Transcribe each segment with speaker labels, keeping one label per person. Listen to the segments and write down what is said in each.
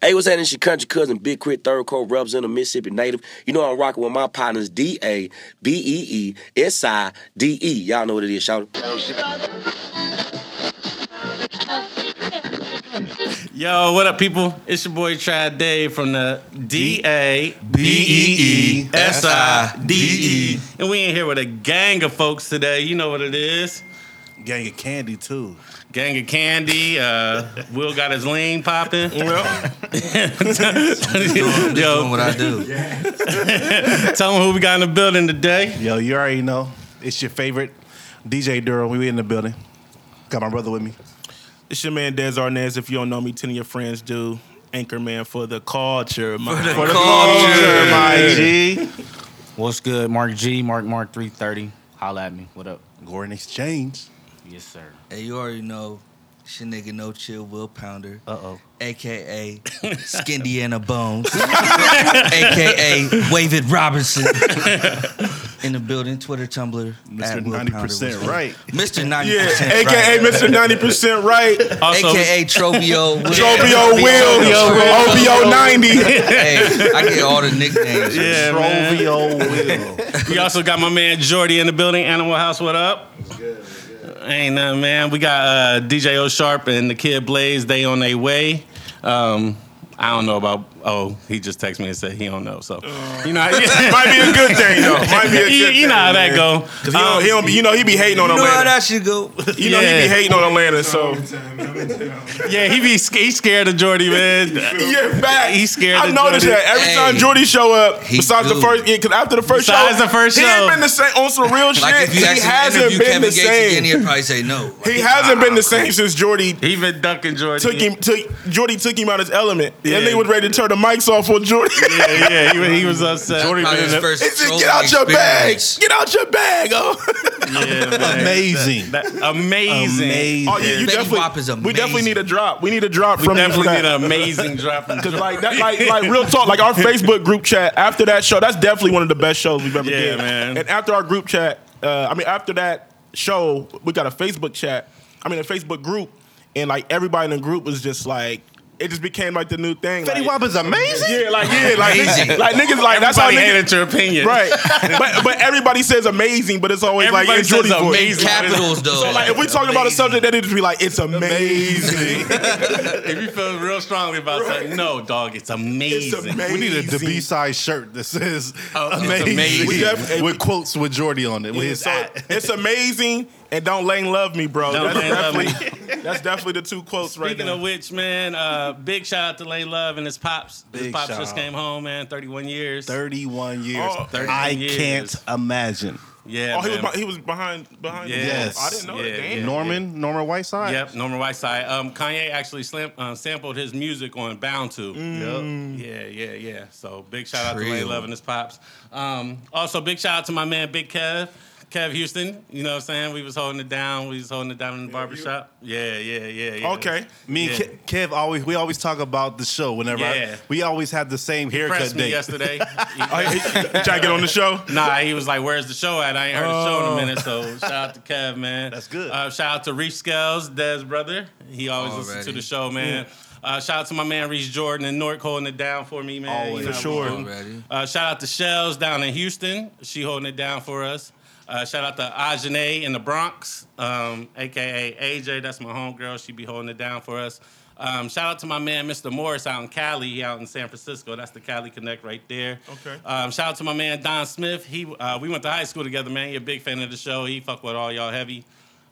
Speaker 1: Hey, what's happening? It's your country cousin, Big Crit, Third Court, representative, Mississippi native. You know I'm rocking with my partners, D A B E E S I D E. Y'all know what it is, shout it.
Speaker 2: Yo, what up, people? It's your boy Chad Dave from the D A B E E S I D E, and we in here with a gang of folks today. You know what it is?
Speaker 3: Gang of candy too.
Speaker 2: Gang of candy. Uh, Will got his lean popping.
Speaker 4: doing
Speaker 2: Yo,
Speaker 4: what I do.
Speaker 2: tell them who we got in the building today.
Speaker 3: Yo, you already know. It's your favorite DJ Duro. We in the building. Got my brother with me.
Speaker 5: It's your man Des Arnaz. If you don't know me, ten of your friends do. Anchor man for the culture, man.
Speaker 4: For the
Speaker 3: Culture, my G.
Speaker 6: What's good, Mark G? Mark Mark three thirty. Holla at me. What up?
Speaker 3: Gordon Exchange.
Speaker 6: Yes, sir.
Speaker 4: Hey, you already know. Shit nigga, no chill, Will Pounder,
Speaker 6: Uh oh.
Speaker 4: aka Skindiana Bones, aka Wavid Robinson, in the building. Twitter, Tumblr,
Speaker 3: Mr.
Speaker 4: at Will
Speaker 3: Ninety
Speaker 4: Pounder.
Speaker 3: percent right.
Speaker 4: Mr. Ninety
Speaker 5: Yeah,
Speaker 4: Percent,
Speaker 5: aka Mr. Ninety Percent Right,
Speaker 2: Also,
Speaker 4: aka Trovio, Will.
Speaker 5: Trovio Will, OBO Ninety.
Speaker 4: Hey, I get all the nicknames.
Speaker 2: yeah, man.
Speaker 3: Trovio Will.
Speaker 2: We also got my man Jordy in the building. Animal House, what up? Ain't nothing, man. We got uh, DJ O Sharp and the Kid Blaze. They on their way. Um, I don't know about. Oh, he just texted me and said he don't know. So you know, how-
Speaker 5: Uh. Might be a good thing though. Might be a good
Speaker 2: you,
Speaker 5: thing.
Speaker 2: you know how that
Speaker 5: man.
Speaker 2: go.
Speaker 5: 'Cause he don't, he don't be, you know he be hating on
Speaker 4: You know how
Speaker 5: Atlanta.
Speaker 4: that should go.
Speaker 5: You know he
Speaker 2: Yeah.
Speaker 5: be hating on Atlanta. So
Speaker 2: Um, Yeah, he be sca- he scared of Jordy, man.
Speaker 5: yeah, back.
Speaker 2: He scared
Speaker 5: I
Speaker 2: of
Speaker 5: noticed
Speaker 2: Jordy.
Speaker 5: that every
Speaker 4: Hey.
Speaker 5: time Jordy show up,
Speaker 4: He
Speaker 5: besides
Speaker 4: do.
Speaker 5: the first, yeah, because after the first
Speaker 2: Besides
Speaker 5: show,
Speaker 2: the first
Speaker 5: he
Speaker 2: show.
Speaker 5: ain't been the same on some real shit.
Speaker 4: Like if you
Speaker 5: he
Speaker 4: actually
Speaker 5: hasn't
Speaker 4: interview
Speaker 5: been
Speaker 4: Kevin
Speaker 5: the
Speaker 4: Gates again,
Speaker 5: same.
Speaker 4: he'd probably say no. Like,
Speaker 5: He hasn't been the same since Jordy
Speaker 2: He been ducking Jordy.
Speaker 5: took him took Jordy took him out his element.
Speaker 2: Yeah.
Speaker 5: And they was ready to turn the mics off on Jordy.
Speaker 2: Yeah, yeah, he, wa- he was upset. Jordy
Speaker 4: probably his first
Speaker 5: He said,
Speaker 4: solo
Speaker 5: get out your bag.
Speaker 4: experience.
Speaker 5: Get out your bag. Oh,
Speaker 3: Amazing.
Speaker 2: amazing.
Speaker 3: Amazing.
Speaker 5: oh yeah, you
Speaker 4: Baby
Speaker 5: definitely.
Speaker 4: Wap is
Speaker 5: We definitely
Speaker 4: amazing.
Speaker 5: need a drop. We need a drop
Speaker 2: We
Speaker 5: from
Speaker 2: definitely did
Speaker 5: you for that.
Speaker 2: an amazing drop. from
Speaker 5: Cause
Speaker 2: Jordy.
Speaker 5: like that, like like real talk, like our Facebook group chat after that show, that's definitely one of the best shows we've ever
Speaker 2: Yeah,
Speaker 5: did.
Speaker 2: man.
Speaker 5: And after our group chat, uh, I mean after that show, we got a Facebook chat. I mean a Facebook group, and like everybody in the group was just like, it just became like the new thing.
Speaker 3: Fetty
Speaker 5: like-
Speaker 3: Wap is amazing.
Speaker 5: Yeah, like yeah, like
Speaker 4: Amazing.
Speaker 5: niggas, like niggas, like that's how
Speaker 2: Everybody
Speaker 5: niggas.
Speaker 2: hated your opinion,
Speaker 5: Right, but but everybody says amazing, but it's always like
Speaker 2: Everybody
Speaker 5: in Jordy
Speaker 2: says
Speaker 5: voice.
Speaker 4: In
Speaker 2: amazing.
Speaker 4: capitals, though.
Speaker 5: So like if we talking about a subject, that it just be like it's amazing.
Speaker 2: If you feel real strongly about something, no, dog, it's amazing.
Speaker 5: It's amazing.
Speaker 3: We need a DB size shirt that says
Speaker 2: Oh, it's
Speaker 3: amazing,
Speaker 2: amazing.
Speaker 5: We def-
Speaker 3: with quotes with Jordy on it. With
Speaker 5: Yeah,
Speaker 3: his
Speaker 5: so
Speaker 3: at.
Speaker 5: it's amazing and don't Lane love me, bro.
Speaker 2: Don't
Speaker 5: that's
Speaker 2: Lane love me.
Speaker 5: definitely that's definitely the two quotes right
Speaker 2: Speaking
Speaker 5: now.
Speaker 2: of which, man, uh, big shout out to Lay Love and his pops. his
Speaker 3: Big
Speaker 2: pops
Speaker 3: shout
Speaker 2: just
Speaker 3: out.
Speaker 2: came home, man. Thirty-one years.
Speaker 3: 31 years.
Speaker 5: Oh,
Speaker 2: 31
Speaker 3: I
Speaker 2: years.
Speaker 3: can't imagine.
Speaker 2: Yeah.
Speaker 5: oh, he was
Speaker 2: man.
Speaker 5: be- he was behind behind. the wall.
Speaker 2: Yes.
Speaker 5: I didn't know
Speaker 2: Yeah,
Speaker 5: that.
Speaker 2: yeah.
Speaker 5: Damn.
Speaker 3: Norman, Norman Whiteside.
Speaker 2: Yep, Norman Whiteside. Um, Kanye actually slam- uh, sampled his music on Bound to. Yeah, yeah, yeah. So big shout out to Lay
Speaker 4: Trill.
Speaker 2: Love and his pops. Um, also, big shout out to my man Big Kev, Kev Houston. You know what I'm saying? We was holding it down. We was holding it down in the barbershop. Yeah, yeah, yeah, yeah.
Speaker 5: Okay.
Speaker 3: Me and
Speaker 2: Yeah.
Speaker 3: Ke- Kev always we always talk about the show whenever I-
Speaker 2: Yeah.
Speaker 3: we always had the same haircut
Speaker 2: Pressed me
Speaker 3: day.
Speaker 2: yesterday.
Speaker 5: Try to get on the show.
Speaker 2: Nah, he was like, "Where's the show at? I ain't heard the
Speaker 3: Oh.
Speaker 2: show in a minute." So shout out to Kev, man.
Speaker 3: That's good.
Speaker 2: Uh, shout out to Reese Scales, Des brother. He always listens to
Speaker 4: Already.
Speaker 2: the show, man. Uh, shout out to my man Reese Jordan and Nork holding it down for me, man.
Speaker 3: Always.
Speaker 2: You know
Speaker 3: For
Speaker 2: how we do.
Speaker 3: sure.
Speaker 4: Already.
Speaker 2: Uh, shout out to Shells down in Houston. She holding it down for us. Uh, shout out to Ajane in the Bronx, um, aka AJ. That's my homegirl. She be holding it down for us. Um, shout out to my man Mr. Morris out in Cali, he out in San Francisco. That's the Cali Connect right there.
Speaker 5: Okay.
Speaker 2: Um, shout out to my man Don Smith. He uh, we went to high school together, man. He a big fan of the show. He fuck with all y'all heavy.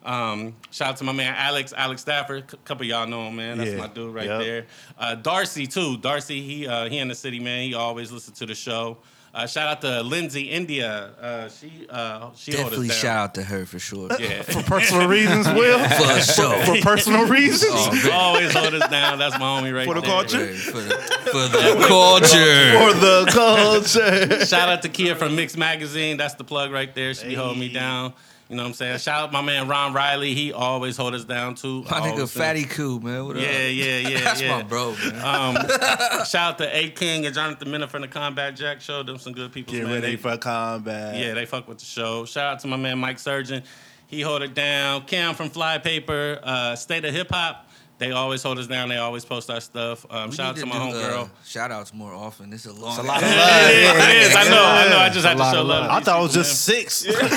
Speaker 2: Um, shout out to my man Alex, Alex Stafford. A couple of y'all know him, man. That's
Speaker 3: Yeah.
Speaker 2: my dude right
Speaker 3: Yep.
Speaker 2: there. Uh, Darcy too. Darcy, he uh, he in the city, man. He always listens to the show. Uh, shout out to Lindsay India. Uh, she uh, she
Speaker 4: Definitely
Speaker 2: hold us
Speaker 4: shout
Speaker 2: down.
Speaker 4: out to her for sure.
Speaker 2: Yeah.
Speaker 3: Personal reasons, Will.
Speaker 4: For sure.
Speaker 3: For personal reasons.
Speaker 2: She always hold us down. That's my homie right
Speaker 5: For the
Speaker 2: there.
Speaker 5: culture?
Speaker 4: Right, for the, for the culture.
Speaker 3: For the culture.
Speaker 2: Shout out to Kia from Mix Magazine. That's the plug right there. She be holding me down. You know what I'm saying? Shout out my man Ron Riley. He always hold us down too.
Speaker 4: My nigga
Speaker 2: Always.
Speaker 4: Fatty Cool, man. What up?
Speaker 2: Yeah, yeah, yeah.
Speaker 4: That's
Speaker 2: yeah.
Speaker 4: my bro, man.
Speaker 2: Um, shout out to A King and Jonathan Minner from the Combat Jack Show. Them some good people.
Speaker 3: Get
Speaker 2: man.
Speaker 3: ready
Speaker 2: They-
Speaker 3: for combat.
Speaker 2: yeah, they fuck with the show. Shout out to my man Mike Surgeon. He hold it down. Cam from Flypaper, uh, State of Hip Hop. They always hold us down. They always post our stuff. Um,
Speaker 4: We
Speaker 2: shout out
Speaker 4: need
Speaker 2: to my
Speaker 4: do, uh,
Speaker 2: homegirl.
Speaker 4: shout outs more often. It's a long.
Speaker 6: It's a lot of
Speaker 4: ass-
Speaker 6: love.
Speaker 2: Yeah, it is. I know. I know. I just had
Speaker 6: A
Speaker 2: to
Speaker 6: lot
Speaker 2: show
Speaker 6: of
Speaker 2: love.
Speaker 6: love.
Speaker 2: to
Speaker 3: I
Speaker 2: these
Speaker 3: thought it was
Speaker 2: people,
Speaker 3: just six.
Speaker 2: man.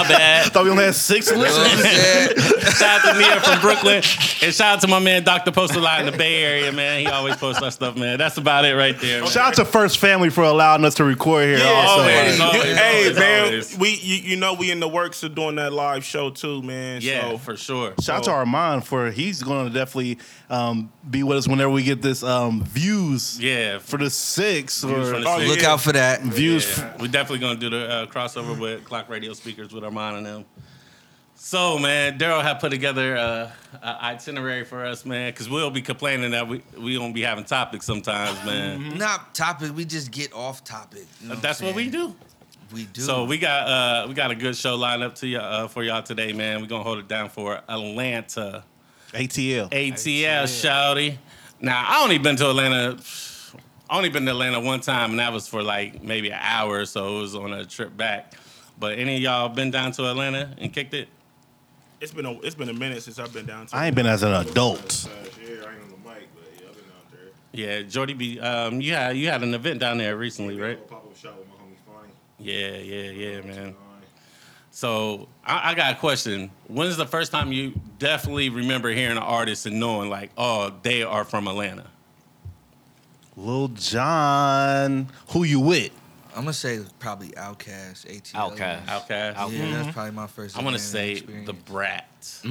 Speaker 2: my bad.
Speaker 3: thought we only had six
Speaker 4: You know what I'm
Speaker 3: listeners.
Speaker 4: saying?
Speaker 2: shout out to Mia from Brooklyn, and shout out to my man Doctor Post a lot in the Bay Area, man. He always posts our stuff, man. That's about it right there. man.
Speaker 3: Shout out to First Family for allowing us to record here. also.
Speaker 2: always,
Speaker 5: You-
Speaker 2: always,
Speaker 5: hey
Speaker 2: always,
Speaker 5: man,
Speaker 2: Oh, always.
Speaker 5: we you, you know we in the works of doing that live show too, man.
Speaker 2: Yeah,
Speaker 5: so,
Speaker 2: for sure.
Speaker 3: Shout out to Armand for he's going to definitely um, be with us whenever we get this um, views
Speaker 2: Yeah,
Speaker 3: for the six or uh,
Speaker 2: Views for the
Speaker 5: Oh,
Speaker 2: six.
Speaker 5: yeah.
Speaker 4: Look out for that.
Speaker 2: Mm-hmm.
Speaker 3: views.
Speaker 2: Yeah, we're definitely gonna do the uh, crossover with Clock Radio speakers with Armand and them. So man, Daryl had put together uh, a itinerary for us, man, because we'll be complaining that we we don't be having topics sometimes, man.
Speaker 4: Not topic. We just get off topic. You know I'm
Speaker 2: That's what we
Speaker 4: saying?
Speaker 2: do.
Speaker 4: We do.
Speaker 2: So we got uh, we got a good show lined up to you uh, for y'all today, man. We're gonna hold it down for Atlanta
Speaker 3: ATL.
Speaker 2: ATL, shouty. Now I only been to Atlanta. I only been to Atlanta one time, and that was for like maybe an hour or so. It was on a trip back. But any of y'all been down to Atlanta and kicked it?
Speaker 5: it's been a it's been a minute since I've been down. To
Speaker 3: I ain't been as an
Speaker 5: Yeah,
Speaker 3: adult.
Speaker 5: I ain't on the mic, but yeah, I've been out there.
Speaker 2: Yeah, Jordy B. Um, you had you had an event down there recently, right?
Speaker 5: Pop up shop with my homie Fonny.
Speaker 2: Yeah, yeah, yeah, man. So I, I got a question. When's the first time you definitely remember hearing an artist and knowing like, oh, they are from Atlanta?
Speaker 3: Lil John, who you with?
Speaker 4: I'm gonna say probably Outcast, ATL.
Speaker 6: Outkast.
Speaker 2: Okay.
Speaker 4: Yeah, that's probably my first.
Speaker 2: Mm-hmm. I want to
Speaker 4: Atlanta
Speaker 2: say
Speaker 4: experience. Mm.
Speaker 2: the brats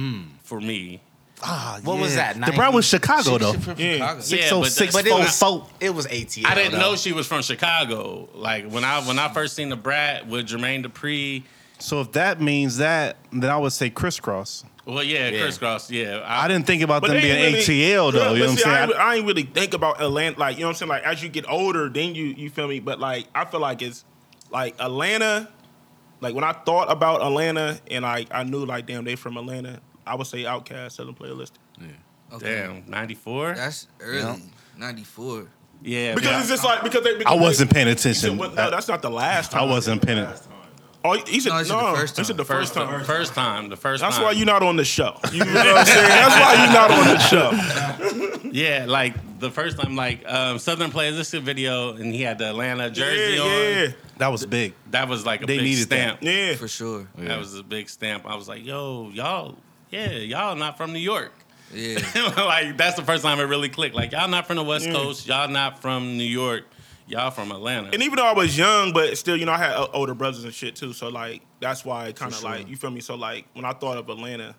Speaker 2: for me.
Speaker 3: Ah,
Speaker 6: What was that,
Speaker 3: The brand was
Speaker 6: 90?
Speaker 3: Chicago
Speaker 4: She-
Speaker 3: though.
Speaker 4: she from
Speaker 5: Yeah.
Speaker 4: Chicago.
Speaker 2: Yeah.
Speaker 3: Six oh six
Speaker 2: but it
Speaker 3: four
Speaker 2: was-
Speaker 3: four.
Speaker 6: It was ATL.
Speaker 2: I didn't
Speaker 6: though.
Speaker 2: know she was from Chicago. Like when I when I first seen the brat with Jermaine Dupri.
Speaker 3: So if that means that, then I would say crisscross.
Speaker 2: Well, yeah, crisscross. Yeah,
Speaker 3: I didn't think about them being
Speaker 5: ain't
Speaker 3: ATL
Speaker 5: Yeah,
Speaker 3: though.
Speaker 5: but
Speaker 3: you know what I'm
Speaker 5: see, I,
Speaker 3: saying?
Speaker 5: ain't re- I ain't really think about Atlanta. Like you know what I'm saying. Like as you get older, then you you feel me. But like I feel like it's like Atlanta. Like when I thought about Atlanta and I I knew like damn they from Atlanta. I would say Outkast, Southern Playlist.
Speaker 4: Okay.
Speaker 2: Damn, ninety four.
Speaker 4: That's early. '94.
Speaker 2: Yeah,
Speaker 5: Because
Speaker 2: man,
Speaker 5: it's just like because they. Because
Speaker 3: I, wasn't paying
Speaker 5: They,
Speaker 3: attention.
Speaker 5: no, that's not the last
Speaker 3: I
Speaker 5: time.
Speaker 3: wasn't paying.
Speaker 5: Oh, he said
Speaker 4: No,
Speaker 5: no.
Speaker 4: he said the first
Speaker 5: He said
Speaker 4: time.
Speaker 5: the first, time.
Speaker 2: First time, the first
Speaker 5: That's
Speaker 2: time.
Speaker 5: why you're not on the show. You know what I'm saying? That's why you're not on the show.
Speaker 2: Yeah, like the first time, like um, Southern Players. This is a video, and he had the Atlanta jersey
Speaker 5: yeah,
Speaker 2: on.
Speaker 5: yeah,
Speaker 3: That was big.
Speaker 2: That was like a
Speaker 3: They
Speaker 2: big
Speaker 3: needed that.
Speaker 2: stamp. That.
Speaker 5: yeah.
Speaker 4: for sure.
Speaker 2: was a big stamp. I was like, yo, y'all, yeah, y'all not from New York.
Speaker 4: Yeah,
Speaker 2: like that's the first time it really clicked. Like y'all not from the West Coast. Y'all not from New York. Y'all from Atlanta.
Speaker 5: And even though I was young, but still, you know, I had o- older brothers and shit too. So like, that's why it kind of like you feel me. So like, when I thought of Atlanta,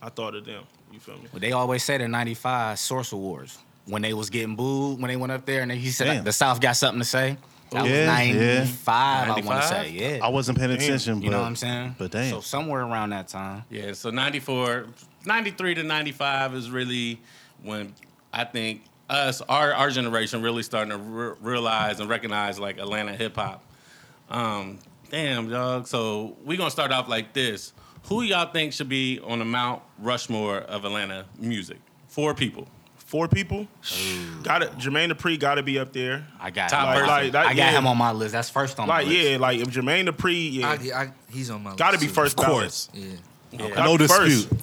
Speaker 5: I thought of them. You feel me?
Speaker 6: But they always said in '95 Source Awards when they was getting booed when they went up there and then he said
Speaker 3: Damn.
Speaker 6: the South got something to say. That
Speaker 3: Yeah, yeah.
Speaker 6: was '95. I want
Speaker 2: 95?
Speaker 6: to say, yeah.
Speaker 3: I wasn't paying attention.
Speaker 6: you know
Speaker 3: but-
Speaker 6: what I'm saying?
Speaker 3: But damn.
Speaker 6: So somewhere around that time,
Speaker 2: yeah, so 94, 93 to 95 is really when I think us, our, our generation really starting to re- realize and recognize like Atlanta hip hop. Um, damn, dog. So we going to start off like this. Who y'all think should be on the Mount Rushmore of Atlanta music? Four people.
Speaker 5: Four people. Got it. Jermaine Dupri got to be up there.
Speaker 6: I got
Speaker 2: Top
Speaker 6: him.
Speaker 2: person.
Speaker 5: Like, that-
Speaker 6: I got
Speaker 5: yeah.
Speaker 6: him on my list. That's first on
Speaker 5: Like
Speaker 6: my list.
Speaker 5: yeah, like if Jermaine Dupri,
Speaker 4: I,
Speaker 5: yeah,
Speaker 4: I, he's on my.
Speaker 5: got to
Speaker 4: list
Speaker 5: be
Speaker 4: too.
Speaker 5: first.
Speaker 3: of course.
Speaker 4: Yeah,
Speaker 5: ballot.
Speaker 3: No
Speaker 5: Gotta be first.
Speaker 3: dispute.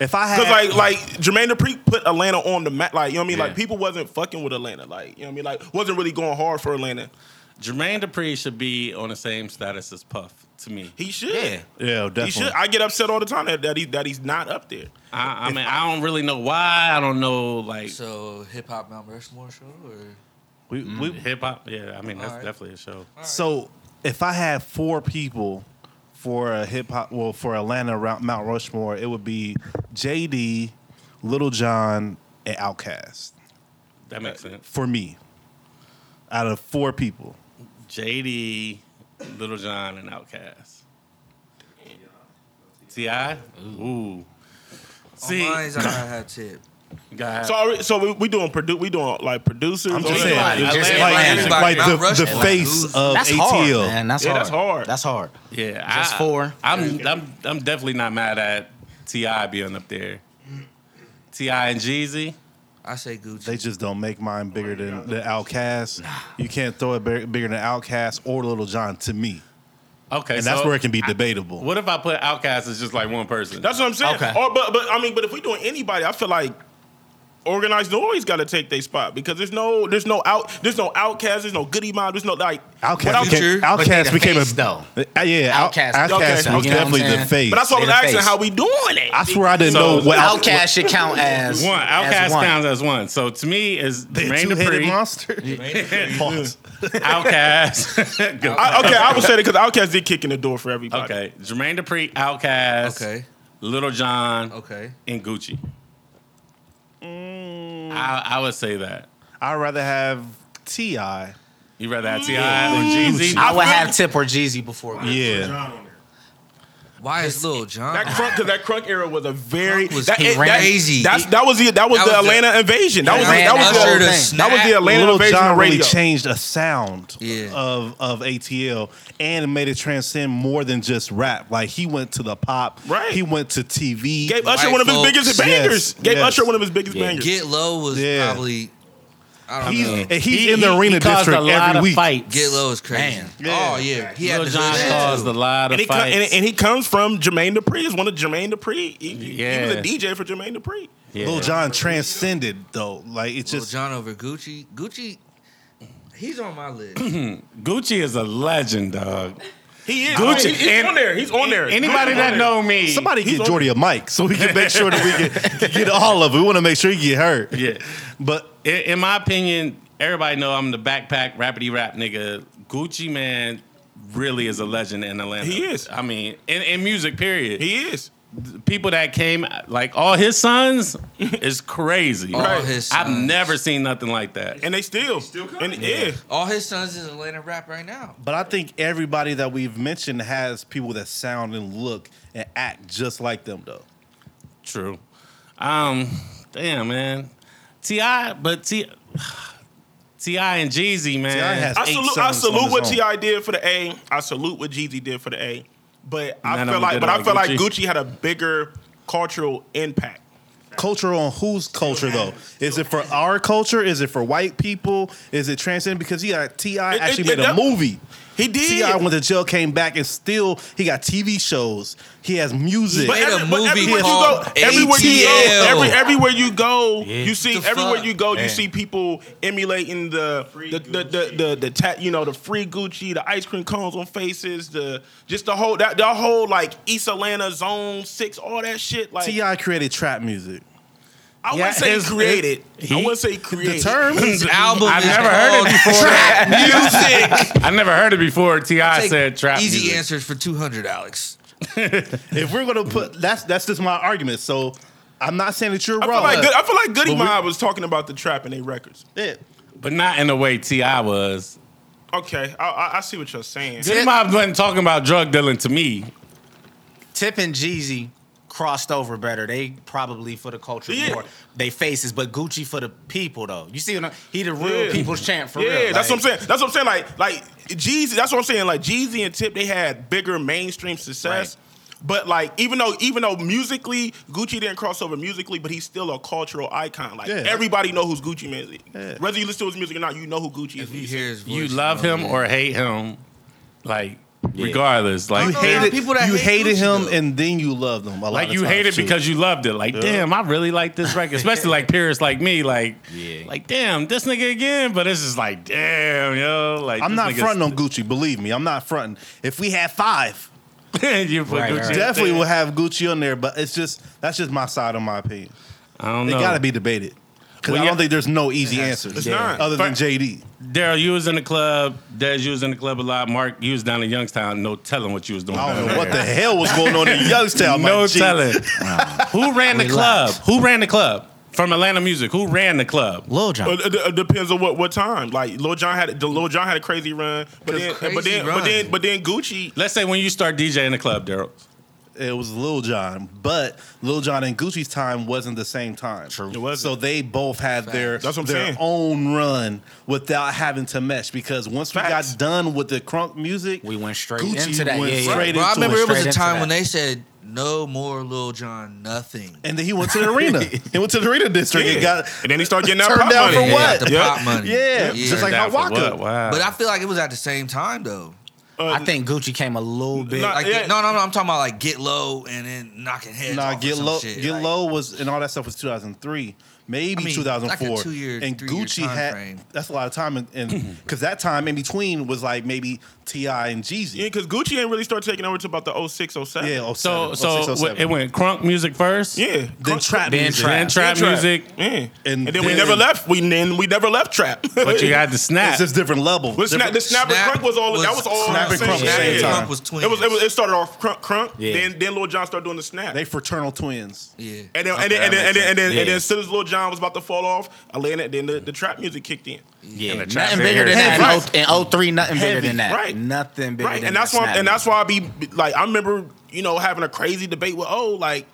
Speaker 3: If I had
Speaker 5: Cause like like Jermaine Dupri put Atlanta on the map, like you know what I mean.
Speaker 2: Yeah.
Speaker 5: Like people wasn't fucking with Atlanta, like you know what I mean. Like wasn't really going hard for Atlanta.
Speaker 2: Jermaine Dupri should be on the same status as Puff to me.
Speaker 5: He should.
Speaker 6: Yeah.
Speaker 3: yeah,
Speaker 5: He should.
Speaker 3: definitely.
Speaker 5: I get upset all the time that, that he that he's not up there.
Speaker 2: I, I mean, I don't really know why. I don't know, like
Speaker 4: So hip hop Mount Rushmore show or
Speaker 3: We- we-
Speaker 2: hip hop. Yeah, I mean, that's
Speaker 4: Alright.
Speaker 2: definitely a show.
Speaker 3: So if I had four people for a hip hop, well, for Atlanta around Mount Rushmore, it would be JD, Little John, and Outkast
Speaker 2: That makes sense.
Speaker 3: for me. Out of four people,
Speaker 2: JD, Little John, and Outkast. Ti, ooh. See,
Speaker 4: on mine's I gotta have tip.
Speaker 2: God.
Speaker 5: So alre- so we, we doing produ- we doing like producers.
Speaker 3: I'm
Speaker 5: all
Speaker 3: just
Speaker 5: that?
Speaker 3: saying,
Speaker 2: Everybody,
Speaker 3: just
Speaker 2: Atlanta.
Speaker 3: like,
Speaker 4: Everybody,
Speaker 3: like the,
Speaker 4: Mount
Speaker 3: the
Speaker 4: Rushmore.
Speaker 3: face of
Speaker 6: That's hard,
Speaker 3: ATL.
Speaker 6: man. That's
Speaker 5: Yeah,
Speaker 6: hard.
Speaker 5: that's hard.
Speaker 6: That's hard.
Speaker 2: yeah,
Speaker 6: Just
Speaker 2: I-
Speaker 6: four.
Speaker 2: I'm, I'm, I'm definitely not mad at Ti being up there. Ti and Jeezy.
Speaker 4: I say Gucci.
Speaker 3: They just don't make mine bigger than the Outkast. You can't throw it big- bigger than Outkast or Little John to me,
Speaker 2: Okay,
Speaker 3: and that's
Speaker 2: so
Speaker 3: where it can be debatable.
Speaker 2: What if I put Outkast as just like one person?
Speaker 5: That's what I'm saying.
Speaker 6: Okay.
Speaker 5: Or but but I mean, but if we doing anybody, I feel like organized noise got to take their spot because there's no there's no out there's no outcast there's no goody mob there's no like
Speaker 3: Outcast
Speaker 5: without
Speaker 3: became,
Speaker 6: Future, but they
Speaker 3: Outcast
Speaker 6: the
Speaker 3: became
Speaker 6: face,
Speaker 3: a
Speaker 6: though.
Speaker 3: Uh, yeah, Outcast,
Speaker 6: Outkast.
Speaker 3: Outcast
Speaker 5: Okay,
Speaker 3: was
Speaker 6: you know what I'm
Speaker 3: definitely the
Speaker 6: saying?
Speaker 3: face.
Speaker 5: But that's what I was
Speaker 6: They the
Speaker 5: asking
Speaker 6: face.
Speaker 5: how we doing it.
Speaker 3: I swear I didn't
Speaker 5: So-
Speaker 3: know what Outcast.
Speaker 6: Outcast should count as
Speaker 2: One
Speaker 6: as
Speaker 2: outcast
Speaker 6: one.
Speaker 2: counts as one. So to me is Jermaine Dupri,
Speaker 3: monster.
Speaker 2: outcast. Go.
Speaker 5: I, okay, I would say that because Outcast did kick in the door for everybody.
Speaker 2: Okay, Jermaine Dupri, outcast.
Speaker 4: Okay.
Speaker 2: Little John.
Speaker 4: Okay.
Speaker 2: And Gucci. I, I would say that.
Speaker 3: I'd rather have Ti. Yeah,
Speaker 2: You rather have Ti or Jeezy?
Speaker 6: I would have Tip or Jeezy before. me.
Speaker 4: Why is Lil John?
Speaker 5: That crunk, because that crunk era was a very
Speaker 4: Crunk was
Speaker 5: that, it- that-
Speaker 4: crazy.
Speaker 5: that's- that was the that was,
Speaker 4: That
Speaker 5: the
Speaker 4: was the-
Speaker 5: Atlanta invasion. That
Speaker 4: That
Speaker 5: was the,
Speaker 4: ran
Speaker 5: that was
Speaker 4: Usher
Speaker 5: the,
Speaker 4: to
Speaker 5: that was
Speaker 4: Snap.
Speaker 5: the Atlanta
Speaker 3: Little
Speaker 5: invasion
Speaker 3: John
Speaker 5: on radio.
Speaker 3: really changed the sound
Speaker 4: Yeah.
Speaker 3: of of ATL and made it transcend more than just rap. Like he went to the pop.
Speaker 5: Right.
Speaker 3: He went to TV.
Speaker 5: Gave Usher
Speaker 4: White
Speaker 5: one of his
Speaker 4: folks.
Speaker 5: biggest bangers.
Speaker 3: Yes,
Speaker 5: Gave
Speaker 3: yes.
Speaker 5: Usher one of his biggest bangers.
Speaker 4: Get Low was
Speaker 3: Yeah.
Speaker 4: probably. I don't
Speaker 3: He's,
Speaker 4: know.
Speaker 3: and he's in the arena
Speaker 2: caused
Speaker 3: district
Speaker 2: a lot
Speaker 3: every
Speaker 2: of
Speaker 3: week.
Speaker 2: Fights.
Speaker 4: Get Low is crazy.
Speaker 6: Man.
Speaker 3: Yeah.
Speaker 4: Oh yeah, he
Speaker 2: Lil
Speaker 4: had the
Speaker 2: John
Speaker 4: hood
Speaker 2: caused a
Speaker 4: too.
Speaker 2: lot of
Speaker 5: And he, come,
Speaker 2: fights.
Speaker 5: and, and he comes from Jermaine Dupri. Is one of Jermaine Dupri. He, he was
Speaker 2: Yeah.
Speaker 5: a DJ for Jermaine Dupri.
Speaker 2: yeah.
Speaker 3: Lil John transcended though. Like it's
Speaker 4: Lil
Speaker 3: just
Speaker 4: John over Gucci. Gucci, he's on my list.
Speaker 2: Gucci is a legend, dog.
Speaker 5: He is.
Speaker 2: Gucci.
Speaker 5: He's, he's on there. He's on there.
Speaker 2: Anybody
Speaker 5: Gucci's
Speaker 2: that
Speaker 5: on there.
Speaker 2: know me,
Speaker 3: somebody
Speaker 5: He's
Speaker 3: get
Speaker 5: on-
Speaker 3: Jordy a mic so we can make sure that we can get all of it. We want to make sure he get hurt.
Speaker 2: Yeah.
Speaker 3: But
Speaker 2: in, in my opinion, everybody know I'm the backpack rapidy rap nigga. Gucci man really is a legend in Atlanta.
Speaker 5: He is.
Speaker 2: I mean, in, in music, period.
Speaker 5: He is.
Speaker 2: people that came, like all his sons, is crazy.
Speaker 4: All
Speaker 5: Right.
Speaker 4: his
Speaker 2: I've
Speaker 4: sons.
Speaker 2: never seen nothing like that.
Speaker 5: And they still. Still and, yeah.
Speaker 4: All his sons is Atlanta rap right now.
Speaker 3: But I think everybody that we've mentioned has people that sound and look and act just like them, though.
Speaker 2: True. Um, damn man, Ti, but Ti, Ti and Jeezy man.
Speaker 3: T.I. has-
Speaker 5: I
Speaker 3: eight
Speaker 5: salute, I
Speaker 3: songs on
Speaker 5: salute
Speaker 3: his
Speaker 5: what
Speaker 3: own.
Speaker 5: Ti did for the A. I salute what Jeezy did for the A. But I
Speaker 2: None of
Speaker 5: feel
Speaker 2: them
Speaker 5: like,
Speaker 2: did
Speaker 5: but
Speaker 2: it
Speaker 5: I
Speaker 2: like
Speaker 5: feel like
Speaker 2: Gucci.
Speaker 5: Gucci had a bigger cultural impact.
Speaker 3: Culture on whose culture though? Is it for our culture? Is it for white people? Is it transcendent? Because he got Ti
Speaker 5: it-
Speaker 3: actually
Speaker 5: it
Speaker 3: made a
Speaker 5: does-
Speaker 3: movie.
Speaker 5: He did.
Speaker 3: Ti went to jail, came back, and still he got TV shows. He has music.
Speaker 5: But
Speaker 4: Made a
Speaker 5: every- but
Speaker 4: movie
Speaker 5: everywhere you
Speaker 4: called
Speaker 5: go, everywhere you go,
Speaker 4: ATL.
Speaker 5: every, everywhere you go, you see
Speaker 4: The
Speaker 5: everywhere
Speaker 4: fuck?
Speaker 5: you go, you see people emulating the the the, the the the ta- you know the free Gucci, the ice cream cones on faces, the just the whole that the whole like East Atlanta Zone Six, all that shit. Like
Speaker 3: Ti created trap music.
Speaker 5: I
Speaker 2: Yeah,
Speaker 5: wouldn't say
Speaker 2: his-
Speaker 5: created.
Speaker 2: he-
Speaker 5: I wouldn't say created.
Speaker 3: The term.
Speaker 4: His album
Speaker 2: I've
Speaker 4: is
Speaker 2: never heard it
Speaker 4: called Trap Music.
Speaker 2: I never heard it before. Ti said trap.
Speaker 4: Easy
Speaker 2: music.
Speaker 4: answers for two hundred, Alex.
Speaker 3: if we're gonna put that's that's just my argument. So I'm not saying that you're
Speaker 5: I feel,
Speaker 3: wrong.
Speaker 5: like, good, I feel like Goody
Speaker 3: But we-
Speaker 5: Mob was talking about the trap in their records.
Speaker 3: Yeah.
Speaker 2: but not in the way Ti was.
Speaker 5: Okay, I, I, I see what you're saying.
Speaker 2: T Mob wasn't talking about drug dealing to me.
Speaker 6: Tip and Jeezy crossed over better. They probably for the culture
Speaker 5: Yeah.
Speaker 6: more. They faces, but Gucci for the people though. You see, what I'm- he the real
Speaker 5: Yeah.
Speaker 6: people's champ for
Speaker 5: yeah,
Speaker 6: real.
Speaker 5: that's what I'm
Speaker 6: Like,
Speaker 5: saying. That's what I'm saying. Like, like Jeezy. That's what I'm saying. Like Jeezy and Tip, they had bigger mainstream success. But like, even though even though musically Gucci didn't cross over musically, but he's still a cultural icon. Like
Speaker 3: Yeah.
Speaker 5: everybody know who's Gucci man is. Whether you listen to his music or not, you know who Gucci
Speaker 4: If you
Speaker 5: is.
Speaker 4: hear his voice,
Speaker 2: You love
Speaker 4: know
Speaker 2: him
Speaker 4: it.
Speaker 2: or hate him, like regardless, like
Speaker 4: know
Speaker 3: You
Speaker 4: a lot of
Speaker 3: hated,
Speaker 4: people that
Speaker 3: you
Speaker 4: hate
Speaker 3: hated
Speaker 4: Gucci,
Speaker 3: him
Speaker 4: though.
Speaker 3: and then you loved him. A lot
Speaker 2: like
Speaker 3: of
Speaker 2: you
Speaker 3: times,
Speaker 2: hate it
Speaker 3: too.
Speaker 2: because you loved it. Like, damn, I really like this record, especially like purists like me. Like,
Speaker 6: Yeah.
Speaker 2: like damn, this nigga again. But it's just like, damn, yo, like
Speaker 3: I'm
Speaker 2: this
Speaker 3: not
Speaker 2: nigga's-
Speaker 3: fronting on Gucci. Believe me, I'm not fronting. If we had five,
Speaker 2: you put
Speaker 6: Right,
Speaker 2: Gucci
Speaker 6: right.
Speaker 2: up
Speaker 3: definitely
Speaker 2: there.
Speaker 3: we'll have Gucci on there. But it's just that's just my side of my opinion.
Speaker 2: I don't
Speaker 3: It
Speaker 2: know.
Speaker 3: got to be debated because
Speaker 2: Well,
Speaker 3: I don't
Speaker 2: yeah.
Speaker 3: think there's no easy
Speaker 4: Yes,
Speaker 3: answers
Speaker 5: it's not.
Speaker 3: other than JD.
Speaker 2: Daryl, you was in the club. Dez, you was in the club a lot. Mark, you was down in Youngstown. No telling what you was doing.
Speaker 3: I
Speaker 2: down
Speaker 3: don't know
Speaker 2: there.
Speaker 3: what the hell was going on in Youngstown. my
Speaker 2: No
Speaker 3: G.
Speaker 2: telling. Who ran the club?
Speaker 6: Relax.
Speaker 2: Who ran the club from Atlanta Music? Who ran the club?
Speaker 6: Lil Jon.
Speaker 5: But it, it depends on what, what time. Like Lil John had the Lil John had a crazy run, but
Speaker 4: Cause
Speaker 5: then but
Speaker 4: crazy
Speaker 5: then but
Speaker 4: run.
Speaker 5: then but then Gucci.
Speaker 2: Let's say when you start DJing the club, Daryl.
Speaker 3: It was Lil Jon, but Lil Jon and Gucci's time wasn't the same time. True.
Speaker 5: It wasn't.
Speaker 3: So they both had their
Speaker 5: That's what I'm
Speaker 3: their
Speaker 5: saying.
Speaker 3: own run without having to mesh because once
Speaker 5: Facts.
Speaker 3: we got done with the crunk music,
Speaker 6: We went straight
Speaker 3: Gucci
Speaker 6: into that.
Speaker 3: went
Speaker 6: Yeah, yeah.
Speaker 3: straight
Speaker 6: Bro,
Speaker 4: Bro, I
Speaker 3: into
Speaker 4: remember
Speaker 3: it.
Speaker 4: it was a
Speaker 6: Straight
Speaker 4: time
Speaker 6: into
Speaker 4: when
Speaker 6: that.
Speaker 4: they said no more Lil John, nothing.
Speaker 3: And then he went to the arena. he went to the arena district
Speaker 5: Yeah.
Speaker 3: and got
Speaker 5: And then he started getting that
Speaker 3: Turned
Speaker 5: pop
Speaker 3: down
Speaker 5: money.
Speaker 3: for what?
Speaker 4: The
Speaker 5: Yeah.
Speaker 4: pop money. Yeah.
Speaker 3: yeah, just like
Speaker 2: Down
Speaker 3: how
Speaker 2: for
Speaker 3: Waka.
Speaker 2: what? Wow.
Speaker 4: But I feel like it was at the same time though.
Speaker 6: I think Gucci came a little bit.
Speaker 5: Nah,
Speaker 4: Like
Speaker 5: yeah.
Speaker 4: no, no, no. I'm talking about like get low and then knocking heads.
Speaker 3: Nah,
Speaker 4: off or
Speaker 3: get
Speaker 4: some
Speaker 3: low,
Speaker 4: shit.
Speaker 3: get
Speaker 4: Like,
Speaker 3: low was and all that stuff was 2003. maybe
Speaker 4: I mean,
Speaker 3: 2004.
Speaker 4: like a two-year,
Speaker 3: and
Speaker 4: three-year
Speaker 3: Gucci
Speaker 4: time
Speaker 3: had
Speaker 4: frame.
Speaker 3: that's a lot of time, and- and because that time in between was like maybe Ti and Jeezy.
Speaker 5: Yeah, because Gucci ain't really start taking over to about the 06, 07.
Speaker 3: Yeah, 07,
Speaker 2: So
Speaker 3: 06,
Speaker 2: so
Speaker 3: 07.
Speaker 2: it went crunk music first.
Speaker 5: Yeah.
Speaker 3: then trap
Speaker 6: Then
Speaker 3: music.
Speaker 6: trap.
Speaker 2: Then trap
Speaker 5: Yeah, trap.
Speaker 2: music.
Speaker 5: Yeah. And,
Speaker 3: And
Speaker 5: then, we
Speaker 3: then-
Speaker 5: never left. We then we never left trap.
Speaker 2: But you had the
Speaker 3: It's
Speaker 2: snap.
Speaker 3: just different levels.
Speaker 5: Well, snap,
Speaker 3: different-
Speaker 5: the snap, and crunk was all that was all
Speaker 3: Snap
Speaker 5: the
Speaker 3: and crunk
Speaker 5: same
Speaker 3: was the
Speaker 5: shit.
Speaker 3: same
Speaker 5: Yeah.
Speaker 3: time.
Speaker 4: Crunk was twins.
Speaker 5: It was, it was it started off crunk crunk.
Speaker 6: Yeah.
Speaker 5: Then then Lil John started doing the snap.
Speaker 3: they fraternal twins.
Speaker 4: yeah.
Speaker 5: and then,
Speaker 6: Okay,
Speaker 5: and, then, and, then, and
Speaker 6: that makes
Speaker 5: then and then
Speaker 6: sense.
Speaker 5: and
Speaker 6: Yeah.
Speaker 5: then as soon as Lil John was about to fall off, Atlanta then the, the trap music kicked in.
Speaker 6: Yeah,
Speaker 7: And the trap
Speaker 6: nothing
Speaker 7: right
Speaker 6: bigger
Speaker 7: here.
Speaker 6: than that.
Speaker 5: Right.
Speaker 6: In, 0- 03, nothing bigger
Speaker 5: Heavy,
Speaker 6: than that.
Speaker 5: right.
Speaker 6: Nothing bigger
Speaker 5: right,
Speaker 6: than
Speaker 5: and
Speaker 6: that.
Speaker 5: that's why
Speaker 6: Snap
Speaker 5: and that's why I be like I remember you know having a crazy debate with oh like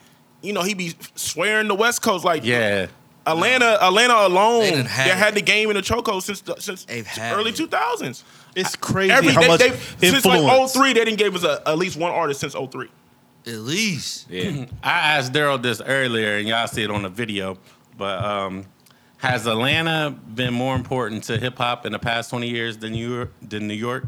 Speaker 5: you know he be swearing the West Coast like
Speaker 2: Yeah.
Speaker 5: Atlanta Atlanta alone
Speaker 4: They
Speaker 5: they,
Speaker 4: done had
Speaker 5: had
Speaker 4: it.
Speaker 5: the game in the chokehold since the, since
Speaker 4: They've had
Speaker 5: early
Speaker 4: it.
Speaker 5: two thousands.
Speaker 3: It's crazy
Speaker 5: Every
Speaker 3: how
Speaker 5: they,
Speaker 3: much
Speaker 5: they, since like
Speaker 3: influence.
Speaker 2: oh,
Speaker 5: 03, they didn't give us a, at least one artist since 03.
Speaker 4: At least.
Speaker 6: Yeah.
Speaker 2: I asked Daryl this earlier, and y'all see it on the video, but um, has Atlanta been more important to hip hop in the past twenty years than you were- than New York?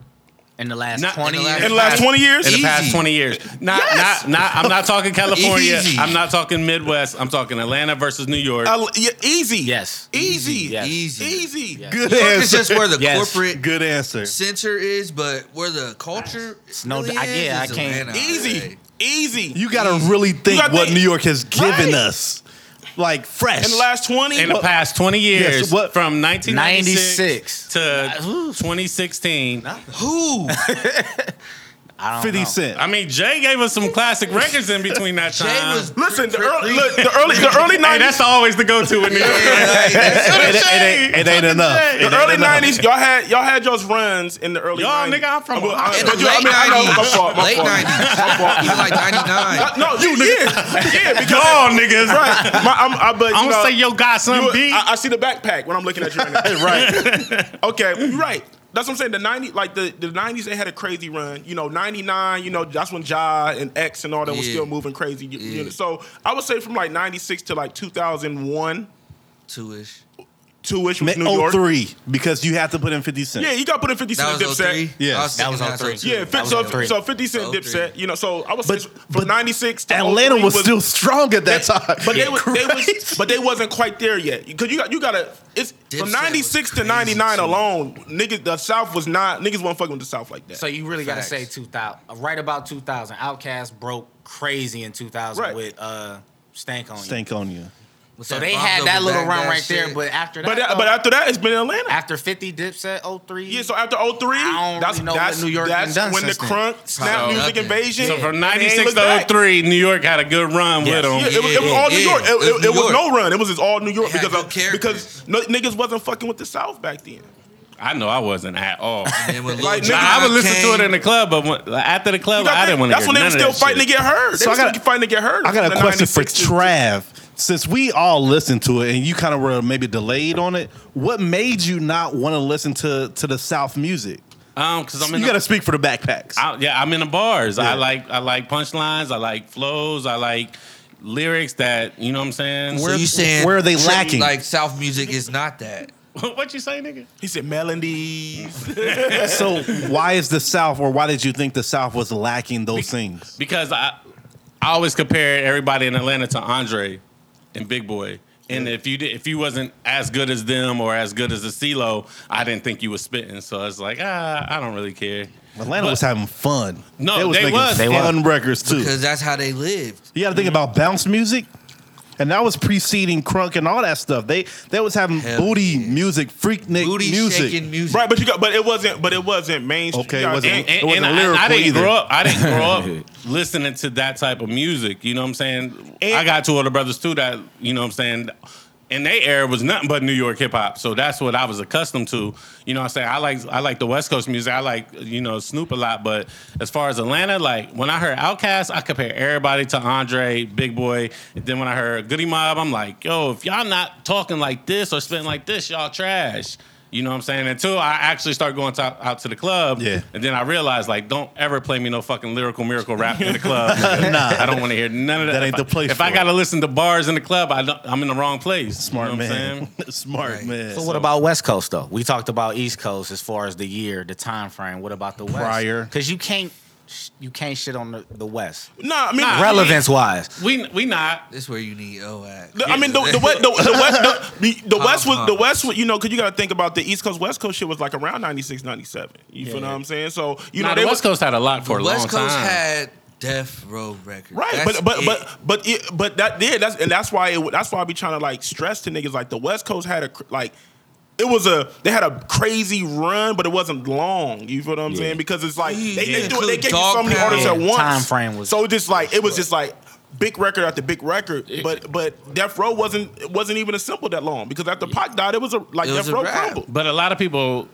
Speaker 6: in the last
Speaker 2: Not-
Speaker 6: twenty
Speaker 4: in the last-
Speaker 6: years.
Speaker 5: In the last 20 years,
Speaker 2: In the
Speaker 4: Easy.
Speaker 2: past twenty years, not
Speaker 5: Yes.
Speaker 2: not not. I'm not talking California.
Speaker 4: Easy.
Speaker 2: I'm not talking Midwest. I'm talking Atlanta versus New York.
Speaker 5: Al- yeah, easy.
Speaker 6: Yes.
Speaker 5: Easy.
Speaker 6: Yes.
Speaker 4: Easy.
Speaker 5: Easy.
Speaker 3: Good
Speaker 4: Crunk is
Speaker 3: answer.
Speaker 4: just where the
Speaker 6: Yes.
Speaker 4: corporate
Speaker 3: Good answer.
Speaker 4: center is, but where the culture
Speaker 6: no-
Speaker 4: really
Speaker 6: I-
Speaker 4: is,
Speaker 6: yeah,
Speaker 4: is
Speaker 6: I can't-
Speaker 4: Atlanta,
Speaker 5: Easy.
Speaker 4: right?
Speaker 5: Easy.
Speaker 3: You gotta really think
Speaker 5: gotta
Speaker 3: what
Speaker 5: think-
Speaker 3: New York has given
Speaker 5: Right.
Speaker 3: us, like fresh.
Speaker 5: in the last 20,
Speaker 2: in the past 20 years,
Speaker 3: Yes, what-
Speaker 2: from 1996
Speaker 6: 96.
Speaker 2: to
Speaker 6: Ooh.
Speaker 2: 2016.
Speaker 4: Who?
Speaker 6: I don't
Speaker 3: Fifty
Speaker 6: know.
Speaker 3: Cent.
Speaker 2: I mean, Jay gave us some classic records in between that time.
Speaker 4: Jay was
Speaker 5: listen, the
Speaker 4: Cre-
Speaker 5: early,
Speaker 4: Cre-
Speaker 5: look, the early, the early 90s.
Speaker 2: hey, that's always the go-to in New York.
Speaker 3: it, it ain't, it ain't enough. It
Speaker 5: the
Speaker 3: ain't
Speaker 5: early
Speaker 3: enough.
Speaker 5: nineties, y'all had y'all had y'all's runs in the early.
Speaker 2: Y'all,
Speaker 5: 90s.
Speaker 2: nigga, I'm from
Speaker 5: Well, I-
Speaker 2: Ohio.
Speaker 4: In the
Speaker 5: but you- I mean, I know, my fault, my
Speaker 4: late
Speaker 5: fault.
Speaker 4: nineties, even like ninety nine.
Speaker 5: No, you yeah, yeah, because
Speaker 2: Y'all niggas.
Speaker 5: right. My, I'm, I, but, you
Speaker 2: I'm
Speaker 5: know,
Speaker 2: gonna say yo godson
Speaker 5: You-
Speaker 2: beat.
Speaker 5: I, I see the backpack when I'm looking at you right now. right. Okay, you're right. That's what I'm saying. The 90s, like the, the 90s, they had a crazy run. You know, 99, you know, that's when Ja and X and all that was
Speaker 4: Yeah.
Speaker 5: still moving crazy. You- you
Speaker 4: Yeah.
Speaker 5: know. So I would say from like 96 to like 2001,
Speaker 4: Two ish.
Speaker 5: two ish
Speaker 3: Ma-
Speaker 5: was New York.
Speaker 3: 03, because you have to put in 50 Cent.
Speaker 5: Yeah, you got to put in 50
Speaker 4: That
Speaker 5: Cent
Speaker 4: was 03.
Speaker 5: Dipset.
Speaker 3: Yes.
Speaker 6: That was
Speaker 4: thinking that's
Speaker 6: 03.
Speaker 4: 02.
Speaker 5: Yeah,
Speaker 6: That
Speaker 5: fif-
Speaker 6: was
Speaker 5: so,
Speaker 6: 03.
Speaker 5: so 50 Cent
Speaker 4: 03.
Speaker 5: Dipset, you know, so I would say
Speaker 3: But-
Speaker 5: from
Speaker 3: but
Speaker 5: 96 to
Speaker 3: Atlanta
Speaker 5: 03
Speaker 3: was, still strong at that
Speaker 5: They-
Speaker 3: time.
Speaker 5: But they,
Speaker 3: Yeah.
Speaker 5: was, they was,
Speaker 3: Crazy.
Speaker 5: but they wasn't quite there yet. Because you got you gotta it's
Speaker 4: Dipset
Speaker 5: from ninety six
Speaker 4: was
Speaker 5: to
Speaker 4: crazy,
Speaker 5: ninety nine
Speaker 4: too.
Speaker 5: alone, niggas the South was not niggas wasn't fucking with the South like that.
Speaker 6: So you really
Speaker 4: Facts.
Speaker 6: gotta say two thousand. Right about two thousand. Outcast broke crazy in two thousand
Speaker 5: Right.
Speaker 6: with uh Stank on You.
Speaker 3: Stank on you.
Speaker 4: With
Speaker 6: So
Speaker 4: that
Speaker 6: they
Speaker 4: Bonzo
Speaker 6: had that little
Speaker 4: Baghdad
Speaker 6: run right there,
Speaker 4: shit.
Speaker 6: but after that,
Speaker 5: but that,
Speaker 6: though,
Speaker 5: but after that it's been Atlanta.
Speaker 6: after fifty oh Dipset 03.
Speaker 5: yeah, so after 03,
Speaker 6: I don't
Speaker 5: that's
Speaker 6: really know
Speaker 5: that's,
Speaker 6: what New York
Speaker 5: that's
Speaker 6: done done
Speaker 5: when the
Speaker 6: since then.
Speaker 5: crunk snap
Speaker 4: Probably
Speaker 5: music
Speaker 4: nothing.
Speaker 5: invasion.
Speaker 2: so from
Speaker 5: and they ain't
Speaker 2: 96
Speaker 5: looked
Speaker 2: to
Speaker 3: oh
Speaker 5: back.
Speaker 2: 03, New York had a good run with
Speaker 6: Yes.
Speaker 2: them.
Speaker 5: Yeah, it, was, it was
Speaker 4: Yeah,
Speaker 5: all New
Speaker 4: yeah,
Speaker 5: York. It,
Speaker 4: yeah. It was
Speaker 5: it- it
Speaker 4: New
Speaker 5: was
Speaker 4: York.
Speaker 5: no run. It was just all New York
Speaker 4: They had
Speaker 5: because of,
Speaker 4: good characters.
Speaker 5: because no, niggas wasn't fucking with the South back then.
Speaker 2: I know I wasn't at all. Nah,
Speaker 4: And when Lil
Speaker 5: Like, nigga,
Speaker 4: Jon
Speaker 2: I would listen
Speaker 4: came,
Speaker 2: to it in the club, but when, like, after the club,
Speaker 5: You got
Speaker 2: I didn't
Speaker 5: that-
Speaker 2: want to.
Speaker 5: that's when they were still fighting to get heard. They
Speaker 3: So I
Speaker 5: were still
Speaker 3: got-
Speaker 5: fighting to get heard.
Speaker 3: I got a
Speaker 5: from the
Speaker 3: question for
Speaker 5: 96 to-
Speaker 3: Trav. Since we all listened to it and you kind of were maybe delayed on it, what made you not want to listen to, to the South music?
Speaker 2: Um, because I'm in
Speaker 3: You
Speaker 2: the-
Speaker 3: got to speak for the backpacks.
Speaker 2: I, yeah, I'm in the bars.
Speaker 3: Yeah.
Speaker 2: I like I like punchlines. I like flows. I like lyrics that you know what I'm saying.
Speaker 4: So you saying
Speaker 3: where are they
Speaker 4: trip-
Speaker 3: lacking?
Speaker 4: Like South music is not that.
Speaker 2: what you say, nigga?
Speaker 5: He said melodies.
Speaker 3: so why is the South, or why did you think the South was lacking those things?
Speaker 2: Because I I always compare everybody in Atlanta to Andre and Big Boy. And if you did, if you wasn't as good as them or as good as the CeeLo, I didn't think you was spitting. So I was like, ah, I don't really care.
Speaker 3: Atlanta
Speaker 2: But-
Speaker 3: was having fun.
Speaker 2: No,
Speaker 3: they was
Speaker 2: they
Speaker 3: making
Speaker 2: was. They
Speaker 3: fun records too.
Speaker 4: Because that's how they lived.
Speaker 3: You got to think about bounce music, and that was preceding crunk and all that stuff. They they was having
Speaker 4: Hell
Speaker 3: booty
Speaker 4: yeah.
Speaker 3: music, freak neck
Speaker 4: Booty
Speaker 3: music.
Speaker 4: shaking music.
Speaker 5: Right, but you got, but it wasn't, but it wasn't mainstream.
Speaker 3: Okay, it
Speaker 5: You got-
Speaker 3: wasn't-
Speaker 5: and-
Speaker 2: and, and
Speaker 3: wasn't
Speaker 2: I- I,
Speaker 3: lyrical
Speaker 2: didn't
Speaker 3: either.
Speaker 2: grow up. I didn't grow up listening to that type of music. You know what I'm saying?
Speaker 5: And-
Speaker 2: I got two older brothers too. That you know what I'm saying. And they era was nothing but New York hip hop, so that's what I was accustomed to. You know, what I'm saying I like I like the West Coast music. I like you know Snoop a lot, but as far as Atlanta, like when I heard Outkast, I compare everybody to Andre, Big Boy. And then when I heard Goody Mob, I'm like, yo, if y'all not talking like this or spitting like this, y'all trash. You know what I'm saying? Until I actually start going to, out to the club,
Speaker 3: Yeah.
Speaker 2: and then I realized, like, don't ever play me no fucking lyrical miracle rap in the club. nah, I don't want to hear none of that.
Speaker 3: That ain't
Speaker 2: If
Speaker 3: the
Speaker 2: I-
Speaker 3: place
Speaker 2: If I
Speaker 3: for it.
Speaker 2: gotta listen to bars in the club, I don't, I'm in the wrong place.
Speaker 3: Smart
Speaker 2: you know What I'm
Speaker 3: man,
Speaker 2: saying?
Speaker 3: smart
Speaker 4: Right.
Speaker 3: man.
Speaker 6: So what about West Coast though? We talked about East Coast as far as the year, the time frame. What about the West?
Speaker 3: Prior.
Speaker 6: because you can't sh- you can't shit on the, the West.
Speaker 5: No, I mean
Speaker 2: Nah.
Speaker 6: Relevance wise,
Speaker 2: We we not.
Speaker 4: This where you need O at.
Speaker 5: The- I mean the the, West- the, the West the, the, the West was the
Speaker 4: Pop-Tarts.
Speaker 5: West was you know because you got to think about the East Coast West Coast shit was like around 96, 97. You feel know what I'm saying? So you
Speaker 2: Nah,
Speaker 5: know they
Speaker 2: the
Speaker 5: was
Speaker 2: West Coast had a lot for a
Speaker 4: West
Speaker 2: long
Speaker 4: Coast
Speaker 2: time.
Speaker 4: had Death Row Records.
Speaker 5: Right,
Speaker 4: That's
Speaker 5: but but
Speaker 4: it.
Speaker 5: but but it, but that did that's and that's why it, that's why I be trying to like stress to niggas like the West Coast had a cr- like it was a they had a crazy run, but it wasn't long. You feel what I'm saying? Because it's like they, they,
Speaker 4: Yeah.
Speaker 5: do, they gave you
Speaker 4: Dog
Speaker 5: so many
Speaker 4: pound.
Speaker 5: artists at
Speaker 6: Yeah,
Speaker 5: once.
Speaker 6: time frame was-
Speaker 5: so just like it was just like big record after big record, but but Death Row wasn't it wasn't even a simple that long because after Pac died, it was a like
Speaker 4: It was
Speaker 5: Death
Speaker 4: a
Speaker 5: Row
Speaker 4: rap.
Speaker 5: crumbled.
Speaker 2: But a lot of people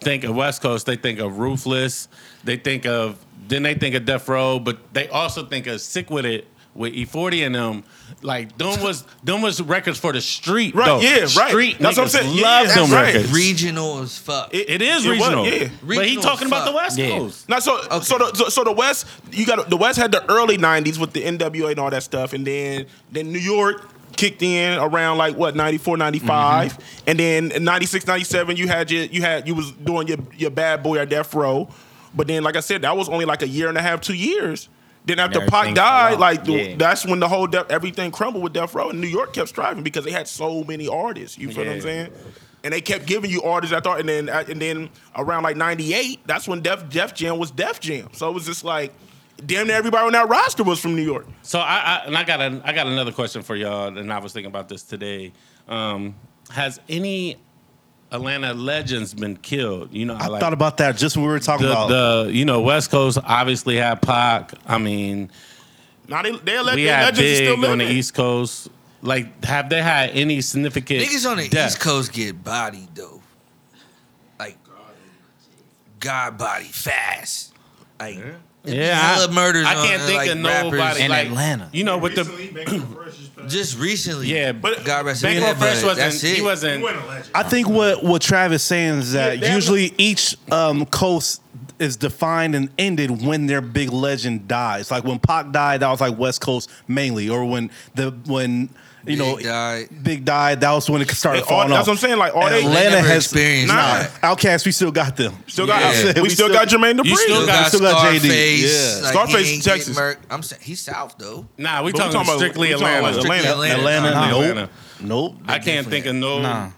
Speaker 2: think of West Coast. They think of Ruthless. They think of then they think of Death Row, but they also think of Sick with It with E40 and them. Like them was them was records for the street.
Speaker 5: Right,
Speaker 2: though.
Speaker 5: yeah, right.
Speaker 2: Street
Speaker 5: That's what I'm
Speaker 2: niggas
Speaker 5: saying. Yeah,
Speaker 2: Love
Speaker 5: that's
Speaker 2: them
Speaker 5: right.
Speaker 2: records.
Speaker 4: regional as fuck.
Speaker 2: it is
Speaker 5: It was,
Speaker 2: regional.
Speaker 5: yeah.
Speaker 2: But he
Speaker 4: Regional
Speaker 2: talking about
Speaker 4: fuck.
Speaker 2: the West
Speaker 6: Yeah.
Speaker 2: Coast.
Speaker 5: Now, so so the so, so the West, you got the West had the early '90s with the NWA and all that stuff, and then then New York kicked in around like what 94 95
Speaker 2: Mm-hmm.
Speaker 5: and then in 96 97 you had your you had you was doing your your bad boy at death row but then like i said that was only like a year and a half two years then after Pac
Speaker 6: Everything fell
Speaker 5: died
Speaker 6: out.
Speaker 5: like the-
Speaker 6: Yeah.
Speaker 5: that's when the whole Def- everything crumbled with death row and new york kept striving because they had so many artists you feel what i'm
Speaker 6: Yeah.
Speaker 5: saying and they kept giving you artists. I thought, and then uh, and then around like '98, that's when Def Def Jam was Def Jam. So it was just like, damn near everybody on that roster was from New York.
Speaker 2: So I, I and I got an, I got another question for y'all, and I was thinking about this today. Um, has any Atlanta legends been killed? You know,
Speaker 3: I
Speaker 2: like,
Speaker 3: thought about that just when we were talking about
Speaker 2: the, the you know West Coast obviously had Pac. I mean,
Speaker 5: Now they they let
Speaker 2: we
Speaker 5: their
Speaker 2: had
Speaker 5: legends is still
Speaker 2: Big
Speaker 5: living.
Speaker 2: on the East Coast. Like, have they had any significant
Speaker 4: Niggas on the
Speaker 2: death?
Speaker 4: East Coast get bodied though. Like God body fast. Like
Speaker 2: Yeah,
Speaker 4: hella murders
Speaker 2: I
Speaker 4: on,
Speaker 2: can't
Speaker 4: uh,
Speaker 2: think
Speaker 4: like,
Speaker 2: of
Speaker 4: rappers.
Speaker 2: nobody
Speaker 6: In
Speaker 2: like,
Speaker 6: Atlanta.
Speaker 2: You know, with the
Speaker 4: just recently.
Speaker 2: yeah,
Speaker 5: But-
Speaker 4: God rest his
Speaker 2: Big
Speaker 4: soul,
Speaker 2: Fresh
Speaker 4: but
Speaker 2: wasn't.
Speaker 4: that's it.
Speaker 2: He wasn't.
Speaker 3: I think what what Travis saying is that
Speaker 5: Yeah, they're-
Speaker 3: usually each um, coast is defined and ended when their big legend dies. Like when Pac died, that was like West Coast mainly, or when the when
Speaker 4: Big
Speaker 3: you know
Speaker 4: died.
Speaker 3: Big died. That was when it started
Speaker 5: All-
Speaker 3: falling
Speaker 5: Oh, that's
Speaker 3: off.
Speaker 5: what I'm saying. Like all
Speaker 3: And
Speaker 5: they
Speaker 4: They
Speaker 3: Atlanta
Speaker 4: never
Speaker 3: has-
Speaker 4: experienced
Speaker 5: Nah.
Speaker 4: that.
Speaker 3: Outcast, we still got them.
Speaker 5: still got
Speaker 4: Yeah.
Speaker 5: we,
Speaker 3: We
Speaker 5: still,
Speaker 3: still-
Speaker 5: got Jermaine Dupri.
Speaker 2: You still
Speaker 4: Still
Speaker 2: got-
Speaker 4: got
Speaker 3: still got JD.
Speaker 4: Scarface.
Speaker 3: Yeah.
Speaker 4: Like,
Speaker 5: Scarface
Speaker 4: he ain't
Speaker 5: is
Speaker 4: get
Speaker 5: Texas.
Speaker 4: murked. I'm saying he's South though.
Speaker 2: Nah, we
Speaker 5: But we
Speaker 2: talking,
Speaker 5: talking about-
Speaker 2: strictly
Speaker 5: we talking about
Speaker 2: Atlanta.
Speaker 5: Atlanta.
Speaker 4: Strictly Atlanta.
Speaker 3: Atlanta,
Speaker 2: Nah.
Speaker 3: nope,
Speaker 2: Atlanta.
Speaker 3: nope.
Speaker 2: I can't think of no
Speaker 6: Nah.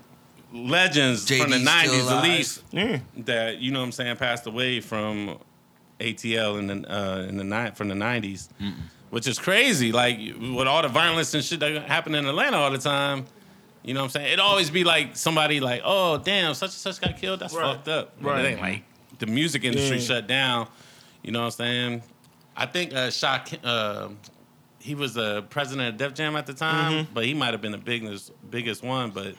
Speaker 2: legends from the
Speaker 4: JD 's still
Speaker 2: '90s at
Speaker 4: alive.
Speaker 2: least
Speaker 5: Yeah.
Speaker 2: that you know what I'm saying passed away from ATL in the uh, in the ni- from the '90s, which is crazy. Like with all the violence and shit that happened in Atlanta all the time. You know what I'm saying? It always be like somebody like, oh damn, such and such got killed. That's
Speaker 5: Right.
Speaker 2: fucked up. Right.
Speaker 5: Right.
Speaker 2: It ain't like the music industry
Speaker 5: Yeah.
Speaker 2: shut down. You know what I'm saying? I think uh, Shock, uh, he was the president of Def Jam at the time,
Speaker 6: Mm-hmm.
Speaker 2: but he might have been the biggest biggest one. But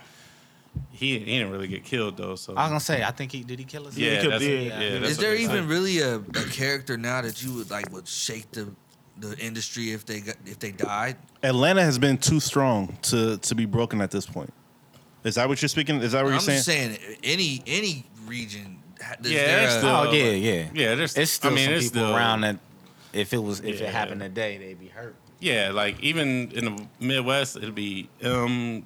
Speaker 2: he he didn't really get killed though. So
Speaker 6: I was gonna say I think he did he kill us.
Speaker 2: yeah,
Speaker 5: killed-
Speaker 2: that's,
Speaker 5: yeah,
Speaker 2: yeah,
Speaker 5: yeah.
Speaker 2: that's
Speaker 4: Is
Speaker 2: what
Speaker 4: there
Speaker 2: they say.
Speaker 4: even really a, a character now that you would like would shake the the industry if they got if they died?
Speaker 3: Atlanta has been too strong to to be broken at this point. Is that what you're speaking? Is that what
Speaker 4: I'm
Speaker 3: you're saying?
Speaker 4: just saying any any region. ha- does
Speaker 2: Yeah,
Speaker 4: there
Speaker 2: it's
Speaker 4: a-
Speaker 2: still-
Speaker 6: Oh yeah, yeah,
Speaker 2: Yeah, there's-
Speaker 6: it's still
Speaker 2: I mean,
Speaker 6: some
Speaker 2: it's
Speaker 6: people
Speaker 2: still-
Speaker 6: around that. If it was, if
Speaker 2: Yeah.
Speaker 6: it happened today, they'd be hurt.
Speaker 2: Yeah, like even in the Midwest, it'd be um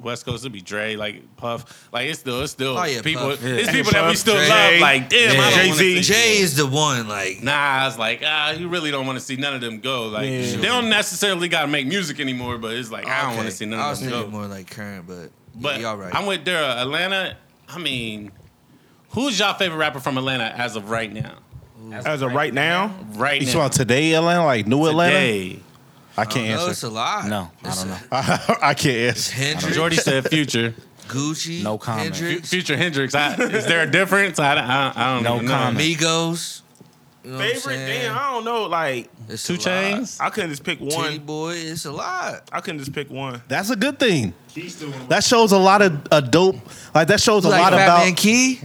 Speaker 2: West Coast, it'd be Dre, like Puff, like it's still it's still
Speaker 4: Oh, yeah,
Speaker 2: people.
Speaker 4: Puff.
Speaker 2: It's
Speaker 6: Yeah.
Speaker 2: people that we
Speaker 5: Puff,
Speaker 2: still
Speaker 4: Dre.
Speaker 2: love. Like damn, I
Speaker 6: Yeah.
Speaker 2: don't wanna
Speaker 5: Jay-Z.
Speaker 2: see-
Speaker 4: Jay is the one. Like
Speaker 2: Nah, I was like, ah, you really don't want to see none of them go. Like
Speaker 5: Yeah.
Speaker 2: they don't necessarily got to make music anymore, but it's like I don't
Speaker 4: okay.
Speaker 2: want to see none
Speaker 4: I
Speaker 2: of
Speaker 4: was
Speaker 2: them go.
Speaker 4: thinking more like current, but,
Speaker 2: But
Speaker 4: y'all right.
Speaker 2: I'm with Dara. Atlanta. I mean, who's y'all favorite rapper from Atlanta as of right now?
Speaker 5: As of right now,
Speaker 2: Right
Speaker 3: You talking
Speaker 2: now,
Speaker 3: about today, Atlanta, like New Atlanta?
Speaker 2: today.
Speaker 3: I
Speaker 4: I don't
Speaker 3: can't
Speaker 4: know, it's
Speaker 3: answer.
Speaker 4: a lot.
Speaker 6: No, I
Speaker 4: It's
Speaker 6: don't
Speaker 4: a-
Speaker 6: know.
Speaker 3: I can't answer.
Speaker 4: Hendrix,
Speaker 2: Jordy said Future.
Speaker 4: Gucci,
Speaker 6: No comment.
Speaker 2: Fu-
Speaker 4: Hendrix,
Speaker 2: Future Hendrix. I, is there a difference? I, I, I don't
Speaker 6: No
Speaker 2: even
Speaker 6: comment.
Speaker 2: know.
Speaker 4: Migos. You know what
Speaker 5: favorite
Speaker 4: I'm saying?
Speaker 5: damn. I don't know. Like
Speaker 4: It's
Speaker 2: Two
Speaker 4: a lot.
Speaker 2: Chains.
Speaker 5: I couldn't just pick
Speaker 4: Titty
Speaker 5: one.
Speaker 4: boy, it's a lot.
Speaker 5: I couldn't just pick one.
Speaker 3: That's a good thing. That shows a lot of a dope. Like that shows a
Speaker 4: like
Speaker 3: lot
Speaker 4: Fat
Speaker 3: about
Speaker 4: Man Key,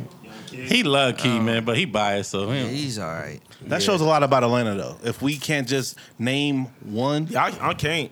Speaker 2: He love Key man, but he biased so he don't-
Speaker 4: he's all right.
Speaker 3: that shows a lot about Atlanta though. If we can't just name one,
Speaker 5: Yeah, I, I can't.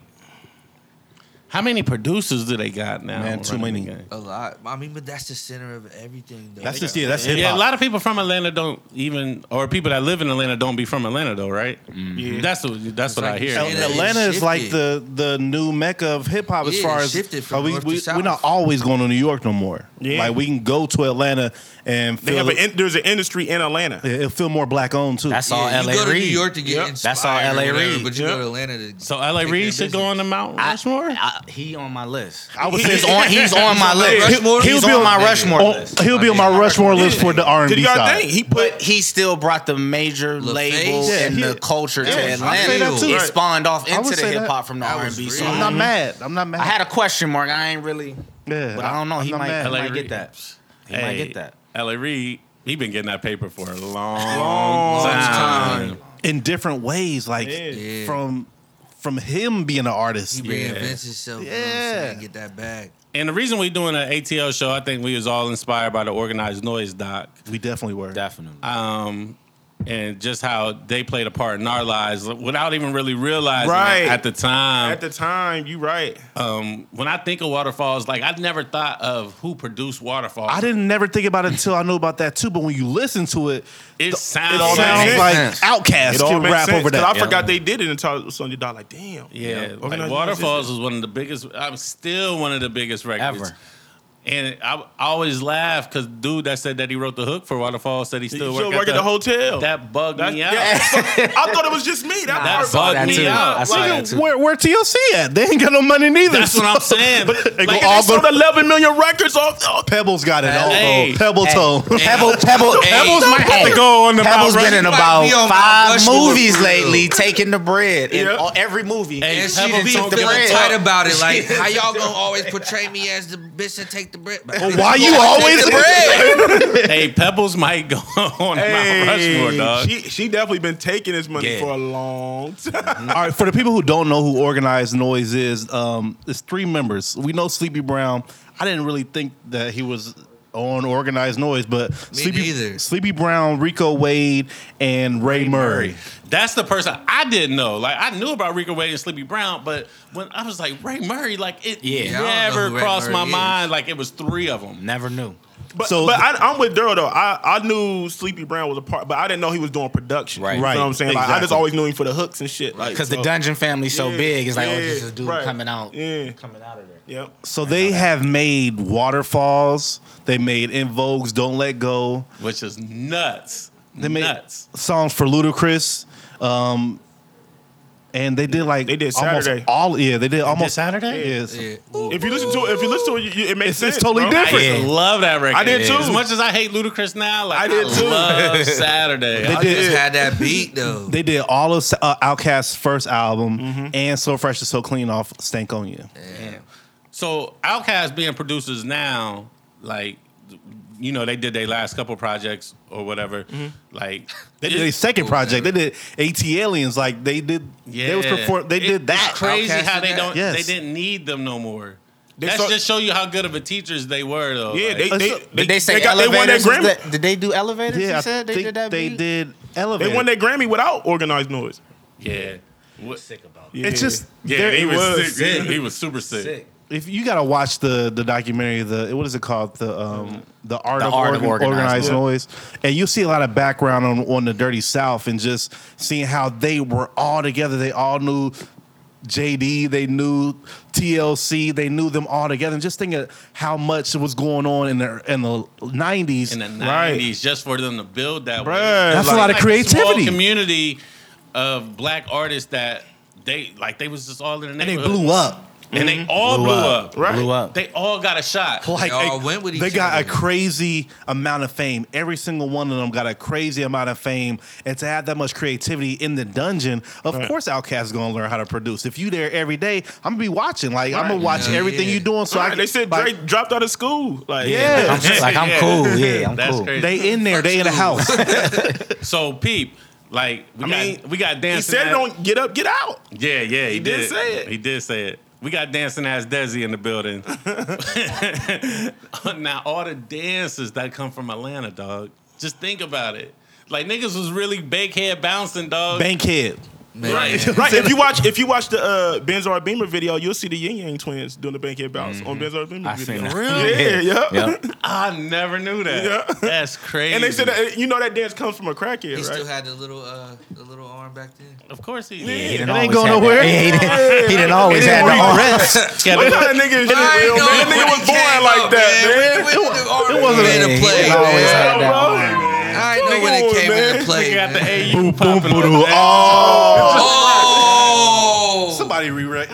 Speaker 2: How many producers do they got now?
Speaker 3: Man, too
Speaker 2: running
Speaker 3: many.
Speaker 2: the game?
Speaker 4: A lot. I mean, but that's the center of everything, though.
Speaker 3: That's just yeah. That's hip
Speaker 2: Yeah, a
Speaker 3: hop.
Speaker 2: lot of people from Atlanta don't even, or people that live in Atlanta don't be from Atlanta though, right?
Speaker 5: Yeah.
Speaker 2: That's what that's what I
Speaker 4: like you
Speaker 2: hear.
Speaker 4: said.
Speaker 2: man.
Speaker 4: Yeah, it
Speaker 3: Atlanta is like the
Speaker 4: shifted.
Speaker 3: the new mecca of hip hop as
Speaker 4: Yeah,
Speaker 3: far
Speaker 4: it
Speaker 3: as
Speaker 4: shifted from
Speaker 3: uh, we,
Speaker 4: north to
Speaker 3: we,
Speaker 4: south.
Speaker 3: we're not always going to New York no more.
Speaker 5: Yeah.
Speaker 3: Like we can go to Atlanta and
Speaker 5: They
Speaker 3: feel
Speaker 5: have an in, there's an industry in Atlanta.
Speaker 3: it- it'll feel more black owned too.
Speaker 6: That's
Speaker 4: Yeah,
Speaker 6: all LA
Speaker 4: you go to New
Speaker 6: Reed.
Speaker 4: York to get
Speaker 5: Yep.
Speaker 4: inspired.
Speaker 6: That's all
Speaker 4: or
Speaker 6: LA
Speaker 4: whatever,
Speaker 6: Reed.
Speaker 4: But you
Speaker 5: Yep.
Speaker 4: go to Atlanta to.
Speaker 2: So LA
Speaker 4: take
Speaker 2: Reed
Speaker 4: their
Speaker 2: should go on
Speaker 4: business.
Speaker 2: the Mount
Speaker 6: I-
Speaker 2: Rushmore.
Speaker 6: I- he on my list.
Speaker 3: I would
Speaker 6: He's
Speaker 3: say
Speaker 6: on. He's on my list.
Speaker 4: Rushmore?
Speaker 6: he's
Speaker 3: He'll be
Speaker 6: on
Speaker 3: on-
Speaker 6: my Rushmore
Speaker 3: on-
Speaker 6: list.
Speaker 3: Oh, he'll be on my Rushmore list for the R and
Speaker 5: Did
Speaker 3: B
Speaker 5: y'all
Speaker 3: side.
Speaker 5: think he put?
Speaker 6: But he still brought the major
Speaker 4: LaFace?
Speaker 6: label
Speaker 4: Yeah,
Speaker 6: and
Speaker 3: he-
Speaker 6: the culture
Speaker 3: yeah, I'd
Speaker 6: to
Speaker 3: say
Speaker 6: Atlanta.
Speaker 3: that too.
Speaker 6: He
Speaker 3: Right.
Speaker 6: spawned off
Speaker 3: I would
Speaker 6: into the
Speaker 3: say that.
Speaker 6: hip hop from the
Speaker 4: That
Speaker 6: R and
Speaker 4: was
Speaker 6: B.
Speaker 4: real.
Speaker 6: So
Speaker 3: I'm not mad. I'm not mad.
Speaker 6: I had a question mark. I ain't really,
Speaker 3: yeah,
Speaker 6: but I don't know. He
Speaker 3: I'm not
Speaker 6: might, he
Speaker 3: mad.
Speaker 6: might
Speaker 2: Reid.
Speaker 6: get that. He might get that.
Speaker 2: LA Reed, he been getting that paper for a long,
Speaker 4: time.
Speaker 2: time.
Speaker 3: in different ways, like
Speaker 4: Yeah.
Speaker 3: from from him being an artist.
Speaker 4: He reinvents himself. You know what I'm
Speaker 3: Yeah.
Speaker 4: saying? Get that bag.
Speaker 2: And the reason we doing an ATL show, I think we was all inspired by the Organized Noise doc.
Speaker 3: We definitely were.
Speaker 6: Definitely.
Speaker 2: um, and just how they played a part in our lives without even really realizing
Speaker 5: Right.
Speaker 2: it at the time.
Speaker 5: At the time, you right.
Speaker 2: um, when I think of waterfalls, like I never thought of who produced waterfalls.
Speaker 3: I didn't never think about it until I knew about that too. But when you listen to it,
Speaker 2: It sounds.
Speaker 3: it all sounds
Speaker 5: makes
Speaker 3: like
Speaker 4: sense.
Speaker 3: Outkast
Speaker 5: It all
Speaker 3: can
Speaker 5: makes
Speaker 3: rap
Speaker 5: sense.
Speaker 3: over
Speaker 5: 'cause
Speaker 3: that.
Speaker 5: I forgot they did it until it was on your dog. Like, damn.
Speaker 2: Yeah,
Speaker 5: Organized
Speaker 2: like
Speaker 5: Noise
Speaker 2: Waterfalls
Speaker 5: is-
Speaker 2: was one of the biggest. I'm still one of the biggest records
Speaker 6: Ever.
Speaker 2: And I, I always laugh because dude that said that he wrote the hook for Waterfalls said he still,
Speaker 5: You
Speaker 2: work
Speaker 5: still work at the hotel.
Speaker 2: That bugged
Speaker 5: That's-
Speaker 2: me out.
Speaker 5: yeah. I thought it was just me. That
Speaker 6: I
Speaker 5: part
Speaker 6: saw
Speaker 5: bugged
Speaker 6: that
Speaker 5: me
Speaker 6: too.
Speaker 5: out.
Speaker 6: I saw
Speaker 5: Like,
Speaker 6: that too.
Speaker 3: Where where TLC at? They ain't got no money neither.
Speaker 2: That's what I'm saying.
Speaker 3: They
Speaker 5: Like,
Speaker 3: go
Speaker 5: they
Speaker 3: all go-
Speaker 5: sold 11 million records off. off-
Speaker 3: Pebbles got it all.
Speaker 2: Hey,
Speaker 3: though. Pebble
Speaker 6: hey,
Speaker 3: Toe.
Speaker 6: Pebble, Pebble, Pebbles might have to go on the Pebbles been in about
Speaker 4: Like me on Mount
Speaker 6: five
Speaker 4: Rushmore
Speaker 6: movies
Speaker 4: for real.
Speaker 6: lately, taking the bread in
Speaker 5: Yeah.
Speaker 6: all, every movie.
Speaker 2: Hey,
Speaker 4: And she
Speaker 2: Pebble
Speaker 4: didn't
Speaker 2: Beach
Speaker 4: feel
Speaker 2: the bread.
Speaker 4: tight about it. Like, how y'all gonna always portray me as the bitch that take the bread? Well,
Speaker 3: Why you always
Speaker 4: the bread?
Speaker 2: hey, Pebbles might go on Mount Rushmore, dog.
Speaker 5: she she definitely been taking this money
Speaker 6: Yeah.
Speaker 5: for a long time.
Speaker 3: All right, for the people who don't know who Organized Noise is, um, it's three members. We know Sleepy Brown. I didn't really think that he was on Organized Noise, but Sleepy,
Speaker 4: neither.
Speaker 3: Sleepy Brown, Rico Wade, and Ray, Murray.
Speaker 2: That's the person I didn't know. Like I knew about Rico Wade and Sleepy Brown, but when I was like Ray Murray, like it
Speaker 6: Yeah,
Speaker 4: I don't know
Speaker 2: never
Speaker 4: who Ray
Speaker 2: crossed
Speaker 4: Murray
Speaker 2: my
Speaker 4: is.
Speaker 2: mind. Like it was three of them.
Speaker 6: Never knew.
Speaker 5: But,
Speaker 3: So-
Speaker 5: but I, I'm with Daryl though. I, I knew Sleepy Brown was a part, but I didn't know he was doing production.
Speaker 6: Right.
Speaker 5: you know what I'm saying? Like, I just
Speaker 3: Exactly.
Speaker 5: always knew him for the hooks and shit. Like,
Speaker 6: Because
Speaker 5: so-
Speaker 6: the Dungeon family's so
Speaker 5: Yeah,
Speaker 6: big, it's like, oh,
Speaker 5: yeah,
Speaker 6: this is a dude
Speaker 5: right.
Speaker 6: coming out,
Speaker 5: Yeah.
Speaker 6: coming out of there.
Speaker 5: Yep.
Speaker 3: So they have made Waterfalls. They made In Vogue's Don't Let Go.
Speaker 2: which is nuts.
Speaker 3: They made
Speaker 2: nuts.
Speaker 3: songs for Ludacris. Um, and they did like
Speaker 5: They did
Speaker 3: almost
Speaker 5: Saturday.
Speaker 3: all yeah they did almost
Speaker 2: Saturday?
Speaker 3: yes
Speaker 4: Yeah.
Speaker 5: If you listen to it, if you listen to it, you, it makes
Speaker 3: It's-
Speaker 5: sense.
Speaker 3: it's totally
Speaker 5: bro.
Speaker 3: different.
Speaker 2: I
Speaker 6: Yeah.
Speaker 2: love that record.
Speaker 5: I did too.
Speaker 2: As much as I hate Ludacris now, like I
Speaker 5: I did too.
Speaker 2: Love Saturday.
Speaker 3: They
Speaker 2: I-
Speaker 4: I
Speaker 3: did-
Speaker 4: just had that beat though.
Speaker 3: They did all of uh, Outkast's first album and So Fresh and So Clean off Stank on You.
Speaker 2: So Outkast being producers now, like you know, they did their last couple projects or whatever. Like
Speaker 3: They did a second project. They did AT Aliens. Like they did. They was perform. They
Speaker 2: It-
Speaker 3: did that.
Speaker 2: It's crazy
Speaker 4: Outkast
Speaker 2: how
Speaker 4: did
Speaker 2: they
Speaker 4: that?
Speaker 2: don't.
Speaker 3: Yes.
Speaker 2: They didn't need them no more.
Speaker 5: They
Speaker 2: That's
Speaker 5: saw-
Speaker 2: just show you how good of a teachers they were, though.
Speaker 5: Yeah,
Speaker 2: Like,
Speaker 5: they they,
Speaker 3: Did
Speaker 5: they,
Speaker 6: Did they say
Speaker 5: got- they won that
Speaker 6: elevators?
Speaker 5: Grammy.
Speaker 6: is that- did they do elevators?
Speaker 3: Yeah,
Speaker 6: you said
Speaker 3: I
Speaker 6: they
Speaker 3: think
Speaker 6: did that.
Speaker 3: They
Speaker 6: beat?
Speaker 3: did Elevate.
Speaker 5: They won that Grammy without organized noise.
Speaker 2: yeah. What-
Speaker 3: It's just
Speaker 2: Yeah,
Speaker 3: there-
Speaker 2: he
Speaker 5: it
Speaker 2: was,
Speaker 5: was.
Speaker 2: sick. dude. He was super sick.
Speaker 3: if you gotta watch the the documentary, the what is it called? The um the art,
Speaker 6: The
Speaker 3: of,
Speaker 6: Art of
Speaker 3: Organ-
Speaker 6: Organized
Speaker 3: organized noise, and you see a lot of background on on the Dirty South and just seeing how they were all together. They all knew. JD, they knew TLC, they knew them all together, and just think of how much was going on in the in the nineties.
Speaker 2: In the nineties,
Speaker 5: Right.
Speaker 2: just for them to build that. way.
Speaker 5: Bruh,
Speaker 3: That's a
Speaker 5: like-
Speaker 3: lot
Speaker 2: Like
Speaker 3: of
Speaker 2: a small
Speaker 3: creativity.
Speaker 2: community of black artists that they like. They was just all in the
Speaker 3: and they
Speaker 2: neighborhood.
Speaker 3: blew up.
Speaker 2: And they all blew, up.
Speaker 5: Right.
Speaker 6: Blew up.
Speaker 2: They all got a shot.
Speaker 3: Like
Speaker 4: all went with
Speaker 3: they
Speaker 4: each
Speaker 3: got
Speaker 4: other.
Speaker 3: a crazy amount of fame. Every single one of them got a crazy amount of fame, and to have that much creativity in the dungeon, of course, Outkast is gonna learn how to produce. If you there every day, I'm gonna be watching. Like I'm gonna watch
Speaker 4: Yeah,
Speaker 3: everything
Speaker 4: yeah.
Speaker 3: you doing. So I,
Speaker 5: Right,
Speaker 3: can-
Speaker 5: they said
Speaker 3: like,
Speaker 5: Drake dropped out of school. Like,
Speaker 3: Yeah.
Speaker 6: I'm just like, I'm cool. Yeah, I'm
Speaker 2: That's
Speaker 6: cool.
Speaker 2: crazy.
Speaker 3: They in there. They in the house.
Speaker 2: So peep, like we
Speaker 5: I
Speaker 2: got
Speaker 5: mean,
Speaker 2: we got dancing.
Speaker 5: he said,
Speaker 2: at-
Speaker 5: "Don't get up, get out."
Speaker 2: Yeah, yeah, he,
Speaker 5: did say it.
Speaker 2: He did say it. We got dancing ass Desi in the building. now all the dances that come from Atlanta, dog. Just think about it. Like niggas was really bankhead bouncing, dog.
Speaker 3: Bankhead.
Speaker 4: Man.
Speaker 5: Right, right. If you watch, if you watch the uh, Benzar Beamer video, you'll see the Yin Yang twins doing the bankhead bounce on Benzar Beamer
Speaker 6: I
Speaker 5: video.
Speaker 6: seen that.
Speaker 5: Yeah, yeah.
Speaker 6: Yep.
Speaker 2: I never knew that.
Speaker 5: Yeah.
Speaker 2: That's crazy.
Speaker 5: And they said that you know that dance comes from a crackhead,
Speaker 4: He
Speaker 5: right?
Speaker 4: still had the little uh the little arm back then.
Speaker 2: of course he
Speaker 6: He
Speaker 2: did.
Speaker 6: didn't
Speaker 3: It ain't
Speaker 6: always
Speaker 3: going
Speaker 6: had that.
Speaker 3: nowhere.
Speaker 6: He, didn't, he didn't always
Speaker 3: It
Speaker 6: had
Speaker 3: didn't
Speaker 6: the
Speaker 3: work.
Speaker 6: arm.
Speaker 2: Yeah, but-
Speaker 5: What kind of nigga is that, real, man? That nigga was born like that, man.
Speaker 4: It
Speaker 3: wasn't
Speaker 4: wasn't in
Speaker 6: a-
Speaker 4: a play.
Speaker 6: it always
Speaker 4: man.
Speaker 6: had that.
Speaker 4: I know when
Speaker 5: Come
Speaker 4: it
Speaker 5: on,
Speaker 4: came
Speaker 5: man.
Speaker 4: into play.
Speaker 2: Nigga got the
Speaker 4: man.
Speaker 2: AU
Speaker 3: Boom, boom,
Speaker 2: popping
Speaker 3: boom,
Speaker 2: up.
Speaker 3: boom. Oh,
Speaker 4: Oh,
Speaker 3: somebody re- rewind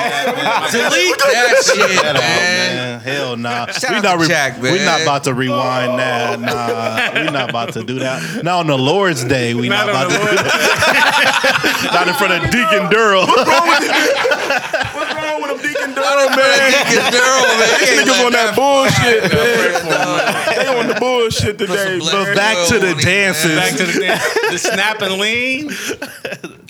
Speaker 3: that.
Speaker 4: delete that shit,
Speaker 3: That out,
Speaker 4: man.
Speaker 3: man. Hell nah.
Speaker 4: Shout out to Jack, man.
Speaker 3: we not about to rewind that. Nah, we not about to do that. Not on the Lord's Day. We not,
Speaker 2: Not on
Speaker 3: about
Speaker 2: the
Speaker 3: to.
Speaker 2: Lord's Day.
Speaker 3: Not in front of Deacon Durrell.
Speaker 5: What's wrong with them Deacon
Speaker 4: Not
Speaker 5: Durham,
Speaker 4: in front of
Speaker 5: man?
Speaker 4: Deacon Durham, man. They ain't
Speaker 5: Niggas on
Speaker 4: let
Speaker 5: that bullshit, man. They on the bullshit
Speaker 4: some
Speaker 5: today,
Speaker 4: black-
Speaker 5: bro.
Speaker 3: But back to the dances.
Speaker 2: Back to the, the snap and lean.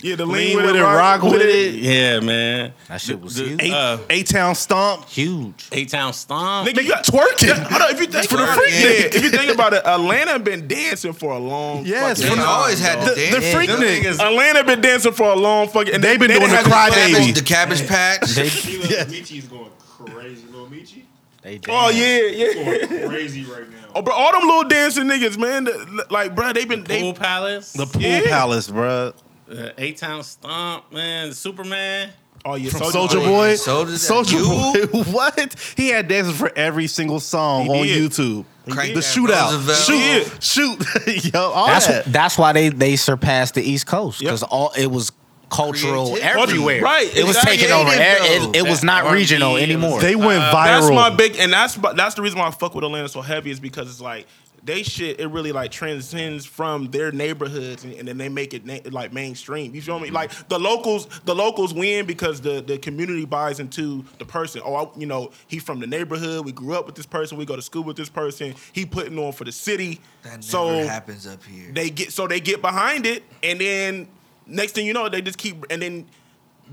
Speaker 5: Yeah, the
Speaker 3: Lean with it, rock with it.
Speaker 2: Yeah, man.
Speaker 6: That shit was
Speaker 2: The-
Speaker 6: huge.
Speaker 3: Eight,
Speaker 2: Uh,
Speaker 3: eight town stomp.
Speaker 6: huge.
Speaker 2: Eight Town Stomp.
Speaker 5: Nigga, you got twerking. Hold on, if you think for the freak,
Speaker 4: Twerking.
Speaker 5: nigga. If you think about it, Atlanta been dancing for a long.
Speaker 3: Yes,
Speaker 5: fucking
Speaker 4: They
Speaker 5: time,
Speaker 4: always
Speaker 5: dog.
Speaker 4: had the
Speaker 3: The,
Speaker 4: dance.
Speaker 3: the freak
Speaker 2: Them
Speaker 3: nigga.
Speaker 2: niggas-
Speaker 5: Atlanta been dancing for a long fucking. And
Speaker 3: They been doing
Speaker 5: didn't
Speaker 3: the
Speaker 5: have
Speaker 3: crybaby.
Speaker 5: clapping.
Speaker 4: Cabbage- The Cabbage Patch.
Speaker 6: They,
Speaker 7: Little Michi's going crazy. Little Michi
Speaker 6: they damn.
Speaker 5: Oh yeah, yeah.
Speaker 7: going crazy right now.
Speaker 5: Oh, bro, all them little dancing niggas, man. the- like, bro, they been
Speaker 2: Pool
Speaker 5: they.
Speaker 2: Palace.
Speaker 3: The pool
Speaker 5: Yeah.
Speaker 3: palace, bruh.
Speaker 2: The Eight Town Stomp, man. Superman.
Speaker 5: Oh yeah,
Speaker 3: From
Speaker 5: Soulja
Speaker 3: Soldier
Speaker 5: Boy.
Speaker 3: Boy.
Speaker 4: Soulja-
Speaker 3: Soldier
Speaker 4: you?
Speaker 3: Boy. What? He had dances for every single song
Speaker 5: He
Speaker 3: on
Speaker 5: did.
Speaker 3: YouTube.
Speaker 4: Crank
Speaker 3: the
Speaker 4: that
Speaker 3: shootout.
Speaker 4: Roosevelt.
Speaker 5: Oh,
Speaker 3: Shoot. Shoot. Yo, all
Speaker 6: That's
Speaker 3: that.
Speaker 6: that's why they they surpassed the East Coast
Speaker 5: Yep.
Speaker 6: because all it was cultural
Speaker 4: Creativity.
Speaker 6: everywhere.
Speaker 5: Right,
Speaker 6: It was
Speaker 5: exactly.
Speaker 6: taken over.
Speaker 4: Creative,
Speaker 6: It, it was
Speaker 2: though.
Speaker 6: not
Speaker 2: R&B,
Speaker 6: regional
Speaker 2: it was-
Speaker 6: anymore.
Speaker 3: They went viral.
Speaker 5: Uh, That's my big, and that's that's the reason why I fuck with Atlanta so heavy is because it's like they shit. It really like transcends from their neighborhoods, and, and then they make it na- like mainstream. You feel
Speaker 4: Mm-hmm.
Speaker 5: me? Like the locals, the locals win because the the community buys into the person. Oh, I, you know, he from the neighborhood. We grew up with this person. We go to school with this person. He putting on for the city.
Speaker 4: That never
Speaker 5: so
Speaker 4: happens up here.
Speaker 5: they get so they get behind it, and then next thing you know, they just keep and then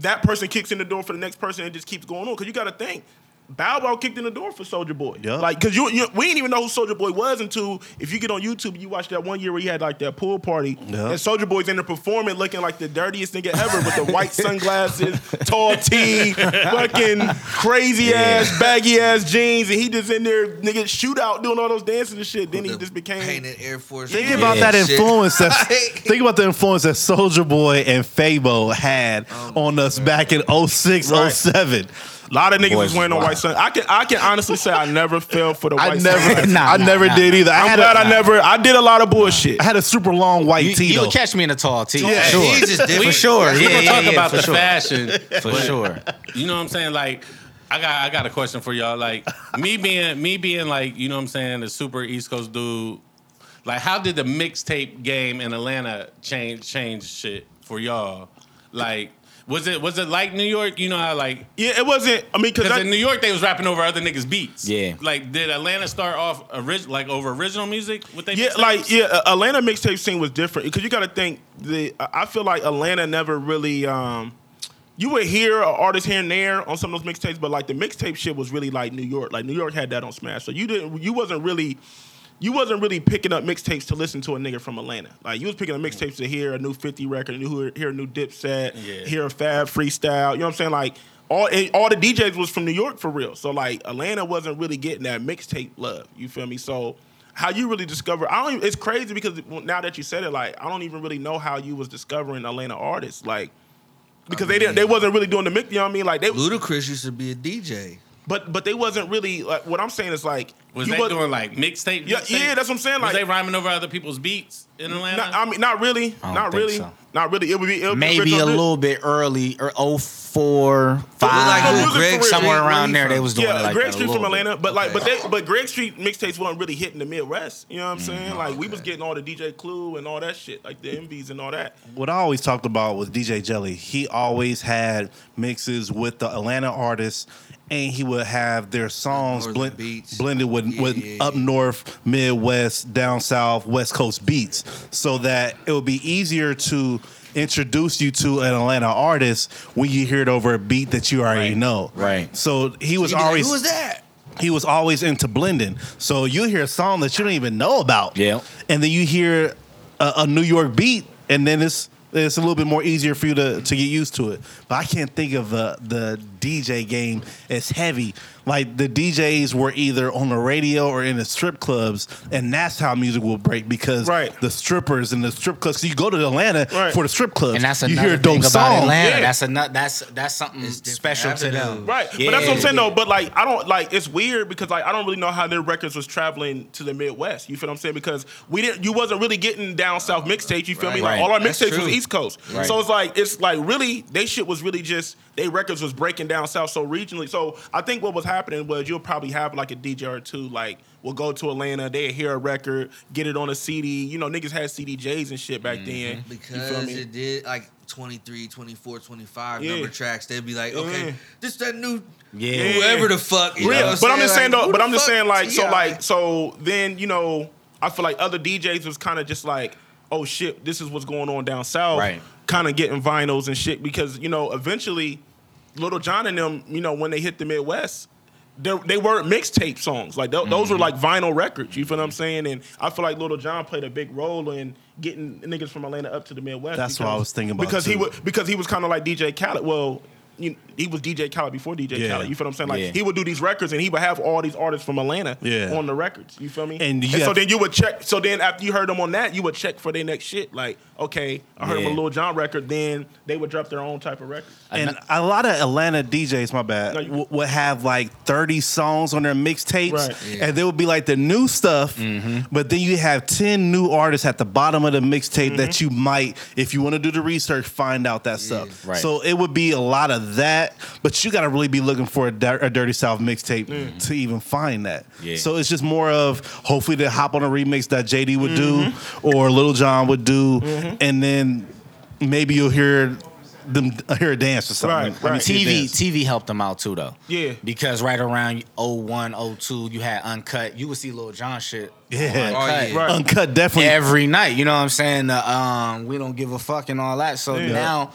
Speaker 5: that person kicks in the door for the next person, and it just keeps going on. Because you got to think, Bow Wow kicked in the door for Soldier Boy,
Speaker 3: Yeah.
Speaker 5: like because you, you we didn't even know who Soldier Boy was until if you get on YouTube, you watch that one year where he had like that pool party,
Speaker 3: Yeah.
Speaker 5: and Soldier Boy's in there performing, looking like the dirtiest nigga ever with the white sunglasses, tall tee, fucking crazy ass, baggy ass jeans, and he just in there nigga shootout doing all those dances and shit. Then he
Speaker 4: The
Speaker 5: just became
Speaker 4: painted Air Force.
Speaker 3: Think
Speaker 4: One
Speaker 3: about
Speaker 4: and
Speaker 3: that
Speaker 4: shit.
Speaker 3: influence that
Speaker 4: Right.
Speaker 3: think about the influence that Soldier Boy and Fabo had on us back in 06,
Speaker 5: Right.
Speaker 3: 07.
Speaker 5: A lot of niggas
Speaker 6: Boys
Speaker 5: was wearing on
Speaker 6: wild.
Speaker 5: white sun. I can I can honestly say I never fell for the
Speaker 3: I
Speaker 5: white
Speaker 3: never
Speaker 5: sun.
Speaker 6: Nah,
Speaker 3: I
Speaker 6: nah,
Speaker 3: never
Speaker 6: nah,
Speaker 3: did
Speaker 6: nah.
Speaker 3: either. I
Speaker 5: I'm
Speaker 3: had
Speaker 5: glad
Speaker 3: a,
Speaker 5: I never. I did a lot of bullshit.
Speaker 3: I had a super long white
Speaker 6: you,
Speaker 3: tee
Speaker 6: you
Speaker 3: though.
Speaker 6: would catch me in a tall tee.
Speaker 3: Yeah.
Speaker 6: for sure.
Speaker 4: Jesus did.
Speaker 6: For sure.
Speaker 2: We're
Speaker 6: Yeah,
Speaker 2: gonna
Speaker 6: yeah,
Speaker 2: talk
Speaker 6: yeah,
Speaker 2: about
Speaker 6: for
Speaker 2: the
Speaker 6: sure.
Speaker 2: fashion.
Speaker 6: For sure.
Speaker 2: You know what I'm saying? Like, I got I got a question for y'all. Like, me being me being like, you know what I'm saying, the super East Coast dude. Like, how did the mixtape game in Atlanta change change shit for y'all? Like, was it was it like New York? You know how like
Speaker 5: yeah, it wasn't. I mean, because
Speaker 2: because in New York they was rapping over other niggas beats.
Speaker 6: Yeah.
Speaker 2: Like, did Atlanta start off orig- like over original music? With they
Speaker 5: yeah,
Speaker 2: mixtapes?
Speaker 5: like yeah, uh, Atlanta mixtape scene was different because you got to think the. I I feel like Atlanta never really. um you would hear an artist here and there on some of those mixtapes, but like the mixtape shit was really like New York. Like New York had that on Smash, so you didn't. You wasn't really. You wasn't really picking up mixtapes to listen to a nigga from Atlanta. Like you was picking up
Speaker 2: Mm.
Speaker 5: mixtapes to hear a new Fifty record, a new hear a new Dipset,
Speaker 2: Yeah.
Speaker 5: hear a Fab freestyle. You know what I'm saying? Like all and all the DJs was from New York for real. So like Atlanta wasn't really getting that mixtape love. You feel me? So how you really discover? I don't. Even, it's crazy because now that you said it, like I don't even really know how you was discovering Atlanta artists. Like because they didn't, they wasn't really doing the mix. You know what I mean? Like they,
Speaker 4: Ludacris used to be a DJ.
Speaker 5: but but they wasn't really. Like, what I'm saying is like
Speaker 2: was
Speaker 5: you
Speaker 2: they
Speaker 5: wasn't-
Speaker 2: doing like mixtape?
Speaker 5: Yeah,
Speaker 2: mixtape?
Speaker 5: yeah, that's what I'm saying.
Speaker 2: was
Speaker 5: Like,
Speaker 2: they rhyming over other people's beats in Atlanta?
Speaker 5: not, I mean, not really,
Speaker 6: don't
Speaker 5: not
Speaker 6: think
Speaker 5: really,
Speaker 6: so.
Speaker 5: not really. It would be it would be
Speaker 6: Maybe
Speaker 5: Rich
Speaker 6: a
Speaker 5: on Rich.
Speaker 6: little bit early or 04,
Speaker 4: like
Speaker 5: the
Speaker 6: 5,
Speaker 5: music career.
Speaker 6: somewhere around there. They
Speaker 4: From-
Speaker 6: was doing
Speaker 5: Yeah,
Speaker 6: it like
Speaker 5: Greg
Speaker 6: that a
Speaker 5: Street
Speaker 6: little
Speaker 5: from Atlanta,
Speaker 6: bit.
Speaker 5: but like, but
Speaker 6: Okay. Mm-hmm.
Speaker 5: they, but Greg Street mixtapes weren't really hitting the Midwest. You know what I'm saying? Like, we was getting all the DJ Clue and all that shit, like the MVs and all that.
Speaker 3: what I always talked about was DJ Jelly. He always had mixes with the Atlanta artists, and he would have their songs
Speaker 4: Northern
Speaker 3: blend,
Speaker 4: beats.
Speaker 3: blended with,
Speaker 4: Yeah,
Speaker 3: with
Speaker 4: yeah,
Speaker 3: up
Speaker 4: yeah.
Speaker 3: north, Midwest, down south, West Coast beats, so that it would be easier to introduce you to an Atlanta artist when you hear it over a beat that you already know.
Speaker 6: Right.
Speaker 3: So he was
Speaker 4: You'd be like,
Speaker 3: always
Speaker 4: Who was that?
Speaker 3: he was always into blending. So you hear a song that you don't even know about.
Speaker 6: Yeah.
Speaker 3: And then you hear a, a New York beat, and then it's It's a little bit more easier for you to, to get used to it. But I can't think of the the DJ game as heavy. Like the DJs were either on the radio or in the strip clubs, and that's how music will break because
Speaker 5: Right.
Speaker 3: the strippers and the strip clubs. you go to Atlanta
Speaker 5: Right.
Speaker 3: for the strip clubs,
Speaker 6: And that's
Speaker 3: you
Speaker 6: another
Speaker 3: hear a
Speaker 6: thing
Speaker 3: dope
Speaker 6: about
Speaker 3: song.
Speaker 6: Atlanta.
Speaker 5: Yeah.
Speaker 6: That's another. That's that's something
Speaker 4: It's different
Speaker 6: special to them.
Speaker 4: avenues.
Speaker 5: Right.
Speaker 6: Yeah,
Speaker 5: but that's what I'm saying
Speaker 6: yeah.
Speaker 5: though. But like I don't like it's weird because like I don't really know how their records was traveling to the Midwest. You feel what I'm saying? Because we didn't you wasn't really getting down south mixtapes, you feel me? Like
Speaker 6: Right.
Speaker 5: all our
Speaker 4: That's
Speaker 5: mixtapes
Speaker 4: true.
Speaker 5: was East Coast. So it's like it's like really they shit was really just they records was breaking down south so regionally. So I think what was happening was you'll probably have like a DJ or two like will go to Atlanta, they hear a record, get it on a CD. You know, niggas had CDJs and shit back then. you feel
Speaker 4: Because
Speaker 5: me?
Speaker 4: it did like 23, 24, 25
Speaker 5: Yeah.
Speaker 4: number tracks, they'd be like, okay,
Speaker 5: Yeah.
Speaker 4: this that new
Speaker 6: Yeah.
Speaker 4: whoever the fuck. You
Speaker 5: Yeah,
Speaker 4: know what
Speaker 5: but I'm just saying
Speaker 4: Like,
Speaker 5: though.
Speaker 4: who
Speaker 5: But
Speaker 4: the
Speaker 5: I'm just
Speaker 4: fuck
Speaker 5: saying like so
Speaker 4: T.I.?
Speaker 5: like so then you know I feel like other DJs was kind of just like oh shit this is what's going on down south.
Speaker 6: Right.
Speaker 5: Kind of getting vinyls and shit because you know eventually Little John and them you know when they hit the Midwest. They, they were mixtape songs like tho- those were like
Speaker 3: Mm-hmm.
Speaker 5: vinyl records. You feel what I'm saying? And I feel like Little John played a big role in getting niggas from Atlanta up to the Midwest.
Speaker 3: That's what I was thinking about,
Speaker 5: because he
Speaker 3: too.
Speaker 5: was because he was kind of like DJ Khaled. Well, you, he was DJ Khaled before DJ
Speaker 3: Yeah.
Speaker 5: Khaled. You feel what I'm saying? Like
Speaker 6: Yeah.
Speaker 5: he would do these records and he would have all these artists from Atlanta
Speaker 3: Yeah.
Speaker 5: on the records. You feel me?
Speaker 3: And you
Speaker 5: so
Speaker 3: have-
Speaker 5: then you would check. So then after you heard them on that, you would check for their next shit. Like okay, I heard
Speaker 6: Yeah.
Speaker 5: them a Lil John record. Then they would drop their own type of record.
Speaker 3: And a lot of Atlanta DJs, my bad,
Speaker 5: No, you-
Speaker 3: w- would have like 30 songs on their mixtapes.
Speaker 5: Right.
Speaker 3: And they would be like the new stuff, but then you have 10 new artists at the bottom of the mixtape that
Speaker 5: Mm-hmm.
Speaker 3: you might, if you want to do the research, find out that stuff.
Speaker 6: Right.
Speaker 3: So it would be a lot of that, but you got to really be looking for a, Dir- a Dirty South mixtape
Speaker 5: Mm-hmm.
Speaker 3: to even find that.
Speaker 6: Yeah.
Speaker 3: So it's just more of hopefully they hop on a remix that JD would
Speaker 5: Mm-hmm.
Speaker 3: do or Little John would do, and then maybe you'll hear them hear a dance or something.
Speaker 5: Right,
Speaker 3: Let me
Speaker 5: right.
Speaker 3: see you
Speaker 6: TV
Speaker 3: dance.
Speaker 6: TV helped them out too though.
Speaker 5: Yeah.
Speaker 6: Because right around 01, 02, you had uncut. You would see Lil John shit.
Speaker 3: Yeah.
Speaker 4: Oh, yeah.
Speaker 5: Right.
Speaker 3: Uncut definitely.
Speaker 6: every night. You know what I'm saying? The, um, we don't give a fuck and all that. So now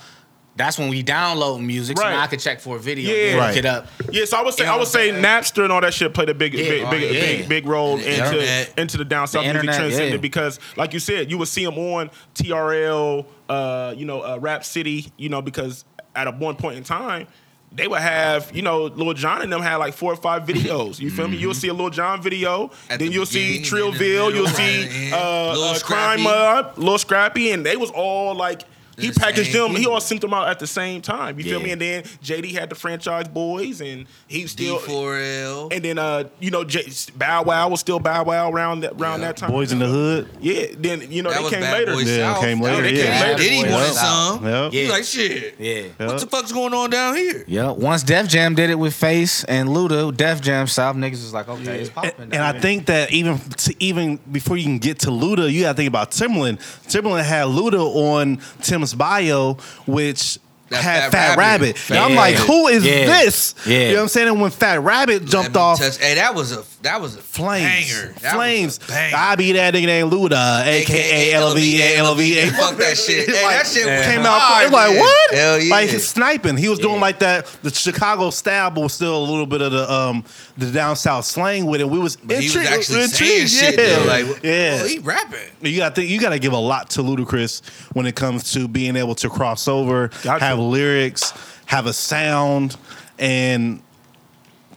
Speaker 6: that's when we download music. So
Speaker 5: Right.
Speaker 6: now I could check for a video.
Speaker 5: Yeah.
Speaker 6: Yeah,
Speaker 3: Right.
Speaker 6: look it up.
Speaker 5: Yeah, so I would say
Speaker 6: You know
Speaker 5: I would
Speaker 6: what
Speaker 5: say
Speaker 6: I'm saying?
Speaker 5: Napster and all that shit played a big, big,
Speaker 6: oh,
Speaker 5: big,
Speaker 6: yeah.
Speaker 5: big, big role
Speaker 4: The
Speaker 5: into
Speaker 4: internet.
Speaker 5: into the down south music
Speaker 6: internet,
Speaker 5: trend
Speaker 6: yeah.
Speaker 5: scene because, like you said, you would see them on TRL, uh, you know, uh, Rap City, you know, because at a one point in time. They would have, you know, Lil John and them had like four or five videos. You feel me? You'll see a Lil John video,
Speaker 4: Mm-hmm. At
Speaker 5: then
Speaker 4: the
Speaker 5: you'll see
Speaker 4: beginning, in the
Speaker 5: Trillville,
Speaker 4: middle,
Speaker 5: you'll
Speaker 4: right
Speaker 5: see
Speaker 4: at the end.
Speaker 5: uh,
Speaker 4: Lil
Speaker 5: uh, Crime
Speaker 4: Scrappy.
Speaker 5: Up, Lil Scrappy, and they was all like he
Speaker 4: The
Speaker 5: packaged
Speaker 4: same
Speaker 5: them. He
Speaker 4: people.
Speaker 5: all sent them out at the same time. You feel
Speaker 6: Yeah.
Speaker 5: me? And then JD had the franchise boys, and he still.
Speaker 4: D4L.
Speaker 5: And then uh, you know, J- Bow Wow was still Bow Wow around that around
Speaker 4: Yeah.
Speaker 5: that time.
Speaker 3: Boys in the hood.
Speaker 5: yeah. Then you know
Speaker 4: That
Speaker 5: they
Speaker 4: was
Speaker 5: came
Speaker 4: Bad
Speaker 5: later.
Speaker 4: Boy
Speaker 3: Yeah,
Speaker 4: South.
Speaker 3: came later,
Speaker 4: That was-
Speaker 5: yeah.
Speaker 4: Bad
Speaker 5: Bad
Speaker 4: Diddy
Speaker 6: Boy
Speaker 4: wanted
Speaker 6: South.
Speaker 4: some.
Speaker 3: Yep.
Speaker 4: He
Speaker 6: Yeah.
Speaker 4: like shit.
Speaker 6: Yeah.
Speaker 4: What the fuck's going on down here?
Speaker 6: Yeah. Once Def Jam did it with Face and Luda, Def Jam South niggas was like, okay, it's popping.
Speaker 3: And I think that even to even before you can get to Luda, you got to think about Timbaland. Timbaland had Luda on Tim's bio, which
Speaker 4: That
Speaker 3: had
Speaker 4: Fat Rabbit.
Speaker 3: Fat Rabbit.
Speaker 4: Fat
Speaker 3: and I'm like,
Speaker 6: Rabbit.
Speaker 3: who is
Speaker 6: Yeah.
Speaker 3: this?
Speaker 6: Yeah.
Speaker 3: You know what I'm saying? And when Fat Rabbit jumped
Speaker 4: Let me
Speaker 3: off,
Speaker 4: touch- Hey, that was a that was a
Speaker 3: Flames.
Speaker 4: banger. That
Speaker 3: Flames.
Speaker 4: Was a banger.
Speaker 3: I be that nigga named Luda, aka LVA, LVA.
Speaker 4: Fuck that shit. Hey,
Speaker 3: Like,
Speaker 4: that shit was
Speaker 3: Came out
Speaker 4: hard,
Speaker 3: it was like
Speaker 4: man.
Speaker 3: what?
Speaker 4: Hell yeah.
Speaker 3: Like sniping. He was doing
Speaker 6: Yeah.
Speaker 3: like that the Chicago style, but was still a little bit of the um the down south slang with it. We was
Speaker 4: But he was
Speaker 3: intrigued-
Speaker 4: actually
Speaker 3: intrigued,
Speaker 4: saying shit
Speaker 3: yeah.
Speaker 4: though. Like,
Speaker 3: yeah.
Speaker 4: well, he rapping.
Speaker 3: You got to you got to give a lot to Ludacris when it comes to being able to cross over,
Speaker 5: Gotcha.
Speaker 3: have lyrics, have a sound, and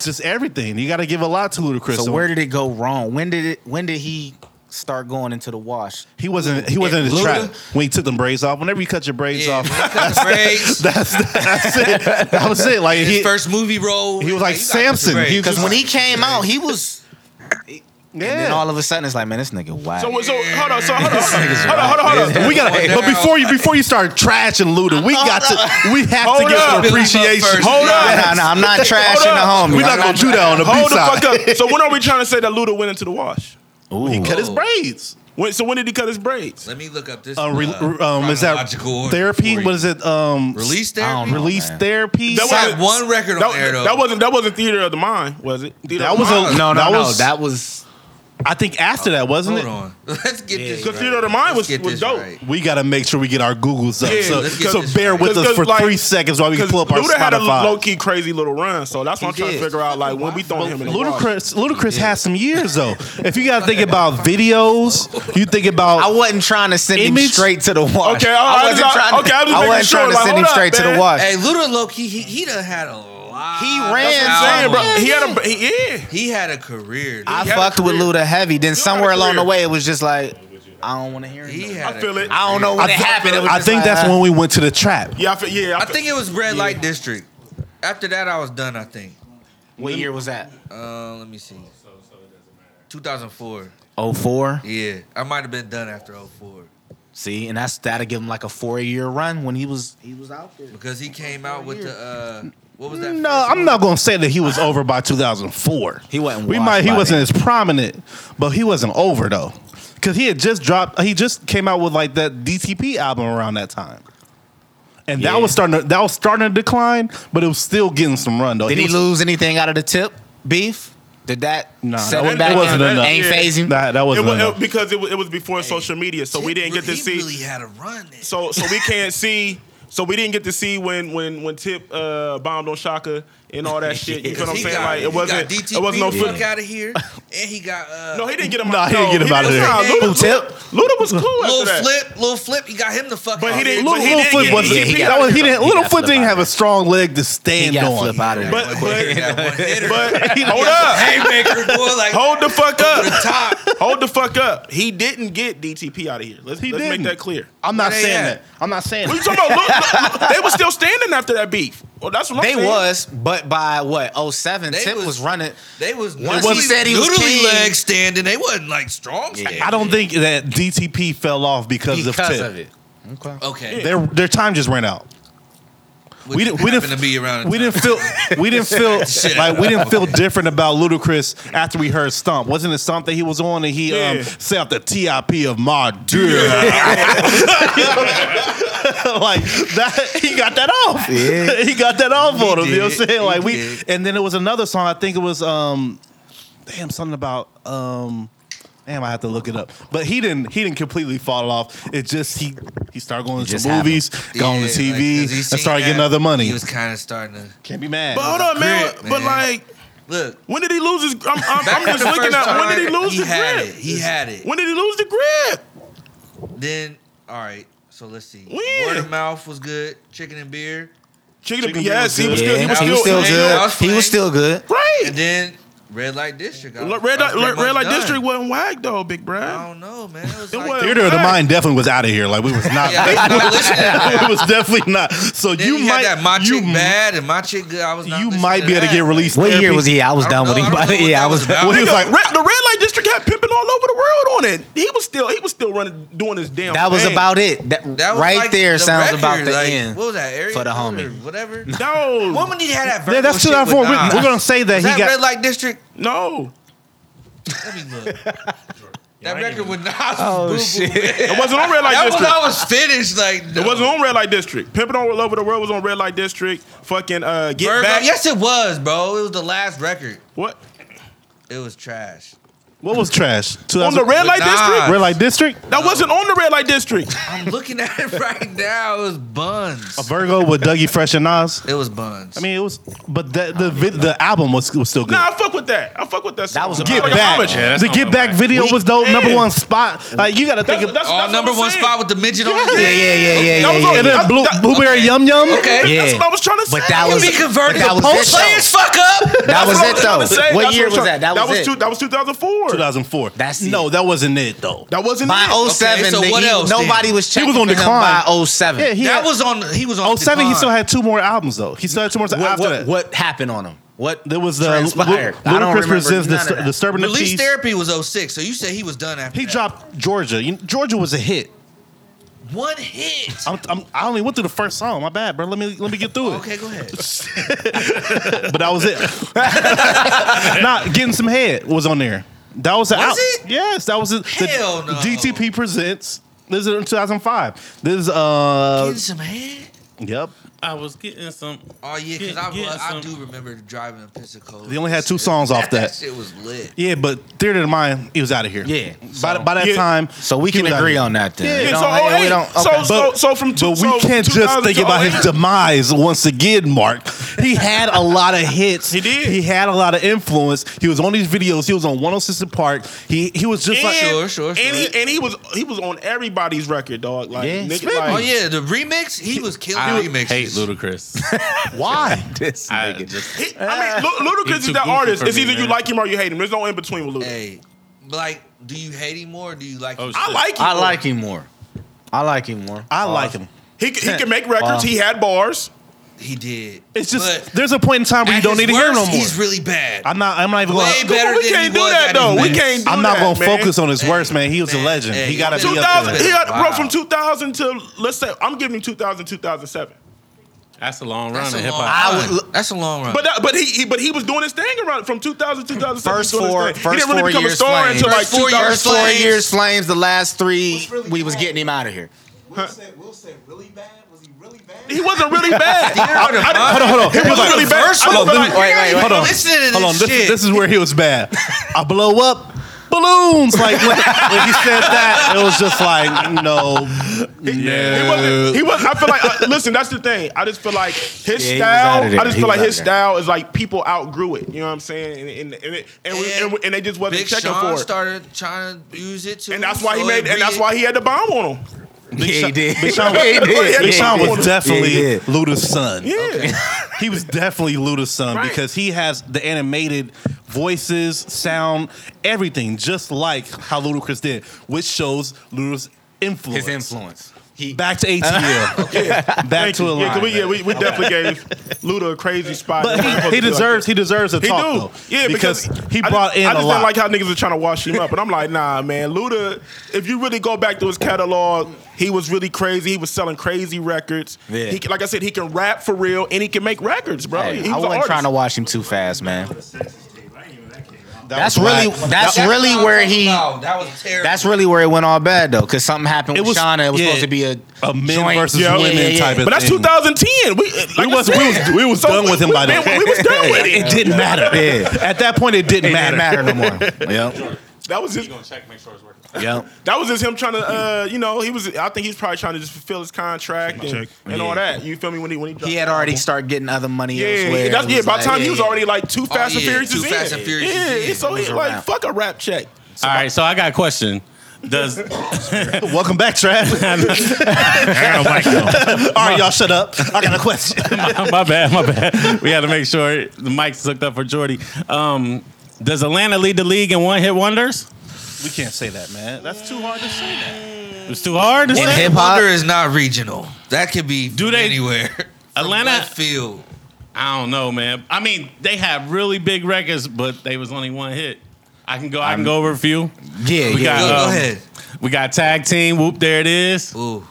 Speaker 3: just everything. You got to give a lot to Ludacris.
Speaker 6: so where did it go wrong? When did it when did he start going into the wash?
Speaker 3: he wasn't he wasn't in the
Speaker 6: Luda-
Speaker 3: trap when he took them braids off. Whenever you cut your braids
Speaker 4: Yeah,
Speaker 3: off,
Speaker 4: man, cut the braids.
Speaker 3: that's that's it. That was it. Like
Speaker 4: His
Speaker 3: he,
Speaker 4: first movie role.
Speaker 3: he was like
Speaker 4: you got
Speaker 3: Samson.
Speaker 4: the
Speaker 3: He was
Speaker 4: braids.
Speaker 6: Because when he came out, he was
Speaker 3: yeah.
Speaker 6: and then all of a sudden it's like, man, this nigga wow.
Speaker 5: So, so hold on, so hold on, hold on, hold on, hold on.
Speaker 3: we gotta,
Speaker 4: Hold
Speaker 3: but
Speaker 4: down.
Speaker 3: before you before you start trashing Luda, we got to we have to
Speaker 5: Hold
Speaker 3: get
Speaker 5: up.
Speaker 3: some appreciation.
Speaker 4: Hold
Speaker 5: up.
Speaker 6: no, no, no, I'm not trashing the
Speaker 5: up.
Speaker 6: homie.
Speaker 3: We're not gonna do that on the
Speaker 5: Hold
Speaker 3: B
Speaker 5: the fuck
Speaker 3: side.
Speaker 5: up. So when are we trying to say that Luda went into the wash?
Speaker 3: He cut his
Speaker 4: Whoa.
Speaker 3: braids.
Speaker 5: When, so when did he cut his braids?
Speaker 4: Let me look up this.
Speaker 3: Uh, re,
Speaker 4: uh,
Speaker 3: um, is that
Speaker 4: chronological order
Speaker 3: therapy?
Speaker 4: for
Speaker 3: What
Speaker 4: you.
Speaker 3: is it? Um,
Speaker 4: Release
Speaker 6: I don't
Speaker 4: therapy.
Speaker 6: know.
Speaker 3: release
Speaker 6: man.
Speaker 3: therapy.
Speaker 5: That
Speaker 4: He
Speaker 5: wasn't-
Speaker 4: signed one record on
Speaker 5: That,
Speaker 4: there though.
Speaker 5: that wasn't that wasn't theater of the mind, was it? Theater
Speaker 3: That
Speaker 5: of the
Speaker 3: was
Speaker 5: Mind?
Speaker 3: a
Speaker 6: No, no,
Speaker 3: that
Speaker 6: no.
Speaker 3: was-
Speaker 6: that was
Speaker 3: I think after that, wasn't
Speaker 4: Hold
Speaker 3: it?
Speaker 4: on. Let's get this.
Speaker 5: Because
Speaker 4: right.
Speaker 5: Theater of the Mind
Speaker 4: Let's
Speaker 5: was-
Speaker 4: get
Speaker 5: was
Speaker 4: this
Speaker 5: dope.
Speaker 4: right.
Speaker 3: We gotta make sure we get our Googles up.
Speaker 4: Yeah,
Speaker 3: so
Speaker 4: let's get
Speaker 3: so
Speaker 4: this
Speaker 3: bear
Speaker 4: right.
Speaker 3: with us
Speaker 5: 'Cause,
Speaker 3: for
Speaker 5: like-
Speaker 3: three seconds while we
Speaker 5: Because
Speaker 3: pull up our
Speaker 5: Luda had a
Speaker 3: Spotify.
Speaker 5: low key crazy little run, so that's what I'm
Speaker 4: He
Speaker 5: trying to
Speaker 4: did.
Speaker 5: figure out. Like when we throwing him in the water.
Speaker 3: Ludacris, Ludacris has some years though. If you gotta think about videos, you think
Speaker 6: I
Speaker 3: about
Speaker 6: wasn't trying to send him
Speaker 3: Image?
Speaker 6: straight to the wash.
Speaker 5: Okay, all right,
Speaker 6: I wasn't
Speaker 5: I-
Speaker 6: trying.
Speaker 5: okay, I'm just
Speaker 6: I
Speaker 5: making
Speaker 6: wasn't
Speaker 5: sure,
Speaker 6: trying to
Speaker 5: like,
Speaker 6: send
Speaker 5: hold
Speaker 6: him
Speaker 5: up,
Speaker 6: straight to the
Speaker 5: man.
Speaker 6: wash.
Speaker 4: Hey, Luda Loki, he he done had a lot.
Speaker 6: He
Speaker 4: of
Speaker 6: ran,
Speaker 5: That's what I'm saying, bro.
Speaker 4: albums.
Speaker 5: He had a he, yeah.
Speaker 4: He had a career. dude.
Speaker 6: I
Speaker 5: had a
Speaker 6: fucked with
Speaker 5: career.
Speaker 6: Luda heavy. Then
Speaker 5: had a
Speaker 6: somewhere along the
Speaker 5: career.
Speaker 6: way, it was just like I don't want to hear
Speaker 4: He
Speaker 6: it.
Speaker 4: had
Speaker 5: I
Speaker 4: a
Speaker 5: feel it.
Speaker 4: career.
Speaker 6: I don't know
Speaker 3: I
Speaker 6: when it
Speaker 3: thi-
Speaker 6: happened. It was
Speaker 3: I
Speaker 6: just
Speaker 3: think
Speaker 6: like,
Speaker 3: that's
Speaker 6: ah.
Speaker 3: when we went to the trap.
Speaker 5: Yeah, I feel, yeah. I,
Speaker 4: I
Speaker 5: feel,
Speaker 4: think it was Red Light District. After that, I was done. I think.
Speaker 6: What year was that?
Speaker 4: Uh, let me see. 2004.
Speaker 6: 04.
Speaker 4: Yeah, I might have been done after 04
Speaker 6: See, and that's that'll give him like a four year run when he was he was out there.
Speaker 4: because he came out with the uh, what was that?
Speaker 3: No,
Speaker 4: first
Speaker 3: I'm
Speaker 4: one?
Speaker 3: not gonna say that he was over by 2004.
Speaker 6: He wasn't
Speaker 3: We
Speaker 6: washed
Speaker 3: might. He
Speaker 6: by
Speaker 3: wasn't as prominent, but he wasn't over though, because he had just dropped. He just came out with like that DTP album around that time, and
Speaker 6: Yeah.
Speaker 3: that was starting. To, that was starting to decline, but it was still getting some run though.
Speaker 6: Did he
Speaker 3: was-
Speaker 6: lose anything out of the tip beef? Did that
Speaker 3: Nah,
Speaker 6: set
Speaker 3: that
Speaker 6: him back?
Speaker 3: that wasn't
Speaker 6: in?
Speaker 3: enough.
Speaker 6: Ain't phase him.
Speaker 3: That, that
Speaker 5: it
Speaker 3: wasn't
Speaker 5: was,
Speaker 3: enough.
Speaker 5: it, because it was, it was before social media, so we didn't get to
Speaker 4: he
Speaker 5: see.
Speaker 4: really had a run. Then.
Speaker 5: So so we can't see. So we didn't get to see when when when Tip uh, bombed on Shaka and all that shit. You feel what I'm
Speaker 4: He
Speaker 5: saying?
Speaker 4: got-
Speaker 5: like
Speaker 4: he
Speaker 5: it wasn't
Speaker 4: Got DTP
Speaker 5: it wasn't no
Speaker 4: the
Speaker 5: foot.
Speaker 4: fuck out of here, and he got uh,
Speaker 5: No, he didn't get him.
Speaker 3: Nah,
Speaker 5: out.
Speaker 3: he didn't
Speaker 5: no,
Speaker 3: get him out of
Speaker 5: was-
Speaker 3: there.
Speaker 5: nah,
Speaker 4: Who,
Speaker 5: Luda, Luda was cool after
Speaker 4: little
Speaker 5: that.
Speaker 4: flip, little flip. He got him the fuck.
Speaker 5: But
Speaker 4: out.
Speaker 5: he didn't-
Speaker 3: Little,
Speaker 5: but he
Speaker 3: Little
Speaker 5: didn't
Speaker 3: Foot
Speaker 5: get-
Speaker 3: wasn't.
Speaker 5: yeah, he
Speaker 3: that
Speaker 5: got-
Speaker 3: was- he didn't.
Speaker 6: he
Speaker 3: Little
Speaker 6: got
Speaker 3: Foot didn't
Speaker 6: flip
Speaker 3: have
Speaker 6: out
Speaker 3: a strong leg to stand
Speaker 6: He got
Speaker 3: on.
Speaker 6: flip out of there.
Speaker 5: But but
Speaker 4: That one hitter.
Speaker 5: but hold
Speaker 4: Yeah,
Speaker 5: up,
Speaker 4: haymaker boy, like
Speaker 5: hold the fuck
Speaker 4: the
Speaker 5: up,
Speaker 4: top.
Speaker 5: hold the fuck up. He didn't get DTP out of here. Let's,
Speaker 3: He
Speaker 5: let's make
Speaker 3: didn't.
Speaker 5: that clear.
Speaker 3: I'm not
Speaker 4: Where they
Speaker 3: saying
Speaker 4: at?
Speaker 3: that. I'm not saying.
Speaker 5: What you
Speaker 3: that.
Speaker 5: talking about? Look, look, look, they were still standing after that beef. Well, that's what I'm
Speaker 6: They
Speaker 5: saying.
Speaker 6: was, but by what 07,
Speaker 4: They
Speaker 6: Tip was,
Speaker 4: was-
Speaker 6: running.
Speaker 4: They was
Speaker 6: Once
Speaker 4: noodly-
Speaker 6: he said he was
Speaker 4: noodly
Speaker 6: king-
Speaker 4: leg standing. They wasn't like strong. Standing.
Speaker 3: I don't think that DTP fell off because, of
Speaker 6: because
Speaker 3: Tip.
Speaker 6: of it. Okay.
Speaker 4: Okay,
Speaker 3: Their their time just ran out.
Speaker 4: Which
Speaker 3: we didn't- we didn't-
Speaker 4: happened to be around. the
Speaker 3: we
Speaker 4: time.
Speaker 3: didn't feel we didn't feel
Speaker 4: Shit.
Speaker 3: like we didn't feel different about Ludacris after we heard Stump. Wasn't it Stump that he was on and he
Speaker 5: Yeah.
Speaker 3: um, set out the TIP of my dude? like that he got that off.
Speaker 6: Yeah.
Speaker 3: he got that off on him. You know what I'm
Speaker 4: did.
Speaker 3: saying? Like
Speaker 4: He
Speaker 3: we
Speaker 4: did.
Speaker 3: and then there was another song, I think it was um damn something about um Damn, I have to look it up. But he didn't. He didn't completely fall off. It just he he started going to
Speaker 6: just
Speaker 3: some movies,
Speaker 4: Yeah,
Speaker 3: got on the
Speaker 4: like,
Speaker 3: TV,
Speaker 4: 'cause he
Speaker 3: and
Speaker 4: seen
Speaker 3: started getting
Speaker 4: that,
Speaker 3: other money.
Speaker 4: He was kind of starting to
Speaker 3: Can't be mad.
Speaker 5: But hold up, man.
Speaker 4: Grip,
Speaker 5: But
Speaker 4: man.
Speaker 5: like,
Speaker 4: look.
Speaker 5: when did he lose his? I'm, I'm, I'm just
Speaker 4: the
Speaker 5: looking
Speaker 4: first
Speaker 5: at when
Speaker 4: time,
Speaker 5: did he lose
Speaker 4: He
Speaker 5: the
Speaker 4: had
Speaker 5: grip?
Speaker 4: it. He had it.
Speaker 5: When did he lose the grip?
Speaker 4: Then all right. So let's see.
Speaker 5: When?
Speaker 4: Word of mouth was good. Chicken and beer.
Speaker 5: Chicken,
Speaker 3: Chicken
Speaker 5: yes, he was
Speaker 6: Yeah,
Speaker 5: good. He was
Speaker 6: he
Speaker 5: still,
Speaker 6: was still
Speaker 4: he
Speaker 6: good.
Speaker 4: was
Speaker 6: He was
Speaker 4: playing.
Speaker 6: still good.
Speaker 5: great.
Speaker 4: And then red light district. I was-
Speaker 5: Red
Speaker 4: I was
Speaker 5: Light,
Speaker 4: pretty
Speaker 5: Red, Red
Speaker 4: much
Speaker 5: Light
Speaker 4: done.
Speaker 5: District wasn't whack though, Big
Speaker 4: I
Speaker 5: Brad.
Speaker 4: don't know, man. It was
Speaker 5: It
Speaker 4: like
Speaker 5: was-
Speaker 3: Theater of the Mind definitely was out of here. Like we was not.
Speaker 4: Yeah, I was not listening.
Speaker 3: it was definitely not. So
Speaker 4: Then
Speaker 3: you
Speaker 4: he
Speaker 3: might
Speaker 4: had that my
Speaker 3: you,
Speaker 4: chick bad and my chick good. I was not
Speaker 3: you
Speaker 4: listening
Speaker 3: might be able to
Speaker 4: that.
Speaker 3: get released.
Speaker 6: What
Speaker 3: therapy.
Speaker 6: year was he? I was
Speaker 4: I
Speaker 6: done
Speaker 4: don't
Speaker 6: with
Speaker 4: know-
Speaker 6: him.
Speaker 4: I don't know what
Speaker 6: yeah, I
Speaker 4: that
Speaker 6: was.
Speaker 4: was about.
Speaker 3: Well, he was
Speaker 5: Nigga,
Speaker 3: like,
Speaker 5: Red- the Red Light District had pimping all over the world on it. He was still he was still running doing his damn.
Speaker 6: That was
Speaker 5: thing.
Speaker 6: about it. That,
Speaker 4: That was
Speaker 6: right
Speaker 4: like
Speaker 6: there
Speaker 4: the
Speaker 6: sounds
Speaker 4: record,
Speaker 6: about the
Speaker 4: like,
Speaker 6: end.
Speaker 4: What was that area
Speaker 6: for the
Speaker 4: code
Speaker 6: homie.
Speaker 4: or Whatever.
Speaker 5: no
Speaker 4: Woman need to have that. Virgo
Speaker 3: Yeah, that's
Speaker 4: shit with
Speaker 3: 2004. We're,
Speaker 4: Nas.
Speaker 3: we're gonna say that
Speaker 4: Was
Speaker 3: he
Speaker 4: that
Speaker 3: got.
Speaker 4: red light district.
Speaker 5: no.
Speaker 4: Let me look. That
Speaker 2: ain't
Speaker 4: record
Speaker 2: even-
Speaker 4: with Nas.
Speaker 6: Oh,
Speaker 4: Oh
Speaker 6: shit.
Speaker 4: shit.
Speaker 5: It wasn't on Red Light
Speaker 4: That was
Speaker 5: District.
Speaker 4: I was finished. Like no.
Speaker 5: It wasn't on Red Light District. Pimping all over the world was on Red Light District. Fucking uh, get
Speaker 4: Virgo.
Speaker 5: back.
Speaker 4: Yes, it was, bro. It was the last record.
Speaker 5: What
Speaker 4: It was trash.
Speaker 3: what was trash?
Speaker 5: on the
Speaker 3: 2000
Speaker 5: Red Light
Speaker 4: Nah.
Speaker 5: District?
Speaker 3: Red Light District.
Speaker 5: That wasn't on the Red Light District.
Speaker 4: I'm looking at it right now. It was buns.
Speaker 3: A Virgo with Dougie Fresh and Nas.
Speaker 4: It was buns.
Speaker 3: I mean, it was, but the the, vid, the album was was still good.
Speaker 5: Nah, I fuck with that. I fuck with that. Song.
Speaker 6: was
Speaker 5: Like,
Speaker 3: Get
Speaker 5: I'm
Speaker 3: back.
Speaker 5: with you.
Speaker 2: Yeah, that's
Speaker 3: the
Speaker 2: not
Speaker 3: Get
Speaker 2: what
Speaker 3: Back
Speaker 2: I'm
Speaker 3: video
Speaker 5: We-
Speaker 3: was dope. Number
Speaker 5: Yeah.
Speaker 3: one spot. Like you got to think
Speaker 5: That's-
Speaker 3: of.
Speaker 5: that's-
Speaker 4: All
Speaker 5: that's what
Speaker 4: number
Speaker 5: I'm
Speaker 4: one
Speaker 5: saying.
Speaker 4: spot with the midget on
Speaker 6: yeah, yeah, yeah, yeah,
Speaker 5: That was
Speaker 6: yeah,
Speaker 5: on-
Speaker 6: yeah.
Speaker 3: and then Blue,
Speaker 5: that-
Speaker 3: Blueberry
Speaker 4: okay.
Speaker 3: Yum Yum.
Speaker 4: Okay.
Speaker 6: Yeah.
Speaker 5: That's what I was trying to say.
Speaker 6: But that was
Speaker 4: be converted
Speaker 6: But that
Speaker 4: to
Speaker 6: was
Speaker 3: post
Speaker 6: it,
Speaker 4: Play
Speaker 6: though.
Speaker 4: his fuck up.
Speaker 6: That was
Speaker 5: That's what
Speaker 6: it
Speaker 5: I trying to say.
Speaker 6: though. What
Speaker 5: That's
Speaker 6: year
Speaker 5: I'm
Speaker 6: was
Speaker 5: trying-
Speaker 6: that? That was
Speaker 5: two,
Speaker 6: it.
Speaker 5: that was 2004.
Speaker 3: 2004.
Speaker 6: That's it.
Speaker 3: no, that wasn't it though.
Speaker 5: That wasn't
Speaker 6: By
Speaker 5: it.
Speaker 6: 07,
Speaker 4: so
Speaker 6: nigga,
Speaker 4: what
Speaker 6: he-
Speaker 4: else
Speaker 6: E nobody
Speaker 4: then?
Speaker 6: was checking
Speaker 3: He was on
Speaker 6: for him
Speaker 3: decline.
Speaker 6: by 07.
Speaker 3: Yeah, he
Speaker 4: That
Speaker 3: had-
Speaker 4: was on. He was on.
Speaker 3: Oh seven, he
Speaker 4: decline.
Speaker 3: still had two more albums though. He still had two more
Speaker 6: what,
Speaker 3: after
Speaker 6: what,
Speaker 3: that.
Speaker 6: what happened on him? What
Speaker 3: There was the
Speaker 6: transpired? I don't
Speaker 3: Ludacris
Speaker 6: remember
Speaker 3: presents
Speaker 6: none of
Speaker 3: the
Speaker 6: that.
Speaker 3: disturbing the
Speaker 4: Release
Speaker 3: peace.
Speaker 4: therapy was 06, so you said he was done after.
Speaker 3: He
Speaker 4: that.
Speaker 3: dropped Georgia. You- Georgia was a hit.
Speaker 4: one hit.
Speaker 3: I'm, I'm, I only went through the first song. My bad, bro. Let me let me get through it.
Speaker 4: Okay, go ahead.
Speaker 6: Uh,
Speaker 3: But that was it. Not getting some head was on there. That was the
Speaker 4: Was
Speaker 3: out-
Speaker 4: it?
Speaker 3: Yes, that was it.
Speaker 4: Hell
Speaker 3: the,
Speaker 4: no.
Speaker 3: DTP presents. This is in 2005. This is uh
Speaker 4: Getting some head.
Speaker 3: yep.
Speaker 2: I was getting some.
Speaker 4: Oh yeah, because
Speaker 2: get-
Speaker 4: I,
Speaker 2: get
Speaker 4: was- I
Speaker 2: some-
Speaker 4: do remember driving to Pensacola.
Speaker 3: They only had two songs off
Speaker 4: That
Speaker 3: that.
Speaker 4: shit was lit.
Speaker 3: Yeah, but theater of mine, he was out of here.
Speaker 6: Yeah,
Speaker 3: by,
Speaker 6: so-
Speaker 3: by that
Speaker 5: Yeah.
Speaker 3: time,
Speaker 6: So we
Speaker 3: he
Speaker 6: can
Speaker 3: was outta
Speaker 6: agree
Speaker 3: here.
Speaker 6: on that then.
Speaker 5: Yeah,
Speaker 6: We don't-
Speaker 5: so,
Speaker 6: hey,
Speaker 5: oh,
Speaker 6: we
Speaker 5: hey,
Speaker 6: don't-
Speaker 5: so,
Speaker 6: okay.
Speaker 5: so, so from two,
Speaker 3: But we
Speaker 5: so
Speaker 3: can't just think
Speaker 5: 2008
Speaker 3: about his demise once again, Mark. He had a lot of hits.
Speaker 5: He did.
Speaker 3: He had a lot of influence. He was on these videos. He was on 106 in Park. He he was just
Speaker 5: And,
Speaker 3: like
Speaker 4: Sure, sure,
Speaker 5: and
Speaker 4: sure.
Speaker 5: he and he was he was on everybody's record, dog. Like,
Speaker 6: Yeah.
Speaker 5: nigga,
Speaker 6: Spit.
Speaker 5: like
Speaker 4: Oh yeah, the remix. He was killing
Speaker 2: I
Speaker 4: remixes.
Speaker 2: hate Ludacris.
Speaker 3: why?
Speaker 2: I just-
Speaker 5: He- I mean, Lu- Ludacris
Speaker 2: He's
Speaker 5: is
Speaker 2: too
Speaker 5: that
Speaker 2: goofy
Speaker 5: artist.
Speaker 2: for
Speaker 5: It's
Speaker 2: me,
Speaker 5: either you
Speaker 2: man.
Speaker 5: like him or you hate him. There's no in between with Ludacris.
Speaker 4: Hey, like, do you hate him more? Or do you like?
Speaker 2: Oh,
Speaker 4: him?
Speaker 2: shit.
Speaker 5: I like him.
Speaker 6: I like him more. I like him more. Uh,
Speaker 3: I like him.
Speaker 5: He c- he can make records. he had bars.
Speaker 4: He did.
Speaker 3: It's just
Speaker 4: But
Speaker 3: there's a point in time where you
Speaker 4: at
Speaker 3: don't
Speaker 4: his
Speaker 3: need to hear
Speaker 4: worst,
Speaker 3: no more.
Speaker 4: He's really bad.
Speaker 3: I'm not. I'm not even
Speaker 4: Way
Speaker 3: going.
Speaker 4: better.
Speaker 5: But we
Speaker 4: than
Speaker 5: can't
Speaker 4: he
Speaker 5: do
Speaker 4: was
Speaker 5: that
Speaker 4: at
Speaker 5: though.
Speaker 4: his
Speaker 5: We
Speaker 4: best.
Speaker 5: can't do
Speaker 3: I'm not
Speaker 5: that,
Speaker 3: gonna
Speaker 5: man.
Speaker 3: focus on his worst, man. He was a
Speaker 4: Hey,
Speaker 3: legend.
Speaker 4: hey,
Speaker 3: he got to
Speaker 4: you
Speaker 3: be
Speaker 4: better-
Speaker 3: up
Speaker 5: 2000,
Speaker 3: there.
Speaker 5: he had, bro,
Speaker 4: Wow.
Speaker 5: from 2000 to let's say I'm giving him 2000 2007.
Speaker 2: That's a long run
Speaker 4: That's
Speaker 2: in
Speaker 4: a
Speaker 2: hip
Speaker 4: long
Speaker 2: hop.
Speaker 4: run. That's a long run.
Speaker 5: But that, but he, he but he was doing his thing around from 2000 2007.
Speaker 6: First
Speaker 5: he was doing
Speaker 6: four,
Speaker 5: his thing. he
Speaker 6: first
Speaker 5: didn't really
Speaker 6: four
Speaker 5: become a
Speaker 6: years
Speaker 5: star
Speaker 6: playing.
Speaker 5: until like
Speaker 4: First four
Speaker 5: 2000.
Speaker 4: years
Speaker 6: First four
Speaker 4: Flames.
Speaker 6: years, Flames. The last three,
Speaker 8: What's really
Speaker 6: we was
Speaker 8: bad?
Speaker 6: getting him out of here.
Speaker 8: Will said, Will said really bad? Was he really bad?
Speaker 5: He wasn't really bad. I-
Speaker 3: Hold on, hold on.
Speaker 5: He wasn't really bad. I
Speaker 3: hold on,
Speaker 5: feel
Speaker 3: let me-
Speaker 5: like-
Speaker 6: wait,
Speaker 3: Hold on.
Speaker 4: Listen to
Speaker 3: Hold on.
Speaker 4: this
Speaker 3: This,
Speaker 4: shit.
Speaker 3: this is where he was bad. I blow up balloons. Like when, when he said that, it was just like no,
Speaker 5: He
Speaker 3: no.
Speaker 5: wasn't. He was. I feel like. uh, listen, that's the thing. I just feel like his
Speaker 6: Yeah, he was
Speaker 5: style.
Speaker 6: outta there.
Speaker 5: I just
Speaker 6: He
Speaker 5: feel
Speaker 6: was
Speaker 5: like his
Speaker 6: outta there.
Speaker 5: style is like people outgrew it. You know what I'm saying? And and and, it- and, we-
Speaker 4: And
Speaker 5: and, we- and they just wasn't
Speaker 4: Big
Speaker 5: checking
Speaker 4: Sean
Speaker 5: for it.
Speaker 4: started trying to use it too.
Speaker 5: and that's why he
Speaker 4: so
Speaker 5: made.
Speaker 4: it
Speaker 5: And that's
Speaker 4: re-
Speaker 5: why he had the bomb on him.
Speaker 6: Yeah, he did.
Speaker 3: Big Sean,
Speaker 5: Yeah, he did.
Speaker 3: Big
Speaker 5: Yeah, he
Speaker 3: Sean
Speaker 5: did.
Speaker 3: was definitely
Speaker 6: Yeah, he did.
Speaker 3: Luda's son.
Speaker 5: Yeah.
Speaker 3: He was definitely Luda's son
Speaker 5: Right.
Speaker 3: because he has the animated voices, sound, everything, just like how Ludacris did, which shows Luda's influence.
Speaker 6: His influence. He
Speaker 3: Back to ATL. Back
Speaker 5: Thank
Speaker 3: to
Speaker 5: you.
Speaker 3: a
Speaker 5: Yeah, 'cause
Speaker 3: line.
Speaker 5: we, yeah, we, we definitely gave Luda a crazy spot.
Speaker 3: But he, he deserves he deserves a
Speaker 5: He
Speaker 3: talk
Speaker 5: do.
Speaker 3: though.
Speaker 5: Yeah, because,
Speaker 3: he
Speaker 5: I
Speaker 3: brought
Speaker 5: just,
Speaker 3: in
Speaker 5: I
Speaker 3: a
Speaker 5: just
Speaker 3: lot.
Speaker 5: didn't like how niggas are trying to wash him up, and I'm like, nah, man. Luda, if you really go back to his catalog, he was really crazy. He was selling crazy records.
Speaker 6: Yeah.
Speaker 5: He can- like I said, he can rap for real, and he can make records, bro. he
Speaker 6: Hey,
Speaker 5: was
Speaker 6: I
Speaker 5: an
Speaker 6: wasn't
Speaker 5: artist.
Speaker 6: trying to watch him too fast, man.
Speaker 3: That
Speaker 6: That's
Speaker 3: was
Speaker 6: really
Speaker 3: black.
Speaker 6: that's
Speaker 4: That's
Speaker 6: really
Speaker 4: what I'm
Speaker 6: where
Speaker 4: talking
Speaker 6: he
Speaker 4: about. That was terrible.
Speaker 6: that's really where it went all bad though, because something happened
Speaker 3: It
Speaker 6: with
Speaker 3: was-
Speaker 6: Shauna. It was
Speaker 3: yeah,
Speaker 6: supposed to be a
Speaker 3: a men
Speaker 6: joint-
Speaker 3: versus
Speaker 6: Yeah,
Speaker 3: women
Speaker 6: yeah, yeah.
Speaker 3: type of
Speaker 5: But that's
Speaker 3: thing.
Speaker 5: 2010. We like
Speaker 3: We
Speaker 5: I
Speaker 3: was,
Speaker 5: said,
Speaker 3: we was we was
Speaker 5: so
Speaker 3: done with him
Speaker 5: we-
Speaker 3: by
Speaker 5: man,
Speaker 3: then.
Speaker 5: We was done with
Speaker 3: It
Speaker 5: it.
Speaker 3: didn't matter.
Speaker 6: Yeah.
Speaker 3: At that point, it didn't
Speaker 6: It
Speaker 3: matter.
Speaker 6: didn't matter no more. yep.
Speaker 5: That was his.
Speaker 2: gonna check, make sure it's working.
Speaker 6: Yep.
Speaker 5: That was just him trying to. Uh, you know, he was. I think he was probably trying to just fulfill his contract and, and all that. You feel me? When he when he dropped
Speaker 6: He had
Speaker 5: the
Speaker 6: already
Speaker 3: Oh.
Speaker 5: album.
Speaker 6: started getting other money
Speaker 5: Yeah,
Speaker 6: elsewhere.
Speaker 5: yeah, that's,
Speaker 6: It
Speaker 5: yeah.
Speaker 6: was
Speaker 5: By the
Speaker 6: like-
Speaker 5: time
Speaker 4: yeah,
Speaker 5: he was
Speaker 4: yeah.
Speaker 5: already like two Fast and
Speaker 4: Oh, yeah,
Speaker 5: Furious.
Speaker 4: Too
Speaker 5: is in.
Speaker 4: Fast and Furious is
Speaker 5: Yeah,
Speaker 4: in.
Speaker 5: so
Speaker 6: It was
Speaker 5: he like
Speaker 6: around.
Speaker 5: fuck a rap check.
Speaker 2: All right, so I got a question. Does
Speaker 3: Welcome back, Trav. All right, y'all, shut up. I got a question.
Speaker 2: my bad, my bad. We had to make sure the mic's hooked up for Jordy. Um, does Atlanta lead the league in one hit wonders?
Speaker 3: we can't say that, man. That's too hard to say that.
Speaker 2: It's too hard to
Speaker 4: One
Speaker 2: say.
Speaker 4: hit
Speaker 6: hip-hop?
Speaker 4: wonder is not regional. That could be
Speaker 2: Do
Speaker 4: from
Speaker 2: they-
Speaker 4: anywhere. From
Speaker 2: Atlanta-
Speaker 4: left field.
Speaker 2: I don't know, man. I mean, they have really big records, but they was only one hit. I can go. I can go over a few.
Speaker 6: Yeah,
Speaker 2: We got-
Speaker 6: yeah.
Speaker 4: Go, go
Speaker 2: um,
Speaker 4: ahead.
Speaker 2: We got tag team. Whoop, there it is.
Speaker 4: Ooh.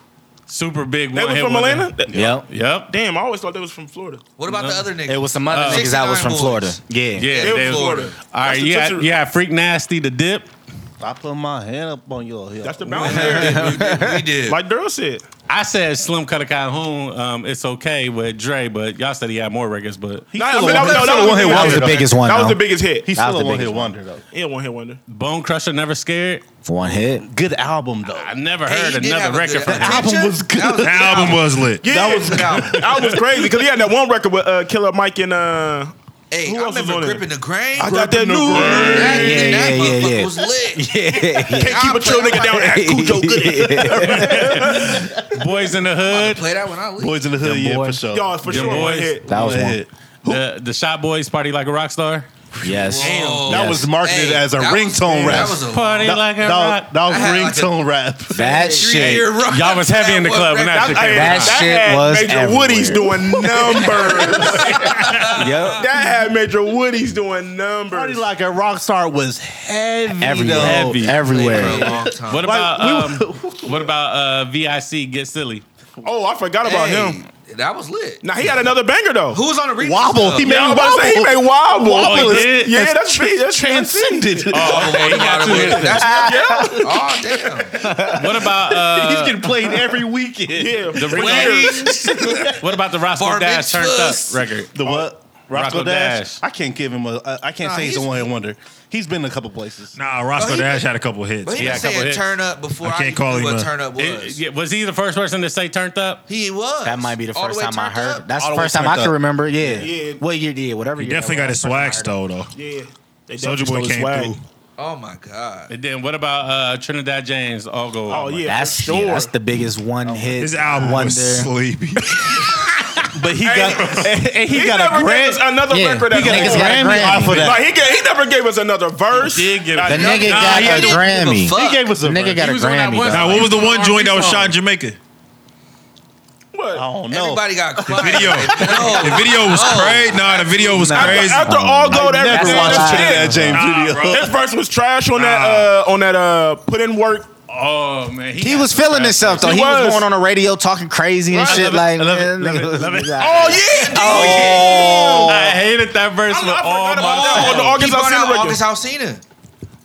Speaker 2: Super big one.
Speaker 5: They was
Speaker 2: hit
Speaker 5: from
Speaker 2: wonder.
Speaker 5: Atlanta. That-
Speaker 6: Yep.
Speaker 2: Yep.
Speaker 5: Damn, I always thought they was from Florida.
Speaker 4: What about
Speaker 2: No.
Speaker 4: the other nigga?
Speaker 6: It was some other
Speaker 2: Uh,
Speaker 6: niggas that
Speaker 4: 69
Speaker 6: was from
Speaker 4: boys.
Speaker 6: Florida. Yeah.
Speaker 2: Yeah,
Speaker 5: They was
Speaker 2: they was-
Speaker 5: Florida.
Speaker 2: All
Speaker 5: That's
Speaker 2: right,
Speaker 5: the
Speaker 2: yeah,
Speaker 5: Tootsie-
Speaker 2: yeah. Freak nasty the dip.
Speaker 3: I put my hand up on your hill.
Speaker 5: That's the
Speaker 4: We
Speaker 5: bounce.
Speaker 4: did. We did.
Speaker 5: Like Daryl said,
Speaker 2: I said Slim Cutter Calhoun. Um, it's okay with Dre, but y'all said he had more records. But
Speaker 3: He's
Speaker 5: Nah,
Speaker 3: still
Speaker 5: I mean,
Speaker 3: a
Speaker 5: that was- that was-
Speaker 3: one- he's still a
Speaker 5: that was
Speaker 6: That was
Speaker 3: one-hit
Speaker 6: the
Speaker 5: the
Speaker 3: wonder,
Speaker 6: biggest one.
Speaker 5: that was
Speaker 6: though.
Speaker 5: the biggest hit.
Speaker 3: He's
Speaker 6: that was
Speaker 3: still a
Speaker 6: the
Speaker 3: one hit
Speaker 6: biggest
Speaker 3: wonder though.
Speaker 5: He had one hit wonder.
Speaker 2: Bone Crusher, Never Scared.
Speaker 6: One hit.
Speaker 3: Good album though.
Speaker 2: I never
Speaker 4: Hey,
Speaker 2: heard
Speaker 4: he did have
Speaker 2: another
Speaker 4: a
Speaker 2: record
Speaker 4: good-
Speaker 2: from
Speaker 4: that
Speaker 2: him.
Speaker 3: album was good.
Speaker 4: That was a
Speaker 9: The album was lit.
Speaker 5: Yeah,
Speaker 4: That was a good album.
Speaker 5: that was crazy because he had that one record with uh, Killer Mike and uh,
Speaker 4: Hey,
Speaker 5: Who
Speaker 4: I
Speaker 5: else was on
Speaker 4: remember
Speaker 5: there?
Speaker 4: gripping the grain.
Speaker 5: I got that new.
Speaker 4: That-
Speaker 6: Yeah,
Speaker 4: that
Speaker 6: yeah, yeah,
Speaker 4: motherfucker
Speaker 6: yeah.
Speaker 4: was lit.
Speaker 5: Can't keep a chill nigga down. Act Cujo good.
Speaker 2: Boys in the Hood,
Speaker 4: Play that when I leave.
Speaker 3: Boys in the Hood, yeah,
Speaker 6: boy.
Speaker 3: for sure.
Speaker 5: Y'all for
Speaker 2: Them
Speaker 5: sure one
Speaker 2: boys.
Speaker 5: hit.
Speaker 6: That was one.
Speaker 2: the, the Shot Boys Party Like a Rock Star.
Speaker 6: Yes.
Speaker 4: Whoa.
Speaker 3: That was marketed as a
Speaker 4: that was-
Speaker 3: ringtone
Speaker 4: that
Speaker 3: rap.
Speaker 4: was a-
Speaker 2: Party Like a
Speaker 3: That,
Speaker 2: Rock.
Speaker 3: that was
Speaker 4: I had like a-
Speaker 3: ringtone rap.
Speaker 6: That shit.
Speaker 4: Three-year run.
Speaker 2: Y'all was heavy in the
Speaker 4: That
Speaker 2: club when
Speaker 4: one
Speaker 2: that
Speaker 4: record-
Speaker 2: shit
Speaker 5: Hey,
Speaker 2: came out.
Speaker 6: That shit
Speaker 5: had
Speaker 6: was
Speaker 5: Major Woody's
Speaker 6: everywhere.
Speaker 5: doing numbers.
Speaker 6: Yep.
Speaker 5: that had Major Woody's doing numbers.
Speaker 3: Party like a rock star was heavy
Speaker 6: Everywhere.
Speaker 3: though.
Speaker 2: Heavy.
Speaker 6: Everywhere.
Speaker 4: For a long time.
Speaker 2: What
Speaker 3: Like,
Speaker 2: about um, what about uh, VIC Get Silly?
Speaker 5: Oh, I forgot about
Speaker 4: Hey,
Speaker 5: him.
Speaker 4: That was lit.
Speaker 5: Now he had another banger though.
Speaker 4: Who was on the remix?
Speaker 3: Wobble.
Speaker 4: though?
Speaker 3: He made
Speaker 5: Yeah, I
Speaker 3: him
Speaker 5: was about
Speaker 3: wobble.
Speaker 5: to say, he made Wobble.
Speaker 2: Wobble, he did?
Speaker 5: Yeah,
Speaker 3: That's
Speaker 5: that's me. That's
Speaker 3: Transcended.
Speaker 2: Uh,
Speaker 4: Oh, okay, he got you. Oh, damn.
Speaker 2: What about
Speaker 3: He's
Speaker 2: uh,
Speaker 3: getting played every weekend.
Speaker 5: Yeah,
Speaker 2: the
Speaker 5: for
Speaker 2: Reno-
Speaker 5: sure.
Speaker 2: what about the Roscoe
Speaker 4: Bar
Speaker 2: Dash turned up
Speaker 4: mitzvahs.
Speaker 2: record?
Speaker 3: The what? Roscoe,
Speaker 2: Roscoe
Speaker 3: Dash.
Speaker 2: Dash.
Speaker 3: I can't give him a. I- I can't
Speaker 4: Nah,
Speaker 3: say he's,
Speaker 4: he's-
Speaker 3: a one hit wonder. He's been in a couple places.
Speaker 9: Nah, Roscoe
Speaker 4: But he-
Speaker 9: Dash had a couple hits.
Speaker 4: But he
Speaker 9: Yeah.
Speaker 4: was
Speaker 2: a couple
Speaker 4: saying
Speaker 2: hits.
Speaker 4: turn up before
Speaker 9: I
Speaker 4: I,
Speaker 9: can't
Speaker 4: even
Speaker 9: call
Speaker 4: knew
Speaker 9: him
Speaker 4: what
Speaker 9: a-
Speaker 4: turn up was.
Speaker 2: It- yeah, was he the first person to say turned up?
Speaker 4: He was.
Speaker 6: That might be the
Speaker 4: All
Speaker 6: first
Speaker 4: way
Speaker 6: time I
Speaker 4: turned
Speaker 6: heard.
Speaker 4: up.
Speaker 6: That's
Speaker 3: All
Speaker 6: the
Speaker 3: the way
Speaker 6: first time
Speaker 3: turned
Speaker 6: I
Speaker 3: up.
Speaker 6: can remember. Yeah.
Speaker 5: Yeah.
Speaker 6: What year did? Whatever.
Speaker 9: He
Speaker 6: year that
Speaker 9: definitely
Speaker 6: was,
Speaker 9: got
Speaker 6: that's
Speaker 9: his
Speaker 6: the first time I
Speaker 9: swag
Speaker 6: heard it.
Speaker 9: stole though.
Speaker 5: Yeah. They
Speaker 9: Soldier
Speaker 5: definitely
Speaker 9: Boy
Speaker 5: stole his
Speaker 9: came
Speaker 5: swag.
Speaker 9: through.
Speaker 4: Oh my god.
Speaker 2: And then what about uh, Trinidad James? All go.
Speaker 5: Oh yeah,
Speaker 6: That's
Speaker 5: for sure.
Speaker 6: yeah, that's the biggest one hit.
Speaker 9: His album
Speaker 6: wonder.
Speaker 9: was sleepy.
Speaker 3: But he got and, and he,
Speaker 5: He,
Speaker 3: got
Speaker 5: never
Speaker 3: a
Speaker 5: gave
Speaker 3: grand.
Speaker 5: us another
Speaker 6: Yeah,
Speaker 5: record.
Speaker 6: he
Speaker 5: at
Speaker 6: got-
Speaker 5: all.
Speaker 6: niggas got a Grammy
Speaker 3: off of
Speaker 6: man.
Speaker 3: that.
Speaker 5: Like he, ga- he never gave us another verse.
Speaker 2: He did give
Speaker 5: Like,
Speaker 2: us-
Speaker 6: The nigga
Speaker 5: nah,
Speaker 6: got
Speaker 5: he
Speaker 6: a
Speaker 5: didn't do-
Speaker 6: Grammy.
Speaker 4: fuck.
Speaker 3: He gave us a.
Speaker 6: The nigga got a
Speaker 2: He was on that
Speaker 6: Grammy.
Speaker 2: one
Speaker 6: though.
Speaker 9: now, what was the one
Speaker 2: R&B
Speaker 9: joint that was
Speaker 2: song.
Speaker 9: shot in Jamaica?
Speaker 3: I
Speaker 5: What?
Speaker 3: don't know.
Speaker 4: Everybody got quiet.
Speaker 9: Video.
Speaker 4: No.
Speaker 9: The video was
Speaker 6: Oh.
Speaker 9: crazy. Nah, the video was
Speaker 6: Nah.
Speaker 5: After,
Speaker 9: crazy.
Speaker 2: Oh,
Speaker 5: after all gold,
Speaker 3: I
Speaker 5: everything
Speaker 3: never
Speaker 5: was
Speaker 3: watched
Speaker 6: Nah,
Speaker 5: shit.
Speaker 3: Trinidad James
Speaker 9: Nah,
Speaker 3: video.
Speaker 9: bro.
Speaker 5: His verse was trash on that uh, on that uh, put in work.
Speaker 2: Oh man,
Speaker 6: He
Speaker 2: got
Speaker 6: was
Speaker 2: some
Speaker 6: feeling
Speaker 2: rap.
Speaker 6: himself though.
Speaker 5: He
Speaker 6: He was
Speaker 5: was.
Speaker 6: going on the radio talking crazy and
Speaker 5: Right.
Speaker 6: shit.
Speaker 5: Love
Speaker 6: Like,
Speaker 9: it, love it,
Speaker 6: man,
Speaker 9: love it,
Speaker 6: nigga was
Speaker 9: love it.
Speaker 6: like-
Speaker 5: Oh yeah, dude.
Speaker 6: Oh,
Speaker 2: I hated that verse
Speaker 5: I, I
Speaker 2: with all
Speaker 5: forgot about
Speaker 2: my.
Speaker 5: that on the
Speaker 4: He
Speaker 5: August
Speaker 4: brought
Speaker 5: Alsina
Speaker 4: out
Speaker 5: record.
Speaker 4: August Alsina.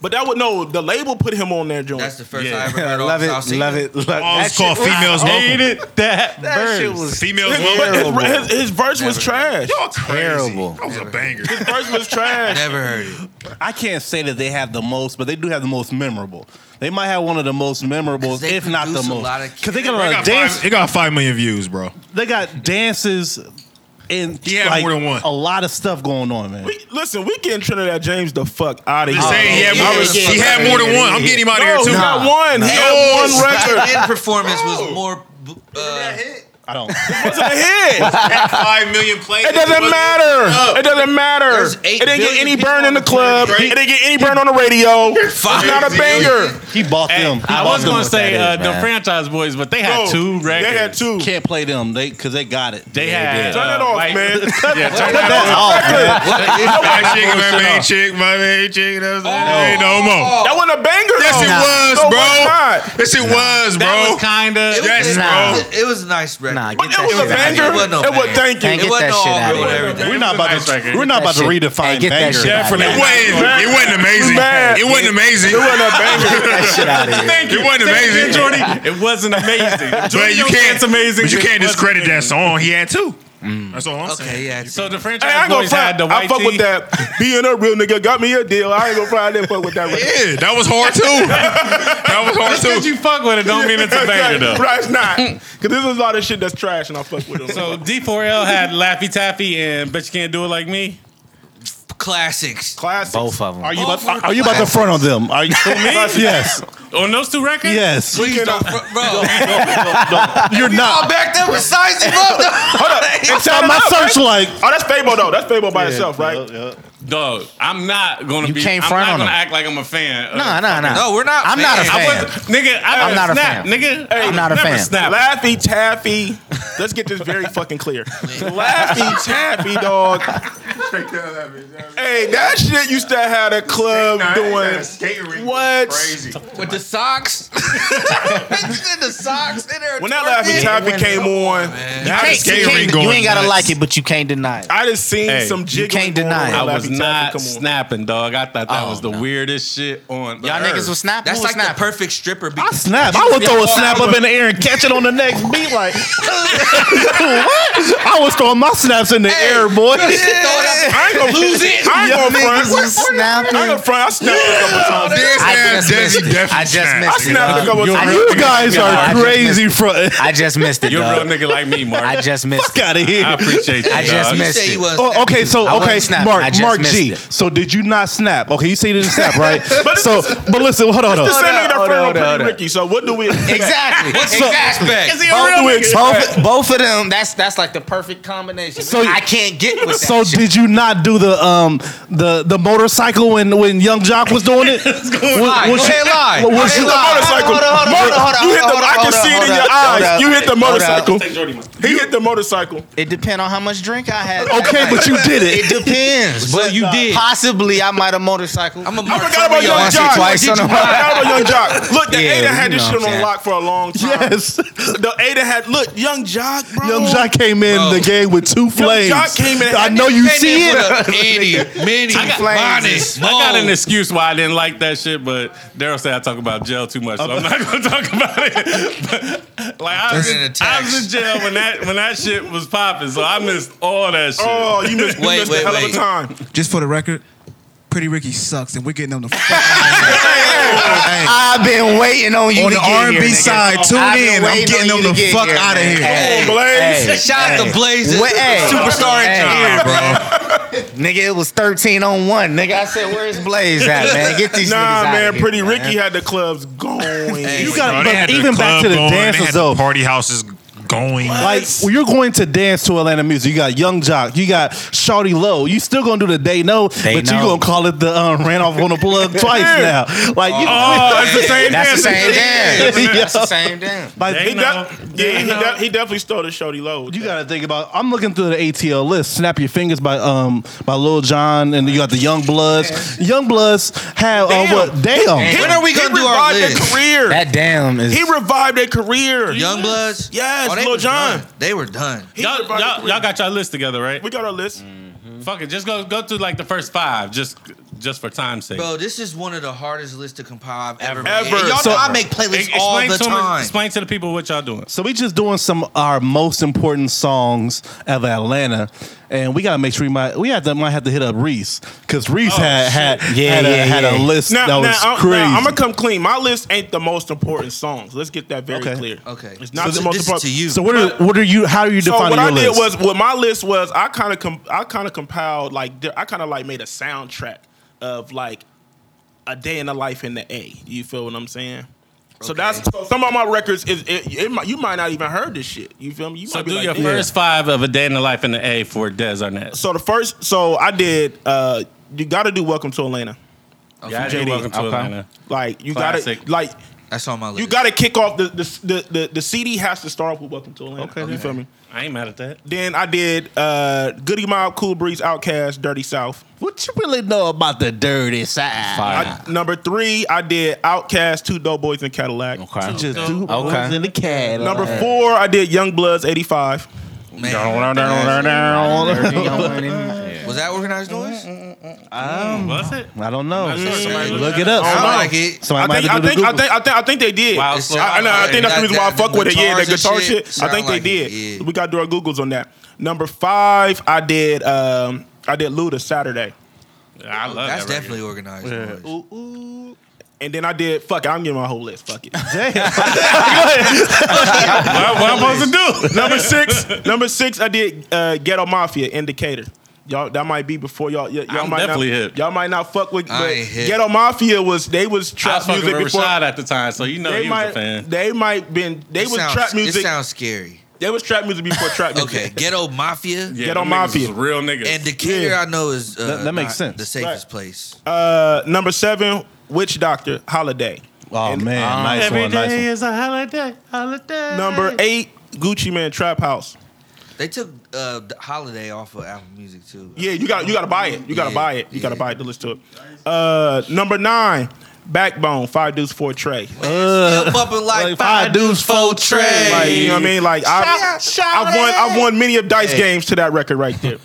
Speaker 5: But that would no, the label put him on that joint.
Speaker 4: That's the first
Speaker 2: Yeah.
Speaker 4: I ever heard
Speaker 6: love,
Speaker 4: August
Speaker 6: it,
Speaker 4: Alsina.
Speaker 6: love it, love it.
Speaker 9: Oh,
Speaker 6: That
Speaker 9: it's called
Speaker 6: shit was-
Speaker 9: Females Local.
Speaker 2: hated that,
Speaker 6: That
Speaker 2: verse.
Speaker 6: shit was
Speaker 9: Females
Speaker 5: his, but
Speaker 9: Local.
Speaker 5: his, his, his verse was
Speaker 4: Never.
Speaker 5: trash.
Speaker 9: Y'all crazy.
Speaker 6: Terrible.
Speaker 9: That was a banger.
Speaker 5: His verse was trash.
Speaker 4: Never heard it.
Speaker 3: I can't say that they have the most, but they do have the most memorable. They might have one of the most memorable,
Speaker 4: Because they
Speaker 3: if not the
Speaker 4: produce a lot
Speaker 3: most.
Speaker 4: of-
Speaker 3: Because they got a
Speaker 9: Bro, it
Speaker 3: lot of
Speaker 9: got
Speaker 3: dance.
Speaker 9: five- It got five million views, bro.
Speaker 3: They got dances and
Speaker 9: He had
Speaker 3: like,
Speaker 9: more than one.
Speaker 3: A lot of stuff going on, man.
Speaker 5: We, listen, we getting Trinidad James the fuck out of here.
Speaker 9: Just saying, he had,
Speaker 5: Oh,
Speaker 4: yeah,
Speaker 9: more-
Speaker 4: yeah,
Speaker 9: he had
Speaker 4: yeah,
Speaker 9: more than
Speaker 4: yeah,
Speaker 9: one. I'm getting him out of
Speaker 5: No,
Speaker 9: here
Speaker 5: he
Speaker 9: too.
Speaker 5: got one. He
Speaker 9: No.
Speaker 5: had one record.
Speaker 4: His performance was more. Uh,
Speaker 3: I don't.
Speaker 5: It's a hit.
Speaker 9: Five million plays.
Speaker 5: It doesn't matter. It doesn't matter.
Speaker 4: There's
Speaker 5: It
Speaker 4: eight
Speaker 5: didn't get
Speaker 4: billion
Speaker 5: any
Speaker 4: people
Speaker 5: burn in
Speaker 4: on
Speaker 5: the
Speaker 4: the
Speaker 5: club.
Speaker 4: planet,
Speaker 5: It didn't get any burn on the radio. It's
Speaker 4: five
Speaker 5: not a
Speaker 4: billion.
Speaker 5: banger.
Speaker 3: He bought them. He
Speaker 2: I
Speaker 3: bought
Speaker 2: was
Speaker 3: them.
Speaker 2: gonna say
Speaker 6: that
Speaker 2: uh,
Speaker 6: is,
Speaker 2: the
Speaker 6: man.
Speaker 2: franchise boys, but they had
Speaker 5: Bro,
Speaker 2: two
Speaker 5: They
Speaker 2: records.
Speaker 5: had two.
Speaker 3: Can't play them. They because they got it.
Speaker 2: They had.
Speaker 5: Turn
Speaker 2: uh,
Speaker 5: it off,
Speaker 2: white-
Speaker 5: man.
Speaker 2: Yeah, turn that
Speaker 3: Cut that
Speaker 2: off.
Speaker 3: off, man.
Speaker 9: My chick, my main chick, my main chick.
Speaker 4: Oh.
Speaker 9: That's ain't no more.
Speaker 5: That wasn't a banger.
Speaker 9: Yes,
Speaker 5: though.
Speaker 9: it was,
Speaker 5: So
Speaker 9: bro.
Speaker 5: why not?
Speaker 9: Yes, it was, bro.
Speaker 2: That was kinda.
Speaker 4: It was,
Speaker 9: Yes,
Speaker 4: it, it was a nice record.
Speaker 6: Nah,
Speaker 4: But
Speaker 6: get
Speaker 5: It
Speaker 6: that
Speaker 5: was a
Speaker 6: shit out of
Speaker 5: banger.
Speaker 6: here.
Speaker 4: It wasn't no
Speaker 5: It
Speaker 4: banger.
Speaker 5: was thank
Speaker 6: Dang,
Speaker 5: you.
Speaker 4: it
Speaker 6: get
Speaker 4: wasn't
Speaker 6: that
Speaker 4: all
Speaker 6: shit out
Speaker 4: good,
Speaker 6: of
Speaker 4: whatever.
Speaker 6: here.
Speaker 3: We're not about
Speaker 2: Nice
Speaker 3: to.
Speaker 2: record.
Speaker 3: We're not about to
Speaker 6: Hey,
Speaker 3: redefine
Speaker 6: get that
Speaker 3: banger.
Speaker 6: shit out of here.
Speaker 9: It wasn't. It wasn't amazing.
Speaker 5: Bad.
Speaker 9: It wasn't amazing. It wasn't
Speaker 6: Get that shit out of here.
Speaker 9: It wasn't amazing.
Speaker 2: It wasn't amazing.
Speaker 9: But you can't.
Speaker 2: It's amazing.
Speaker 9: But you
Speaker 2: It
Speaker 9: can't
Speaker 2: wasn't
Speaker 9: discredit that song. He had two. That's all I'm
Speaker 4: Okay,
Speaker 9: saying.
Speaker 4: yeah.
Speaker 2: So the
Speaker 5: Hey, I
Speaker 2: franchise
Speaker 5: ain't gonna
Speaker 2: boys had
Speaker 5: front.
Speaker 2: the
Speaker 5: I
Speaker 2: white
Speaker 5: fuck with
Speaker 2: tee.
Speaker 5: that. Being a real nigga got me a deal. I ain't gonna front. I didn't fuck with that record.
Speaker 9: Yeah, that was hard too. that was hard
Speaker 2: Just 'cause
Speaker 9: too.
Speaker 2: you fuck with it, don't mean it's a banger though.
Speaker 5: Right, it's not. Because this is a lot of shit that's trash and I fuck with them.
Speaker 2: So D4L had Laffy Taffy and Bet You Can't Do It Like Me.
Speaker 4: classics.
Speaker 5: classics.
Speaker 6: Both of them.
Speaker 3: Are you
Speaker 4: All
Speaker 3: about?
Speaker 4: four
Speaker 3: Are, you about to
Speaker 4: classics.
Speaker 3: front on them? Are you? yes.
Speaker 2: On those two records?
Speaker 3: Yes.
Speaker 4: Please don't, fr- bro.
Speaker 3: You're
Speaker 4: Y'all
Speaker 3: not.
Speaker 4: back there with size and love. Hold up.
Speaker 5: It's
Speaker 3: Got my searchlight.
Speaker 5: Oh, that's Fable though. That's Fable by itself, right?
Speaker 2: Dog, I'm not gonna
Speaker 6: You
Speaker 2: be.
Speaker 6: can't
Speaker 2: I'm
Speaker 6: front
Speaker 2: not
Speaker 6: on
Speaker 2: gonna
Speaker 6: them.
Speaker 2: act like I'm a fan. of-
Speaker 6: Nah, nah, nah.
Speaker 4: No, we're not
Speaker 6: I'm not a
Speaker 4: fans. I
Speaker 2: What
Speaker 6: fan.
Speaker 2: the- Nigga, I
Speaker 6: I'm not a
Speaker 2: snap,
Speaker 6: fan.
Speaker 2: Nigga,
Speaker 6: I'm not a
Speaker 2: never
Speaker 6: fan.
Speaker 2: Snap.
Speaker 5: Laffy Taffy. Let's get this very fucking clear. Laffy Taffy, dog. Hey, that shit used to have the club doing. What?
Speaker 7: Crazy.
Speaker 4: With the socks. Bitch, in the socks. In there
Speaker 5: When that Laffy Taffy came on,
Speaker 9: Now
Speaker 6: Can't-
Speaker 9: the
Speaker 6: Oh, you
Speaker 9: skating
Speaker 6: can't-
Speaker 9: rink
Speaker 6: you
Speaker 9: going
Speaker 6: ain't gotta
Speaker 9: nuts.
Speaker 6: like it, but you can't deny it.
Speaker 5: I just seen
Speaker 2: Hey,
Speaker 5: some
Speaker 2: you
Speaker 5: jiggling.
Speaker 6: can't
Speaker 5: going on
Speaker 6: deny it.
Speaker 2: I
Speaker 5: when
Speaker 2: was
Speaker 5: Laffy Taffy
Speaker 2: not
Speaker 5: come on.
Speaker 2: snapping, dog. I thought that
Speaker 6: Oh,
Speaker 2: was the
Speaker 6: no.
Speaker 2: weirdest shit on.
Speaker 6: Y'all niggas was snapping.
Speaker 4: That's
Speaker 6: Who was
Speaker 4: like the
Speaker 6: snapping?
Speaker 4: perfect stripper.
Speaker 3: I
Speaker 4: Because
Speaker 3: snap. I would throw a snap up in the air and catch it on the next beat. Like what? I was throwing my snaps in the air, boy.
Speaker 5: I ain't gonna lose it. I ain't gonna front.
Speaker 6: Niggas was
Speaker 5: I ain't gonna
Speaker 6: snapping.
Speaker 5: front. I snapped a couple times.
Speaker 9: This
Speaker 6: I
Speaker 9: ass
Speaker 6: just missed
Speaker 9: Desi
Speaker 6: it. I
Speaker 9: definitely
Speaker 6: just
Speaker 5: I
Speaker 9: snapped.
Speaker 6: missed it.
Speaker 5: snapped a couple
Speaker 6: dog.
Speaker 5: times.
Speaker 3: You guys
Speaker 6: I
Speaker 3: are
Speaker 6: just
Speaker 3: crazy front.
Speaker 6: I just missed it,
Speaker 2: You're a real
Speaker 6: dog.
Speaker 2: nigga like me, Mark.
Speaker 6: I
Speaker 2: I,
Speaker 6: just missed it.
Speaker 3: Got it here.
Speaker 2: appreciate you.
Speaker 6: I just
Speaker 2: dog.
Speaker 6: missed
Speaker 4: say
Speaker 6: it.
Speaker 4: he was.
Speaker 3: Oh, okay, so
Speaker 6: I wasn't
Speaker 3: okay,
Speaker 6: snapping. I
Speaker 3: Mark,
Speaker 6: just
Speaker 3: Mark
Speaker 6: missed
Speaker 3: G.
Speaker 6: it.
Speaker 3: So did you not snap? Okay, you say you didn't snap, right? so, but listen, hold on, hold
Speaker 5: Same
Speaker 3: on.
Speaker 5: nigga that
Speaker 6: Hold on,
Speaker 5: front on
Speaker 6: hold on.
Speaker 5: Pretty Ricky. So what do we?
Speaker 6: Exactly.
Speaker 4: What's his aspect?
Speaker 5: Both do we expect?
Speaker 3: Both,
Speaker 6: both of them. That's that's like the perfect combination.
Speaker 3: So-
Speaker 6: So I can't get with that.
Speaker 3: So
Speaker 6: shit.
Speaker 3: did you not do the um the the motorcycle when when Young Jock was doing it? Was-
Speaker 6: lie.
Speaker 3: was
Speaker 6: Go
Speaker 3: you-
Speaker 6: ahead, lie.
Speaker 3: was
Speaker 6: Go ahead,
Speaker 3: you-
Speaker 6: lie.
Speaker 5: motorcycle.
Speaker 6: Hold on, hold on, hold on, hold on,
Speaker 5: You hit
Speaker 6: hold
Speaker 5: the.
Speaker 6: on,
Speaker 5: I can
Speaker 6: hold on,
Speaker 5: see it in
Speaker 6: hold
Speaker 5: your
Speaker 6: on, hold on.
Speaker 5: eyes. You hit the
Speaker 6: Hold on.
Speaker 5: motorcycle.
Speaker 2: Take Jordy money.
Speaker 5: He hit the motorcycle.
Speaker 6: It depends on how much drink I had.
Speaker 3: Okay, but you did
Speaker 6: It
Speaker 3: it.
Speaker 6: depends. But
Speaker 2: you did.
Speaker 6: possibly I might have motorcycle.
Speaker 4: I'm a
Speaker 5: I forgot about
Speaker 4: Martorio.
Speaker 5: Young
Speaker 6: once or
Speaker 5: Jock.
Speaker 6: twice
Speaker 5: I
Speaker 6: on the-
Speaker 5: forgot about Young Jock. Look, the
Speaker 6: Yeah,
Speaker 5: Ada had
Speaker 6: you
Speaker 5: this
Speaker 6: know
Speaker 5: shit
Speaker 6: what I'm
Speaker 5: on
Speaker 6: saying.
Speaker 5: lock for a long time.
Speaker 3: Yes.
Speaker 5: The Ada had look, Young Jock, bro.
Speaker 3: Young Jock came in
Speaker 4: Bro.
Speaker 3: the game with two flames.
Speaker 5: Jock came in-
Speaker 3: I know you see it.
Speaker 4: Any, many,
Speaker 2: I got-
Speaker 4: minus,
Speaker 2: I got an
Speaker 9: Oh.
Speaker 4: more.
Speaker 2: excuse why I didn't like that shit, but Daryl said I talk about jail too much, so I'm not gonna talk about it. But, like I was,
Speaker 4: That's an
Speaker 2: in, I
Speaker 4: attack.
Speaker 2: was in jail when that when that shit was popping, so I missed all that shit.
Speaker 5: Oh, you missed, you
Speaker 4: Wait,
Speaker 5: missed
Speaker 4: wait,
Speaker 5: a hell of
Speaker 4: wait.
Speaker 5: a time.
Speaker 10: Just for the record, Pretty Ricky sucks, and we're getting on the. fuck Hey,
Speaker 6: I've been waiting on you
Speaker 10: on
Speaker 6: to
Speaker 10: the
Speaker 6: get
Speaker 10: R&B
Speaker 6: here, nigga.
Speaker 10: side, tune
Speaker 6: I've been
Speaker 10: in. I'm
Speaker 6: waiting
Speaker 10: getting
Speaker 6: on
Speaker 10: them
Speaker 6: you to
Speaker 10: the
Speaker 6: get
Speaker 10: fuck
Speaker 6: here,
Speaker 10: outta
Speaker 6: man.
Speaker 10: here.
Speaker 6: Hey,
Speaker 5: Come on, Blaze.
Speaker 6: hey,
Speaker 4: Shout out
Speaker 6: hey.
Speaker 4: to Blaze,
Speaker 6: Wait, hey.
Speaker 4: superstar
Speaker 6: Hey.
Speaker 4: engineer, bro.
Speaker 6: Nigga, it was 13 on 1. Nigga, I said, where's Blaze at, man? Get these niggas
Speaker 5: Nah,
Speaker 6: outta
Speaker 5: man,
Speaker 6: here,
Speaker 5: Pretty Ricky had the clubs going.
Speaker 3: You
Speaker 9: Bro,
Speaker 3: got
Speaker 9: they
Speaker 3: but
Speaker 9: had the
Speaker 3: even back
Speaker 9: club
Speaker 3: to the
Speaker 9: going, they had
Speaker 3: dances
Speaker 9: the
Speaker 3: though.
Speaker 9: Party houses going.
Speaker 3: Like when you're going to dance to Atlanta music, you got Young Jock, you got Shawty Low. You still gonna do the They Know, but
Speaker 6: Know.
Speaker 3: you gonna call it the um, ran off on the plug twice now. Like you,
Speaker 2: Oh, it's the same
Speaker 6: That's the
Speaker 2: dance.
Speaker 6: same damn.
Speaker 3: Yeah.
Speaker 6: That's the same damn.
Speaker 3: like,
Speaker 5: He
Speaker 2: They
Speaker 5: de-
Speaker 2: know.
Speaker 5: yeah, he,
Speaker 2: They know.
Speaker 5: de- he definitely stole the Shorty Low.
Speaker 3: You gotta think about. I'm looking through the ATL list. Snap your fingers by um by Lil John, and you got the Young Bloods. Young Bloods have uh,
Speaker 5: Damn.
Speaker 3: what? Damn.
Speaker 4: When are we
Speaker 5: he
Speaker 4: gonna do our
Speaker 5: revived their
Speaker 4: list?
Speaker 5: career.
Speaker 6: That damn is.
Speaker 5: he revived their career.
Speaker 4: Young Bloods? Oh,
Speaker 5: Yes,
Speaker 4: they
Speaker 5: Lil
Speaker 4: were
Speaker 5: Jon.
Speaker 4: done. They were done.
Speaker 5: He
Speaker 2: Y'all,
Speaker 5: revived their
Speaker 2: y'all, y'all
Speaker 5: career.
Speaker 2: got your list together, right?
Speaker 5: We got our list.
Speaker 2: Fuck it, just go go through like the first five, just just for time's sake.
Speaker 4: Bro, this is one of the hardest lists to compile I've ever,
Speaker 5: Ever.
Speaker 4: made. And y'all
Speaker 5: So-
Speaker 4: know I make
Speaker 2: E-
Speaker 4: playlists all the
Speaker 2: to 'em-
Speaker 4: time.
Speaker 2: explain to the people what y'all doing.
Speaker 3: So we just doing some of our most important songs of Atlanta, and we gotta make sure we might we have to might have to hit up Reese because Reese
Speaker 2: Oh,
Speaker 3: had
Speaker 2: shit.
Speaker 3: had
Speaker 6: Yeah,
Speaker 3: had, a,
Speaker 6: yeah,
Speaker 3: had a
Speaker 6: yeah.
Speaker 3: list
Speaker 5: Now,
Speaker 3: that was
Speaker 5: now, I'm,
Speaker 3: crazy.
Speaker 5: I'm gonna come clean. My list ain't the most important songs. Let's get that very
Speaker 3: Okay.
Speaker 5: clear.
Speaker 4: Okay.
Speaker 5: it's not
Speaker 4: So
Speaker 5: the
Speaker 4: th-
Speaker 5: most
Speaker 4: this is
Speaker 5: important.
Speaker 4: to you.
Speaker 3: so what are what are you? How are you
Speaker 5: So
Speaker 3: defining
Speaker 5: what I
Speaker 3: your
Speaker 5: did
Speaker 3: list?
Speaker 5: was what my list was. I kind of com- I kind of compiled like di- I kind of like made a soundtrack of like a day in the life in the A. You feel what I'm saying? So that's some of my records is it, it, might you might not even heard this shit. You feel me? You
Speaker 2: So
Speaker 5: might be
Speaker 2: do
Speaker 5: like,
Speaker 2: your
Speaker 5: "Damn."
Speaker 2: first five of a day in the life in the A for Des Arnett.
Speaker 5: So the first so I did uh you got to do Welcome to Atlanta.
Speaker 2: yeah, I did
Speaker 5: JD.
Speaker 2: welcome to
Speaker 6: Okay.
Speaker 2: Atlanta.
Speaker 5: Like you got to
Speaker 2: Classic.
Speaker 5: like
Speaker 4: That's on my list.
Speaker 5: you got to kick off the the, the the the CD has to start off with Welcome to Atlanta. Okay, you feel me?
Speaker 2: I ain't mad at that.
Speaker 5: Then I did uh Goody Mob, Cool Breeze, Outcast, Dirty South.
Speaker 3: what you really know about the dirty side?
Speaker 5: I, number three, I did Outcast, Two Dope Boys and Cadillac.
Speaker 3: I just do
Speaker 6: Okay.
Speaker 3: okay. in the cat.
Speaker 5: Number four, I did Young Bloods, 85.
Speaker 4: Man, was that organized noise?
Speaker 2: Was it?
Speaker 3: I don't know.
Speaker 2: sure. Somebody
Speaker 3: Look
Speaker 2: look
Speaker 3: it
Speaker 2: it
Speaker 3: up.
Speaker 4: I don't
Speaker 5: know.
Speaker 4: like it.
Speaker 5: I
Speaker 3: Somebody
Speaker 5: think,
Speaker 3: might
Speaker 5: I,
Speaker 3: have to do
Speaker 5: think,
Speaker 3: the
Speaker 5: I,
Speaker 3: Google.
Speaker 5: think, I, think, I think they did.
Speaker 2: Wow,
Speaker 5: I,
Speaker 2: slow.
Speaker 5: I, know, I think that's the reason why I
Speaker 4: That-
Speaker 5: fuck
Speaker 4: that-
Speaker 5: with it. Yeah,
Speaker 4: the
Speaker 5: that guitar
Speaker 4: guitars and
Speaker 5: shit.
Speaker 4: shit
Speaker 5: I think they
Speaker 4: sound like
Speaker 5: did.
Speaker 4: it, yeah.
Speaker 5: We got to do our Googles on that. Number five, I did um, I did Luda Saturday.
Speaker 2: I love
Speaker 4: That's
Speaker 2: that record.
Speaker 4: definitely organized noise.
Speaker 5: And then I did, fuck it, I'm getting my whole list. Fuck it.
Speaker 2: What, what am I supposed to do?
Speaker 5: Number six, number six, I did uh, Ghetto Mafia Indicator. Y'all, that might be before y'all. Y- y'all
Speaker 2: I'm
Speaker 5: might
Speaker 2: definitely
Speaker 5: not,
Speaker 2: hip.
Speaker 5: Y'all might not fuck with.
Speaker 4: I
Speaker 5: But
Speaker 4: ain't hip.
Speaker 5: Ghetto Mafia was they was
Speaker 2: I
Speaker 5: trap
Speaker 2: was fucking
Speaker 5: music
Speaker 2: with
Speaker 5: before.
Speaker 2: Rashad at the time, so you know
Speaker 5: They
Speaker 2: he was a
Speaker 5: might,
Speaker 2: fan.
Speaker 5: they might been they
Speaker 4: It
Speaker 5: was
Speaker 4: sounds-
Speaker 5: trap music.
Speaker 4: It sounds scary.
Speaker 5: They was trap music before trap music.
Speaker 4: Okay, Ghetto Mafia.
Speaker 2: Yeah,
Speaker 5: Get on
Speaker 2: them niggas
Speaker 5: Mafia.
Speaker 2: was Real niggas.
Speaker 4: And Decatur,
Speaker 5: Yeah.
Speaker 4: I know is uh,
Speaker 3: That- that makes
Speaker 4: not
Speaker 3: sense.
Speaker 4: The safest place.
Speaker 5: Uh, number seven, Witch Doctor Holiday.
Speaker 3: Oh man, nice one, nice one.
Speaker 2: is a holiday, holiday.
Speaker 5: Number eight, Gucci Man Trap House.
Speaker 4: They took uh, the Holiday off of Apple Music too.
Speaker 5: Yeah, you got you got to buy it. You got to
Speaker 4: Yeah,
Speaker 5: buy it. You got to
Speaker 4: yeah.
Speaker 5: buy it to listen to it. Uh, number nine, Backbone Five Deuce Four Trey.
Speaker 4: Man, still bumping like,
Speaker 3: like
Speaker 4: five,
Speaker 3: five
Speaker 4: dudes, four trades.
Speaker 5: Like, you know what I mean? Like I, I've won I've won many of dice games to that record right there.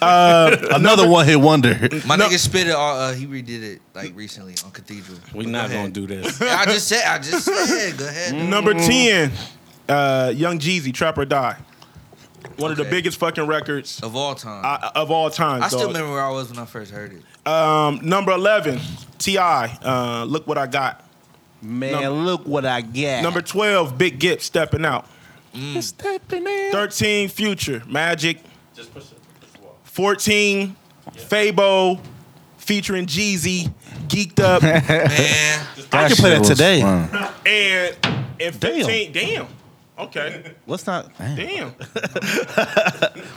Speaker 3: Another one hit wonder.
Speaker 4: My
Speaker 5: No.
Speaker 4: nigga spit it. All, uh, he redid it like recently on Cathedral.
Speaker 2: we
Speaker 4: But go
Speaker 2: not
Speaker 4: ahead.
Speaker 2: gonna do this.
Speaker 4: I just said. I just said. Go ahead.
Speaker 5: Number
Speaker 2: Mm.
Speaker 5: ten, uh, Young Jeezy Trap or Die. One of the
Speaker 4: Okay.
Speaker 5: biggest fucking records
Speaker 4: Of all time. I,
Speaker 5: uh, of all time.
Speaker 4: still
Speaker 5: dog.
Speaker 4: remember where I was when I first heard it.
Speaker 5: Um, number eleven, Ti. Uh, look what I got.
Speaker 3: Man, look what I got.
Speaker 5: Number twelve, Big Gip stepping out.
Speaker 2: Mm.
Speaker 5: Thirteen, Future Magic.
Speaker 2: Just push it. Push the wall.
Speaker 5: 14, Fabo featuring Jeezy, Geeked Up.
Speaker 4: Man,
Speaker 3: I can play that today.
Speaker 5: and and 15, damn. Okay.
Speaker 3: Let's not.
Speaker 5: Damn.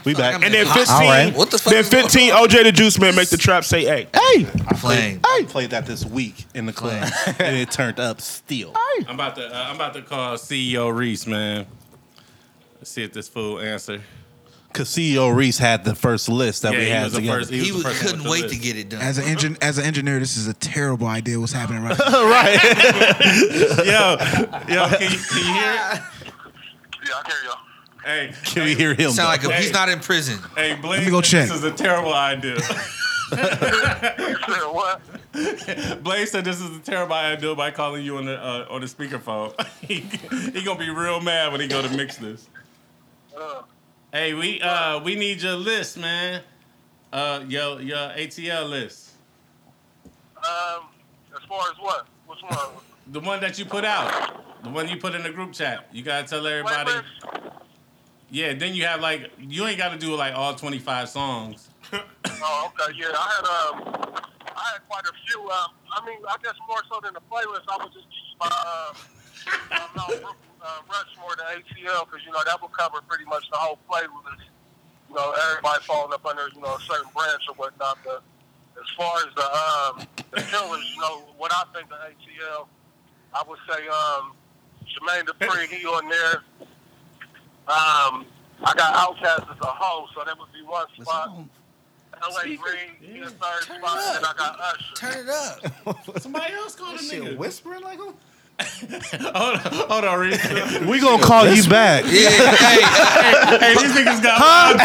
Speaker 3: We back.
Speaker 5: And then
Speaker 3: All
Speaker 5: 15.
Speaker 3: right.
Speaker 4: What the fuck
Speaker 5: Then
Speaker 4: is going
Speaker 5: 15. OJ the Juice Man make the trap say, "Hey."
Speaker 3: Hey,
Speaker 4: I'm playing.
Speaker 3: I played that this week in the club, and it turned up still.
Speaker 2: I'm about to uh, I'm about to call CEO Reese, man. Let's see if this fool answer.
Speaker 3: Cause CEO Reese had the first list that
Speaker 2: Yeah,
Speaker 3: we
Speaker 2: he
Speaker 3: had
Speaker 2: was the
Speaker 3: together.
Speaker 2: first-
Speaker 4: He,
Speaker 2: was the
Speaker 4: was,
Speaker 2: first one
Speaker 4: couldn't
Speaker 2: with
Speaker 4: wait
Speaker 2: the
Speaker 4: to
Speaker 2: list.
Speaker 4: get it done.
Speaker 10: As an engine, as an engineer, this is a terrible idea. What's happening right now?
Speaker 3: right.
Speaker 2: Yo, yo, can you, can you hear it?
Speaker 11: Yeah, I hear y'all.
Speaker 2: Hey,
Speaker 3: Can we hear him?
Speaker 4: Sound like a,
Speaker 2: Hey.
Speaker 4: he's not in prison.
Speaker 2: hey, Blink.
Speaker 10: me go check.
Speaker 2: This is a terrible idea.
Speaker 11: You said what?
Speaker 2: Blake said this is a terrible idea by calling you on the uh, on the speakerphone. he, he gonna be real mad when he go to mix this.
Speaker 11: Uh,
Speaker 2: Hey, we uh we need your list, man. Uh, yo, your ATL list,
Speaker 11: um, as far as what? Which one?
Speaker 2: the one that you put out, the one you put in the group chat. You gotta tell everybody.
Speaker 11: Playlist?
Speaker 2: Yeah, then you have like you ain't gotta do like all twenty five songs.
Speaker 11: Oh, okay. Yeah, I had um, I had quite a few. Uh, I mean, I guess more so than the playlist, I would just keep my uh, my Mount Ru- uh, Rushmore to ATL because you know that would cover pretty much the whole playlist. You know, everybody falling up under you know a certain branch or whatnot. But as far as the um, the killers, you know what I think of ATL, I would say um, Jermaine Dupri, he on there. Um, I got Outkast as a whole, so that would be one spot. LA Green, yeah. third spot, and I got Usher.
Speaker 4: Turn it up.
Speaker 2: Somebody else called a nigga.
Speaker 6: whispering like him?
Speaker 2: Hold on, hold on, Reese. hey,
Speaker 3: We gonna call you back.
Speaker 4: Yeah, hey,
Speaker 2: these niggas got.
Speaker 4: huh,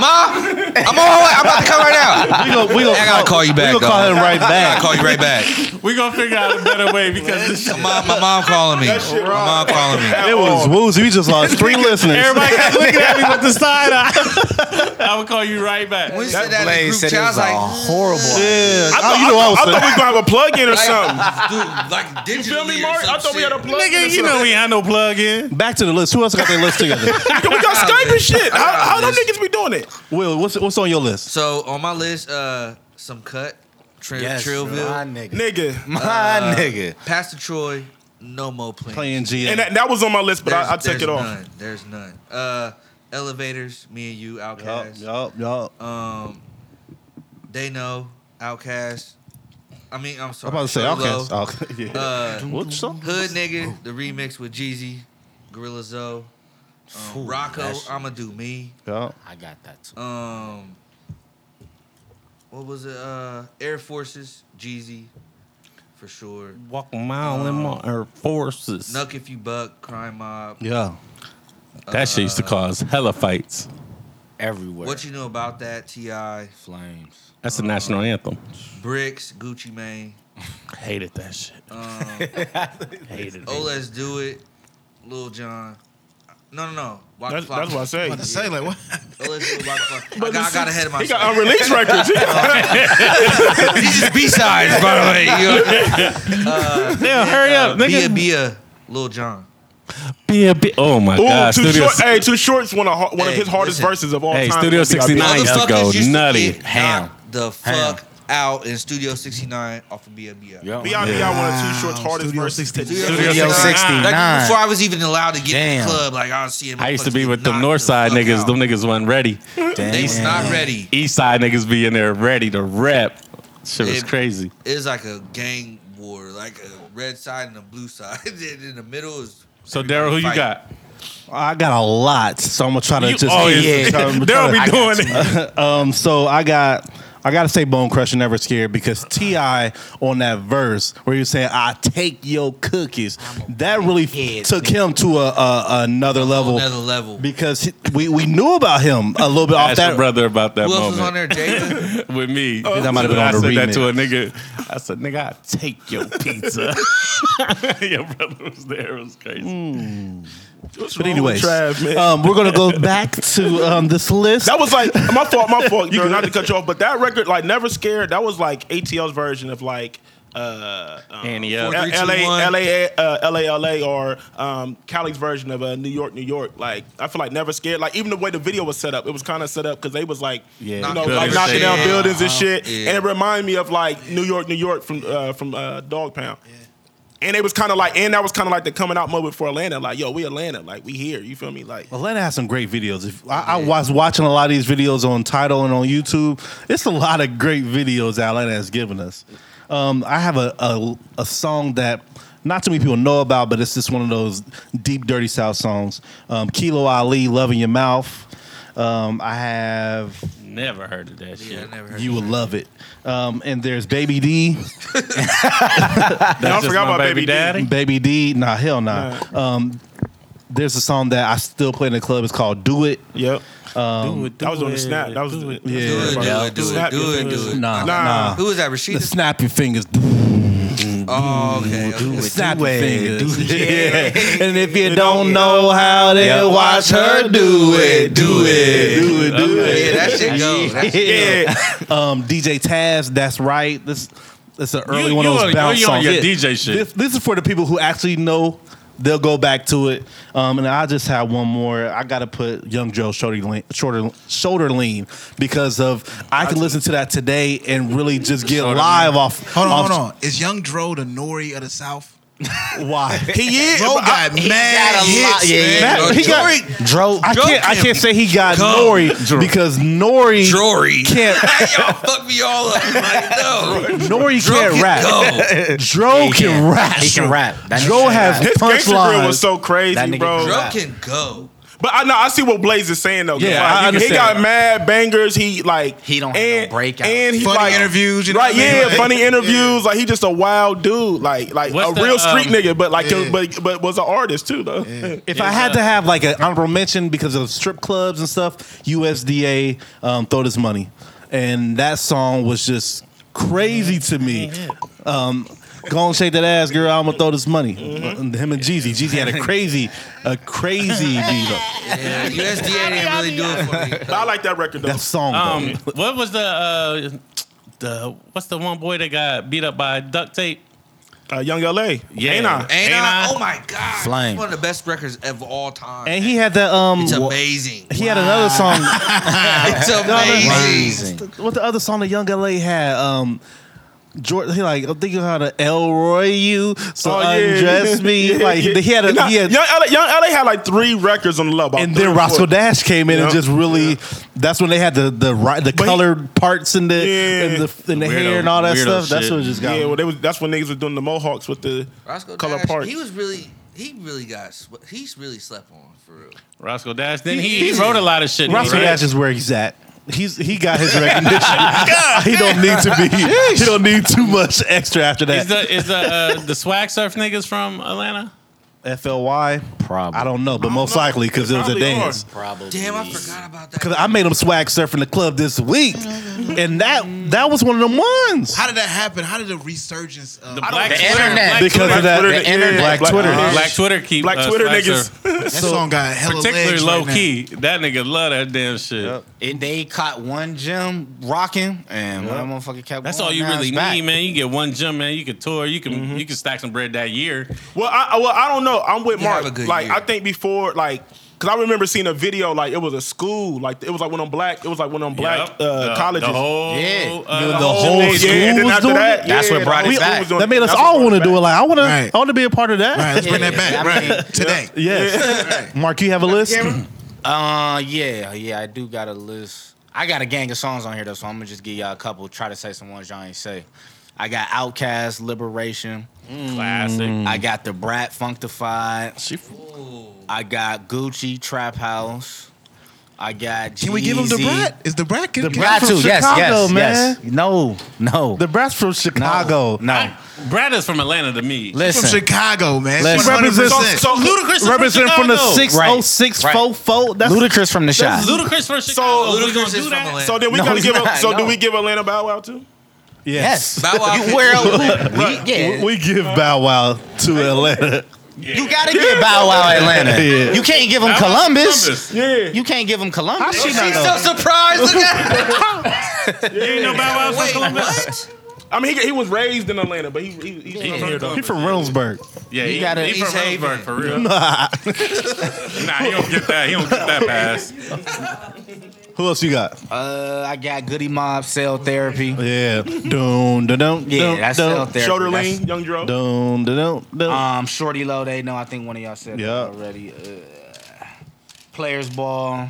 Speaker 4: ma, I'm on. my way. I'm about to come right now.
Speaker 3: We gonna, we gonna
Speaker 4: I gotta call you back,
Speaker 3: We gonna call
Speaker 4: dog.
Speaker 3: him right
Speaker 4: I'll
Speaker 3: back.
Speaker 4: call you right back.
Speaker 2: We gonna figure out a better way because this shit.
Speaker 4: My mom, my mom calling me. My mom calling me.
Speaker 3: It was woozy. We just lost three listeners.
Speaker 2: Everybody got looking at me with the side eye. I will call you right back.
Speaker 4: When she said that in the
Speaker 6: Blaze
Speaker 4: group
Speaker 6: said
Speaker 4: chat,
Speaker 6: it
Speaker 4: I was
Speaker 6: was a
Speaker 4: like,
Speaker 6: horrible.
Speaker 3: Yeah.
Speaker 5: I
Speaker 3: Oh,
Speaker 5: thought,
Speaker 3: you know
Speaker 5: I,
Speaker 3: I was
Speaker 5: thought, I thought we was gonna have a plug-in or something.
Speaker 4: dude, like digitally you
Speaker 5: Feel me, Mark? I thought we had a plug-in. or
Speaker 2: Nigga, you know
Speaker 5: something.
Speaker 2: we ain't had no plug in.
Speaker 3: back to the list. Who else got their list together?
Speaker 5: we got Skype and shit. How,
Speaker 4: got
Speaker 5: how them
Speaker 4: this.
Speaker 5: niggas be doing it?
Speaker 3: Will, what's what's on your list?
Speaker 4: So on my list, uh, some cut, Tri-
Speaker 6: my
Speaker 4: Trillville,
Speaker 6: nigga.
Speaker 5: Nigga,
Speaker 6: My
Speaker 4: Ah,
Speaker 6: nigga.
Speaker 4: Pastor Troy, no more playing.
Speaker 3: Playing GA.
Speaker 5: and that, that was on my list, but
Speaker 4: There's-
Speaker 5: I, I took
Speaker 4: there's
Speaker 5: it off.
Speaker 4: None. There's none. Uh, elevators, me and you,
Speaker 3: yup,
Speaker 4: Outcast.
Speaker 3: yup, yup.
Speaker 4: Um, they know Outcast. I mean, I'm
Speaker 3: I'm
Speaker 4: sorry.
Speaker 3: about to say, Oh. okay.
Speaker 4: Rolo.
Speaker 3: okay, yeah.
Speaker 4: Uh,
Speaker 3: what song?
Speaker 4: Hood nigga, the remix with Jeezy, Gorilla Zoe, um, Rocco.
Speaker 6: that's-
Speaker 4: I'ma do me.
Speaker 3: Yup.
Speaker 6: I got that too.
Speaker 4: Um, what was it? Uh, Air Forces, Jeezy, for sure.
Speaker 2: Walk a mile in my Air Forces.
Speaker 4: Nuck if you buck, Crime Mob.
Speaker 3: Yeah.
Speaker 2: That shit used to cause hella fights.
Speaker 6: Everywhere.
Speaker 4: What you know about that? Ti,
Speaker 6: Flames.
Speaker 2: That's a national anthem.
Speaker 4: Bricks, Gucci Mane,
Speaker 2: Hated that shit. Hated
Speaker 4: Oh
Speaker 2: it.
Speaker 4: Let's Do It, Lil John. No, no, no. Walk
Speaker 5: That's,
Speaker 4: the Flock.
Speaker 5: that's what I say.
Speaker 10: to say like what?
Speaker 4: Oh, Let's Do It, Walk the Flock. I got, I got ahead of
Speaker 5: He
Speaker 4: myself.
Speaker 5: got unreleased records. He got-
Speaker 4: These is B sides, by the way. You
Speaker 2: Now hurry up,
Speaker 4: know? Uh, Bia
Speaker 2: nigga.
Speaker 4: Bia, Lil John.
Speaker 2: Be a bit. Oh my
Speaker 5: Ooh,
Speaker 2: god,
Speaker 5: too
Speaker 2: Studio.
Speaker 5: short. Hey, too short's one of ho- one of
Speaker 4: Hey,
Speaker 5: his hardest
Speaker 4: listen.
Speaker 5: verses of all
Speaker 2: Hey,
Speaker 5: time.
Speaker 2: Studio
Speaker 5: Let me- I-
Speaker 2: 69. Nice, go
Speaker 4: Motherfuckers used to
Speaker 2: nutty.
Speaker 4: get
Speaker 2: Ham.
Speaker 4: knocked The fuck out in Studio 69 off of Bia Bia.
Speaker 6: Yo.
Speaker 5: B.I.B.I. one of Two Short's
Speaker 10: Wow,
Speaker 5: hardest
Speaker 10: Studio
Speaker 5: verses. to
Speaker 10: 69.
Speaker 5: date.
Speaker 4: Studio
Speaker 6: Studio
Speaker 4: 69.
Speaker 6: 69.
Speaker 4: Like, before I was even allowed to get in
Speaker 6: Damn.
Speaker 4: the club, like I was seeing.
Speaker 2: I used to
Speaker 4: motherfuckers
Speaker 2: be
Speaker 4: get
Speaker 2: with them
Speaker 4: knocked
Speaker 2: North
Speaker 4: the
Speaker 2: Side
Speaker 4: fuck
Speaker 2: niggas.
Speaker 4: out.
Speaker 2: Them niggas wasn't ready.
Speaker 4: They was not ready.
Speaker 2: East Side niggas be in there ready to rap. Shit was
Speaker 4: Yeah.
Speaker 2: crazy.
Speaker 4: It's like a gang war, like a red side and a blue side. And in the middle is.
Speaker 2: So Daryl, who you
Speaker 4: Fight.
Speaker 2: got?
Speaker 3: I got a lot, so I'm gonna try to
Speaker 2: You
Speaker 3: just.
Speaker 2: always-
Speaker 3: I'm
Speaker 2: Daryl
Speaker 3: trying to-
Speaker 2: be doing it.
Speaker 3: um, so I got I gotta say Bone Crusher Never Scared because Ti on that verse where he was saying I take your cookies, that really
Speaker 6: big head,
Speaker 3: took him to a, a another level.
Speaker 4: Another level.
Speaker 3: Because he- we, we knew about him a little bit off
Speaker 2: Ask your
Speaker 3: that.
Speaker 2: brother about that
Speaker 4: Who else was on
Speaker 2: moment
Speaker 4: there? Jada.
Speaker 2: with me.
Speaker 3: think that might have been
Speaker 2: I
Speaker 3: on the
Speaker 2: said that to a
Speaker 3: remix.
Speaker 2: nigga. I said, "Nigga, I take your pizza." your brother was there. It was crazy.
Speaker 3: Hmm. But anyways,
Speaker 5: Trav, man.
Speaker 3: um, we're gonna go back to um, this list.
Speaker 5: That was like my fault, my fault. Girl, not to cut you off, but that record, like Never Scared, that was like ATL's version of like uh, um,
Speaker 2: Annie
Speaker 5: L-
Speaker 2: up.
Speaker 4: Three, two,
Speaker 5: LA,
Speaker 4: one.
Speaker 5: LA, uh, LA, LA, or um, Cali's version of uh, New York, New York. Like I feel like Never Scared. Like even the way the video was set up, it was kind of set up because they was like,
Speaker 3: Yeah.
Speaker 5: you know,
Speaker 4: Knocking
Speaker 5: like
Speaker 2: buildings
Speaker 5: knocking
Speaker 2: down.
Speaker 5: down buildings and shit.
Speaker 4: Yeah.
Speaker 5: And it reminded me of like New York, New York from uh, from uh, Dog Pound. And it was kind of like, and that was kind of like the coming out moment for Atlanta. Like, yo, we Atlanta. Like, we here. You feel me? Like,
Speaker 3: Atlanta has some great videos. If, I, I was watching a lot of these videos on Title and on YouTube. It's a lot of great videos that Atlanta has given us. Um, I have a, a a song that not too many people know about, but it's just one of those deep, dirty South songs. Um, Kilo Ali, "Loving Your Mouth." Um, I have
Speaker 2: Never heard of that shit. Yeah, never
Speaker 3: you will love it. Um, and there's Baby D.
Speaker 2: Y'all forgot about Baby D.
Speaker 3: Baby D. Nah, hell nah. Um, there's a song that I still play in the club. It's called "Do It."
Speaker 5: Yep.
Speaker 3: Um,
Speaker 5: that was on the snap. That was do it.
Speaker 3: yeah.
Speaker 4: Do it, do it, do it,
Speaker 5: Snap
Speaker 4: do
Speaker 5: your
Speaker 4: it,
Speaker 5: fingers.
Speaker 4: do it.
Speaker 3: Nah,
Speaker 4: Nah.
Speaker 3: nah.
Speaker 4: Who was that, Rashida?
Speaker 3: The snap your fingers.
Speaker 4: Oh, okay. okay.
Speaker 3: Snap your fingers.
Speaker 4: Yeah.
Speaker 3: And if you don't know how, then
Speaker 4: Yeah.
Speaker 3: watch her do it, do it, do it, do it.
Speaker 4: Yeah, that shit go. That shit go.
Speaker 3: um, DJ Taz, that's right. This that's an early
Speaker 2: You-
Speaker 3: one
Speaker 2: you
Speaker 3: of those
Speaker 2: on-
Speaker 3: bounce
Speaker 2: you on
Speaker 3: songs.
Speaker 2: your DJ shit.
Speaker 3: This, this is for the people who actually know. They'll go back to it. Um, and I just have one more. I got to put Young Joe shoulder lean, shoulder, shoulder lean because of I can listen to that today and really just get live off.
Speaker 10: Hold on,
Speaker 3: off-
Speaker 10: hold on. Is Young Dro the Nori of the South?
Speaker 3: Why?
Speaker 5: He is.
Speaker 10: Bro
Speaker 5: but I-
Speaker 10: got mad
Speaker 6: got a
Speaker 10: hits,
Speaker 6: lot- yeah, yeah,
Speaker 10: man.
Speaker 3: Matt, he got
Speaker 10: Dro-
Speaker 6: Dro,
Speaker 3: I can't. I can't say he got Nori because Nori
Speaker 4: Jory.
Speaker 3: can't.
Speaker 4: Y'all fuck me all up right now.
Speaker 3: Nori
Speaker 4: Dro
Speaker 3: can't
Speaker 4: can
Speaker 3: rap. Dro can rap.
Speaker 6: He can rap. That
Speaker 3: Dro
Speaker 6: nigga
Speaker 3: has
Speaker 6: rap.
Speaker 5: His gangster career was
Speaker 3: punchlines.
Speaker 5: so
Speaker 6: That
Speaker 5: crazy,
Speaker 6: nigga
Speaker 5: bro.
Speaker 6: drunk.
Speaker 4: Dro can go.
Speaker 5: But I know I see what Blaze is saying though. 'cause, like,
Speaker 3: Yeah, I
Speaker 5: he got
Speaker 3: understand.
Speaker 5: mad bangers. He like
Speaker 6: He don't have no
Speaker 5: and,
Speaker 6: breakout.
Speaker 5: and he
Speaker 10: Funny
Speaker 5: like
Speaker 10: interviews, you know
Speaker 5: right?
Speaker 10: what I mean?
Speaker 5: Yeah,
Speaker 10: Like-
Speaker 5: funny
Speaker 10: Yeah.
Speaker 5: interviews. Like he just a wild dude, like like
Speaker 2: What's
Speaker 5: a
Speaker 2: the,
Speaker 5: real street
Speaker 2: um,
Speaker 5: nigga, but like
Speaker 10: Yeah.
Speaker 5: but but was an artist too though.
Speaker 3: If I had to have like an honorable mention because of strip clubs and stuff, USDA um, throw this money, and that song was just crazy to me. Um, Go and shake that ass, girl. I'm gonna throw this money. Uh, Him and Jeezy. Jeezy had a crazy, a crazy beat up.
Speaker 4: Yeah, USDA didn't really do it for me.
Speaker 5: But I like that record though.
Speaker 3: That song.
Speaker 2: Um,
Speaker 3: though.
Speaker 2: what was the uh, the what's the one boy that got beat up by duct tape?
Speaker 5: uh, Young LA.
Speaker 2: Yeah.
Speaker 5: Ain't I?
Speaker 4: Ain't,
Speaker 2: Ain't
Speaker 4: I?
Speaker 2: I?
Speaker 4: Oh my god!
Speaker 6: Flame.
Speaker 4: It's one of the best records of all time.
Speaker 3: and he had that. Um,
Speaker 4: it's
Speaker 3: wha-
Speaker 4: amazing.
Speaker 3: he had another song.
Speaker 4: it's amazing.
Speaker 6: Amazing.
Speaker 3: what the other song that Young LA had? Um, Jordan, he like I'm thinking how to Elroy you, so
Speaker 5: Oh, yeah.
Speaker 3: undress me.
Speaker 5: Yeah,
Speaker 3: like
Speaker 5: yeah.
Speaker 3: he had a
Speaker 5: Nah,
Speaker 3: he had,
Speaker 5: Young, LA, Young LA had like three records on the level.
Speaker 3: and then Roscoe Dash came in and
Speaker 5: Yeah.
Speaker 3: just really. That's when they had the the ri- the
Speaker 5: But he-
Speaker 3: colored parts in the
Speaker 5: Yeah.
Speaker 3: in the in the
Speaker 2: Weirdo-
Speaker 3: hair and all that
Speaker 2: weirdo
Speaker 3: stuff. That's
Speaker 2: shit.
Speaker 3: what just got.
Speaker 5: Yeah,
Speaker 3: me.
Speaker 5: well, they was, that's when niggas was doing the Mohawks with the
Speaker 4: Roscoe
Speaker 5: color
Speaker 4: Dash,
Speaker 5: parts.
Speaker 4: He was really, he really got, sw- he's really slept on for real.
Speaker 2: Roscoe Dash. Then
Speaker 4: He
Speaker 2: he,
Speaker 4: is.
Speaker 2: he wrote a lot of shit.
Speaker 3: Roscoe
Speaker 2: right?
Speaker 3: Dash is where he's at. He's he got his recognition. he don't need to be. He don't need too much extra after
Speaker 2: Is
Speaker 3: that.
Speaker 2: the is the uh, the swag surf niggas from Atlanta?
Speaker 3: FLY.
Speaker 6: Probably.
Speaker 3: I don't know, but most likely because it was a
Speaker 5: Probably are.
Speaker 3: dance.
Speaker 6: Probably.
Speaker 4: Damn, I forgot about that.
Speaker 3: Cause I made him swag surfing the club this week, and that that was one of them ones
Speaker 10: How did that happen? How did the resurgence? Of,
Speaker 2: The black
Speaker 6: The
Speaker 2: Twitter,
Speaker 6: internet.
Speaker 2: Black
Speaker 3: because
Speaker 2: Twitter,
Speaker 3: of that
Speaker 5: Twitter,
Speaker 3: the
Speaker 5: yeah,
Speaker 3: internet.
Speaker 5: Black
Speaker 3: black Twitter.
Speaker 5: Twitter.
Speaker 2: Black Twitter keep
Speaker 5: Black
Speaker 2: uh,
Speaker 5: Twitter
Speaker 2: swag
Speaker 5: niggas.
Speaker 2: surf.
Speaker 10: that song got hella
Speaker 2: particularly
Speaker 10: legs
Speaker 2: low
Speaker 10: right
Speaker 2: key. That nigga love that damn shit.
Speaker 6: It, they caught one gym rocking, and my motherfucker kept.
Speaker 2: That's
Speaker 6: going.
Speaker 2: all you
Speaker 6: Oh, Now
Speaker 2: really
Speaker 6: it's back.
Speaker 2: need, man. You get one gym, man. You can tour. You can
Speaker 5: Mm-hmm.
Speaker 2: you can stack some bread that year.
Speaker 5: Well, I I- well I don't know. I'm with
Speaker 4: You have
Speaker 5: Mark.
Speaker 4: a good
Speaker 5: Like
Speaker 4: year.
Speaker 5: I think before like. Cause I remember seeing a video like it was a school like it was like one on black it was like one on black
Speaker 2: Yep.
Speaker 5: uh,
Speaker 2: The-
Speaker 5: colleges.
Speaker 2: The whole,
Speaker 6: Yeah.
Speaker 2: uh,
Speaker 3: The
Speaker 2: the
Speaker 3: whole
Speaker 2: whole
Speaker 5: Yeah, and
Speaker 3: school
Speaker 5: then
Speaker 3: was
Speaker 5: after
Speaker 3: doing
Speaker 5: that,
Speaker 3: it?
Speaker 6: That's
Speaker 5: yeah,
Speaker 6: what brought
Speaker 5: the
Speaker 6: us
Speaker 5: whole
Speaker 6: back.
Speaker 5: school was doing
Speaker 3: that
Speaker 5: it.
Speaker 3: made us
Speaker 5: That's
Speaker 3: all
Speaker 5: what
Speaker 3: want to
Speaker 5: brought
Speaker 3: do it.
Speaker 5: us
Speaker 3: Like I want
Speaker 6: Right.
Speaker 3: to, I want to be a part of that.
Speaker 10: All right, let's bring that back
Speaker 6: Yeah, I mean-
Speaker 10: right today.
Speaker 3: Yes,
Speaker 10: Right.
Speaker 3: Mark, you have a list.
Speaker 6: Uh, yeah, yeah, I do got a list. I got a gang of songs on here though, so I'm gonna just give y'all a couple. Try to say some ones y'all ain't say. I got Outkast, Liberation.
Speaker 5: Mm.
Speaker 2: classic.
Speaker 6: I got the Brat Functified.
Speaker 3: She-
Speaker 6: I got Gucci Trap House. I got.
Speaker 10: Can we give him the
Speaker 6: Jeezy.
Speaker 10: brat? Is the brat? Can
Speaker 3: The
Speaker 10: we-
Speaker 6: Brat
Speaker 3: Brat from
Speaker 6: too. Yes, yes,
Speaker 3: Chicago,
Speaker 6: yes. No, no,
Speaker 3: Oh, The brass from Chicago.
Speaker 6: no.
Speaker 2: I- Brad is from Atlanta to me.
Speaker 10: from
Speaker 6: Listen,
Speaker 10: Chicago, man.
Speaker 6: Listen.
Speaker 10: One hundred
Speaker 3: Represents-
Speaker 10: percent.
Speaker 5: So
Speaker 2: Ludacris is
Speaker 3: Represent
Speaker 2: from,
Speaker 3: from the
Speaker 2: Chicago.
Speaker 3: six oh six
Speaker 6: Right.
Speaker 3: four four. That's
Speaker 6: Ludacris from the shot.
Speaker 2: Ludacris from Chicago. We
Speaker 4: Ludacris
Speaker 2: gonna
Speaker 4: is
Speaker 2: do
Speaker 4: from
Speaker 2: that?
Speaker 4: Atlanta.
Speaker 5: So then we
Speaker 6: No,
Speaker 5: gotta
Speaker 6: it's
Speaker 5: give
Speaker 6: not.
Speaker 5: up. So do
Speaker 6: No.
Speaker 5: we give Atlanta Bow Wow too?
Speaker 6: Yes.
Speaker 4: Bow Wow.
Speaker 6: You, where else?
Speaker 3: We, we give Bow Wow to Atlanta.
Speaker 6: You gotta give Bow Wow Atlanta.
Speaker 3: Yeah.
Speaker 6: You can't give him
Speaker 2: Bow Wow
Speaker 6: Columbus.
Speaker 2: Columbus.
Speaker 5: Yeah.
Speaker 6: You can't give him Columbus.
Speaker 3: She not
Speaker 4: She's
Speaker 3: know.
Speaker 4: so surprised. Look at
Speaker 2: You ain't know Bow Wow's
Speaker 4: Wait,
Speaker 2: from Columbus?
Speaker 4: what?
Speaker 5: I mean, he, he was raised in Atlanta, but he, he he's
Speaker 2: He
Speaker 5: from
Speaker 2: here, though.
Speaker 3: He from Reynoldsburg.
Speaker 2: Yeah,
Speaker 6: You
Speaker 2: he,
Speaker 6: gotta-
Speaker 2: he
Speaker 4: he's
Speaker 2: from
Speaker 4: hating.
Speaker 2: Reynoldsburg for real. nah, he don't get that. He don't get that pass.
Speaker 3: Who else you got?
Speaker 6: Uh, I got Goody Mob, Cell Therapy.
Speaker 3: Yeah. Doom, da dum.
Speaker 6: Yeah,
Speaker 3: dum,
Speaker 6: that's
Speaker 3: dum.
Speaker 6: Cell Therapy.
Speaker 5: Shoulder
Speaker 6: That's-
Speaker 5: Lane, Young Dro.
Speaker 3: Doom, da dum. dum.
Speaker 6: Um, Shorty Low, they know. I think one of y'all said
Speaker 3: Yeah.
Speaker 6: that already. Uh, players Ball.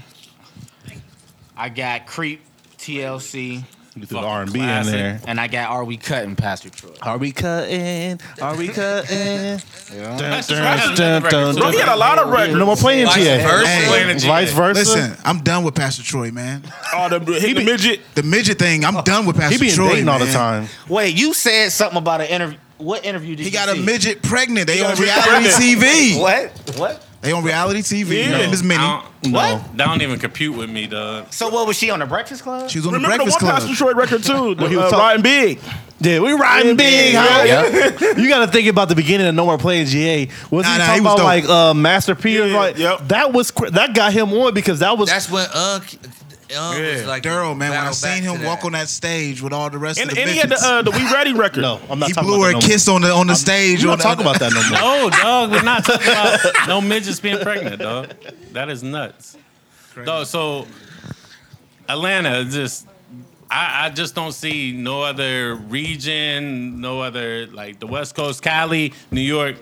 Speaker 6: I got Creep, TLC.
Speaker 3: You threw the R&B in
Speaker 6: Classic.
Speaker 3: there.
Speaker 6: And I got Are We Cutting, Pastor Troy.
Speaker 3: Are we cutting? Are we cutting?
Speaker 6: Yeah.
Speaker 3: Dun, dun, dun, dun,
Speaker 5: Bro, he had a lot of records.
Speaker 3: No more playing
Speaker 10: Vice
Speaker 3: GA.
Speaker 10: versa.
Speaker 3: Hey,
Speaker 10: Playing
Speaker 5: GA.
Speaker 3: Vice versa.
Speaker 10: Listen, I'm done with Pastor Troy, man.
Speaker 5: Oh, the, hit the midget.
Speaker 10: The midget thing, I'm done with Pastor
Speaker 3: he been
Speaker 10: Troy.
Speaker 3: dating all the
Speaker 10: man.
Speaker 3: time.
Speaker 6: Wait, you said something about an interview. What interview did
Speaker 10: He
Speaker 6: you
Speaker 10: got a
Speaker 6: see?
Speaker 10: midget pregnant. They
Speaker 6: He
Speaker 10: on
Speaker 6: got a midget
Speaker 10: reality
Speaker 6: pregnant.
Speaker 10: TV.
Speaker 6: What? What?
Speaker 10: They on reality TV.
Speaker 5: Yeah. Uh,
Speaker 10: There's many.
Speaker 2: I don't-
Speaker 6: What?
Speaker 2: That don't even compute with me, dog.
Speaker 6: So what was she on the Breakfast Club?
Speaker 10: She was on the
Speaker 5: Remember the one
Speaker 10: Breakfast Club.
Speaker 5: Pastor Troy record too? The,
Speaker 3: he was
Speaker 5: uh,
Speaker 3: talk-
Speaker 5: Riding Big.
Speaker 3: Yeah, we riding big, huh? you got to think about the beginning of No More Playing GA. Was
Speaker 10: Nah,
Speaker 3: he
Speaker 10: nah,
Speaker 3: talking
Speaker 10: he was
Speaker 3: about
Speaker 10: dope.
Speaker 3: like uh, Master P? or
Speaker 5: Yeah,
Speaker 3: like
Speaker 5: yep.
Speaker 3: that was cr- that got him on because that was
Speaker 4: That's when uh, uh was like
Speaker 10: Daryl, man, when I
Speaker 4: battle back
Speaker 10: seen him
Speaker 4: to
Speaker 10: walk
Speaker 4: that.
Speaker 10: on that stage with all the rest
Speaker 5: And,
Speaker 10: of the
Speaker 5: and he
Speaker 10: midgets,
Speaker 5: had the uh, the We Ready record.
Speaker 3: no. I'm not
Speaker 10: he
Speaker 3: talking
Speaker 10: blew
Speaker 3: about
Speaker 10: her
Speaker 3: that
Speaker 10: a
Speaker 3: no
Speaker 10: kiss on the on the stage.
Speaker 3: More. I'm
Speaker 10: on
Speaker 3: not talking about that no
Speaker 2: No,
Speaker 3: more.
Speaker 2: dog, we're not talking about no midgets being pregnant, dog. That is nuts. Dog, so Atlanta is just I, I just don't see no other region, no other like the West Coast, Cali, New York.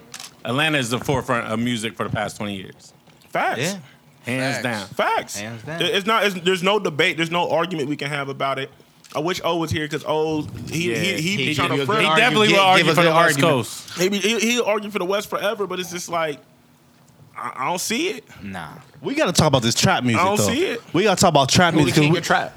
Speaker 2: Atlanta is the forefront of music for the past 20 years.
Speaker 5: Facts.
Speaker 6: Yeah.
Speaker 2: Hands
Speaker 4: Facts.
Speaker 2: down.
Speaker 5: Facts.
Speaker 6: Hands down.
Speaker 5: There- It's not. It's, there's no debate. There's no argument we can have about it. I wish O was here because O he
Speaker 2: Yeah,
Speaker 5: he he,
Speaker 6: he
Speaker 5: be
Speaker 6: give
Speaker 5: trying
Speaker 6: you
Speaker 5: to
Speaker 6: a
Speaker 5: front.
Speaker 6: good
Speaker 2: He
Speaker 6: Argue,
Speaker 2: definitely
Speaker 6: give-
Speaker 2: will argue
Speaker 6: give a
Speaker 2: for the
Speaker 6: good
Speaker 2: West
Speaker 6: argument.
Speaker 2: Coast.
Speaker 5: He be- he he argue for the West forever, but it's just like I, I don't see it.
Speaker 6: Nah.
Speaker 3: We got to talk about this trap music.
Speaker 5: don't
Speaker 3: though.
Speaker 5: see it.
Speaker 3: We got to talk about trap music. 'cause we-
Speaker 6: Trap?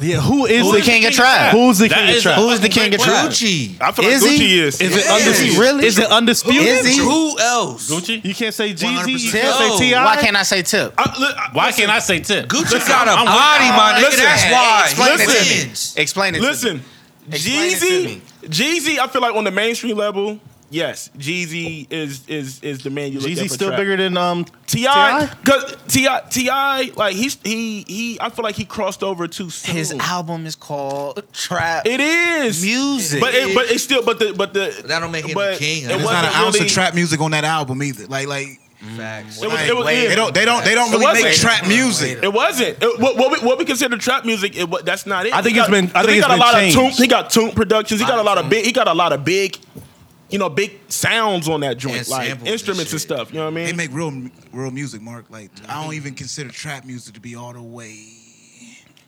Speaker 3: yeah, who is
Speaker 6: Who's the king of trap?
Speaker 3: Who's the
Speaker 2: That
Speaker 3: king of
Speaker 2: is
Speaker 3: trap?
Speaker 2: a-
Speaker 6: Who's the king of trap?
Speaker 4: Gucci.
Speaker 5: I feel like
Speaker 6: Is
Speaker 5: Gucci
Speaker 6: he?
Speaker 5: is.
Speaker 3: Is it
Speaker 4: Yeah.
Speaker 3: undisputed?
Speaker 6: Is he really?
Speaker 3: Is it undisputed?
Speaker 6: Is he?
Speaker 4: Who else?
Speaker 2: Gucci?
Speaker 3: You can't say Jeezy.
Speaker 4: 100%.
Speaker 3: You can't say Ti.
Speaker 6: Why can't I say Tip?
Speaker 5: I, look, I-
Speaker 2: Why can't I say tip?
Speaker 4: Gucci got a body, my nigga.
Speaker 6: Listen.
Speaker 4: That's
Speaker 6: Hey,
Speaker 4: why.
Speaker 6: explain
Speaker 4: He
Speaker 6: it to me.
Speaker 4: wins.
Speaker 6: Explain it. to me.
Speaker 5: Listen,
Speaker 6: Explain it to
Speaker 5: Jeezy,
Speaker 6: me.
Speaker 5: Jeezy. I feel like on the mainstream level, yes, Jeezy is is is the man you look at.
Speaker 3: Jeezy's
Speaker 5: for
Speaker 3: still
Speaker 5: trap.
Speaker 3: bigger than um
Speaker 5: Ti, because Ti, Ti, like he's he he. I feel like he crossed over too soon.
Speaker 6: His album is called Trap
Speaker 5: it is
Speaker 6: Music.
Speaker 5: but it, but it's still, but the but the
Speaker 4: That don't make him
Speaker 5: but
Speaker 4: the king of
Speaker 5: It
Speaker 4: it.
Speaker 10: There's
Speaker 5: wasn't
Speaker 10: not an ounce
Speaker 5: really-
Speaker 10: of trap music on that album either. Like like
Speaker 4: Facts.
Speaker 5: It was-
Speaker 10: Like,
Speaker 5: it was- yeah.
Speaker 10: they don't they don't they don't
Speaker 5: It
Speaker 10: really make
Speaker 5: wasn't-
Speaker 10: trap music.
Speaker 5: It wasn't. It- what, what we, what we consider trap music, it, wa- that's not it.
Speaker 3: I think
Speaker 5: He
Speaker 3: it's
Speaker 5: got-
Speaker 3: been- I
Speaker 5: he
Speaker 3: think it's
Speaker 5: got
Speaker 3: been
Speaker 5: a lot
Speaker 3: changed.
Speaker 5: of tune. He got tune productions. He got a lot of
Speaker 4: Honestly.
Speaker 5: big. He got a lot of big, you know, big sounds on that joint,
Speaker 4: And
Speaker 5: like
Speaker 4: samples and
Speaker 5: instruments and
Speaker 4: shit.
Speaker 5: stuff. You know what I mean?
Speaker 10: They make real real music, Mark. Like I don't even consider trap music to be all the way.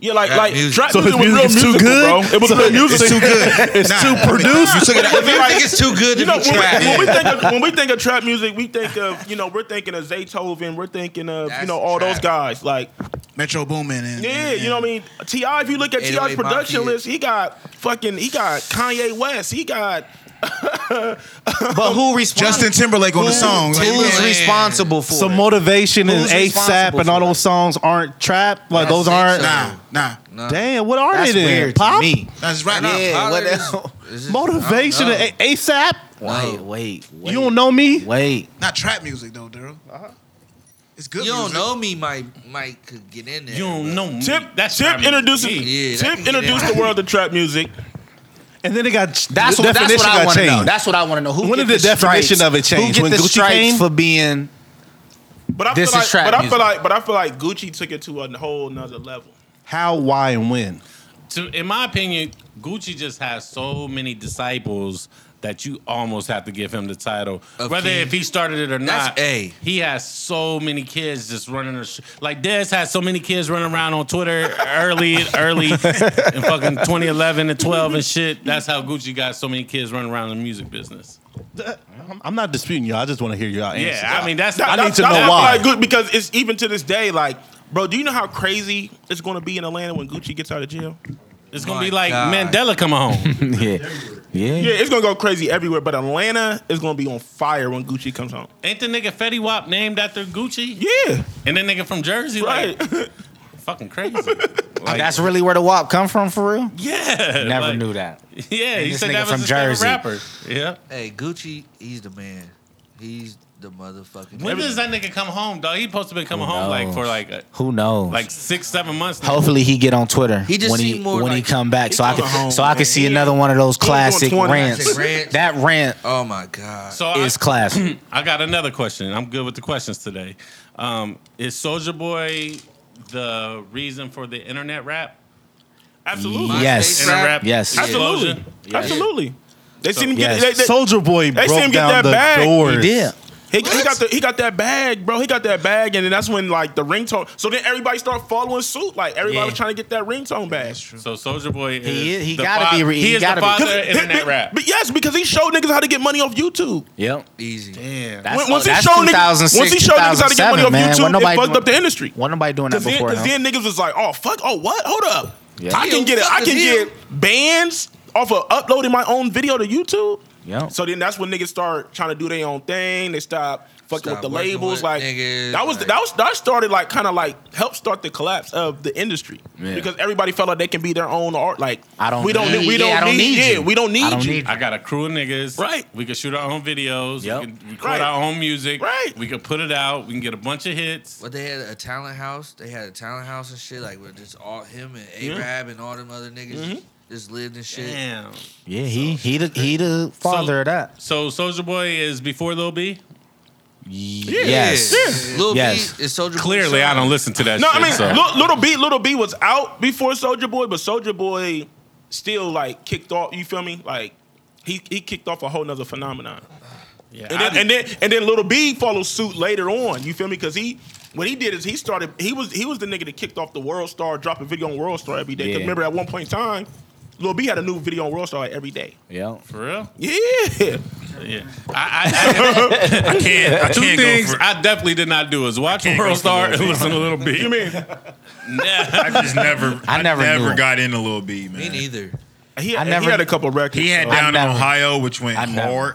Speaker 5: yeah, like
Speaker 4: Trap
Speaker 5: like
Speaker 4: music.
Speaker 5: trap
Speaker 3: So his
Speaker 5: music was real
Speaker 3: music is too
Speaker 5: musical,
Speaker 3: good?
Speaker 5: bro. It was
Speaker 3: So
Speaker 5: real
Speaker 3: it's
Speaker 5: music.
Speaker 10: It's too good. It's
Speaker 3: too
Speaker 10: produced.
Speaker 4: You took it out.
Speaker 5: feel like-
Speaker 4: think it's too good to
Speaker 5: You know,
Speaker 4: be
Speaker 5: when,
Speaker 4: trapped.
Speaker 5: when we think of, when we think of trap music, we think of you know we're thinking of Zaytoven, we're thinking of you
Speaker 4: That's
Speaker 5: know all those
Speaker 4: trap.
Speaker 5: guys like
Speaker 10: Metro Boomin and
Speaker 5: yeah,
Speaker 10: and-
Speaker 5: you know what I mean. Ti, if you look at
Speaker 4: 808
Speaker 5: Ti's production
Speaker 4: Mafia.
Speaker 5: list, he got fucking he got Kanye West, he got
Speaker 6: But who responds?
Speaker 10: Justin Timberlake on the song. Like,
Speaker 6: Who
Speaker 10: you
Speaker 6: is
Speaker 10: know,
Speaker 4: man.
Speaker 6: responsible for
Speaker 3: Some
Speaker 6: it?
Speaker 3: motivation and
Speaker 6: Who's
Speaker 3: ASAP
Speaker 6: responsible
Speaker 3: and all
Speaker 6: for
Speaker 3: those
Speaker 6: it?
Speaker 3: songs aren't trap. Like
Speaker 4: That's
Speaker 3: those aren't.
Speaker 4: it.
Speaker 10: Nah, nah.
Speaker 3: Damn, what are
Speaker 6: That's
Speaker 3: they then?
Speaker 6: weird
Speaker 3: Pop
Speaker 6: to me.
Speaker 10: That's right.
Speaker 6: Yeah,
Speaker 4: Pollard
Speaker 6: what
Speaker 4: is-
Speaker 6: else?
Speaker 4: is just-
Speaker 3: motivation
Speaker 4: I don't know.
Speaker 3: and A- ASAP.
Speaker 6: Wait, wait, wait.
Speaker 3: You don't know me.
Speaker 6: Wait.
Speaker 10: Not trap music though, Daryl. It's good.
Speaker 4: You don't
Speaker 10: music.
Speaker 4: know me, Mike. Mike could get in there.
Speaker 2: You don't know me.
Speaker 5: Tip.
Speaker 2: That's
Speaker 5: Tip
Speaker 2: trap music.
Speaker 5: introduced
Speaker 4: Yeah, that
Speaker 5: Tip
Speaker 4: can get
Speaker 5: introduced
Speaker 4: out.
Speaker 5: the world to trap music.
Speaker 3: And then it got
Speaker 6: That's
Speaker 3: the
Speaker 6: what, that's
Speaker 3: definition
Speaker 6: what I
Speaker 3: got
Speaker 6: want to
Speaker 3: changed.
Speaker 6: know. That's what I want to know. Who
Speaker 3: When
Speaker 6: get
Speaker 3: did the definition
Speaker 6: stripes-
Speaker 3: of it change?
Speaker 6: Who get
Speaker 3: When
Speaker 6: the
Speaker 3: Gucci
Speaker 6: stripes
Speaker 3: came?
Speaker 6: for being?
Speaker 5: But I
Speaker 6: This
Speaker 5: feel
Speaker 6: is
Speaker 5: like,
Speaker 6: trap
Speaker 5: but I
Speaker 6: music.
Speaker 5: feel like, but I feel like Gucci took it to a whole nother level.
Speaker 3: How, why, and when?
Speaker 2: to, in my opinion, Gucci just has so many disciples that you almost have to give him the title,
Speaker 4: Of
Speaker 2: whether
Speaker 4: king.
Speaker 2: if he started it or
Speaker 4: That's
Speaker 2: not.
Speaker 4: A.
Speaker 2: He has so many kids just running. The sh- like Dez has so many kids running around on Twitter early, early in fucking 2011 and 12 and shit. That's how Gucci got so many kids running around in the music business.
Speaker 3: I'm- I'm not disputing you. all I just want to hear y'all answer.
Speaker 2: Yeah, I mean that's.
Speaker 3: I
Speaker 5: That-
Speaker 3: need to
Speaker 5: that's
Speaker 3: know
Speaker 5: I
Speaker 3: why.
Speaker 5: feel Like Gucci, because it's even to this day, like, bro, do you know how crazy it's going to be in Atlanta when Gucci gets out of jail?
Speaker 6: Mm-hmm.
Speaker 2: It's gonna
Speaker 4: My
Speaker 2: be like
Speaker 4: God.
Speaker 2: Mandela coming home.
Speaker 6: Yeah,
Speaker 5: Yeah, it's going to go crazy everywhere, but Atlanta is going to be on fire when Gucci comes home.
Speaker 2: Ain't the nigga Fetty Wap named after Gucci?
Speaker 5: Yeah,
Speaker 2: And the nigga from Jersey,
Speaker 5: right.
Speaker 2: like fucking crazy. Like,
Speaker 6: that's really where the WAP come from for real.
Speaker 2: yeah.
Speaker 6: Never
Speaker 2: like-
Speaker 6: knew that.
Speaker 2: Yeah, he
Speaker 6: this
Speaker 2: said
Speaker 6: nigga
Speaker 2: that was
Speaker 6: from
Speaker 2: his favorite
Speaker 6: Jersey.
Speaker 2: rapper. Yeah.
Speaker 4: Hey, Gucci, he's the man. He's the motherfucking.
Speaker 2: When
Speaker 4: man.
Speaker 2: does that nigga come home, dog? He supposed to been coming
Speaker 6: Who
Speaker 2: home like for
Speaker 6: knows?
Speaker 2: like a,
Speaker 6: Who knows?
Speaker 2: like six, seven months. now.
Speaker 6: Hopefully he get on Twitter
Speaker 4: He just
Speaker 6: when he
Speaker 4: seem more
Speaker 6: when he
Speaker 4: like-
Speaker 6: come back, so I
Speaker 5: coming
Speaker 6: can
Speaker 5: home,
Speaker 6: so I
Speaker 5: man.
Speaker 6: can see
Speaker 5: He-
Speaker 6: another one of those
Speaker 5: he was doing
Speaker 6: classic
Speaker 5: 20.
Speaker 6: rants.
Speaker 4: Rants.
Speaker 6: That rant
Speaker 4: Oh my god.
Speaker 2: So I,
Speaker 6: is classic.
Speaker 2: I got another question. I'm good with the questions today. Um, is Soldier Boy the reason for the internet rap?
Speaker 5: Absolutely.
Speaker 6: Yes.
Speaker 2: Internet rap
Speaker 6: Yes.
Speaker 2: explosion?
Speaker 5: Absolutely. Absolutely. They seen him get
Speaker 6: Yes.
Speaker 5: they- they-
Speaker 3: Soldier Boy
Speaker 5: They
Speaker 3: broke
Speaker 5: seen him get
Speaker 3: down
Speaker 5: that
Speaker 3: the
Speaker 5: bag.
Speaker 3: doors. He did.
Speaker 5: He, he got the, he got that bag, bro. He got that bag, and then that's when like the ringtone. So then everybody started following suit. Like everybody
Speaker 2: Yeah.
Speaker 5: was trying to get that ringtone bag. That's true.
Speaker 2: So Soldier Boy is
Speaker 6: He is- he
Speaker 2: the
Speaker 6: gotta
Speaker 2: fa-
Speaker 6: be re-
Speaker 2: he,
Speaker 6: he
Speaker 2: is
Speaker 6: gotta
Speaker 2: the
Speaker 6: be.
Speaker 2: father of internet rap.
Speaker 5: But yes, because he showed niggas how to get money off YouTube.
Speaker 6: Yep.
Speaker 4: Easy.
Speaker 6: Damn.
Speaker 5: When- once he showed niggas- once he showed niggas how to get money off YouTube, it fucked up the industry.
Speaker 6: Wasn't nobody doing that
Speaker 5: Because then,
Speaker 6: before.
Speaker 5: 'cause
Speaker 6: though.
Speaker 5: then niggas was like, oh fuck, oh what? Hold up.
Speaker 6: Yeah.
Speaker 5: I can
Speaker 6: Yeah,
Speaker 5: get it. I
Speaker 6: fuck
Speaker 5: can
Speaker 6: is him.
Speaker 5: get bans off of uploading my own video to YouTube.
Speaker 6: Yeah.
Speaker 5: So then that's when niggas start trying to do their own thing. They stop fucking
Speaker 4: Stop
Speaker 5: with the
Speaker 4: working
Speaker 5: labels.
Speaker 4: with
Speaker 5: like
Speaker 4: niggas,
Speaker 5: that was
Speaker 4: like-
Speaker 5: that was that started like kind of like helped start the collapse of the industry
Speaker 6: Yeah.
Speaker 5: because everybody felt like they can be their own art. Like
Speaker 6: I don't
Speaker 5: we don't
Speaker 6: need-
Speaker 5: we
Speaker 6: yeah,
Speaker 5: don't,
Speaker 6: I don't
Speaker 5: need,
Speaker 6: need
Speaker 5: yeah,
Speaker 6: you.
Speaker 5: we don't need
Speaker 6: I don't
Speaker 5: you.
Speaker 6: need
Speaker 2: I got a crew of niggas.
Speaker 5: Right.
Speaker 2: We can shoot our own videos.
Speaker 6: Yep.
Speaker 2: We can record
Speaker 5: Right.
Speaker 2: our own music.
Speaker 5: Right.
Speaker 2: We can put it out. We can get a bunch of hits.
Speaker 4: But they had a talent house. They had a talent house and shit. Like with just all him and
Speaker 2: Yeah.
Speaker 4: Arab and all them other niggas just lived and shit.
Speaker 2: Damn.
Speaker 6: yeah, he he the he the father of that.
Speaker 2: So Soldier Boy is before Lil B.
Speaker 6: Yes.
Speaker 4: Lil
Speaker 6: Yes.
Speaker 4: B is Soldier
Speaker 2: Clearly, I don't listen to that.
Speaker 5: No,
Speaker 2: shit,
Speaker 5: I mean
Speaker 2: so.
Speaker 5: Lil- Little B, Little B was out before Soldier Boy, but Soldier Boy still like kicked off. You feel me? Like he he kicked off a whole nother phenomenon.
Speaker 2: yeah,
Speaker 5: And
Speaker 2: I-
Speaker 5: then, and then and then Little B followed suit later on. You feel me? Because he what he did is he started he was he was the nigga that kicked off the World Star, dropping video on World Star every day. 'Cause
Speaker 6: Yeah.
Speaker 5: remember at one point in time, Little B had a new video on World Star like, every day.
Speaker 6: Yeah.
Speaker 2: for real.
Speaker 5: Yeah.
Speaker 2: Yeah, I, I, I, can't. I
Speaker 9: Two
Speaker 2: can't
Speaker 9: things-
Speaker 2: go for, I definitely did not do is watch
Speaker 9: can't go
Speaker 2: World
Speaker 9: for
Speaker 2: Star
Speaker 9: Lil
Speaker 2: and
Speaker 9: B.
Speaker 2: listen to Little B.
Speaker 5: You mean
Speaker 9: I just never.
Speaker 6: I
Speaker 9: I
Speaker 6: never
Speaker 9: never,
Speaker 6: knew him.
Speaker 9: got into Lil B, man.
Speaker 4: Me neither.
Speaker 5: he,
Speaker 6: I
Speaker 5: had-
Speaker 6: never-
Speaker 5: he had a couple records.
Speaker 9: He had
Speaker 5: so-
Speaker 9: down in
Speaker 6: never-
Speaker 9: Ohio, which went
Speaker 6: I never-
Speaker 9: hard.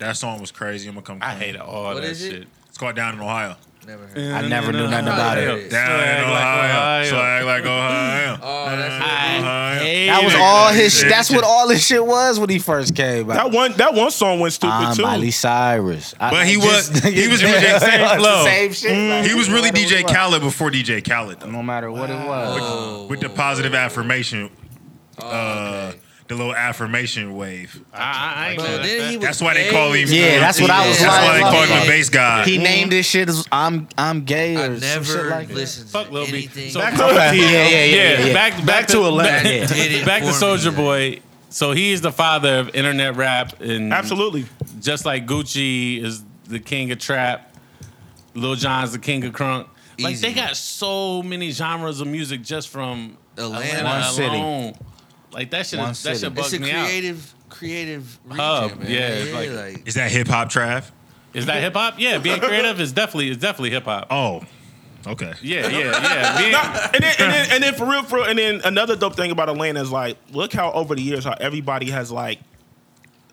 Speaker 9: That song was crazy. I'm gonna come.
Speaker 2: I
Speaker 9: clean.
Speaker 2: hate all
Speaker 4: What
Speaker 2: that
Speaker 4: is it?
Speaker 2: shit.
Speaker 9: It's called Down in Ohio.
Speaker 4: Never heard.
Speaker 6: I never knew nothing about it.
Speaker 9: Down
Speaker 2: Swag
Speaker 9: in
Speaker 2: like
Speaker 9: Ohio.
Speaker 2: Ohio.
Speaker 9: Swag like Ohio.
Speaker 4: Oh, that's
Speaker 2: I hate
Speaker 6: That was
Speaker 2: it.
Speaker 6: all his. That's what all his shit was when he first came. out.
Speaker 5: that one that one song went stupid
Speaker 6: I'm
Speaker 5: too.
Speaker 6: Miley Cyrus. I-
Speaker 9: But he
Speaker 6: I
Speaker 9: was-
Speaker 6: just-
Speaker 9: he was really that same
Speaker 6: It's the
Speaker 9: flow.
Speaker 6: same shit. like,
Speaker 9: He was
Speaker 6: no
Speaker 9: really
Speaker 6: matter
Speaker 9: DJ
Speaker 6: what it was.
Speaker 9: Khaled before DJ Khaled, though.
Speaker 6: No matter what it was.
Speaker 4: Oh,
Speaker 9: With the positive affirmation,
Speaker 4: oh,
Speaker 9: uh,
Speaker 4: okay.
Speaker 9: the little affirmation wave.
Speaker 2: I, I ain't
Speaker 4: Bro,
Speaker 2: know
Speaker 4: then
Speaker 2: that.
Speaker 4: he was
Speaker 9: That's why they call him.
Speaker 6: Yeah, that's what I was
Speaker 9: That's why
Speaker 6: like.
Speaker 9: they call him
Speaker 6: Like,
Speaker 9: the bass guy.
Speaker 6: He named this shit as I'm I'm gay
Speaker 4: I
Speaker 6: or some shit
Speaker 4: never
Speaker 6: like that.
Speaker 4: listened
Speaker 2: Fuck
Speaker 4: to
Speaker 2: Lil B.
Speaker 4: anything.
Speaker 2: So
Speaker 3: Back to Atlanta.
Speaker 6: Yeah, yeah, yeah, yeah.
Speaker 2: Back, back,
Speaker 3: Back to Atlanta.
Speaker 2: Back,
Speaker 4: That did it
Speaker 2: back to
Speaker 4: for me,
Speaker 2: Soldier
Speaker 4: yeah.
Speaker 2: Boy. So he is the father of internet rap, and
Speaker 5: Absolutely.
Speaker 2: just like Gucci is the king of trap, Lil Jon's the king of crunk. Like
Speaker 4: Easy.
Speaker 2: they got so many genres of music just from
Speaker 4: Atlanta.
Speaker 2: Atlanta
Speaker 6: One city.
Speaker 2: alone. Like that shit,
Speaker 6: One
Speaker 2: is, that
Speaker 6: city.
Speaker 2: shit
Speaker 4: it's a
Speaker 2: bugged me out.
Speaker 4: creative, creative region,
Speaker 2: Hub,
Speaker 4: man.
Speaker 2: yeah, it's like-
Speaker 4: like,
Speaker 9: Is that hip hop Trav?
Speaker 2: Is that hip hop? Yeah, being creative is definitely is definitely hip hop.
Speaker 9: Oh, okay.
Speaker 2: Yeah, yeah, yeah. Being-
Speaker 5: and then, and then, and then for real, for real, and then another dope thing about Atlanta is like, look how over the years how everybody has like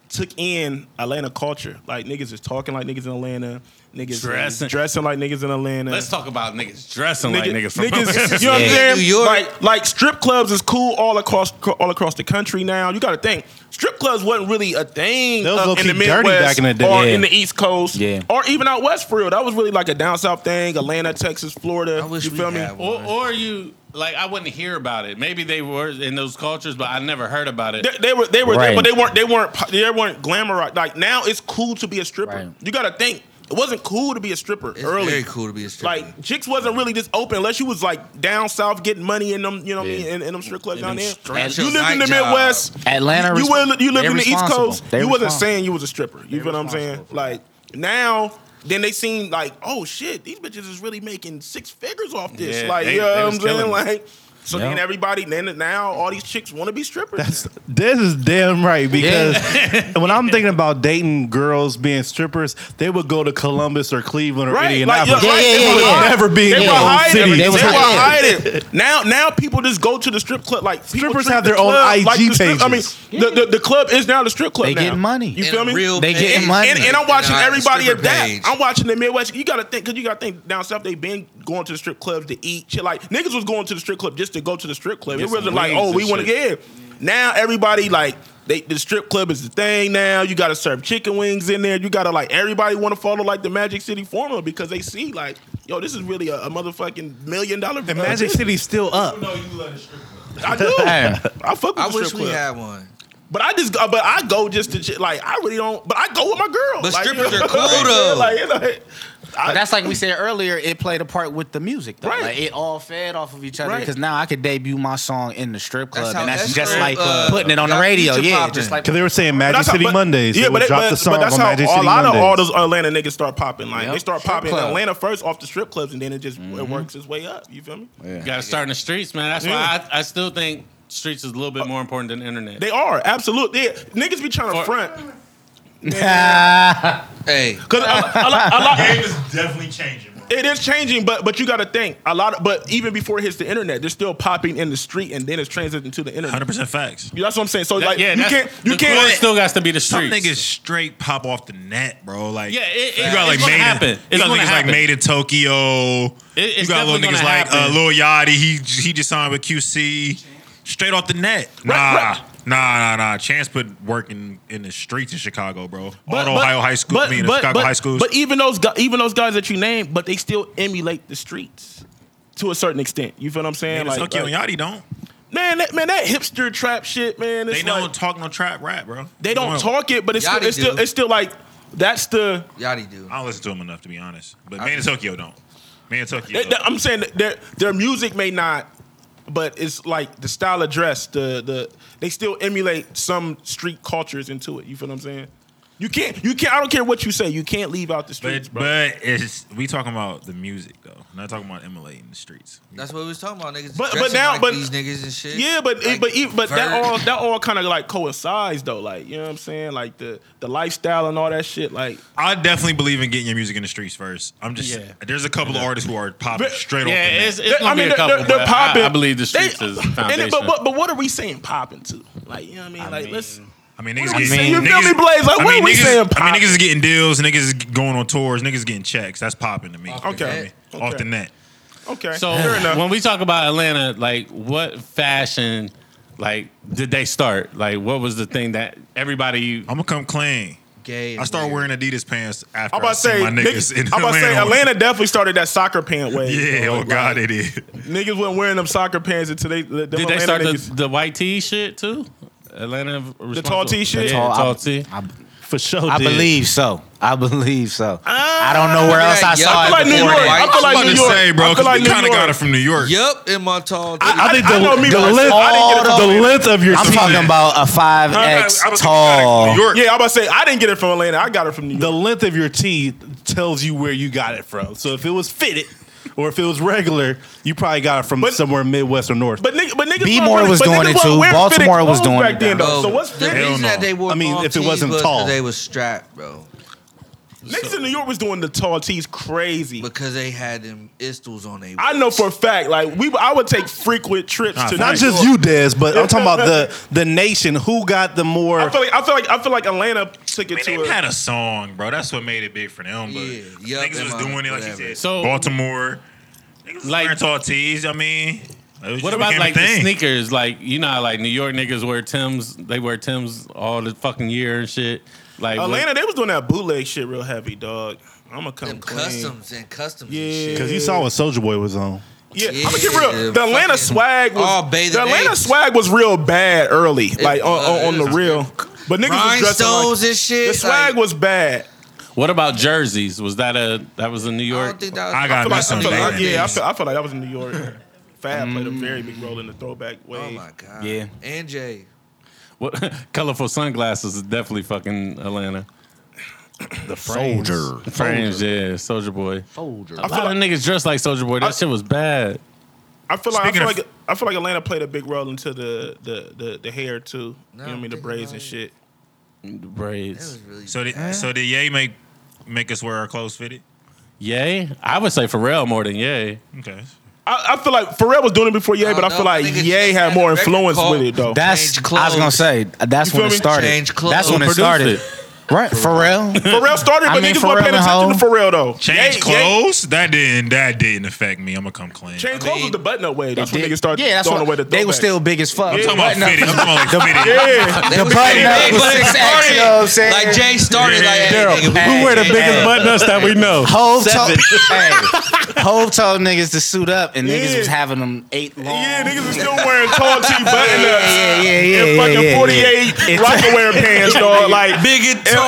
Speaker 5: took in Atlanta culture. Like niggas is talking like niggas in Atlanta, niggas
Speaker 2: Dressing.
Speaker 5: dressing, dressing like niggas in Atlanta.
Speaker 2: let's talk about niggas dressing like niggas from
Speaker 5: niggas, you know what I'm
Speaker 4: Yeah.
Speaker 5: saying?
Speaker 4: New York.
Speaker 5: Like, like strip clubs is cool all across all across the country now. You got to think strip clubs wasn't really a thing
Speaker 3: Those
Speaker 5: up
Speaker 3: low-key
Speaker 5: in the
Speaker 3: dirty
Speaker 5: Midwest
Speaker 3: back in the day.
Speaker 5: or
Speaker 3: Yeah.
Speaker 5: in the East Coast
Speaker 6: Yeah.
Speaker 5: or even out west for real. That was really like a down south thing. Atlanta, Texas, Florida.
Speaker 4: I wish
Speaker 5: you
Speaker 4: we
Speaker 5: feel me?
Speaker 4: had
Speaker 2: Or,
Speaker 4: one.
Speaker 2: or you like I wouldn't hear about it. Maybe they were in those cultures, but I never heard about it.
Speaker 5: They, they were they were
Speaker 6: Right.
Speaker 5: but they weren't they weren't po- they weren't glamorized. Like now it's cool to be a stripper.
Speaker 6: Right.
Speaker 5: You gotta think. It wasn't cool to be a stripper
Speaker 4: it's
Speaker 5: early.
Speaker 4: very cool to be a stripper.
Speaker 5: Like Jix wasn't really this open unless you was like down south getting money in them, you know what I mean,
Speaker 6: Yeah.
Speaker 5: in, in them strip clubs
Speaker 2: In
Speaker 5: down
Speaker 2: them
Speaker 5: there.
Speaker 2: strip
Speaker 5: you
Speaker 4: shows,
Speaker 5: lived in the
Speaker 4: night job.
Speaker 5: Midwest.
Speaker 6: Atlanta
Speaker 5: You,
Speaker 6: resp-
Speaker 5: were, you lived
Speaker 6: they're
Speaker 5: in the East
Speaker 6: responsible.
Speaker 5: Coast.
Speaker 6: They're
Speaker 5: you wasn't
Speaker 6: responsible.
Speaker 5: saying you was a stripper. You
Speaker 6: They're
Speaker 5: feel what I'm saying?
Speaker 6: responsible for
Speaker 5: Like now, then they seem like, oh shit, these bitches is really making six figures off this.
Speaker 2: Yeah,
Speaker 5: like
Speaker 2: they-
Speaker 5: you
Speaker 2: they
Speaker 5: know what
Speaker 2: was
Speaker 5: I'm
Speaker 2: killing
Speaker 5: saying?
Speaker 2: it.
Speaker 5: Like so
Speaker 6: Yeah.
Speaker 5: then everybody then now all these chicks want to be strippers.
Speaker 3: That's this is damn right because when I'm thinking about dating girls being strippers, they would go to Columbus or Cleveland or
Speaker 5: Right, like,
Speaker 3: Indianapolis.
Speaker 5: yeah,
Speaker 6: yeah,
Speaker 3: They
Speaker 6: yeah,
Speaker 3: would
Speaker 6: yeah.
Speaker 3: never be in
Speaker 5: They
Speaker 3: their
Speaker 5: were
Speaker 3: own
Speaker 5: hiding.
Speaker 3: city.
Speaker 5: They,
Speaker 6: was
Speaker 5: were
Speaker 6: hiding.
Speaker 5: hiding. Now, now people just go to the strip club. Like people
Speaker 3: Strippers
Speaker 5: treat
Speaker 3: have
Speaker 5: the
Speaker 3: their own
Speaker 5: club like
Speaker 3: IG
Speaker 5: the strip- I mean, the, the, the club is now the strip club.
Speaker 6: They
Speaker 5: now.
Speaker 6: getting money.
Speaker 5: You
Speaker 4: In
Speaker 5: feel
Speaker 4: a
Speaker 5: me?
Speaker 4: real
Speaker 6: They
Speaker 4: page.
Speaker 6: getting
Speaker 5: and,
Speaker 6: money.
Speaker 5: and, and I'm watching
Speaker 4: And a
Speaker 5: everybody
Speaker 4: stripper
Speaker 5: adapt.
Speaker 4: page.
Speaker 5: I'm watching the Midwest. You gotta think, cause you gotta think down south. They've been going to the strip clubs to eat shit. Like niggas was going to the strip club just to go to the strip club.
Speaker 2: Get
Speaker 5: It wasn't
Speaker 2: some
Speaker 5: like,
Speaker 2: wings
Speaker 5: oh,
Speaker 2: and
Speaker 5: we want to
Speaker 2: shit.
Speaker 5: get. Now everybody like. They, the strip club is the thing now. You gotta serve chicken wings in there. You gotta like everybody want to follow like the Magic City formula because they see like, yo, this is really a, a motherfucking million dollar.
Speaker 3: The Magic City's still up.
Speaker 7: No, you love the strip club.
Speaker 5: I do. I fuck with the
Speaker 4: I
Speaker 5: strip
Speaker 4: wish we
Speaker 5: club.
Speaker 4: had one.
Speaker 5: But I just, go- but I go just to ch- like I really don't. But I go with my girl.
Speaker 4: But
Speaker 5: like,
Speaker 4: strippers
Speaker 5: you know,
Speaker 4: are cool,
Speaker 5: like,
Speaker 4: though.
Speaker 5: Like, you know,
Speaker 6: But that's like we said earlier. It played a part with the music, though.
Speaker 4: Right.
Speaker 6: Like it all fed off of each other.
Speaker 4: Right.
Speaker 6: Because now I could debut my song in the strip club,
Speaker 4: That's uh, how
Speaker 6: and that's
Speaker 4: that
Speaker 6: just
Speaker 4: strip
Speaker 6: like
Speaker 4: club
Speaker 6: putting it on the
Speaker 4: got
Speaker 6: radio.
Speaker 4: feature
Speaker 6: Yeah,
Speaker 4: popping.
Speaker 6: just like
Speaker 3: Because they were saying Magic
Speaker 5: That's how-
Speaker 3: City
Speaker 5: but-
Speaker 3: Mondays.
Speaker 5: Yeah,
Speaker 3: they would
Speaker 5: but, it-
Speaker 3: drop
Speaker 5: but,
Speaker 3: the song
Speaker 5: but that's
Speaker 3: on
Speaker 5: how
Speaker 3: Magic
Speaker 5: a
Speaker 3: City
Speaker 5: lot
Speaker 3: Mondays.
Speaker 5: of all those Atlanta niggas start popping. Like they start
Speaker 2: Strip
Speaker 5: popping in
Speaker 2: club.
Speaker 5: Atlanta first off the strip clubs, and then it just it
Speaker 4: Mm-hmm.
Speaker 5: works its way up. You feel me?
Speaker 2: You gotta start in the streets, man. That's
Speaker 5: Yeah.
Speaker 2: why I, I still think streets is a little bit more important than the internet.
Speaker 5: They are absolutely yeah. niggas be trying to front.
Speaker 4: Hey,
Speaker 5: Cause a, a, lot- a lot-
Speaker 7: game is definitely changing. Bro.
Speaker 5: it is changing, but but you got to think a lot. Of, but even before it hits the internet, they're still popping in the street, and then it's transiting to the internet.
Speaker 9: Hundred percent facts.
Speaker 5: That's what I'm saying. So
Speaker 2: That-
Speaker 5: like,
Speaker 2: yeah,
Speaker 5: you
Speaker 2: that's-
Speaker 5: can't you
Speaker 2: the
Speaker 5: can't.
Speaker 2: core still got to be the
Speaker 9: Some
Speaker 2: streets.
Speaker 9: niggas straight pop off the net, bro. Like
Speaker 2: Yeah, it- it-
Speaker 9: you got like
Speaker 2: it's gonna
Speaker 9: made
Speaker 2: happen.
Speaker 9: In, you
Speaker 2: It's
Speaker 9: got
Speaker 2: gonna
Speaker 9: niggas like
Speaker 2: happen.
Speaker 9: made in Tokyo.
Speaker 2: it's
Speaker 9: you got little
Speaker 2: definitely
Speaker 9: niggas
Speaker 2: gonna
Speaker 9: like uh,
Speaker 2: happen.
Speaker 9: Lil Yachty. He he just signed with QC. Straight off the net. Nah,
Speaker 5: right.
Speaker 9: nah, nah, nah. Chance put work in, in the streets in Chicago, bro.
Speaker 5: But-
Speaker 9: All the
Speaker 5: but-
Speaker 9: Ohio high school, I mean, the Chicago high schools.
Speaker 5: But even those guys, even those guys that you named, but they still emulate the streets to a certain extent. You feel what I'm saying?
Speaker 9: Man,
Speaker 5: Like,
Speaker 9: Tokyo
Speaker 5: like-
Speaker 9: and Yachty don't.
Speaker 5: man, that, man, that hipster trap shit, man. It's
Speaker 9: They
Speaker 5: like,
Speaker 9: don't talk no trap rap, bro.
Speaker 5: they don't talk it, but it's
Speaker 4: Yachty
Speaker 5: still, it's still
Speaker 4: do.
Speaker 5: it's still like that's the.
Speaker 4: Yachty do.
Speaker 9: I don't listen to them enough to be honest. But
Speaker 4: I
Speaker 9: man in
Speaker 4: do.
Speaker 9: Tokyo don't. Man in Tokyo.
Speaker 5: they- they- I'm saying that their their music may not, but it's like the style of dress. The the they still emulate some street cultures into it. You feel what I'm saying? You can't you can't. I don't care what you say. You can't leave out the streets,
Speaker 9: But
Speaker 5: bro.
Speaker 9: but it's we talking about the music though. Not talking about emulating the streets.
Speaker 4: That's what we was talking about, niggas.
Speaker 5: But- but
Speaker 4: dressing
Speaker 5: now-
Speaker 4: like
Speaker 5: but-
Speaker 4: these niggas and shit.
Speaker 5: Yeah, but
Speaker 4: Like,
Speaker 5: it, but even, but that
Speaker 4: Vert.
Speaker 5: all that all kind of like coincides though. Like you know what I'm saying? Like the the lifestyle and all that shit. Like
Speaker 9: I definitely believe in getting your music in the streets first. I'm just
Speaker 2: Yeah.
Speaker 9: there's a couple of artists who are popping
Speaker 5: But-
Speaker 9: straight
Speaker 2: yeah,
Speaker 9: off. the
Speaker 2: it's,
Speaker 9: net.
Speaker 2: it's
Speaker 5: They-
Speaker 2: gonna
Speaker 5: I mean,
Speaker 2: be a
Speaker 5: they're-
Speaker 2: couple.
Speaker 5: they're-
Speaker 2: but
Speaker 5: they're popping.
Speaker 2: I, I believe the
Speaker 5: they,
Speaker 2: streets is
Speaker 5: and
Speaker 2: foundation.
Speaker 5: it- but, but but what are we saying popping to? Like you know what I mean? like let's.
Speaker 9: I mean, niggas
Speaker 5: What are we
Speaker 9: getting
Speaker 5: saying? You feel
Speaker 9: niggas-
Speaker 5: me, Blaze? Like,
Speaker 9: I
Speaker 5: what
Speaker 9: mean,
Speaker 5: are we
Speaker 9: niggas-
Speaker 5: saying
Speaker 9: I mean,
Speaker 5: popping?
Speaker 9: niggas is getting deals, niggas is going on tours, niggas getting checks. That's popping to me.
Speaker 4: Off the
Speaker 5: Okay.
Speaker 9: Okay. off the
Speaker 5: Okay.
Speaker 9: net.
Speaker 5: Okay.
Speaker 2: So
Speaker 5: fair enough.
Speaker 2: when we talk about Atlanta, like what fashion, like did they start? Like what was the thing that everybody?
Speaker 9: I'm gonna come clean.
Speaker 4: Gay.
Speaker 9: I start
Speaker 4: weird.
Speaker 9: wearing Adidas pants after
Speaker 5: I'm
Speaker 9: I
Speaker 5: about to
Speaker 9: see
Speaker 5: say,
Speaker 9: my niggas
Speaker 5: niggas,
Speaker 9: in
Speaker 5: I'm about to say,
Speaker 9: Atlanta.
Speaker 5: Atlanta definitely started that soccer pant wave.
Speaker 9: Yeah,
Speaker 5: bro.
Speaker 9: oh
Speaker 5: Like,
Speaker 9: god, it is.
Speaker 5: niggas wasn't wearing them soccer pants until they. Them
Speaker 2: Did they
Speaker 5: Atlanta
Speaker 2: start
Speaker 5: niggas.
Speaker 2: the, the white tee shit too? Atlanta, responsible-
Speaker 5: tall tee shit?
Speaker 2: Yeah,
Speaker 6: Tall-
Speaker 2: tall
Speaker 6: I-
Speaker 2: tee.
Speaker 6: I,
Speaker 3: For sure,
Speaker 6: I
Speaker 3: did.
Speaker 6: believe so. I believe so.
Speaker 5: Ah,
Speaker 6: I don't know where else I
Speaker 4: yeah, I
Speaker 6: saw it.
Speaker 4: feel
Speaker 5: like New
Speaker 6: before
Speaker 5: York.
Speaker 6: that.
Speaker 5: I feel
Speaker 9: I'm
Speaker 5: like
Speaker 9: about
Speaker 5: New
Speaker 9: to
Speaker 5: York.
Speaker 9: say,
Speaker 5: I
Speaker 9: bro,
Speaker 5: feel
Speaker 9: because
Speaker 5: like
Speaker 9: we
Speaker 5: New
Speaker 9: kind of
Speaker 5: York.
Speaker 9: got it from New York.
Speaker 4: Yup, in my tall.
Speaker 3: I, I think the,
Speaker 5: I know me,
Speaker 3: the
Speaker 5: but I-
Speaker 3: length,
Speaker 5: I didn't get it from
Speaker 3: the
Speaker 5: Atlanta.
Speaker 3: length of your
Speaker 6: I'm
Speaker 3: team,
Speaker 6: talking about a five X tall.
Speaker 9: New York.
Speaker 5: Yeah, I'm about to say I didn't get it from Atlanta. I got it from New York.
Speaker 3: the length of your tee tells you where you got it from. So if it was fitted or if it was regular, you probably got it from
Speaker 5: But-
Speaker 3: somewhere Midwest or North.
Speaker 5: but nigga, but niggas
Speaker 6: B.
Speaker 5: wasn't
Speaker 6: Moore
Speaker 5: really-
Speaker 6: was
Speaker 5: but
Speaker 6: doing
Speaker 5: niggas
Speaker 6: it
Speaker 5: wasn't
Speaker 6: too.
Speaker 5: wearing fitted
Speaker 6: Baltimore was
Speaker 5: clothes
Speaker 6: doing
Speaker 5: back
Speaker 6: it
Speaker 5: then,
Speaker 6: down.
Speaker 5: though. So what's
Speaker 4: the
Speaker 5: fitted?
Speaker 9: Hell
Speaker 4: reason
Speaker 9: no.
Speaker 4: that they wore
Speaker 3: I mean,
Speaker 4: long
Speaker 3: if it
Speaker 4: tees
Speaker 3: wasn't
Speaker 4: was 'cause
Speaker 3: tall.
Speaker 4: they was strapped, bro,
Speaker 5: Niggas in New York was doing the tall tees crazy.
Speaker 4: because they had them istles on they.
Speaker 5: I know for a fact, like we, I would take frequent trips
Speaker 9: Nah,
Speaker 5: to
Speaker 3: not
Speaker 5: New
Speaker 3: just
Speaker 5: York.
Speaker 3: you, Des, but I'm talking about the the nation. Who got the more?
Speaker 5: I feel like I feel like I feel like Atlanta took it
Speaker 9: Man,
Speaker 5: to
Speaker 9: they
Speaker 5: a,
Speaker 9: had a song, bro. That's what made it big for them. But
Speaker 4: Yeah, yup,
Speaker 9: niggas
Speaker 4: and,
Speaker 9: was
Speaker 4: uh,
Speaker 9: doing it like you
Speaker 4: whatever.
Speaker 9: said.
Speaker 2: So-
Speaker 9: Baltimore, niggas was
Speaker 2: Like-
Speaker 9: wearing tall tees. I mean, it was
Speaker 2: What
Speaker 9: just
Speaker 2: about
Speaker 9: became a
Speaker 2: like the
Speaker 9: thing.
Speaker 2: sneakers? Like you know, how, like New York niggas wear Tim's. They wear Tim's all the fucking year and shit. Like what-
Speaker 5: Atlanta. They was doing that bootleg shit real heavy, dog. I'm gonna come
Speaker 4: them
Speaker 5: clean.
Speaker 4: customs and customs
Speaker 5: Yeah.
Speaker 4: and shit.
Speaker 3: Because you saw what Soldier Boy was on.
Speaker 5: Yeah,
Speaker 4: Yeah,
Speaker 5: I'm gonna get real. The
Speaker 4: fucking-
Speaker 5: Atlanta swag was
Speaker 4: all bathing
Speaker 5: the Atlanta
Speaker 4: apes.
Speaker 5: swag was real bad early, like on, on, on the
Speaker 4: was.
Speaker 5: real. But niggas was dressing
Speaker 4: Rhinestones
Speaker 5: like,
Speaker 4: and shit.
Speaker 5: the swag
Speaker 4: like,
Speaker 5: was bad.
Speaker 2: What about jerseys? Was that a that was in New
Speaker 4: I
Speaker 2: York?
Speaker 4: don't think that was.
Speaker 9: I got
Speaker 5: I feel like,
Speaker 9: That's
Speaker 5: I feel like,
Speaker 9: amazing.
Speaker 5: yeah, I feel, I feel like that was in New York. Fab played a very big role in the throwback
Speaker 4: Oh
Speaker 5: wave.
Speaker 4: my god.
Speaker 6: Yeah.
Speaker 4: And Jay.
Speaker 2: What, colorful sunglasses is definitely fucking Atlanta.
Speaker 3: The Soldier.
Speaker 2: Frames, yeah, Soldier Boy.
Speaker 6: Soldier.
Speaker 2: A lot of niggas dressed like Soldier Boy. That
Speaker 5: I-
Speaker 2: shit was bad.
Speaker 5: I feel like I
Speaker 9: Speaking
Speaker 5: feel
Speaker 9: of-
Speaker 5: like I feel like Atlanta played a big role into the the the, the hair too. you know
Speaker 4: Now
Speaker 5: what I
Speaker 4: I'm
Speaker 5: mean? The
Speaker 4: thinking
Speaker 5: braids
Speaker 4: about
Speaker 5: and
Speaker 4: it.
Speaker 5: shit.
Speaker 2: The
Speaker 4: That
Speaker 2: Braids.
Speaker 4: was really.
Speaker 9: So did so did Ye make make us wear our clothes fitted?
Speaker 2: Yay. I would say Pharrell more than Yay.
Speaker 9: Okay.
Speaker 5: I, I feel like Pharrell was doing it before Ye,
Speaker 4: I
Speaker 5: but I
Speaker 4: know,
Speaker 5: feel like
Speaker 4: niggas
Speaker 5: Ye
Speaker 4: just
Speaker 5: had
Speaker 4: had
Speaker 5: more
Speaker 4: a record
Speaker 5: influence
Speaker 4: called
Speaker 5: with it though.
Speaker 6: That's
Speaker 4: Change
Speaker 6: I was gonna
Speaker 4: clothes.
Speaker 6: say that's
Speaker 5: You
Speaker 6: when
Speaker 5: feel
Speaker 6: it
Speaker 5: me?
Speaker 6: started.
Speaker 4: Change clothes.
Speaker 6: That's when
Speaker 2: Who
Speaker 6: it
Speaker 2: produced
Speaker 6: started.
Speaker 2: it?
Speaker 6: Right, Pharrell.
Speaker 5: Pharrell started,
Speaker 6: I
Speaker 5: but
Speaker 6: mean,
Speaker 5: niggas weren't paying
Speaker 6: Pharrell and
Speaker 5: attention to
Speaker 6: Hov.
Speaker 5: Pharrell though.
Speaker 9: Change
Speaker 5: Ye- Ye,
Speaker 9: clothes? That didn't that didn't affect me. I'm gonna come clean.
Speaker 5: change
Speaker 4: I
Speaker 5: clothes
Speaker 4: mean,
Speaker 5: was the button up wave. That's when
Speaker 6: Did-
Speaker 5: niggas started
Speaker 6: yeah, that's
Speaker 5: throwing
Speaker 6: what,
Speaker 5: away the
Speaker 6: they were
Speaker 5: throwbacks.
Speaker 6: still big as fuck.
Speaker 9: I'm talking
Speaker 6: Button
Speaker 9: about
Speaker 6: up-
Speaker 9: fitted. I'm talking about like fitted.
Speaker 5: Yeah.
Speaker 4: They
Speaker 6: The
Speaker 4: was
Speaker 6: button
Speaker 4: like-
Speaker 6: up
Speaker 4: they
Speaker 6: was
Speaker 4: started-
Speaker 6: 6X, you know what I'm saying?
Speaker 4: Like Jay started like, hey,
Speaker 6: Daryl,
Speaker 4: nigga, we-
Speaker 6: who wear the
Speaker 4: hey,
Speaker 6: biggest
Speaker 4: hey,
Speaker 6: button
Speaker 2: us that we know?
Speaker 6: Hove told, hey, Hove told niggas to suit up, and niggas
Speaker 5: Yeah.
Speaker 6: was having them eight long.
Speaker 5: Yeah, niggas is still wearing tall T button ups
Speaker 6: Yeah, yeah, yeah, yeah,
Speaker 5: and
Speaker 6: yeah,
Speaker 5: fucking
Speaker 6: yeah,
Speaker 5: 48
Speaker 6: yeah. It's-
Speaker 5: rocker wear pants, dog. Like
Speaker 6: Big and
Speaker 5: it-
Speaker 3: eh,
Speaker 5: It,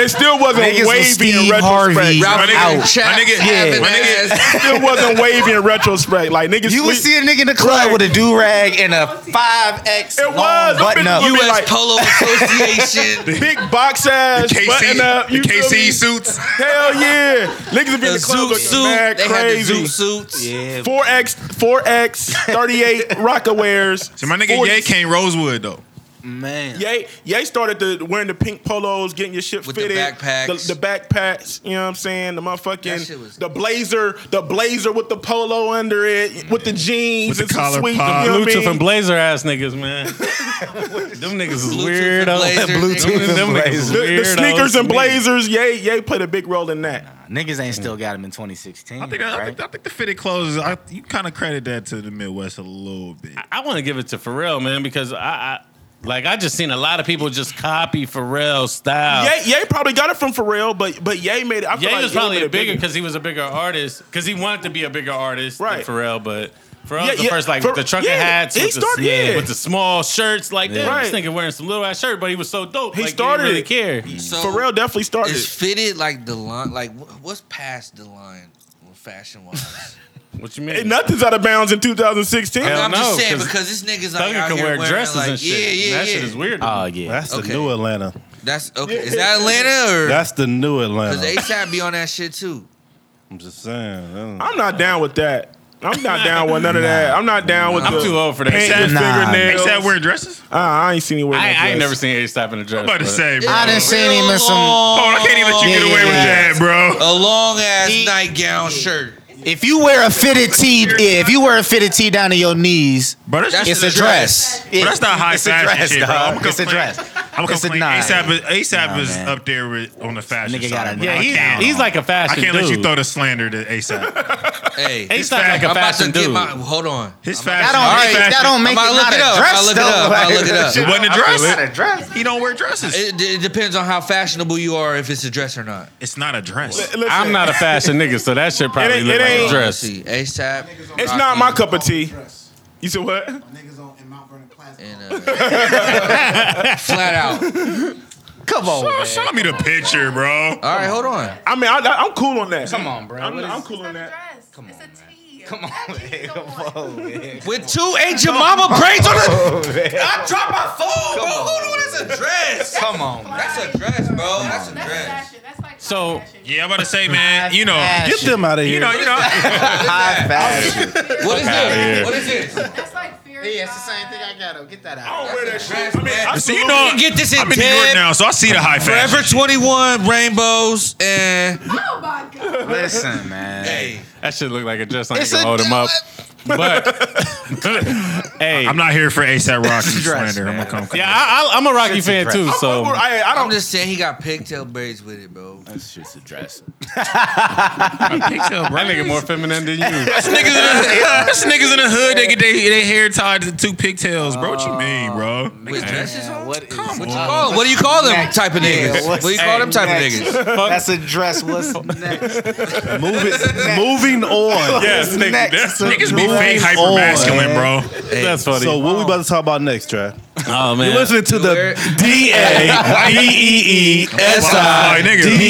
Speaker 5: it, it still wasn't
Speaker 6: Niggas was
Speaker 5: wavy in
Speaker 6: Steve
Speaker 5: retrospect.
Speaker 6: Harvey
Speaker 5: my nigga,
Speaker 6: out.
Speaker 5: my
Speaker 6: Chaps
Speaker 5: nigga,
Speaker 6: having
Speaker 5: my nigga, it still wasn't wavy in retrospect. Like niggas,
Speaker 6: You would
Speaker 5: sleep-
Speaker 6: see a nigga in the club with a do rag and a five X
Speaker 5: It was
Speaker 6: button up.
Speaker 5: U.S.
Speaker 4: Polo Association.
Speaker 5: Big box ass,
Speaker 9: The KC
Speaker 5: button up,
Speaker 9: the
Speaker 5: you feel
Speaker 9: KC
Speaker 5: me?
Speaker 9: suits.
Speaker 5: Hell yeah, niggas be in the club looking mad crazy.
Speaker 4: suits.
Speaker 6: Yeah.
Speaker 5: Four X, four X, thirty eight rocker wears.
Speaker 9: So my nigga Ye came Rosewood though.
Speaker 6: Man.
Speaker 5: Ye, Ye started the wearing the pink polos, getting your shit
Speaker 4: With the
Speaker 5: fitted,
Speaker 4: backpacks.
Speaker 5: the, the backpacks. You know what I'm saying? The
Speaker 4: That shit
Speaker 5: motherfucking
Speaker 4: was-
Speaker 5: the blazer, the blazer with the polo under it, with the jeans,
Speaker 9: With the
Speaker 5: and some
Speaker 9: collar
Speaker 5: sweet-
Speaker 9: pop.
Speaker 5: You know what I
Speaker 2: Bluetooth
Speaker 5: mean?
Speaker 2: and blazer ass niggas, man. them niggas is weirdo.
Speaker 4: Blazer.
Speaker 2: Them, them niggas is
Speaker 5: The, the
Speaker 2: weirdos
Speaker 5: sneakers
Speaker 2: to
Speaker 5: and
Speaker 2: me.
Speaker 5: blazers, Ye, Ye played a big role in that.
Speaker 6: Niggas ain't still got him in 2016.
Speaker 9: I think I,
Speaker 6: right?
Speaker 9: think, I think the fitted clothes. I, you kind of credit that to the Midwest a little bit.
Speaker 2: I want to give it to Pharrell, man, because I, I like I just seen a lot of people just copy Pharrell's style.
Speaker 5: Ye, Ye probably got it from Pharrell, but but Ye made it. I feel
Speaker 2: Ye
Speaker 5: like
Speaker 2: was
Speaker 5: Ye
Speaker 2: probably
Speaker 5: made
Speaker 2: a
Speaker 5: it
Speaker 2: bigger because he was a bigger artist because he wanted to be a bigger artist
Speaker 5: Right.
Speaker 2: than Pharrell, but. Pharrell
Speaker 5: Yeah,
Speaker 2: was the
Speaker 5: yeah,
Speaker 2: first, like
Speaker 5: Pharrell-
Speaker 2: with the trucker
Speaker 5: yeah,
Speaker 2: hats,
Speaker 5: he
Speaker 2: with,
Speaker 5: started-
Speaker 2: the, yeah,
Speaker 5: yeah.
Speaker 2: with the small shirts, like that.
Speaker 5: Right.
Speaker 2: This nigga wearing some little ass shirt, but he was so dope.
Speaker 5: He
Speaker 2: like,
Speaker 5: started
Speaker 2: He
Speaker 5: it.
Speaker 2: didn't really care.
Speaker 4: So
Speaker 5: Pharrell definitely started.
Speaker 4: is fitted like the line. Like wh- what's past the line, fashion wise?
Speaker 2: What you mean?
Speaker 5: Hey, nothing's out of bounds in 2016.
Speaker 2: Hell
Speaker 4: I'm just
Speaker 2: no,
Speaker 4: saying
Speaker 2: 'cause
Speaker 4: because this niggas like
Speaker 2: Thugger
Speaker 4: out
Speaker 2: can
Speaker 4: here
Speaker 2: wear
Speaker 4: wearing,
Speaker 2: dresses
Speaker 4: like,
Speaker 2: and shit.
Speaker 4: Yeah, yeah,
Speaker 2: that
Speaker 4: yeah.
Speaker 2: shit is weird. to me.
Speaker 3: Uh,
Speaker 6: Oh yeah.
Speaker 3: That's
Speaker 4: Okay.
Speaker 3: the new Atlanta.
Speaker 4: That's okay. Is that Atlanta or?
Speaker 3: That's the new
Speaker 4: Because
Speaker 3: Atlanta.
Speaker 4: ASAP be on that shit too.
Speaker 3: I'm just saying. I
Speaker 5: I'm not down with that. I'm not down with none of that. I'm not down with.
Speaker 2: I'm
Speaker 5: Oh, the
Speaker 2: too old for that
Speaker 5: paint
Speaker 2: shit.
Speaker 5: with
Speaker 6: Nah.
Speaker 5: fingernails.
Speaker 9: ASAP wearing dresses.
Speaker 5: Uh, I ain't seen anywhere.
Speaker 2: I, I ain't never seen any type in a dress.
Speaker 9: I'm about to
Speaker 2: but-
Speaker 9: say, bro.
Speaker 6: I done seen him in some.
Speaker 9: Oh, I can't even let you
Speaker 6: Yeah,
Speaker 9: get
Speaker 6: yeah,
Speaker 9: away with
Speaker 6: yeah.
Speaker 9: that, bro.
Speaker 4: A long ass nightgown shirt.
Speaker 6: If you wear a fitted tee, yeah, if you wear a fitted tee down to your knees,
Speaker 9: Bro, that's,
Speaker 4: That's
Speaker 6: it's
Speaker 4: the
Speaker 6: a dress.
Speaker 9: but that's not high
Speaker 6: It's a
Speaker 9: fashion
Speaker 6: dress,
Speaker 9: shit, bro.
Speaker 6: dog.
Speaker 9: I'ma
Speaker 6: It's a
Speaker 9: complain.
Speaker 6: dress.
Speaker 9: I'm gonna
Speaker 6: It's a
Speaker 9: complain.
Speaker 6: nine.
Speaker 9: ASAP, is- ASAP
Speaker 6: Nah,
Speaker 9: is
Speaker 6: man.
Speaker 9: up there with on the fashion
Speaker 6: Nigga
Speaker 9: side.
Speaker 6: got a
Speaker 9: bro. I
Speaker 2: yeah,
Speaker 9: can't-
Speaker 2: he's, he's like a
Speaker 9: I
Speaker 2: fashion.
Speaker 9: can't let you
Speaker 2: dude.
Speaker 9: throw the slander to ASAP.
Speaker 4: Hey,
Speaker 2: He's not like
Speaker 9: fat.
Speaker 2: a
Speaker 4: I'm about to
Speaker 2: fashion
Speaker 4: get
Speaker 2: dude.
Speaker 4: my. Hold on.
Speaker 9: His
Speaker 6: That
Speaker 9: fashion,
Speaker 6: don't
Speaker 9: his
Speaker 6: make
Speaker 9: fashion.
Speaker 6: that don't
Speaker 4: I'm
Speaker 6: make it
Speaker 4: about to look
Speaker 6: not
Speaker 4: it
Speaker 6: a
Speaker 4: up.
Speaker 6: dress
Speaker 4: I'll look it
Speaker 6: though.
Speaker 4: up. I'll
Speaker 6: Like,
Speaker 4: look it up.
Speaker 9: It wasn't a
Speaker 6: I'm
Speaker 9: dress.
Speaker 6: Not a dress.
Speaker 9: He don't wear dresses.
Speaker 4: It, it depends on how fashionable you are, if it's a dress or not.
Speaker 9: it's not a dress.
Speaker 5: Listen,
Speaker 2: I'm not a fashion nigga, so that shit
Speaker 5: It
Speaker 2: probably
Speaker 5: ain't-
Speaker 2: look
Speaker 5: it
Speaker 2: like a
Speaker 5: ain't-
Speaker 2: dress.
Speaker 4: See, ASAP.
Speaker 5: It's not my cup of tea. You said what?
Speaker 8: Niggas on in Mount Vernon Plaza.
Speaker 4: Flat out. All
Speaker 6: Come on,
Speaker 9: Show,
Speaker 6: man.
Speaker 9: show me the picture, bro.
Speaker 4: right, hold on.
Speaker 5: I mean, I, I, am cool on that.
Speaker 6: Come on, bro.
Speaker 5: I'm,
Speaker 6: What is-
Speaker 5: I'm cool on that.
Speaker 12: Come on, it's a tee.
Speaker 6: Come on, man. Come on, man.
Speaker 4: With two Aunt your mama braids on the. I dropped my phone, bro. Hold on, that's a dress.
Speaker 6: Come on, man.
Speaker 4: That's a dress, bro. That's a
Speaker 12: That's
Speaker 4: dress.
Speaker 12: fashion. That's like
Speaker 2: So-
Speaker 12: fashion.
Speaker 9: Yeah, I'm about to say, man. You know,
Speaker 3: Get them out of here.
Speaker 9: you know, you know.
Speaker 6: High fashion.
Speaker 4: What is
Speaker 2: here.
Speaker 4: this? What is this?
Speaker 12: That's like fear.
Speaker 6: Yeah, it's the same thing I got. though. Get that
Speaker 5: I
Speaker 6: out.
Speaker 5: don't wear that shit.
Speaker 4: Dress,
Speaker 5: I mean,
Speaker 4: man.
Speaker 5: I
Speaker 9: See, you know,
Speaker 4: You can get this in
Speaker 9: I'm in New York
Speaker 4: Ted.
Speaker 9: now, so I see the high fashion.
Speaker 4: Forever 21, rainbows, and
Speaker 12: Oh my god.
Speaker 6: Listen, man.
Speaker 4: hey,
Speaker 2: That shit look like a dress. I ain't
Speaker 6: It's a
Speaker 2: gonna hold him up. But hey,
Speaker 9: I'm not here for ASAP Rocky
Speaker 6: dress,
Speaker 9: slander. I'm
Speaker 6: man.
Speaker 9: gonna come.
Speaker 2: yeah, I, I, I'm a Rocky
Speaker 6: It's a
Speaker 2: fan
Speaker 6: dress.
Speaker 2: too. So
Speaker 5: I, I
Speaker 4: I'm
Speaker 5: don't.
Speaker 4: just saying he got pigtail braids with it, bro.
Speaker 6: That's just a dress.
Speaker 2: that nigga more feminine than you.
Speaker 9: That's niggas, in the, that's niggas in the hood. They get they, they hair tied to two pigtails, bro. What you mean, bro?
Speaker 4: With dresses on.
Speaker 6: What is
Speaker 9: Come
Speaker 6: next?
Speaker 9: on.
Speaker 4: Oh, what do you call them
Speaker 6: Next.
Speaker 4: type of
Speaker 6: Yeah,
Speaker 4: niggas? What
Speaker 6: what's
Speaker 4: do you call them type of
Speaker 6: next?
Speaker 4: niggas?
Speaker 6: That's a dress. What's next?
Speaker 3: Move it- moving on.
Speaker 2: Yes, nigga.
Speaker 6: next?
Speaker 2: That's,
Speaker 9: Niggas be
Speaker 3: Moving
Speaker 9: fake hyper
Speaker 3: on,
Speaker 9: masculine, bro.
Speaker 3: man.
Speaker 2: that's funny.
Speaker 3: So what we about to talk about next, Trap?
Speaker 2: oh man,
Speaker 3: You're listening to
Speaker 4: Where-
Speaker 3: the D A B E E S
Speaker 9: Wow,
Speaker 3: I
Speaker 9: nigga.
Speaker 3: D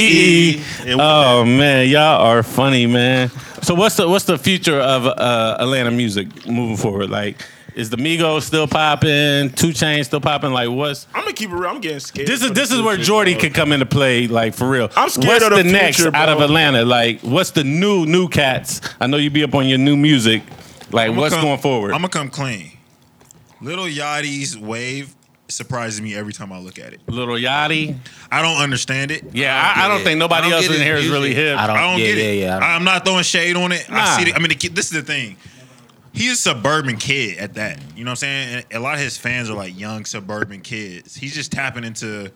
Speaker 3: E. And we-
Speaker 2: Oh man, y'all are funny, man. So what's the what's the future of uh, Atlanta music moving forward? Like, is the Migos still popping? Two Chains still popping? Like, what's
Speaker 5: I'm gonna keep it real. I'm getting scared.
Speaker 2: this
Speaker 5: for
Speaker 2: is
Speaker 5: the
Speaker 2: this is where
Speaker 5: future,
Speaker 2: Jordy
Speaker 5: bro.
Speaker 2: could come into play, like for real.
Speaker 5: I'm scared
Speaker 2: What's
Speaker 5: of the
Speaker 2: next
Speaker 5: future,
Speaker 2: out of
Speaker 5: bro.
Speaker 2: Atlanta? Like, what's the new new cats? I know you be up on your new music. Like, what's going forward?
Speaker 9: I'm gonna come clean. Little Yachty's wave surprises me every time I look at it.
Speaker 2: Little Yachty.
Speaker 9: I don't understand it.
Speaker 2: Yeah, I, I don't
Speaker 4: it.
Speaker 2: think nobody
Speaker 4: I don't
Speaker 2: else
Speaker 4: get
Speaker 2: in
Speaker 4: his
Speaker 2: here is really
Speaker 4: music.
Speaker 2: hip.
Speaker 6: I don't.
Speaker 9: I don't
Speaker 6: yeah,
Speaker 9: get it.
Speaker 6: Yeah, yeah. I don't-
Speaker 9: I'm not throwing shade on it.
Speaker 2: Nah.
Speaker 9: I see. The, I mean, the kid, this is the thing. He's a suburban kid at that. You know what I'm saying? And a lot of his fans are like young suburban kids. He's just tapping into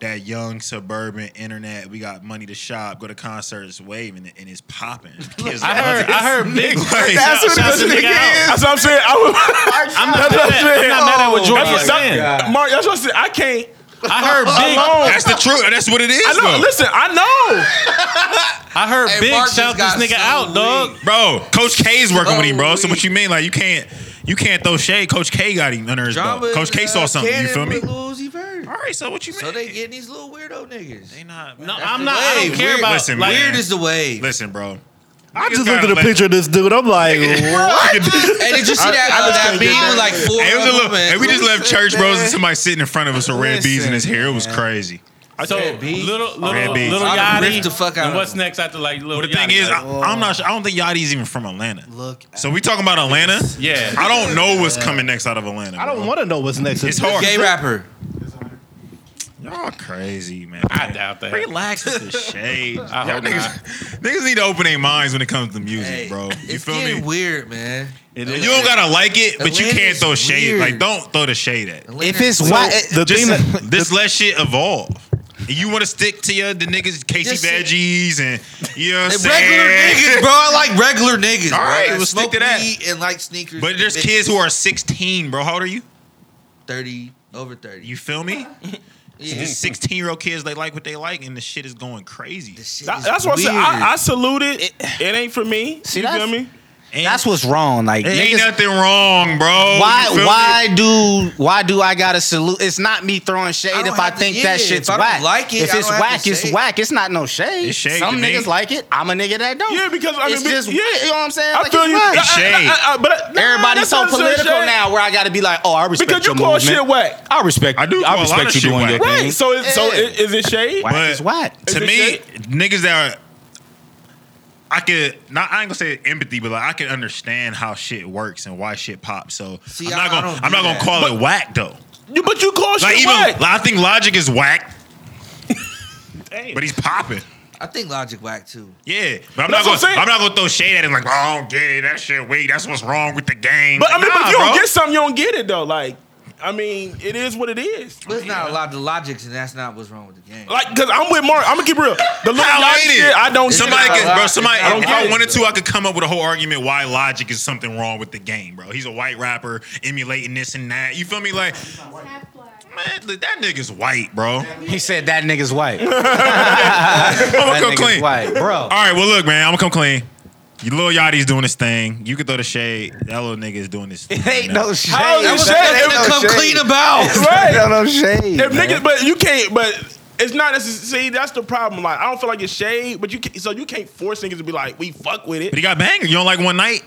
Speaker 9: that young suburban internet. We got money to shop, go to concerts, wave, and, it- and it's popping. Kids
Speaker 2: I
Speaker 9: love
Speaker 2: heard.
Speaker 9: it.
Speaker 2: I heard big.
Speaker 9: Like,
Speaker 2: Shout-
Speaker 5: That's
Speaker 2: shout
Speaker 5: what
Speaker 2: to
Speaker 5: this
Speaker 2: the
Speaker 5: nigga
Speaker 2: out.
Speaker 5: is. That's what I'm saying. I
Speaker 2: I'm not
Speaker 5: That's what
Speaker 2: mad
Speaker 5: I'm
Speaker 2: at- I'm not mad at what
Speaker 5: was,
Speaker 2: Jordy
Speaker 5: that's
Speaker 2: is saying.
Speaker 5: what I'm, Mark, that's what I said. I can't.
Speaker 2: I heard big.
Speaker 5: Alone.
Speaker 9: That's the truth. That's what it is.
Speaker 5: I know.
Speaker 9: though.
Speaker 5: Listen, I know.
Speaker 9: I heard
Speaker 2: Hey,
Speaker 9: Big
Speaker 2: Mark just
Speaker 9: shout this
Speaker 2: got
Speaker 9: nigga
Speaker 2: so
Speaker 9: out, dog.
Speaker 2: bro. Coach K's working with him, bro. So what you mean? Like you can't, you can't throw shade. Coach K got him under his
Speaker 4: Drama
Speaker 2: belt. Coach K
Speaker 4: is,
Speaker 2: saw
Speaker 4: uh,
Speaker 2: something. You
Speaker 4: canon
Speaker 2: feel me?
Speaker 4: with Lil Uzi Vert.
Speaker 2: All right, so what you mean?
Speaker 4: So they getting these little weirdo niggas. They
Speaker 2: not.
Speaker 9: No,
Speaker 4: That's
Speaker 9: I'm
Speaker 4: the
Speaker 9: not. I don't
Speaker 4: wave.
Speaker 9: care
Speaker 4: Weird-
Speaker 9: about.
Speaker 2: listen,
Speaker 9: like,
Speaker 2: weird
Speaker 4: is the way.
Speaker 2: Listen, bro.
Speaker 3: I just
Speaker 2: gotta
Speaker 3: look at the
Speaker 2: let-
Speaker 3: picture of this dude. I'm like, what?
Speaker 4: Hey, did you see that?
Speaker 2: I
Speaker 4: uh,
Speaker 2: just
Speaker 4: that
Speaker 2: can't get
Speaker 4: beam
Speaker 2: that.
Speaker 4: with like four
Speaker 2: Hey, it was a
Speaker 4: of
Speaker 2: little,
Speaker 4: them and-
Speaker 2: hey, we just left church
Speaker 4: Listen,
Speaker 2: bros and
Speaker 4: man.
Speaker 2: somebody sitting in front of us with red bees in his hair. It was crazy.
Speaker 9: so
Speaker 2: Red
Speaker 9: little
Speaker 2: Red
Speaker 9: little
Speaker 2: beats.
Speaker 9: little
Speaker 2: I'd rip
Speaker 9: Yachty.
Speaker 2: the fuck out
Speaker 9: and
Speaker 2: of
Speaker 9: what's
Speaker 2: him.
Speaker 9: next after like little?
Speaker 2: But the thing
Speaker 9: Yachty,
Speaker 2: is, I,
Speaker 9: like-
Speaker 2: I'm not. Sure, I don't think Yachty's even from Atlanta. Look, so we talking about Atlanta?
Speaker 9: Yeah.
Speaker 2: I don't know what's coming next out of Atlanta.
Speaker 3: I
Speaker 2: bro.
Speaker 3: don't want to know what's next.
Speaker 2: It's hard.
Speaker 3: Gay
Speaker 4: rapper.
Speaker 2: Y'all crazy, man.
Speaker 9: I doubt that.
Speaker 2: Relax with the shade.
Speaker 9: I
Speaker 2: Y'all
Speaker 9: hope
Speaker 2: niggas, niggas need to open their minds when it comes to music, bro. You
Speaker 4: It's
Speaker 2: feel
Speaker 4: getting
Speaker 2: me?
Speaker 4: weird, man.
Speaker 2: You don't gotta like it, but you can't
Speaker 4: Atlanta's
Speaker 2: throw shade.
Speaker 4: weird.
Speaker 2: Like, don't throw the shade at. it.
Speaker 4: If it's
Speaker 2: So,
Speaker 4: why- the
Speaker 2: just,
Speaker 4: thing
Speaker 2: just let shit evolve. You want to stick to your the niggas Casey
Speaker 4: Just say-
Speaker 2: Veggies and you know what I'm
Speaker 4: They regular
Speaker 2: saying?
Speaker 4: niggas, bro. I like regular niggas.
Speaker 2: All
Speaker 4: bro.
Speaker 2: right,
Speaker 4: I
Speaker 2: we'll stick
Speaker 4: smoke
Speaker 2: to that.
Speaker 4: weed And like sneakers.
Speaker 2: But
Speaker 4: and
Speaker 2: there's
Speaker 4: bitches.
Speaker 2: kids who are 16, bro. How old are you?
Speaker 4: 30, over 30.
Speaker 2: You feel me?
Speaker 4: Yeah.
Speaker 2: There's 16 year old kids. They like what they like, and the shit is going crazy.
Speaker 5: That- that's what I said. I, I salute it. it. ain't for me.
Speaker 2: See,
Speaker 5: you feel
Speaker 2: that's-
Speaker 5: me?
Speaker 6: That's what's wrong. Like
Speaker 2: It ain't
Speaker 6: niggas-
Speaker 2: nothing wrong, bro.
Speaker 6: Why?
Speaker 2: You feel me?
Speaker 6: Why do? Why do I gotta salute? It's not me throwing shade
Speaker 4: I don't
Speaker 6: if I
Speaker 4: have to-
Speaker 6: think
Speaker 4: yeah,
Speaker 6: that
Speaker 4: if
Speaker 6: shit's
Speaker 4: I don't
Speaker 6: whack.
Speaker 4: like it,
Speaker 6: if
Speaker 4: I
Speaker 6: it's
Speaker 4: don't have
Speaker 6: whack,
Speaker 4: to
Speaker 6: it's
Speaker 4: say it.
Speaker 6: whack. It's not no shade.
Speaker 2: It's shade
Speaker 6: Some
Speaker 2: to me.
Speaker 6: niggas like it. I'm a nigga that don't.
Speaker 5: Yeah, because I mean,
Speaker 6: it's just
Speaker 5: yeah.
Speaker 6: you know what I'm saying.
Speaker 5: I
Speaker 6: Like,
Speaker 5: feel
Speaker 6: it's
Speaker 5: you.
Speaker 6: whack.
Speaker 5: I- I- I- I- but I- nah,
Speaker 6: Everybody's
Speaker 5: that's
Speaker 6: so
Speaker 5: not saying
Speaker 6: political
Speaker 5: shade.
Speaker 6: now, where I gotta be like, oh, I respect
Speaker 5: Because you
Speaker 6: your
Speaker 5: call
Speaker 6: movement.
Speaker 5: shit whack.
Speaker 6: I respect. I
Speaker 2: do call a
Speaker 6: I
Speaker 2: lot of
Speaker 6: respect you
Speaker 2: shit
Speaker 6: doing
Speaker 2: whack.
Speaker 6: your
Speaker 2: Right,
Speaker 6: thing.
Speaker 5: So, it, so
Speaker 6: Yeah.
Speaker 5: it, is it shade?
Speaker 6: Whack
Speaker 2: But
Speaker 6: is whack.
Speaker 2: To
Speaker 5: Is it
Speaker 2: me,
Speaker 5: shit?
Speaker 2: niggas that are, I could not. I ain't gonna say empathy, but like I can understand how shit works and why shit pops. So
Speaker 4: See,
Speaker 2: I'm
Speaker 4: I-
Speaker 2: not
Speaker 4: I
Speaker 2: gonna.
Speaker 4: don't
Speaker 2: I'm
Speaker 4: do
Speaker 2: not
Speaker 4: that.
Speaker 2: gonna call it whack though.
Speaker 5: You- But you call
Speaker 2: Like
Speaker 5: shit
Speaker 2: even
Speaker 5: whack.
Speaker 2: like, I think Logic is whack, but he's popping.
Speaker 4: I think Logic whack too.
Speaker 2: Yeah, but I'm
Speaker 4: That's what
Speaker 2: not
Speaker 4: I'm
Speaker 2: gonna.
Speaker 4: saying.
Speaker 2: I'm, not gonna throw shade at him like, oh, I don't get it. That shit weak. That's what's wrong with the game.
Speaker 5: But I
Speaker 2: Like,
Speaker 5: mean, but
Speaker 2: nah,
Speaker 5: if you
Speaker 2: bro.
Speaker 5: don't get something, you don't get it though. Like, I mean, it is what it is.
Speaker 4: But it's not a lot of logics, and that's not what's wrong with the game.
Speaker 5: Like, cause I'm with Mark. I'm gonna keep real. The little
Speaker 2: How
Speaker 5: Yachty
Speaker 2: ain't it?
Speaker 5: shit, I don't.
Speaker 2: Somebody
Speaker 5: get it.
Speaker 2: could, bro. Somebody,
Speaker 5: I don't
Speaker 2: if
Speaker 5: get
Speaker 2: I
Speaker 5: it.
Speaker 2: wanted to, I could come up with a whole argument why Logic is something wrong with the game, bro. He's a white rapper emulating this and that. You feel me? Like, man, look, that nigga's white, bro.
Speaker 6: He said that nigga's white.
Speaker 2: I'm gonna
Speaker 6: That
Speaker 2: come
Speaker 6: nigga's
Speaker 2: clean,
Speaker 6: white, bro.
Speaker 2: All right, well, look, man, I'm gonna come clean. You little Yachty's doing his thing. You can throw the shade. That little nigga is doing his thing. right
Speaker 6: ain't
Speaker 2: now.
Speaker 6: no shade.
Speaker 5: How is
Speaker 6: That
Speaker 5: it
Speaker 6: was-
Speaker 5: shade?
Speaker 6: that ain't
Speaker 5: If-
Speaker 6: no
Speaker 5: come
Speaker 6: shade.
Speaker 5: clean about.
Speaker 6: That's
Speaker 5: Right.
Speaker 6: not no shade.
Speaker 5: If
Speaker 6: man.
Speaker 5: niggas, but you can't. But it's not necessarily. See, that's the problem. Like, I don't feel like it's shade. But you can, so you can't force niggas to be like, we fuck with
Speaker 2: But
Speaker 5: it.
Speaker 2: he got banger. You don't like one night?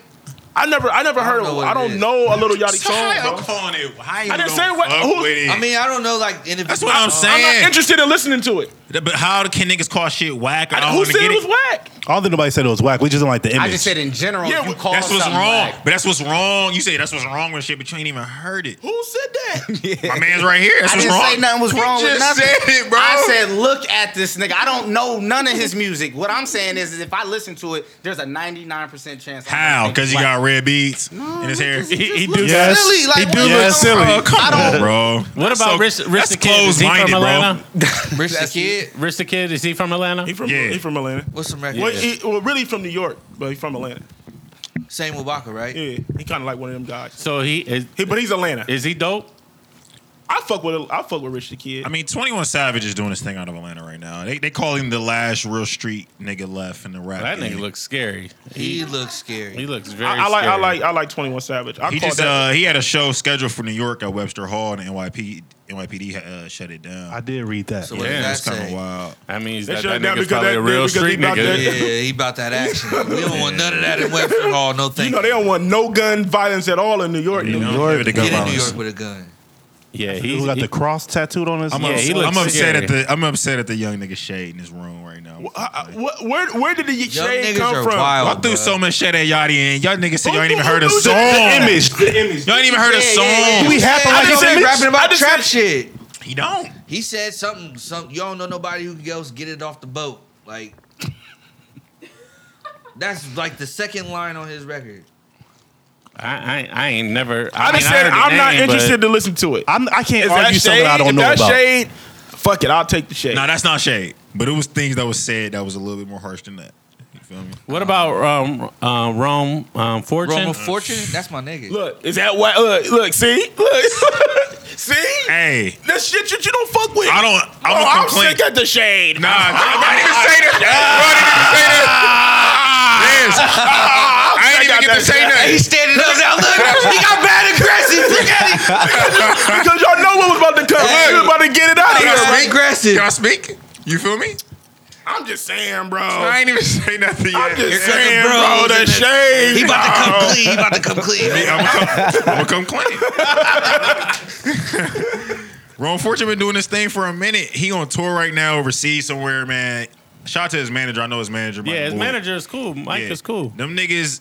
Speaker 5: I never, I never heard.
Speaker 4: know
Speaker 5: of
Speaker 4: what
Speaker 5: I
Speaker 4: it
Speaker 5: don't
Speaker 4: is.
Speaker 5: know a little Yachty
Speaker 2: So
Speaker 5: song.
Speaker 2: how
Speaker 5: bro.
Speaker 2: I'm calling it. How you
Speaker 5: I didn't
Speaker 2: gonna
Speaker 5: say what-
Speaker 2: fuck
Speaker 5: who-
Speaker 2: with it?
Speaker 4: I mean, I don't know, like individual.
Speaker 2: That's what I'm
Speaker 5: I'm not
Speaker 2: saying.
Speaker 5: interested in listening to it.
Speaker 2: but how can niggas call shit whack? Or I, don't
Speaker 5: Who
Speaker 2: wanna
Speaker 5: said
Speaker 2: get
Speaker 5: it was whack?
Speaker 3: I don't think nobody said it was whack. We just don't like the image.
Speaker 6: I just said in general,
Speaker 5: Yeah,
Speaker 6: you
Speaker 5: wh-
Speaker 6: call
Speaker 2: That's what's
Speaker 6: something
Speaker 2: wrong.
Speaker 6: whack.
Speaker 2: But that's what's wrong. You say that's what's wrong with shit, but you ain't even heard it.
Speaker 5: Who said that?
Speaker 2: My man's right here. That's
Speaker 6: I
Speaker 2: what's
Speaker 6: didn't
Speaker 2: wrong.
Speaker 6: say nothing was
Speaker 2: You
Speaker 6: wrong with
Speaker 2: just
Speaker 6: nothing.
Speaker 2: said it, bro.
Speaker 6: I said, look at this nigga. I don't know none of his music. What I'm saying is, is if I listen to it, there's a 99% chance. I'm
Speaker 2: how?
Speaker 6: gonna think
Speaker 2: Because he
Speaker 6: it's
Speaker 2: got red beats in his hair.
Speaker 6: just- just
Speaker 9: He- he
Speaker 6: look
Speaker 9: do
Speaker 3: that.
Speaker 6: silly. Like,
Speaker 3: He
Speaker 6: what the
Speaker 3: do look
Speaker 6: fuck?
Speaker 3: silly.
Speaker 2: Oh,
Speaker 6: I
Speaker 2: come
Speaker 6: don't-
Speaker 2: on, bro.
Speaker 9: What
Speaker 2: That's
Speaker 9: about
Speaker 2: so-
Speaker 9: Rich? Rich
Speaker 2: That's
Speaker 9: the Kid? Is
Speaker 2: closed
Speaker 9: he from
Speaker 2: minded, bro.
Speaker 9: Atlanta?
Speaker 4: Rich the Kid.
Speaker 9: Rich the Kid? Is he from Atlanta?
Speaker 5: He from,
Speaker 2: Yeah.
Speaker 5: he from Atlanta.
Speaker 4: What's some
Speaker 5: Well,
Speaker 4: records?
Speaker 5: he, well, really from New York, but he from Atlanta.
Speaker 4: Same with Waka, right?
Speaker 5: Yeah, he kind of like one of them guys.
Speaker 9: So he is.
Speaker 5: He, but he's Atlanta.
Speaker 9: Is he dope?
Speaker 5: I fuck with I fuck with Rich the Kid.
Speaker 2: I mean, 21 Savage is doing his thing out of Atlanta right now. They, they call him the last real street nigga left in the rap.
Speaker 9: That nigga
Speaker 2: game.
Speaker 9: looks scary.
Speaker 4: He looks scary.
Speaker 9: He looks very.
Speaker 5: I, I like I
Speaker 9: scary.
Speaker 5: like I like Twenty One Savage. I
Speaker 2: He
Speaker 5: call
Speaker 2: just
Speaker 5: that.
Speaker 2: uh, he had a show scheduled for New York at Webster Hall, and NYP NYPD uh, shut it down.
Speaker 3: I did read that.
Speaker 4: so what
Speaker 9: Yeah,
Speaker 4: did that
Speaker 2: It's kind of
Speaker 4: say?
Speaker 2: wild.
Speaker 9: That means
Speaker 5: They
Speaker 9: that,
Speaker 5: shut
Speaker 9: that
Speaker 5: it down
Speaker 9: nigga's
Speaker 5: because
Speaker 9: probably
Speaker 5: that-
Speaker 9: a real
Speaker 5: because he
Speaker 9: street
Speaker 5: about
Speaker 9: nigga.
Speaker 5: that-
Speaker 4: Yeah, he about that action. We don't want none of that in Webster Hall. No thank
Speaker 5: You know they don't want no gun violence at all in New York.
Speaker 2: You know,
Speaker 3: York.
Speaker 2: give it to
Speaker 4: Get
Speaker 2: gun
Speaker 4: in New
Speaker 2: violence.
Speaker 4: York with a gun.
Speaker 9: Yeah, he's,
Speaker 3: Who got the cross tattooed on his?
Speaker 2: I'm,
Speaker 9: Yeah,
Speaker 2: upset,
Speaker 9: he looks
Speaker 2: I'm upset
Speaker 9: scary.
Speaker 2: at the I'm upset at the young nigga shade in his room right now.
Speaker 5: Wh- uh, wh- Where where did the
Speaker 4: Young
Speaker 5: shade
Speaker 4: niggas
Speaker 5: come
Speaker 4: are
Speaker 5: from?
Speaker 4: wild.
Speaker 2: I threw
Speaker 4: bruh.
Speaker 2: so much shade at Yachty and y'all niggas said
Speaker 5: Who-
Speaker 2: y'all ain't even
Speaker 5: who-
Speaker 2: heard a
Speaker 5: who-
Speaker 2: song.
Speaker 5: The
Speaker 2: Y'all
Speaker 5: image, the image.
Speaker 2: ain't even heard a song.
Speaker 3: We happen
Speaker 4: I
Speaker 3: like
Speaker 4: just
Speaker 3: his
Speaker 4: said
Speaker 3: image.
Speaker 4: rapping
Speaker 5: I
Speaker 4: about
Speaker 5: just
Speaker 4: trap
Speaker 5: said-
Speaker 4: shit.
Speaker 2: He don't.
Speaker 4: He said something. Some you don't know nobody who can else get it off the boat. Like that's like the second line on his record.
Speaker 9: I, I, I ain't never.
Speaker 5: I
Speaker 9: mean,
Speaker 5: just said
Speaker 9: heard the
Speaker 5: I'm not
Speaker 9: name, but-
Speaker 5: interested to listen to it.
Speaker 3: I'm, I can't
Speaker 5: If
Speaker 3: argue
Speaker 5: that's
Speaker 3: something
Speaker 5: shade,
Speaker 3: I
Speaker 5: if
Speaker 3: don't know
Speaker 5: that's
Speaker 3: about.
Speaker 5: shade, fuck it, I'll take the shade.
Speaker 2: No, that's not shade. But it was things that was said that was a little bit more harsh than that. You feel me?
Speaker 9: What about um, uh, Rome um, Fortune?
Speaker 4: Roma Fortune, that's my nigga.
Speaker 5: Look, is that why? Look, look, see, look, see.
Speaker 2: Hey,
Speaker 5: That's shit that you don't fuck with. Oh,
Speaker 2: I don't. I'm
Speaker 5: Bro,
Speaker 2: gonna
Speaker 5: I'm
Speaker 2: complain.
Speaker 5: sick at the shade.
Speaker 2: Nah, I didn't even say that. Bro, I didn't even say that.
Speaker 4: didn't say nothing. He's standing up now. Look, he got mad aggressive. Look at him.
Speaker 5: because y'all know what was about to come.
Speaker 4: Hey.
Speaker 5: We was about to get it out of
Speaker 4: Can I
Speaker 5: here.
Speaker 4: speak? Aggressive.
Speaker 9: Can I speak? You feel me?
Speaker 5: I'm just saying, bro.
Speaker 9: I ain't even say nothing yet.
Speaker 5: I'm just
Speaker 9: Here comes
Speaker 5: saying,
Speaker 9: the
Speaker 5: Oh. bro.
Speaker 9: bros
Speaker 5: The
Speaker 9: in this-
Speaker 5: shade.
Speaker 9: He about to come
Speaker 5: dog.
Speaker 9: clean. He about to come clean. I'm gonna come, I'm gonna come clean. Ron Fortune been doing this thing for a minute. He on tour right now overseas somewhere, man. Shout out to his manager. I know his manager. Mike
Speaker 2: Yeah, his
Speaker 9: Wood.
Speaker 2: manager is cool. Mike
Speaker 9: Yeah.
Speaker 2: is cool.
Speaker 9: Them niggas,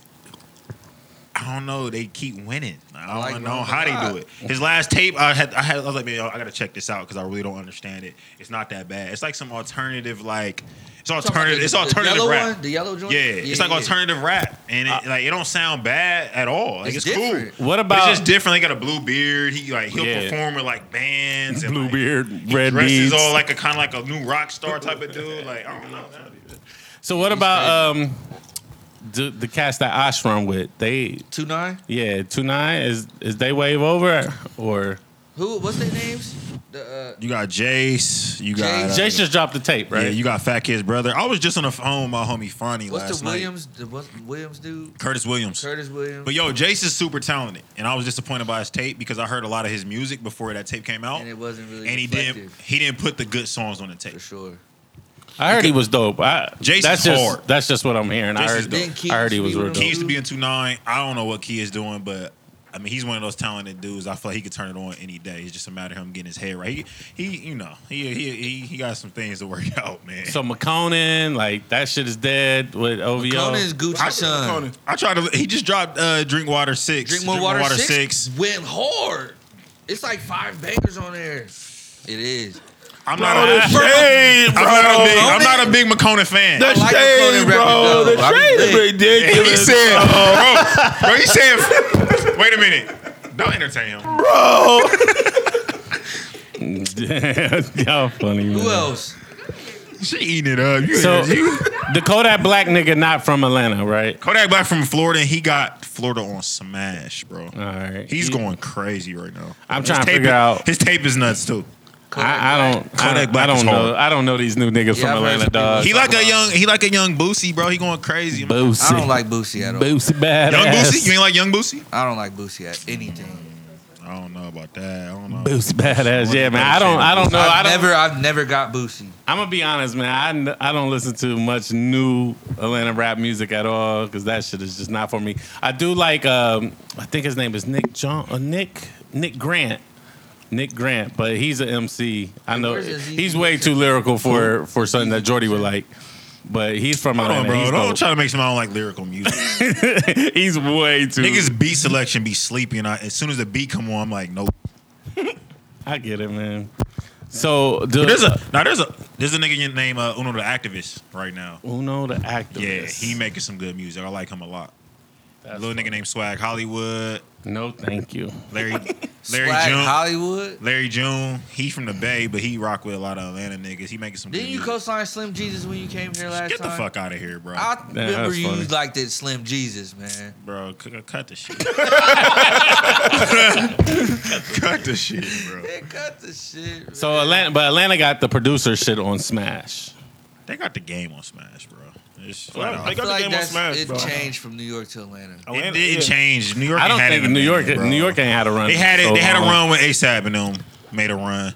Speaker 9: I don't know. They keep winning. I don't
Speaker 2: like
Speaker 9: know
Speaker 2: Ron
Speaker 9: how
Speaker 2: a
Speaker 9: they
Speaker 2: lot.
Speaker 9: do it. His last tape, I had, I had, I was like, man, I gotta check this out because I really don't understand it. It's not that bad. It's like some alternative, like it's
Speaker 4: talking about
Speaker 9: alternative.
Speaker 4: the-
Speaker 9: It's
Speaker 4: the
Speaker 9: alternative
Speaker 4: yellow
Speaker 9: rap.
Speaker 4: one? The yellow joint?
Speaker 9: Yeah,
Speaker 4: Yeah,
Speaker 9: it's like
Speaker 4: yeah. Uh,
Speaker 9: alternative rap, and it, like it don't sound bad at all. Like
Speaker 4: It's
Speaker 9: it's,
Speaker 4: different.
Speaker 9: cool.
Speaker 2: What
Speaker 9: But
Speaker 2: about-
Speaker 9: it's just different? They got a blue beard. He like he'll
Speaker 2: Yeah.
Speaker 9: perform with like bands and like,
Speaker 2: Bluebeard, red
Speaker 9: dresses
Speaker 2: beads.
Speaker 9: all like a kind of like a new rock star type of dude. Like I don't know.
Speaker 2: so what about um the, the cast that Ashram with? They
Speaker 4: two nine.
Speaker 2: Yeah, two nine is is they wave over or
Speaker 4: Who? What's their names? The, uh,
Speaker 9: You got Jace. You got uh,
Speaker 2: Jace just dropped the tape, right?
Speaker 9: Yeah, you got Fat Kid's brother. I was just on the phone with my homie Fonny
Speaker 4: uh, what's
Speaker 9: last
Speaker 4: the
Speaker 9: night.
Speaker 4: Williams? The what, Williams dude?
Speaker 9: Curtis Williams.
Speaker 4: Curtis Williams.
Speaker 9: But yo, Jace is super talented, and I was disappointed by his tape because I heard a lot of his music before that tape came out, and
Speaker 4: it wasn't really.
Speaker 9: And he didn't he didn't put the good songs on the tape. For
Speaker 4: sure.
Speaker 2: I heard he was dope. I,
Speaker 9: Jason's
Speaker 2: that's just,
Speaker 9: hard.
Speaker 2: That's just what I'm hearing. I
Speaker 9: Jace is
Speaker 2: heard,
Speaker 9: dope.
Speaker 2: I heard he was real dope.
Speaker 9: Key used to be in two nine. I don't know what Key is doing, but I mean he's one of those talented dudes. I feel like he could turn it on any day. It's just a matter of him getting his head right. He, he you know he he he, he got some things to work out, man.
Speaker 2: So McConan, like that shit is dead with OVO.
Speaker 9: I, I tried to. He just dropped uh, Drink Water Six.
Speaker 4: Drink more water, six, Went hard. It's like five bangers on there. It is.
Speaker 9: I'm
Speaker 4: Bro,
Speaker 9: not, a,
Speaker 4: the shade,
Speaker 9: I'm not
Speaker 4: bro.
Speaker 9: a big. I'm not a big McCona fan.
Speaker 4: The I like shade, McCona record, bro. though. The I shade is respect.
Speaker 9: And He
Speaker 4: ridiculous,
Speaker 9: said,
Speaker 4: bro.
Speaker 9: bro, bro. He said, wait a minute. Don't entertain him,
Speaker 5: bro.
Speaker 2: Y'all funny. man.
Speaker 4: Who else?
Speaker 9: She eating it up. You,
Speaker 2: So
Speaker 9: you.
Speaker 2: the Kodak Black nigga not from Atlanta, right?
Speaker 9: Kodak Black from Florida, and he got Florida on smash, bro. All
Speaker 2: right,
Speaker 9: he's
Speaker 2: He-
Speaker 9: going crazy right now.
Speaker 2: I'm trying to
Speaker 9: tape
Speaker 2: figure
Speaker 9: is-
Speaker 2: out-
Speaker 9: his tape is nuts too.
Speaker 2: I, I don't. I
Speaker 9: Kodak
Speaker 2: don't,
Speaker 9: Black
Speaker 2: I
Speaker 9: is
Speaker 2: don't know.
Speaker 9: hard.
Speaker 2: I don't know these new niggas
Speaker 9: Yeah, I've
Speaker 2: from
Speaker 9: heard
Speaker 2: Atlanta,
Speaker 9: some people
Speaker 2: dog.
Speaker 9: He like a young, he like a young Boosie, bro. He going crazy.
Speaker 2: Boosie. I don't like
Speaker 4: Boosie at all.
Speaker 2: Boosie bad.
Speaker 9: Young Boosie, you ain't like Young Boosie?
Speaker 4: I don't like Boosie at anything.
Speaker 9: I don't know about that. I don't know.
Speaker 2: Boosie badass. Yeah, man. I don't. I don't know. I
Speaker 4: I've
Speaker 2: don't,
Speaker 4: never. I've never got Boosie.
Speaker 2: I'm gonna be honest, man. I n- I, don't listen to much new Atlanta rap music at all because that shit is just not for me. I do like um, I think his name is Nick John uh, Nick Nick Grant. Nick Grant, but he's an MC. I know
Speaker 4: where's his-
Speaker 2: he's way too lyrical for for something that Jordy would like, but he's from
Speaker 9: Hold on,
Speaker 2: Atlanta.
Speaker 9: bro.
Speaker 2: He's
Speaker 9: don't
Speaker 2: dope.
Speaker 9: try to make some I don't like lyrical music.
Speaker 2: he's way too.
Speaker 9: Niggas beat selection be sleepy, and I, as soon as the beat come on, I'm like, nope.
Speaker 2: I get it, man. So the,
Speaker 9: But there's a now there's a there's a nigga named uh, Uno the Activist right now.
Speaker 2: Uno the Activist.
Speaker 9: Yeah, he making some good music. I like him a lot. Little nigga named Swag Hollywood.
Speaker 2: No, thank you.
Speaker 9: Larry Larry
Speaker 4: Swag
Speaker 9: June.
Speaker 4: Hollywood?
Speaker 9: Larry June. He from the Bay, but he rock with a lot of Atlanta niggas. He making some.
Speaker 4: Didn't
Speaker 9: good
Speaker 4: you
Speaker 9: music.
Speaker 4: co-sign Slim Jesus when you came here last
Speaker 9: Get the
Speaker 4: time?
Speaker 9: fuck out of here, bro.
Speaker 4: I remember you
Speaker 9: funny.
Speaker 4: liked that Slim Jesus, man.
Speaker 9: Bro, c- uh, cut the shit. cut the shit, bro.
Speaker 4: cut the shit.
Speaker 2: So Atlanta, but Atlanta got the producer shit on Smash.
Speaker 9: They got the game on Smash, bro. It's
Speaker 4: I
Speaker 9: flat out.
Speaker 4: feel like that's- it changed from New York to Atlanta.
Speaker 9: It, it changed. New York.
Speaker 2: I don't
Speaker 9: had it
Speaker 2: think
Speaker 9: in
Speaker 2: New
Speaker 9: a
Speaker 2: York.
Speaker 9: minute, bro.
Speaker 2: New York ain't had a run.
Speaker 9: They had it.
Speaker 2: so uh,
Speaker 9: they had a
Speaker 2: long.
Speaker 9: run with ASAP and them made a run.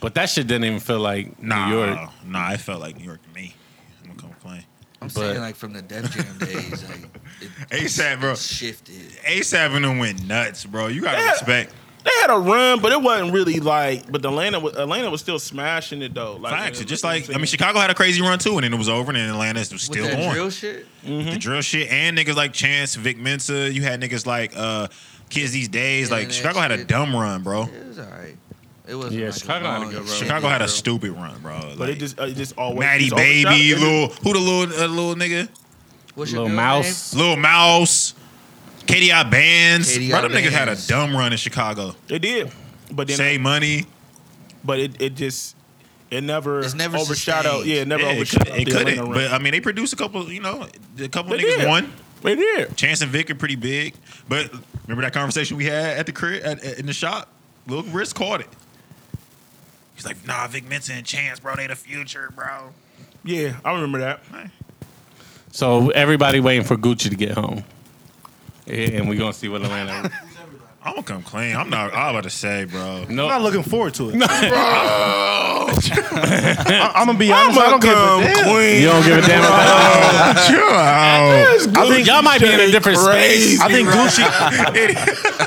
Speaker 2: but that shit didn't even feel like
Speaker 9: Nah,
Speaker 2: New York.
Speaker 9: nah, it felt like New York to me. I'm gonna come complain.
Speaker 4: I'm saying like from the Def Jam days, like it
Speaker 9: ASAP, bro.
Speaker 4: shifted.
Speaker 9: ASAP and them went nuts, bro. You gotta
Speaker 5: Yeah.
Speaker 9: respect.
Speaker 5: They had a run, but it wasn't really like. But Atlanta, was, Atlanta was still smashing it though. Like, uh,
Speaker 9: Facts. Just like I mean, Chicago had a crazy run too, and then it was over, and then Atlanta was still
Speaker 4: that
Speaker 9: going.
Speaker 4: drill shit.
Speaker 9: The drill shit and niggas like Chance, Vic Mensa. You had niggas like uh Kids These Days.
Speaker 4: Yeah,
Speaker 9: Like
Speaker 4: that
Speaker 9: Chicago had a
Speaker 4: shit.
Speaker 9: dumb run, bro.
Speaker 4: It was alright. It was
Speaker 2: Yeah,
Speaker 4: like
Speaker 2: Chicago had a good run.
Speaker 9: Chicago had a stupid run, bro.
Speaker 5: But it
Speaker 9: Like,
Speaker 5: just, uh, it just always.
Speaker 9: Maddie
Speaker 5: just always-
Speaker 9: Baby,
Speaker 5: Yeah,
Speaker 9: little who the little uh, little nigga,
Speaker 4: What's
Speaker 2: Lil Mouse.
Speaker 9: little Mouse, KDI Bands.
Speaker 5: KDI
Speaker 9: Bro, them niggas had a
Speaker 5: Bands.
Speaker 9: dumb run in Chicago.
Speaker 5: It did, but then
Speaker 9: Save money.
Speaker 5: But it, it just it never
Speaker 4: It's never
Speaker 5: overshadowed.
Speaker 4: sustained.
Speaker 5: Yeah, it never
Speaker 9: Yeah, it could-
Speaker 5: overshadowed.
Speaker 9: it
Speaker 5: the
Speaker 9: couldn't,
Speaker 5: Atlanta
Speaker 9: but
Speaker 5: run.
Speaker 9: I mean, they produced a couple. You know, a couple
Speaker 5: They
Speaker 9: niggas
Speaker 5: did.
Speaker 9: won.
Speaker 5: They did.
Speaker 9: Chance and Vic are pretty big, but remember that conversation we had at the crib at, at- in the shop? Lil Riz caught it. He's like, "Nah, Vic Mensa and Chance, bro, they the future, bro."
Speaker 5: yeah, I remember that.
Speaker 2: So everybody waiting for Gucci to get home. Yeah, and we're gonna see what Atlanta.
Speaker 9: I'm gonna come clean. I'm not. I'm about to say, bro.
Speaker 2: No,
Speaker 3: I'm not looking forward to it.
Speaker 9: I,
Speaker 3: I'm gonna be honest. I don't give a damn.
Speaker 2: You don't give a damn about
Speaker 9: Chill out.
Speaker 3: I think
Speaker 2: Y'all might be in a different space.
Speaker 3: I think Gucci.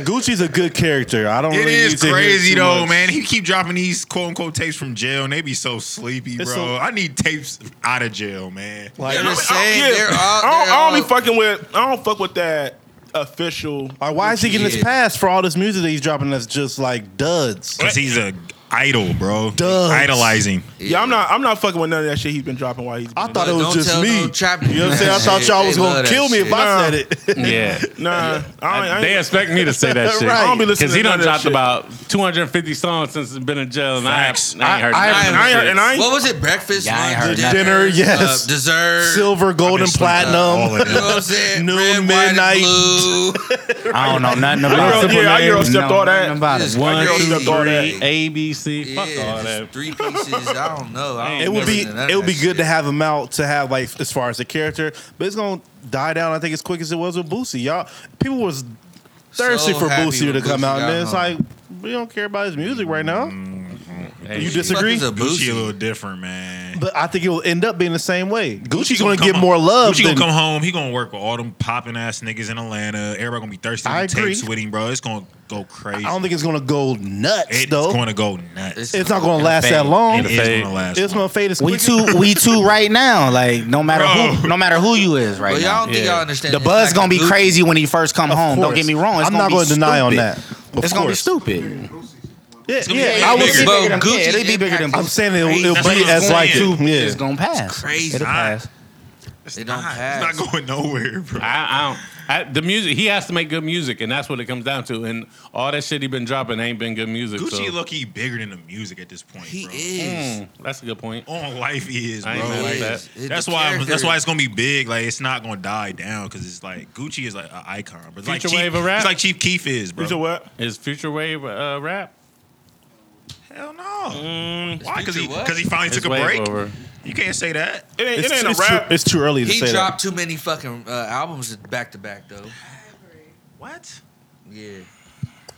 Speaker 3: Gucci's a good character. I don't.
Speaker 9: It
Speaker 3: really need
Speaker 9: is
Speaker 3: to hear
Speaker 9: crazy
Speaker 3: too
Speaker 9: though,
Speaker 3: much.
Speaker 9: man. He keep dropping these quote unquote tapes from jail, and they be so sleepy, bro.
Speaker 5: It's so-
Speaker 9: I need tapes out of jail, man.
Speaker 5: Like,
Speaker 9: I- I-
Speaker 4: saying,
Speaker 5: yeah.
Speaker 4: they're all-
Speaker 5: I don't,
Speaker 4: they're
Speaker 5: I don't
Speaker 4: all-
Speaker 5: be fucking with. I don't fuck with that official.
Speaker 3: Like, why is he getting
Speaker 5: Yeah.
Speaker 3: this pass for all this music that he's dropping? That's just like duds.
Speaker 9: Cause he's a idol, bro.
Speaker 3: Duds.
Speaker 9: Idolizing.
Speaker 5: Yeah, I'm not. I'm not fucking with none of that shit he's been dropping while he's. Been
Speaker 3: I thought it was
Speaker 4: Don't
Speaker 3: just
Speaker 4: tell
Speaker 3: me.
Speaker 4: no trap-
Speaker 3: you know what I'm saying? I thought y'all was
Speaker 4: They love
Speaker 3: gonna
Speaker 4: that
Speaker 3: kill me if
Speaker 4: shit.
Speaker 3: I said it.
Speaker 2: Yeah.
Speaker 5: Nah, I, ain't- I ain't-
Speaker 2: They expect me to say that shit.
Speaker 3: Right. I don't be
Speaker 5: listening
Speaker 2: Because he
Speaker 5: to
Speaker 2: done
Speaker 5: none of that
Speaker 2: dropped
Speaker 5: shit.
Speaker 2: about 250 songs since he's been in jail, and I,
Speaker 9: Facts.
Speaker 2: I ain't heard none
Speaker 3: I-
Speaker 2: of
Speaker 5: I ain't
Speaker 2: that
Speaker 5: heard-
Speaker 2: shit.
Speaker 5: and I ain't-
Speaker 4: What was it? Breakfast,
Speaker 6: Yeah, I ain't
Speaker 4: lunch,
Speaker 6: heard
Speaker 4: dinner,
Speaker 6: nothing.
Speaker 3: Dinner, yes.
Speaker 4: uh, dessert.
Speaker 3: Silver, gold, and
Speaker 9: just looked up all
Speaker 3: platinum.
Speaker 9: of
Speaker 4: You know what I'm saying?
Speaker 3: Noon,
Speaker 4: Red,
Speaker 3: midnight.
Speaker 4: White,
Speaker 6: I don't know nothing
Speaker 5: I
Speaker 6: about
Speaker 5: girl-
Speaker 6: it.
Speaker 5: yeah, I girl stepped
Speaker 6: No,
Speaker 5: all that.
Speaker 6: nothing about
Speaker 4: Just
Speaker 6: it.
Speaker 2: One,
Speaker 4: I girl
Speaker 2: two,
Speaker 4: stepped on
Speaker 2: three,
Speaker 4: that.
Speaker 2: A, B, C.
Speaker 4: and blue.
Speaker 2: Fuck
Speaker 4: yeah,
Speaker 2: all
Speaker 4: just
Speaker 2: that.
Speaker 4: three pieces. I don't know. I don't
Speaker 3: It would
Speaker 4: never
Speaker 3: be
Speaker 4: did none of
Speaker 3: it
Speaker 4: that
Speaker 3: would be good to
Speaker 4: shit.
Speaker 3: have him out to have like as far as the character, but it's gonna die down. I think as quick as it was with Boosie. Y'all people was thirsty
Speaker 4: So
Speaker 3: for
Speaker 4: happy
Speaker 3: Boosie to
Speaker 4: when
Speaker 3: come
Speaker 4: Boosie
Speaker 3: out,
Speaker 4: got
Speaker 3: and then it's like
Speaker 4: home.
Speaker 3: we don't care about his music right now.
Speaker 2: Hey,
Speaker 3: You
Speaker 2: shit.
Speaker 3: disagree?
Speaker 4: Fuck is a
Speaker 9: Gucci a
Speaker 4: Boosie?
Speaker 9: little different, man.
Speaker 3: But I think it will end up being the same way. Gucci's gonna,
Speaker 9: come
Speaker 3: get
Speaker 9: home-
Speaker 3: more love.
Speaker 9: Gucci
Speaker 3: than,
Speaker 9: gonna come home. He gonna work with all them popping ass niggas in Atlanta. Everybody gonna be thirsty.
Speaker 3: I
Speaker 9: I
Speaker 3: agree.
Speaker 9: tapes with him, bro. It's gonna go
Speaker 3: I
Speaker 9: crazy.
Speaker 3: don't think it's gonna go nuts
Speaker 9: it's
Speaker 3: though.
Speaker 9: gonna go nuts.
Speaker 3: it's not gonna last that
Speaker 6: fade.
Speaker 3: long.
Speaker 9: It
Speaker 3: It's
Speaker 9: is
Speaker 2: fade.
Speaker 9: gonna last. long.
Speaker 3: gonna fade as
Speaker 6: We
Speaker 3: quick. as-
Speaker 6: two, we two right now. Like no matter who,
Speaker 9: Bro.
Speaker 6: no matter who you is right
Speaker 4: But
Speaker 6: now.
Speaker 4: y'all don't think
Speaker 2: Yeah.
Speaker 4: y'all understand.
Speaker 6: The
Speaker 4: the
Speaker 6: buzz
Speaker 4: impact
Speaker 6: gonna be
Speaker 4: of Gucci.
Speaker 6: crazy when he first come
Speaker 3: Of
Speaker 6: home. Don't
Speaker 3: course.
Speaker 6: get me wrong. It's
Speaker 3: I'm not
Speaker 6: going to
Speaker 3: deny on
Speaker 6: stupid.
Speaker 3: that. Of
Speaker 6: it's gonna be
Speaker 3: course.
Speaker 6: stupid.
Speaker 3: Yeah,
Speaker 4: gonna be
Speaker 3: yeah. I
Speaker 4: bigger.
Speaker 3: was.
Speaker 4: Bro,
Speaker 6: than-
Speaker 4: Gucci's
Speaker 6: it'd be bigger than.
Speaker 4: impact
Speaker 3: I'm saying it'll,
Speaker 6: Crazy.
Speaker 3: it'll
Speaker 6: But
Speaker 3: be
Speaker 6: it's
Speaker 3: as
Speaker 6: going
Speaker 3: like
Speaker 6: in.
Speaker 3: two. Yeah.
Speaker 6: It's gonna pass.
Speaker 4: crazy.
Speaker 6: It'll
Speaker 9: Nah.
Speaker 6: pass.
Speaker 4: They don't
Speaker 9: It's
Speaker 4: pass.
Speaker 9: not going nowhere, bro.
Speaker 2: I, I don't. I, the music, he has to make good music, and that's what it comes down to. And all that shit he been dropping ain't been good music. so.
Speaker 9: Gucci lucky bigger than the music at this point.
Speaker 4: He
Speaker 9: bro.
Speaker 4: is.
Speaker 2: Mm, that's a good point.
Speaker 9: On life Oh, he is, bro.
Speaker 2: I ain't mad at
Speaker 9: Like,
Speaker 2: that.
Speaker 4: It-
Speaker 9: That's
Speaker 4: the
Speaker 9: why.
Speaker 4: character-
Speaker 9: That's why it's gonna be big. Like it's not gonna die down because it's like Gucci is like an icon. But it's like
Speaker 2: Future
Speaker 9: Chief,
Speaker 2: wave of rap?
Speaker 9: It's like Chief Keef is, bro.
Speaker 5: You know what?
Speaker 2: Is Future Wave uh, rap?
Speaker 9: Hell no. why? Because
Speaker 4: Future
Speaker 9: he
Speaker 4: what?
Speaker 9: because he finally
Speaker 2: It's
Speaker 9: took a
Speaker 2: wave
Speaker 9: break.
Speaker 2: over.
Speaker 9: You can't say that.
Speaker 5: It ain't,
Speaker 3: It's,
Speaker 5: it ain't
Speaker 3: it's
Speaker 5: a rap.
Speaker 3: Too, it's too early to
Speaker 4: He
Speaker 3: say
Speaker 4: dropped too many fucking uh, albums back to back though.
Speaker 9: What?
Speaker 4: Yeah,
Speaker 3: that.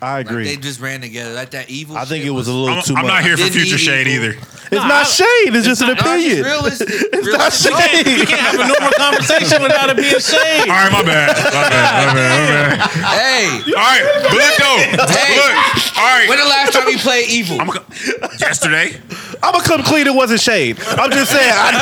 Speaker 3: I agree.
Speaker 4: Like, they just ran together like that evil.
Speaker 3: I think
Speaker 4: shit
Speaker 3: it was a little
Speaker 9: I'm,
Speaker 3: too
Speaker 9: I'm
Speaker 3: much.
Speaker 9: not here for
Speaker 4: Didn't
Speaker 9: Future
Speaker 4: he
Speaker 9: Shade
Speaker 4: equal-
Speaker 9: either.
Speaker 3: It's not shade. It's, just an
Speaker 4: No, it's
Speaker 3: opinion.
Speaker 4: realistic.
Speaker 3: It's not
Speaker 4: Realistic.
Speaker 3: shade.
Speaker 2: Have a normal conversation without it being shade.
Speaker 9: All right, my bad. My bad. My bad. My bad.
Speaker 4: Hey,
Speaker 9: All right, but let's go.
Speaker 4: Hey.
Speaker 9: Look. All right.
Speaker 4: when the last time you played evil?
Speaker 9: I'm gonna- yesterday.
Speaker 3: I'm gonna come clean. It wasn't shade. I'm just saying. I,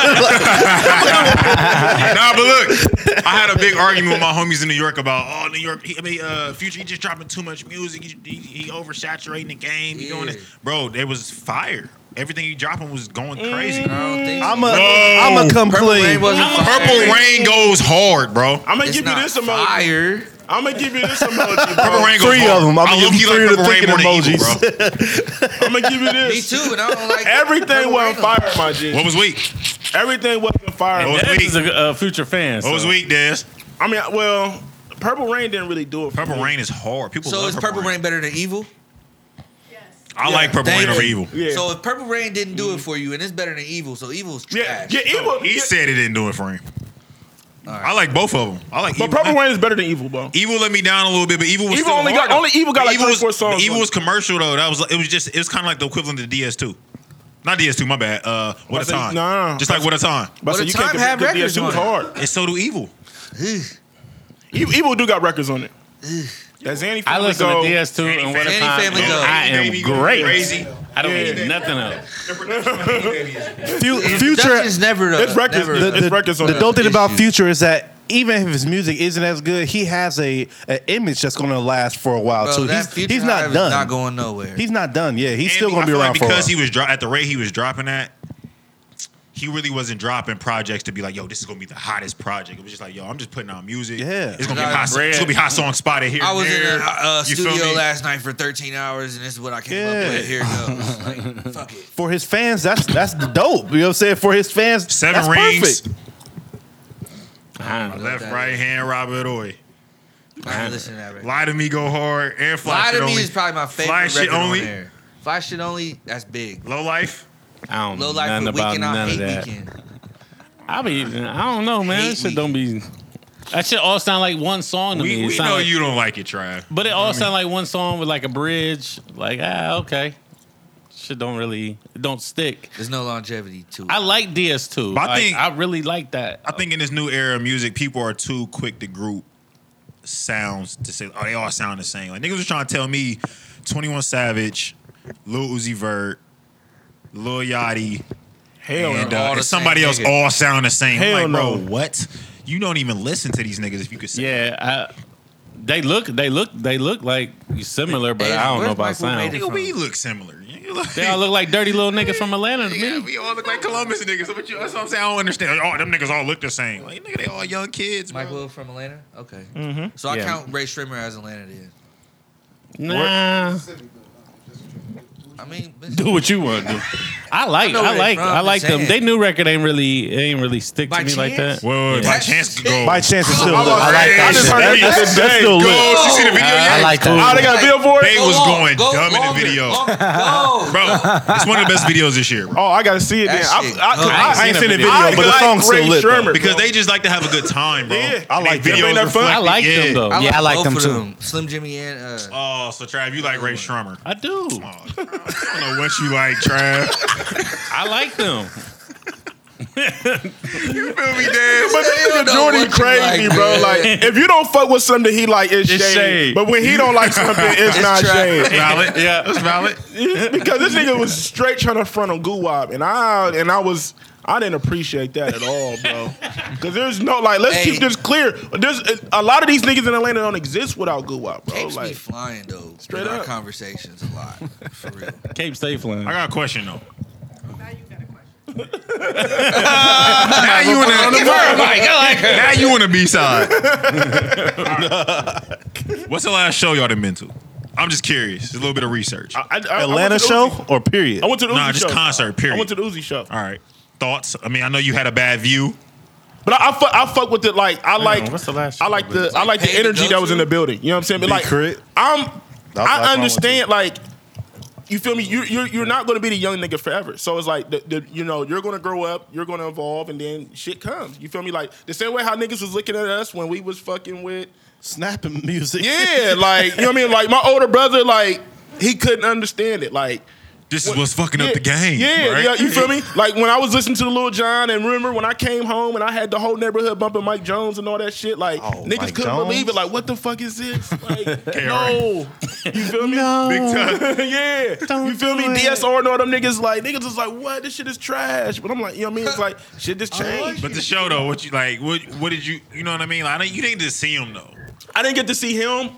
Speaker 9: nah, but look, I had a big argument with my homies in New York about, oh, New York, he, I mean, uh, Future, he just dropping too much music. He, he, he oversaturating the game. He doing
Speaker 4: Yeah.
Speaker 9: this. Bro, there was fire. Everything he dropping was going crazy.
Speaker 4: I don't think.
Speaker 3: I'm a.
Speaker 4: so.
Speaker 9: Whoa.
Speaker 3: I'm a come
Speaker 4: Purple Rain
Speaker 3: clean.
Speaker 4: wasn't fire.
Speaker 9: Purple Rain goes hard, bro.
Speaker 5: I'm gonna
Speaker 4: It's
Speaker 5: give you
Speaker 4: not
Speaker 5: this emoji.
Speaker 4: fire.
Speaker 5: I'm gonna give you this emoji, bro.
Speaker 9: Purple Rain goes
Speaker 3: Three
Speaker 9: hard.
Speaker 3: of them. I'm
Speaker 9: I
Speaker 3: gonna give
Speaker 9: low-key
Speaker 3: you three of the
Speaker 9: Purple Rain
Speaker 3: thinking
Speaker 9: more than Eagle,
Speaker 3: emojis.
Speaker 9: bro.
Speaker 5: I'm gonna give you this.
Speaker 4: Me too, and I don't like
Speaker 5: Everything
Speaker 4: Purple
Speaker 5: was
Speaker 4: Rain.
Speaker 5: fire, my G.
Speaker 9: what was weak?
Speaker 5: Everything was fire.
Speaker 9: What was
Speaker 2: This
Speaker 9: weak?
Speaker 2: is a uh, Future fan.
Speaker 9: What was
Speaker 2: so-
Speaker 9: weak, Des?
Speaker 5: I mean, well, Purple Rain didn't really do it. For
Speaker 9: Purple
Speaker 5: me.
Speaker 9: Rain is hard. People
Speaker 4: So
Speaker 9: love
Speaker 4: is Purple Rain better than evil?
Speaker 9: I like Purple
Speaker 4: Thank
Speaker 9: Rain over
Speaker 4: you.
Speaker 9: Evil.
Speaker 5: Yeah.
Speaker 4: So if Purple Rain didn't do it for you, and it's better than evil, so evil's
Speaker 5: yeah,
Speaker 4: trash.
Speaker 5: yeah, evil.
Speaker 9: He
Speaker 5: yeah.
Speaker 9: said he didn't do it for him. I like both of them. I like
Speaker 5: but
Speaker 9: Evil.
Speaker 5: Purple Rain is better than evil, bro.
Speaker 9: Evil let me down a little bit, but Evil was
Speaker 5: Evil
Speaker 9: still
Speaker 5: only
Speaker 9: hard,
Speaker 5: got-
Speaker 9: though.
Speaker 5: only Evil got
Speaker 9: But
Speaker 5: like three,
Speaker 9: was,
Speaker 5: four songs
Speaker 9: but Evil
Speaker 5: on
Speaker 9: was
Speaker 5: it.
Speaker 9: commercial though. That was it was just it was kind of like the equivalent to DS2. Not DS2, my bad. Uh, what a
Speaker 5: That's a-
Speaker 9: time.
Speaker 5: nah.
Speaker 9: Just like what a time.
Speaker 5: But
Speaker 4: Well,
Speaker 5: so
Speaker 4: the
Speaker 5: you can't
Speaker 4: Time had
Speaker 5: compare
Speaker 4: records
Speaker 5: DS2
Speaker 4: on
Speaker 5: was
Speaker 4: it.
Speaker 5: hard.
Speaker 9: And so do Evil.
Speaker 5: Evil, evil do got records on it. That Zanny family
Speaker 2: I listen
Speaker 5: go,
Speaker 2: to DS2
Speaker 9: Danny
Speaker 2: and what a
Speaker 4: Family
Speaker 2: time.
Speaker 4: Go.
Speaker 2: and I am
Speaker 9: Baby go
Speaker 2: great.
Speaker 9: crazy.
Speaker 2: I don't
Speaker 5: Yeah.
Speaker 2: need nothing else.
Speaker 3: Fu-
Speaker 4: Future
Speaker 3: future.
Speaker 4: is never.
Speaker 5: It's records.
Speaker 4: Never,
Speaker 5: It's records on
Speaker 3: The
Speaker 5: it.
Speaker 3: dope thing about
Speaker 4: Issue.
Speaker 3: Future is that even if his music isn't as good, he has a an image that's gonna last for a while
Speaker 4: bro,
Speaker 3: too.
Speaker 4: that
Speaker 3: He's,
Speaker 4: Future
Speaker 3: he's
Speaker 4: Hive
Speaker 3: not
Speaker 4: is Not
Speaker 3: done.
Speaker 4: going nowhere.
Speaker 3: he's not done. Yeah, he's still
Speaker 9: And
Speaker 3: gonna
Speaker 9: I
Speaker 3: be
Speaker 9: feel
Speaker 3: around
Speaker 9: like
Speaker 3: for a while.
Speaker 9: because he was dro- at the rate he was dropping at. He really wasn't dropping projects to be like, yo, this is gonna be the hottest project. It was just like, yo, I'm just putting out music.
Speaker 3: Yeah.
Speaker 9: it's gonna be
Speaker 4: Like
Speaker 9: hot.
Speaker 2: bread.
Speaker 9: It's gonna be hot song spotted here.
Speaker 4: I
Speaker 9: and
Speaker 4: was in
Speaker 9: there.
Speaker 4: a uh,
Speaker 9: You feel
Speaker 4: studio
Speaker 9: me?
Speaker 4: last night for 13 hours, and this is what I came
Speaker 3: Yeah.
Speaker 4: up with. Here it goes. Like, fuck it.
Speaker 3: for his fans, that's that's dope. You know what I'm saying? For his fans,
Speaker 9: Seven
Speaker 3: that's
Speaker 9: rings,
Speaker 3: perfect.
Speaker 2: I don't know.
Speaker 9: left,
Speaker 4: that
Speaker 9: right hand, Robert Oy.
Speaker 4: I haven't listened to that record.
Speaker 9: Lie to me, go hard. Air fly
Speaker 4: Lie
Speaker 9: shit
Speaker 4: to me
Speaker 9: only.
Speaker 4: is probably my favorite
Speaker 9: Fly
Speaker 4: record
Speaker 9: shit only.
Speaker 4: on there. Fly shit only. That's big.
Speaker 9: Low life.
Speaker 2: I don't
Speaker 4: Low
Speaker 2: know
Speaker 4: life
Speaker 2: nothing
Speaker 4: for
Speaker 2: about
Speaker 4: weekend. I
Speaker 2: none of
Speaker 4: hate
Speaker 2: that.
Speaker 4: weekend.
Speaker 2: I be, I don't know, man.
Speaker 4: Hate
Speaker 2: That shit don't be. That shit all sound like one song to me.
Speaker 9: We,
Speaker 2: It
Speaker 9: we
Speaker 2: sound
Speaker 9: know
Speaker 2: like-
Speaker 9: you don't like it, Try.
Speaker 2: But it all sound like one song with like a bridge. Like ah, okay. Shit don't really it don't stick.
Speaker 4: There's no longevity to it.
Speaker 2: I like DS2.
Speaker 9: But I
Speaker 2: I
Speaker 9: think-
Speaker 2: think I really like that.
Speaker 9: I think in this new era of music, people are too quick to group sounds to say, oh, they all sound the same. Like niggas was trying to tell me 21 Savage, Lil Uzi Vert, Lil Yachty,
Speaker 5: Hell
Speaker 9: and,
Speaker 5: no.
Speaker 9: uh,
Speaker 5: All the
Speaker 9: and somebody
Speaker 5: same
Speaker 9: else
Speaker 5: niggas.
Speaker 9: all sound the same. I'm
Speaker 5: Hell
Speaker 9: like, bro,
Speaker 5: no.
Speaker 9: what? You don't even listen to these niggas if you could say
Speaker 2: Yeah, I, they look they look they look like similar, but
Speaker 9: Hey,
Speaker 2: I don't
Speaker 9: where's
Speaker 2: know about
Speaker 9: Michael
Speaker 2: sound.
Speaker 9: made it Nigga, from? we look similar.
Speaker 2: They all look like dirty little niggas from Atlanta to
Speaker 9: Yeah,
Speaker 2: me.
Speaker 9: we all look like Columbus niggas. That's what, you, that's what I'm saying. I don't understand. Like, oh, them niggas all look the same. Like, nigga, they all young kids.
Speaker 4: Mike Will from Atlanta. Okay.
Speaker 9: Mhm.
Speaker 4: So I
Speaker 9: Yeah.
Speaker 4: count Ray Shrimmer as Atlanta then.
Speaker 2: Nah.
Speaker 4: I mean,
Speaker 2: Do what you want to do. I like,
Speaker 4: I know
Speaker 2: I,
Speaker 4: where they
Speaker 2: like,
Speaker 4: from,
Speaker 2: I like
Speaker 4: I'm
Speaker 2: them.
Speaker 4: saying.
Speaker 2: They new record ain't really, it ain't really stick
Speaker 4: By
Speaker 2: to me like
Speaker 4: chance?
Speaker 2: that.
Speaker 9: Whoa, by chance could go.
Speaker 3: By chance is still
Speaker 9: I
Speaker 3: lit.
Speaker 9: was
Speaker 3: I like
Speaker 9: like,
Speaker 3: that.
Speaker 9: I just
Speaker 3: shit.
Speaker 9: heard
Speaker 3: That-
Speaker 9: it
Speaker 3: That's, that's
Speaker 9: yesterday.
Speaker 3: still lit.
Speaker 9: Goes. You see the video yet?
Speaker 3: I like that.
Speaker 9: Oh, they got a billboard? They
Speaker 4: Go
Speaker 9: was
Speaker 4: long,
Speaker 9: going
Speaker 4: go
Speaker 9: dumb in the
Speaker 4: longer,
Speaker 9: video.
Speaker 4: long- go.
Speaker 9: Bro, it's one of the best videos this year. Bro.
Speaker 5: Oh, I gotta see it. Then.
Speaker 9: That
Speaker 5: I, I,
Speaker 9: shit
Speaker 5: 'cause
Speaker 9: good.
Speaker 5: I, I ain't seen the video, but the song's still lit. though.
Speaker 9: because they just like to have a good time, bro.
Speaker 5: Yeah.
Speaker 9: I like
Speaker 5: them. They
Speaker 9: videos.
Speaker 5: bring their fun. I
Speaker 9: reflect it.
Speaker 5: like them,
Speaker 9: Yeah.
Speaker 5: though. I
Speaker 4: Yeah, I like
Speaker 9: both
Speaker 4: them too.
Speaker 9: of
Speaker 4: Slim Jimmy and uh,
Speaker 9: Oh, so Trav, you like Ray Shrummer?
Speaker 2: I do.
Speaker 9: I don't know what you like, Trav.
Speaker 2: I like them.
Speaker 9: you feel me, Dan?
Speaker 5: But this
Speaker 9: Hell
Speaker 5: nigga
Speaker 9: no,
Speaker 5: Jordan
Speaker 9: what you
Speaker 5: crazy,
Speaker 9: like,
Speaker 5: bro.
Speaker 9: man.
Speaker 5: Like, if you don't fuck with something he like, it's,
Speaker 9: It's
Speaker 5: shade.
Speaker 9: shade.
Speaker 5: But when he don't like something, it's,
Speaker 9: It's
Speaker 5: not
Speaker 9: trap.
Speaker 5: shade.
Speaker 9: It's valid. Yeah, it's valid.
Speaker 5: because this nigga was straight trying to front on Goo Wop, and I and I was I didn't appreciate that at all, bro. Because there's no like, let's
Speaker 4: Hey.
Speaker 5: keep this clear. There's a, a lot of these niggas in Atlanta don't exist without Goo Wop, bro.
Speaker 4: Apes be
Speaker 5: Like,
Speaker 4: flying though.
Speaker 5: Straight
Speaker 4: in our
Speaker 5: up.
Speaker 4: conversations a lot. For real.
Speaker 2: Cape State Flynn.
Speaker 9: I got a question though.
Speaker 4: now
Speaker 9: you wanna- Give her a mic. I like her. Now you wanna be side. What's the last show y'all done been to? I'm just curious. Just a little bit of research.
Speaker 3: Atlanta show or period?
Speaker 5: I went to the Uzi
Speaker 9: Nah, just
Speaker 5: show.
Speaker 9: concert. Period.
Speaker 5: I went to the Uzi show,
Speaker 9: All right. Thoughts? I mean, I know you had a bad view.
Speaker 5: but I, I fuck I fuck with it. Like I like
Speaker 2: what's the last
Speaker 5: I like
Speaker 2: show?
Speaker 5: the I like the
Speaker 4: Paid to
Speaker 5: energy
Speaker 4: go
Speaker 5: that was in
Speaker 4: to?
Speaker 5: the building. You know what I'm saying? But
Speaker 3: Big
Speaker 5: like
Speaker 3: Crit.
Speaker 5: I'm
Speaker 3: That's like
Speaker 5: I
Speaker 3: my one,
Speaker 5: understand like you feel me. You you're, you're not going to be the young nigga forever. So it's like the, the you know you're going to grow up, you're going to evolve, and then shit comes. You feel me? Like the same way how niggas was looking at us when we was fucking with
Speaker 3: Snapping music.
Speaker 5: yeah, like you know what I mean. Like my older brother, like he couldn't understand it. Like
Speaker 9: This is what's fucking up the game.
Speaker 5: yeah,
Speaker 9: right?
Speaker 5: yeah, you feel me? Like when I was listening to the Lil John, and remember when I came home and I had the whole neighborhood bumping Mike Jones and all that shit. Like niggas
Speaker 3: Mike
Speaker 5: couldn't
Speaker 3: Jones?
Speaker 5: believe it. Like what the fuck is this? Like
Speaker 9: Okay,
Speaker 5: no, you feel me?
Speaker 9: Big time.
Speaker 5: yeah, you feel me?
Speaker 3: do it.
Speaker 5: DSR and all them niggas like niggas is like what? This shit is trash. But I'm like, you know what I mean? It's like shit just changed.
Speaker 9: But the show though, what you like? What what did you? You know what I mean? Like, I know you didn't just see him though.
Speaker 5: I didn't get to see him,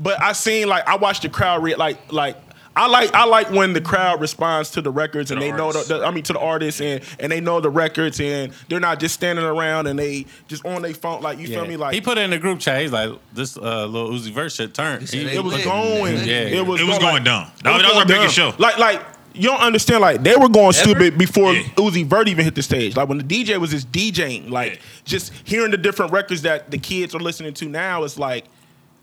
Speaker 5: but I seen like I watched the crowd read like like I like I like when the crowd responds to the records and
Speaker 9: the
Speaker 5: they know
Speaker 9: artists.
Speaker 5: the, the- I mean to the artists and and they know the records and they're not just standing around and they just on their phone like you feel me like
Speaker 2: he put it in the group chat. He's like, this uh, little Uzi Vert shit turned.
Speaker 4: said
Speaker 2: He-
Speaker 4: they
Speaker 5: it was
Speaker 4: lit.
Speaker 5: going
Speaker 4: They lit.
Speaker 2: Yeah.
Speaker 5: it was
Speaker 9: It was
Speaker 5: like-
Speaker 9: going dumb.
Speaker 5: it
Speaker 9: That was, that was our
Speaker 5: going
Speaker 9: biggest
Speaker 5: dumb.
Speaker 9: show.
Speaker 5: like like. You don't understand, like they were going stupid before
Speaker 9: Yeah.
Speaker 5: Uzi Vert even hit the stage. Like when the DJ was just DJing, like just hearing the different records that the kids are listening to now, it's like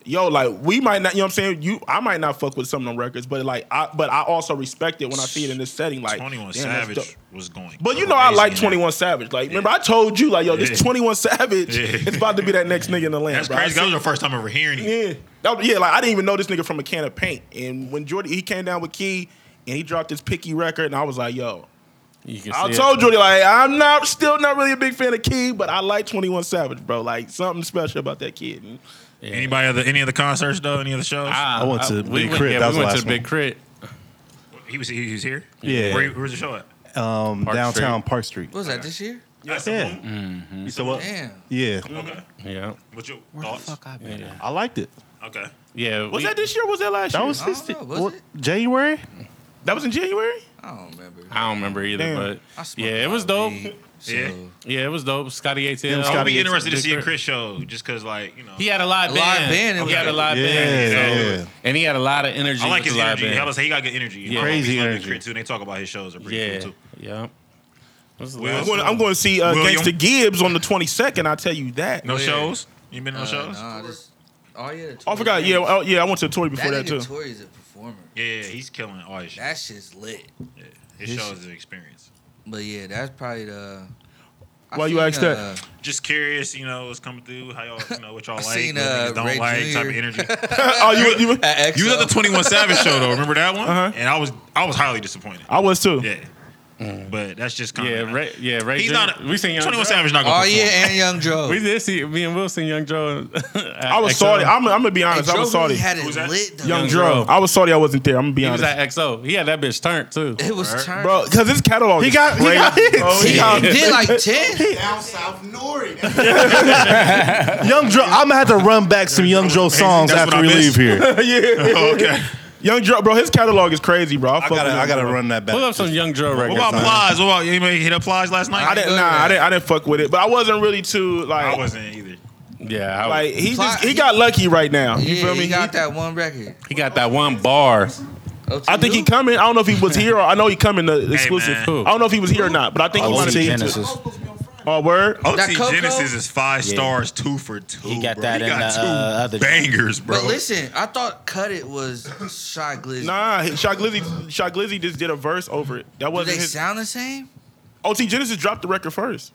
Speaker 5: yo, like we might not, you know what I'm saying? You I might not fuck with some of them records, but like I but I also respect it when I see it in this setting. Like
Speaker 9: Twenty One
Speaker 5: damn, that's dope.
Speaker 9: Savage was going.
Speaker 5: But you know I
Speaker 9: crazy
Speaker 5: like
Speaker 9: in that.
Speaker 5: 21 Savage. Like remember I told you like yo,
Speaker 9: Yeah.
Speaker 5: this 21 Savage
Speaker 9: Yeah.
Speaker 5: it's about to be that next nigga in the land.
Speaker 9: That's
Speaker 5: bro. I
Speaker 9: crazy. That
Speaker 5: seen-
Speaker 9: was the first time ever hearing it.
Speaker 5: yeah. That was- yeah, like I didn't even know this nigga from a can of paint. And when Jordy he came down with Key and he dropped his picky record and I was like, yo,
Speaker 2: you can
Speaker 5: I
Speaker 2: see it.
Speaker 5: told Jordy like I'm not still not really a big fan of Key, but I like 21 Savage, bro. Like something special about that kid. And
Speaker 9: Anybody other any of the concerts though? Any of the shows?
Speaker 2: Ah,
Speaker 3: I went to
Speaker 2: we
Speaker 3: Big
Speaker 2: went-
Speaker 3: Crit.
Speaker 2: yeah,
Speaker 3: That
Speaker 2: we
Speaker 3: was the
Speaker 2: went to
Speaker 3: last
Speaker 2: Big
Speaker 3: one.
Speaker 2: Crit.
Speaker 9: He was he was here.
Speaker 3: Yeah.
Speaker 9: Where, where was the show at?
Speaker 3: Um,
Speaker 2: Park
Speaker 3: downtown
Speaker 2: Street.
Speaker 3: Park Street.
Speaker 4: What was that this year?
Speaker 9: That's
Speaker 3: Yeah.
Speaker 5: Mm-hmm.
Speaker 9: the one.
Speaker 3: You said what?
Speaker 4: Damn.
Speaker 3: Yeah,
Speaker 9: Okay.
Speaker 2: Yeah,
Speaker 9: What's your
Speaker 4: Where
Speaker 9: thoughts?
Speaker 4: the fuck I been? at?
Speaker 3: I liked it.
Speaker 9: Okay.
Speaker 2: yeah.
Speaker 5: was that this year or was that last
Speaker 3: That
Speaker 5: year?
Speaker 3: was
Speaker 4: I don't
Speaker 3: this
Speaker 4: know, was
Speaker 3: what-
Speaker 4: it?
Speaker 3: January.
Speaker 5: that was in January?
Speaker 4: I don't remember.
Speaker 2: I don't remember either,
Speaker 5: Damn.
Speaker 4: I
Speaker 2: but
Speaker 4: smoked
Speaker 2: yeah, it
Speaker 4: a
Speaker 2: was
Speaker 4: lot of
Speaker 2: dope.
Speaker 4: weed, so-
Speaker 9: Yeah.
Speaker 2: Yeah, it was dope. Scotty ATL.
Speaker 9: I'll
Speaker 3: Scotty
Speaker 9: be
Speaker 3: Yates
Speaker 9: interested to
Speaker 2: Big
Speaker 9: see a
Speaker 2: Crit.
Speaker 9: Chris show just because, like, you know,
Speaker 2: He had a live
Speaker 4: A
Speaker 2: band.
Speaker 4: live band, it
Speaker 2: He
Speaker 4: was
Speaker 2: had a
Speaker 4: like-
Speaker 2: live
Speaker 3: Yeah,
Speaker 2: band. so-
Speaker 3: yeah.
Speaker 2: And he had a lot of energy.
Speaker 9: I like
Speaker 2: with
Speaker 9: his
Speaker 2: the live
Speaker 9: energy. He,
Speaker 2: Band.
Speaker 9: was, he got good energy.
Speaker 2: Yeah.
Speaker 9: My homies
Speaker 3: Crazy
Speaker 9: love Big
Speaker 3: energy.
Speaker 9: Crit, too. And they talk about his shows are pretty
Speaker 2: yeah.
Speaker 9: cool too.
Speaker 2: Yeah. What's the
Speaker 9: Will-
Speaker 5: I'm
Speaker 2: last
Speaker 5: going,
Speaker 2: one?
Speaker 5: I'm going to see uh,
Speaker 9: William.
Speaker 5: Gangsta Gibbs on the 22nd. I tell you that.
Speaker 9: No
Speaker 4: Yeah.
Speaker 9: shows? You been on
Speaker 4: Uh,
Speaker 9: shows?
Speaker 4: nah, this- oh yeah. the
Speaker 5: Oh, I forgot.
Speaker 4: Tory
Speaker 5: Yeah,
Speaker 4: Lanez.
Speaker 5: oh, yeah. I went to the tour
Speaker 4: that
Speaker 5: before that,
Speaker 4: nigga
Speaker 5: too.
Speaker 4: Tory is a performer.
Speaker 9: Yeah, he's killing all his shit.
Speaker 4: That shit's lit.
Speaker 9: Yeah. His
Speaker 4: his
Speaker 9: show is an experience.
Speaker 4: But yeah, that's probably the
Speaker 9: I
Speaker 5: Why you
Speaker 9: seen,
Speaker 5: ask that?
Speaker 9: uh, Just curious, you know, what's coming through, how y'all, you know, what y'all like,
Speaker 5: seen,
Speaker 9: what
Speaker 5: uh,
Speaker 9: niggas don't
Speaker 5: Ray
Speaker 9: like, type of
Speaker 5: Jr.
Speaker 9: energy.
Speaker 5: Oh, you were- you were- At
Speaker 9: You was at the
Speaker 5: XL.
Speaker 9: Twenty One Savage show though. Remember that one?
Speaker 5: Uh-huh.
Speaker 9: And I was, I was highly disappointed.
Speaker 5: I was too.
Speaker 9: Yeah, but that's just kind
Speaker 2: Yeah,
Speaker 9: of
Speaker 2: Ray, yeah, Ray.
Speaker 9: He's
Speaker 2: Jr.
Speaker 9: not.
Speaker 2: We seen Young
Speaker 9: Twenty One
Speaker 2: Joe.
Speaker 9: Savage not
Speaker 5: Oh,
Speaker 9: gonna. perform.
Speaker 4: Oh, Young Joe.
Speaker 2: We did see me and Will seen Young Joe.
Speaker 5: I was sorry. I'm, I'm gonna be honest. I was sorry. Young Dro. I was sorry. I wasn't there. I'm gonna be
Speaker 2: He was
Speaker 5: honest.
Speaker 2: at XO. He had that bitch turned too.
Speaker 4: It was turned.
Speaker 5: Bro, because his catalog
Speaker 2: He
Speaker 5: is
Speaker 2: got- he
Speaker 5: crazy,
Speaker 2: got hits.
Speaker 4: Oh,
Speaker 5: bro.
Speaker 2: He did like
Speaker 4: 10.
Speaker 8: Down south Nori.
Speaker 3: Young Dro, I'm gonna have to run back some Young Dro songs
Speaker 5: That's
Speaker 3: after
Speaker 5: what I
Speaker 3: we
Speaker 5: missed.
Speaker 3: leave here.
Speaker 5: yeah.
Speaker 9: Oh, okay.
Speaker 5: Young Dro, bro, his catalog is crazy, bro. I, fuck
Speaker 3: gotta-
Speaker 5: with
Speaker 3: I
Speaker 5: Young
Speaker 3: gotta
Speaker 5: Dro.
Speaker 3: run that back. Pull
Speaker 2: up some Young Dro
Speaker 9: What about Plies? What about anybody hit up Plies last night?
Speaker 5: I didn't. Nah, I didn't. I didn't fuck with it, but I wasn't really too like.
Speaker 9: I wasn't either.
Speaker 2: Yeah, I-
Speaker 5: Like he just he got lucky right now. You
Speaker 4: yeah,
Speaker 5: feel
Speaker 4: he
Speaker 5: me?
Speaker 4: got that one record.
Speaker 2: He got that one bar.
Speaker 5: I think he coming. I don't know if he was here or I know he coming the exclusive.
Speaker 9: man.
Speaker 5: I don't know if he was here or not, but I think
Speaker 3: Oh,
Speaker 5: he
Speaker 9: OT
Speaker 5: wanted to get
Speaker 9: Genesis.
Speaker 5: to. Oh, word.
Speaker 9: OT Genesis is five stars, two for two.
Speaker 6: He got
Speaker 9: bro.
Speaker 6: that
Speaker 9: he
Speaker 6: in
Speaker 9: got
Speaker 6: the,
Speaker 9: two
Speaker 6: uh, other-
Speaker 9: bangers, bro.
Speaker 4: But listen, I thought Cut It was Shy Glizzy.
Speaker 5: Nah, he- Shot Glizzy, Shot Glizzy just did a verse over it. That
Speaker 4: Do
Speaker 5: wasn't
Speaker 4: they
Speaker 5: his.
Speaker 4: sound the same?
Speaker 5: OT Genesis dropped the record first.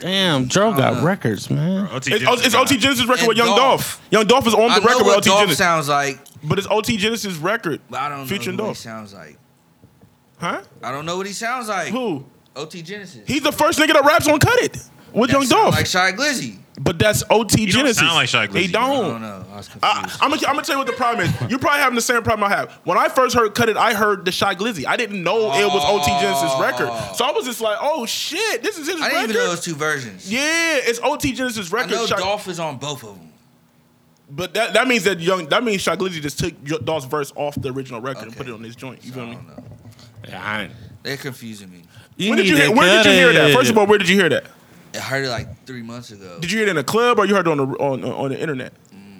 Speaker 2: Damn, Dro
Speaker 5: Uh,
Speaker 2: got records, man.
Speaker 5: It's, O- it's OT Genesis record
Speaker 4: And
Speaker 5: with Young Dolph.
Speaker 4: Dolph.
Speaker 5: Young Dolph is on
Speaker 4: I
Speaker 5: the
Speaker 4: know
Speaker 5: record with
Speaker 4: what
Speaker 5: OT
Speaker 4: Dolph
Speaker 5: Genesis.
Speaker 4: sounds like,
Speaker 5: But it's OT Genesis record.
Speaker 4: but I don't
Speaker 5: Featuring
Speaker 4: know who
Speaker 5: Dolph.
Speaker 4: he sounds like.
Speaker 5: Huh?
Speaker 4: I don't know what he sounds like.
Speaker 5: Who?
Speaker 4: OT Genesis.
Speaker 5: He's the first nigga that raps on Cut It with Young Dolph.
Speaker 4: Like Shy Glizzy.
Speaker 5: but that's OT
Speaker 9: He don't
Speaker 5: Genesis.
Speaker 9: sound like Shaq
Speaker 5: He
Speaker 9: Glizzy,
Speaker 5: don't.
Speaker 4: I don't know. I was confused.
Speaker 5: I'm gonna, I'm gonna tell you what the problem is. You probably having the same problem I have. When I first heard "Cut It," I heard the Shy Glizzy. I didn't know it was OT Genesis record, so I was just like, "Oh shit, this is his
Speaker 4: Oh. I didn't
Speaker 5: record."
Speaker 4: even know those two versions.
Speaker 5: yeah, it's OT Genesis
Speaker 4: I
Speaker 5: record.
Speaker 4: know
Speaker 5: Shy-
Speaker 4: Dolph is on both of them.
Speaker 5: but that, that means that young that means Shy Glizzy just took Yo- Dolph's verse off the original record and put it on his joint. You feel me?
Speaker 4: They're confusing me.
Speaker 5: When did you hear, where did you hear that? First of all, where did you hear that?
Speaker 4: I heard it like three months ago
Speaker 5: Did you hear it in a club or you heard it on the on on the internet?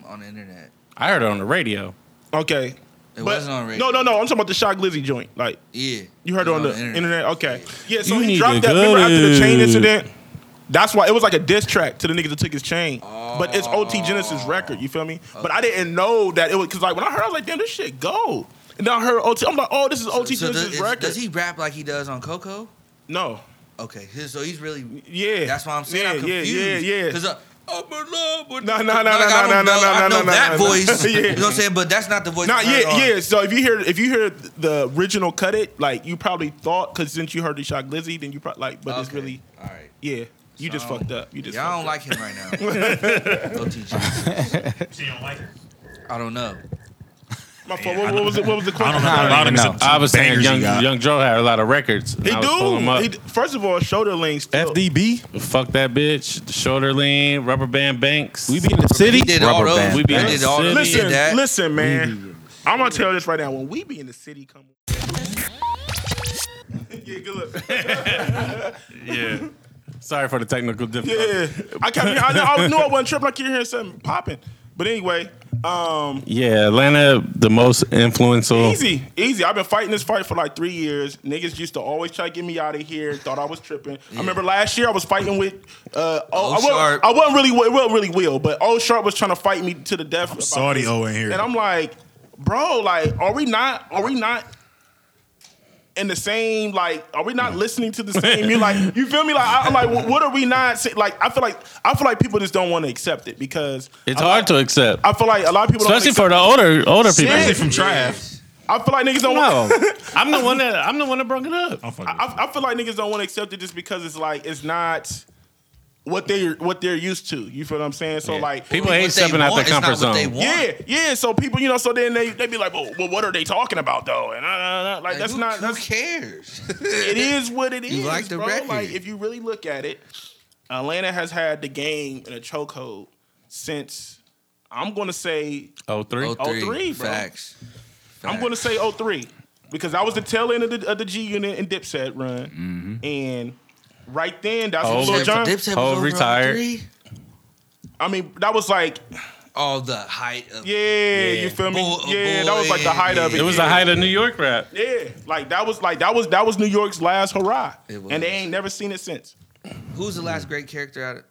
Speaker 4: on the internet.
Speaker 2: I heard it on the radio.
Speaker 5: Okay.
Speaker 4: It wasn't on radio. Oh,
Speaker 5: No, no, no. I'm talking about the Shy Glizzy joint. Like
Speaker 4: Yeah.
Speaker 5: You heard it on the
Speaker 4: internet.
Speaker 5: internet. Okay. Yeah, so
Speaker 2: You
Speaker 5: he
Speaker 2: need
Speaker 5: dropped
Speaker 2: to
Speaker 5: that
Speaker 2: go
Speaker 5: remember after the chain
Speaker 2: to-
Speaker 5: incident. That's why it was like a diss track to the niggas that took his chain. But it's OT Genesis
Speaker 4: Oh.
Speaker 5: record, you feel me? But I didn't know that it was cause like when I heard I was like, damn, this shit go. And then I heard OT, I'm like, oh, this is OT
Speaker 4: So does,
Speaker 5: Genesis
Speaker 4: is-
Speaker 5: record.
Speaker 4: does he rap like he does on Coco?
Speaker 5: no.
Speaker 4: Okay, his- so he's really.
Speaker 5: Yeah.
Speaker 4: That's why I'm saying
Speaker 5: Yeah,
Speaker 4: I'm
Speaker 5: yeah,
Speaker 4: confused. uh,
Speaker 5: yeah, yeah.
Speaker 4: Because I'm in love with
Speaker 5: No, no,
Speaker 4: the-
Speaker 5: no,
Speaker 4: like,
Speaker 5: no, no,
Speaker 4: I
Speaker 5: no,
Speaker 4: don't know-
Speaker 5: no,
Speaker 4: I
Speaker 5: no,
Speaker 4: know
Speaker 5: no,
Speaker 4: that
Speaker 5: no, no.
Speaker 4: voice.
Speaker 5: Yeah.
Speaker 4: You know what I'm saying? But that's not the voice.
Speaker 5: Nah,
Speaker 4: I heard
Speaker 5: yeah,
Speaker 4: on-
Speaker 5: yeah. So if you hear if you hear the original cut it, like you probably thought because since you heard the shot glizzy, then you probably like, but it's
Speaker 4: Okay.
Speaker 5: really
Speaker 4: All right.
Speaker 5: yeah. You
Speaker 4: So
Speaker 5: just
Speaker 4: I don't-
Speaker 5: fucked up. You just
Speaker 4: Y'all don't like
Speaker 5: fucked
Speaker 4: him right
Speaker 5: up.
Speaker 4: now. OT Genesis.
Speaker 9: you don't like her.
Speaker 4: I don't know.
Speaker 5: My fault. What, what was it? What was the question?
Speaker 2: I,
Speaker 9: know.
Speaker 2: was saying
Speaker 9: Bangers
Speaker 2: Young
Speaker 9: he got.
Speaker 2: Young Joe had a lot of records. and
Speaker 5: He
Speaker 2: I was pulling 'em
Speaker 5: do.
Speaker 2: up.
Speaker 5: He, d- first of all, shoulder links.
Speaker 3: FDB.
Speaker 2: Fuck that bitch. Shoulder lean, rubber band banks. We be in
Speaker 3: the
Speaker 4: city? He did all those.
Speaker 2: We be
Speaker 4: He
Speaker 2: in the
Speaker 4: did all
Speaker 2: city.
Speaker 4: those.
Speaker 5: Listen,
Speaker 4: did that.
Speaker 5: listen, man. I'm gonna tell this right now. When we be in the city, come. yeah, good look.
Speaker 2: Yeah. Sorry for the technical difficulty.
Speaker 5: Yeah, I kept. hearing- I, knew- I knew I wasn't tripping. I keep hearing something popping. But anyway, um,
Speaker 2: Yeah, Atlanta, the most influential.
Speaker 5: Easy, easy. I've been fighting this fight for like three years. Niggas used to always try to get me out of here. Thought I was tripping. I remember last year I was fighting with. Uh, oh, I,
Speaker 4: Sharp.
Speaker 5: wasn't, I wasn't really. It wasn't really will, but old sharp was trying to fight me to the death. about
Speaker 9: Saudi
Speaker 5: this.
Speaker 9: O in here.
Speaker 5: and I'm like, bro, like, are we not? Are we not? In the same, like, are we not listening to the same? You like, you feel me? Like, I, am like, wh- what are we not? say- Like, I feel like, I feel like people just don't want to accept it because
Speaker 2: It's
Speaker 5: I-
Speaker 2: hard to accept,
Speaker 5: I feel like a lot of people, don't
Speaker 2: especially for
Speaker 5: accept
Speaker 2: the older older people.
Speaker 5: Especially from
Speaker 9: Trav.
Speaker 5: I feel like niggas don't.
Speaker 2: No,
Speaker 5: want
Speaker 2: I'm the one that I'm the one that brought it up.
Speaker 5: I, I feel like niggas don't want to accept it just because it's like it's not what they what they're used to. You feel what I'm saying? So
Speaker 2: Yeah.
Speaker 5: like
Speaker 2: People hate stepping out their comfort zone.
Speaker 5: Yeah, yeah. So people, you know, so then they they be like, well, well what are they talking about though? And uh, uh, uh, like that's
Speaker 4: who,
Speaker 5: not
Speaker 4: Who
Speaker 5: that's Oh,
Speaker 4: cares?
Speaker 5: it is what it is.
Speaker 4: You like the
Speaker 5: bro.
Speaker 4: record.
Speaker 5: Like if you really look at it, Atlanta has had the game in a chokehold since I'm going to say
Speaker 2: Oh three.
Speaker 5: 03, bro.
Speaker 4: Facts.
Speaker 5: I'm going to say 03 because I was the tail end of the, of the G Unit and Dipset run, and right then that's when
Speaker 2: Oh,
Speaker 5: Lil Jon.
Speaker 4: Mm-hmm. Dipset was
Speaker 2: Hov
Speaker 4: over on
Speaker 2: retired.
Speaker 4: three?
Speaker 5: I mean, that was like,
Speaker 4: All the height of.
Speaker 5: yeah, you feel me?
Speaker 4: Boy-
Speaker 5: yeah, that was like the
Speaker 4: boy,
Speaker 5: height of it.
Speaker 2: It was the
Speaker 5: yeah.
Speaker 2: height of New York rap.
Speaker 5: Yeah, like that was like that was that was New York's last hurrah,
Speaker 4: It was.
Speaker 5: and they ain't never seen it since.
Speaker 4: Who's the last great character out of.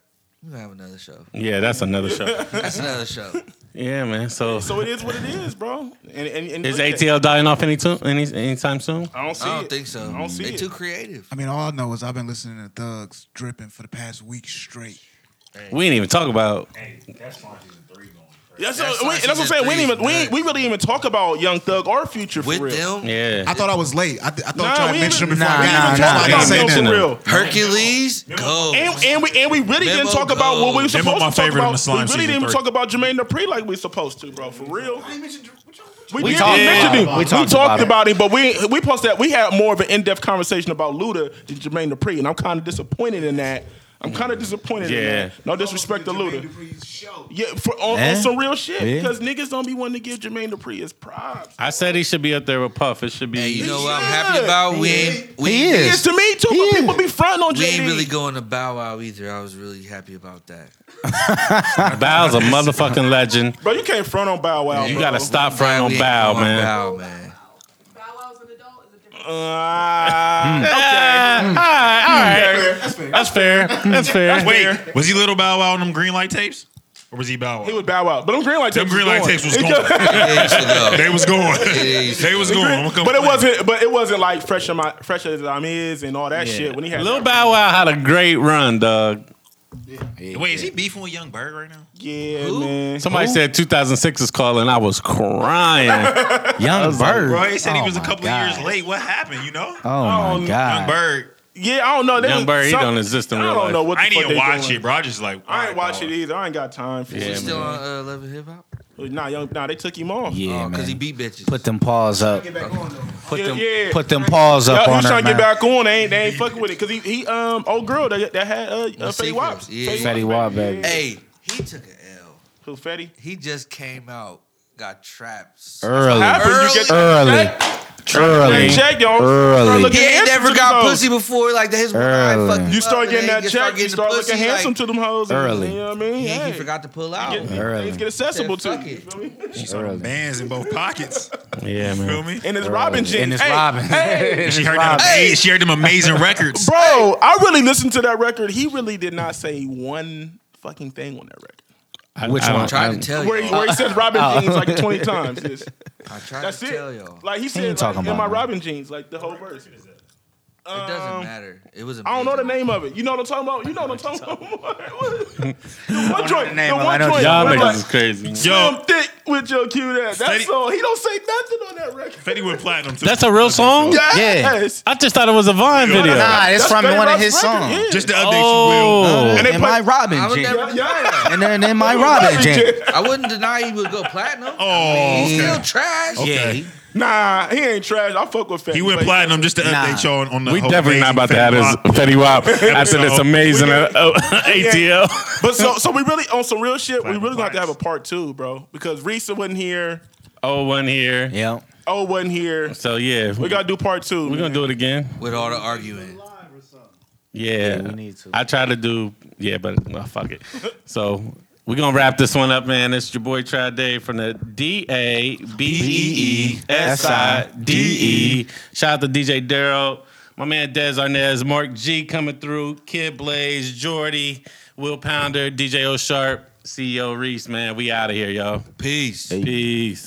Speaker 4: We're going to Hmm. have another show.
Speaker 2: Yeah, that's another show.
Speaker 4: That's another show.
Speaker 2: Yeah, man. So,
Speaker 5: So it is what it is, bro. And, and, and
Speaker 2: is
Speaker 5: look at-
Speaker 2: ATL dying off any to- any anytime soon?
Speaker 5: I don't see.
Speaker 4: I don't
Speaker 5: it.
Speaker 4: think so.
Speaker 5: I don't see
Speaker 4: they
Speaker 5: it.
Speaker 4: too creative.
Speaker 10: I mean, all I know is I've been listening to Thugs dripping for the past week straight.
Speaker 2: We didn't even talk about.
Speaker 5: That's,
Speaker 10: That's
Speaker 5: what,
Speaker 10: why
Speaker 5: we, that's what I'm
Speaker 10: she's
Speaker 5: saying. We
Speaker 10: just
Speaker 5: didn't even we, ain't- we really even talk about Young Thug or Future for real.
Speaker 4: them.
Speaker 2: Yeah,
Speaker 10: I thought I was late. I, th- I thought
Speaker 5: Nah,
Speaker 10: I tried
Speaker 5: we
Speaker 10: to mention
Speaker 5: even-
Speaker 10: him before.
Speaker 5: nah,
Speaker 10: I
Speaker 5: nah,
Speaker 10: got
Speaker 5: nah, we
Speaker 10: here. I
Speaker 5: even talked
Speaker 10: didn't say
Speaker 5: about
Speaker 10: nothing.
Speaker 5: Bill for real.
Speaker 4: Hercules, go.
Speaker 5: And, and we and we really didn't
Speaker 4: Memo
Speaker 5: talk about what we were
Speaker 4: uh,
Speaker 9: gold. Memo
Speaker 5: supposed
Speaker 9: my
Speaker 5: to talk
Speaker 9: favorite in
Speaker 5: about.
Speaker 9: the slime
Speaker 5: we really
Speaker 9: season
Speaker 5: didn't even
Speaker 9: three.
Speaker 5: talk about Jermaine Dupri like we supposed to, bro. For real. We,
Speaker 6: We
Speaker 5: did
Speaker 6: talked
Speaker 5: mention
Speaker 6: about
Speaker 5: him.
Speaker 6: it.
Speaker 5: We,
Speaker 6: We
Speaker 5: talked,
Speaker 6: talked about it.
Speaker 5: about, him, but we we posted that we had more of an in depth conversation about Luda than Jermaine Dupri, and I'm kind of disappointed in that. I'm kind of disappointed in
Speaker 2: Yeah.
Speaker 5: that. No disrespect to Luda. Yeah, for on,
Speaker 2: Eh?
Speaker 5: on some real shit
Speaker 2: Yeah.
Speaker 5: because niggas don't be wanting to give Jermaine Dupri his props.
Speaker 2: I said he should be up there with Puff. It should be.
Speaker 4: You know what I'm happy about? We ain't. We
Speaker 5: He is to me too, but people be fronting on
Speaker 4: We
Speaker 5: JD.
Speaker 4: ain't really going to Bow Wow either. I was really happy about that.
Speaker 2: Bow's a motherfucking legend.
Speaker 5: bro, you can't front on Bow Wow.
Speaker 2: You
Speaker 5: Oh, bro.
Speaker 2: gotta stop fronting
Speaker 4: we
Speaker 2: on
Speaker 4: ain't
Speaker 2: Bow,
Speaker 4: going
Speaker 2: man.
Speaker 4: Bow, man.
Speaker 5: Uh,
Speaker 2: Ah, All right, all right.
Speaker 5: That's fair.
Speaker 2: That's fair. That's fair.
Speaker 9: Wait, was he little Bow Wow on them green light tapes, or was he Bow
Speaker 5: He
Speaker 9: Wow?
Speaker 5: would bow out, but them green light
Speaker 9: Them
Speaker 5: tapes.
Speaker 9: green light tapes was
Speaker 5: going.
Speaker 9: going.
Speaker 4: It used to go.
Speaker 9: They was going. They was
Speaker 5: The
Speaker 9: going.
Speaker 5: green-
Speaker 9: I'm gonna
Speaker 5: but it
Speaker 9: complain.
Speaker 5: wasn't. But it wasn't like fresh in my fresh as I'm is and all that shit. When he had
Speaker 2: Lil Bow Wow had a great run, dog.
Speaker 9: Wait, is he beefing with Young Bird right now?
Speaker 5: yeah, man.
Speaker 2: Somebody said 2006 is calling. I was crying.
Speaker 6: Young Bird.
Speaker 9: Bro, he said he
Speaker 6: Oh
Speaker 9: was a
Speaker 6: my
Speaker 9: couple
Speaker 6: God.
Speaker 9: of years late. What happened? You know,
Speaker 6: Oh my
Speaker 5: Um,
Speaker 6: god.
Speaker 9: Young Bird.
Speaker 5: Yeah, I don't know. They
Speaker 2: Young
Speaker 5: was
Speaker 2: Bird, he
Speaker 5: some-
Speaker 2: don't exist in
Speaker 5: I
Speaker 2: real
Speaker 5: don't
Speaker 2: life.
Speaker 5: know what.
Speaker 9: I
Speaker 5: the
Speaker 9: ain't
Speaker 5: fuck
Speaker 9: even
Speaker 5: they
Speaker 9: watch
Speaker 5: doing.
Speaker 9: it, bro. I just
Speaker 5: I
Speaker 9: like
Speaker 5: ain't
Speaker 9: all right,
Speaker 5: watch
Speaker 9: bro.
Speaker 5: it either. I ain't got time for
Speaker 2: Yeah,
Speaker 5: it.
Speaker 4: Still on uh, Love and Hip Hop?
Speaker 2: Oh,
Speaker 5: Nah, young, nah, they took him off.
Speaker 6: Yeah,
Speaker 4: Oh,
Speaker 6: man.
Speaker 4: because he beat bitches.
Speaker 6: put them paws up.
Speaker 8: Get back on though.
Speaker 6: Put
Speaker 5: Yeah,
Speaker 6: them.
Speaker 5: yeah.
Speaker 6: Put them paws up
Speaker 5: Yeah, he
Speaker 6: on
Speaker 5: was
Speaker 6: her,
Speaker 5: trying to get
Speaker 6: man.
Speaker 5: back on. They ain't, they ain't fucking with it because he, he um old girl that, that had uh, uh Fetty
Speaker 4: Secrets,
Speaker 5: Wops.
Speaker 4: yeah.
Speaker 6: Fetty Wap, baby.
Speaker 4: Hey, he took an L.
Speaker 5: Who Fetty?
Speaker 4: He just came out, got trapped.
Speaker 6: Early.
Speaker 5: happened. You get-
Speaker 6: Early.
Speaker 5: Hey,
Speaker 6: Early.
Speaker 5: check y'all. Start
Speaker 6: Early.
Speaker 5: looking
Speaker 4: He ain't
Speaker 5: handsome
Speaker 4: never
Speaker 5: to
Speaker 4: got
Speaker 5: them hoes.
Speaker 4: pussy before. Like that, his
Speaker 6: Early.
Speaker 4: mind fucked
Speaker 5: You
Speaker 4: him
Speaker 5: start
Speaker 4: up,
Speaker 5: getting
Speaker 4: and then
Speaker 5: that check. You
Speaker 4: the
Speaker 5: start
Speaker 4: pussy,
Speaker 5: looking
Speaker 4: like,
Speaker 5: handsome to them hoes. and-
Speaker 6: Early.
Speaker 5: You know what I mean?
Speaker 4: Yeah,
Speaker 5: Hey,
Speaker 4: he forgot to pull out.
Speaker 5: Get,
Speaker 6: Early.
Speaker 5: Things get accessible
Speaker 4: Said,
Speaker 5: to
Speaker 4: "Fuck
Speaker 5: you.
Speaker 4: it."
Speaker 5: feel me?
Speaker 9: She saw them bands in both pockets.
Speaker 2: yeah,
Speaker 9: Feel
Speaker 2: man.
Speaker 9: me?
Speaker 5: And it's Robin shit.
Speaker 6: And it's
Speaker 5: hey,
Speaker 6: Robin.
Speaker 5: Hey,
Speaker 9: She heard them. ama- She heard them amazing records.
Speaker 5: bro, I really listened to that record. He really did not say one fucking thing on that record.
Speaker 2: I-
Speaker 6: Which
Speaker 2: I
Speaker 6: one?
Speaker 2: don't-
Speaker 4: Trying
Speaker 2: I-
Speaker 4: to
Speaker 6: Oh,
Speaker 4: tell
Speaker 5: Where,
Speaker 4: you.
Speaker 5: he- where he said Robin jeans like 20 times. Yes.
Speaker 4: I tried
Speaker 5: That's
Speaker 4: to tell
Speaker 5: it.
Speaker 4: y'all.
Speaker 5: Like he
Speaker 6: you
Speaker 5: said, like,
Speaker 6: talking
Speaker 5: in
Speaker 6: about,
Speaker 5: my
Speaker 6: man?
Speaker 5: Robin jeans, like the whole verse.
Speaker 4: It doesn't matter. It was.
Speaker 5: Um, I don't know the
Speaker 4: amazing.
Speaker 5: name of it. You know what I'm talking about? You know what I'm talking about? the one joint.
Speaker 6: name
Speaker 5: the
Speaker 6: of it.
Speaker 5: one
Speaker 6: I know
Speaker 5: joint.
Speaker 2: Y'all
Speaker 5: where,
Speaker 2: niggas
Speaker 5: like,
Speaker 2: is crazy.
Speaker 9: Yo.
Speaker 5: Slim thick with your cute ass. That
Speaker 9: Steady-
Speaker 5: song. He don't say nothing on that record.
Speaker 9: Fetty went platinum too.
Speaker 2: That's a real song?
Speaker 5: Yes.
Speaker 2: I just thought it was a Vine video.
Speaker 6: Nah, it's
Speaker 5: That's
Speaker 6: from
Speaker 5: Fetty
Speaker 6: one of
Speaker 5: Wap's
Speaker 6: his
Speaker 5: record,
Speaker 6: songs.
Speaker 5: yeah.
Speaker 9: Just to update you, Will.
Speaker 2: Oh.
Speaker 5: And
Speaker 6: And
Speaker 5: they
Speaker 6: then
Speaker 5: play-
Speaker 6: my Robin
Speaker 4: I would
Speaker 6: jeans.
Speaker 4: never.
Speaker 5: Yeah, yeah.
Speaker 6: And then, then my Robin jeans.
Speaker 4: I wouldn't deny he would go platinum.
Speaker 9: Oh,
Speaker 4: he's
Speaker 9: okay.
Speaker 4: still trash.
Speaker 9: Okay.
Speaker 5: Nah, he ain't trash. I fuck with Fetty.
Speaker 9: He went
Speaker 5: but-
Speaker 9: platinum just to
Speaker 6: Nah.
Speaker 9: update y'all on, on the
Speaker 2: We
Speaker 9: whole
Speaker 2: definitely not
Speaker 9: amazing
Speaker 2: about to have this
Speaker 9: Fetty Wap.
Speaker 2: Fetty Wap after this amazing uh, uh, ATL.
Speaker 5: But so, so we really on some real shit. We
Speaker 9: Platinum
Speaker 5: really gonna have to have
Speaker 9: Vibes.
Speaker 5: a part two, bro, because Risa wasn't here.
Speaker 2: Oh, one here.
Speaker 6: Yep.
Speaker 5: O wasn't here.
Speaker 2: So yeah,
Speaker 5: We gotta do part two.
Speaker 2: We're gonna do it again.
Speaker 4: With all the arguing.
Speaker 2: Yeah,
Speaker 6: we need to.
Speaker 2: I try to do yeah, but well, fuck it. So we're gonna wrap this one up, man. It's your boy Tri Dave from the D A B E E S I D E. Shout out to DJ Daryl, my man Des Arnez, Mark G coming through, Kid Blaze, Jordy, Will E Pounder, DJ O Sharp, CEO Reese, man. We out of here, y'all.
Speaker 4: Peace.
Speaker 2: Peace.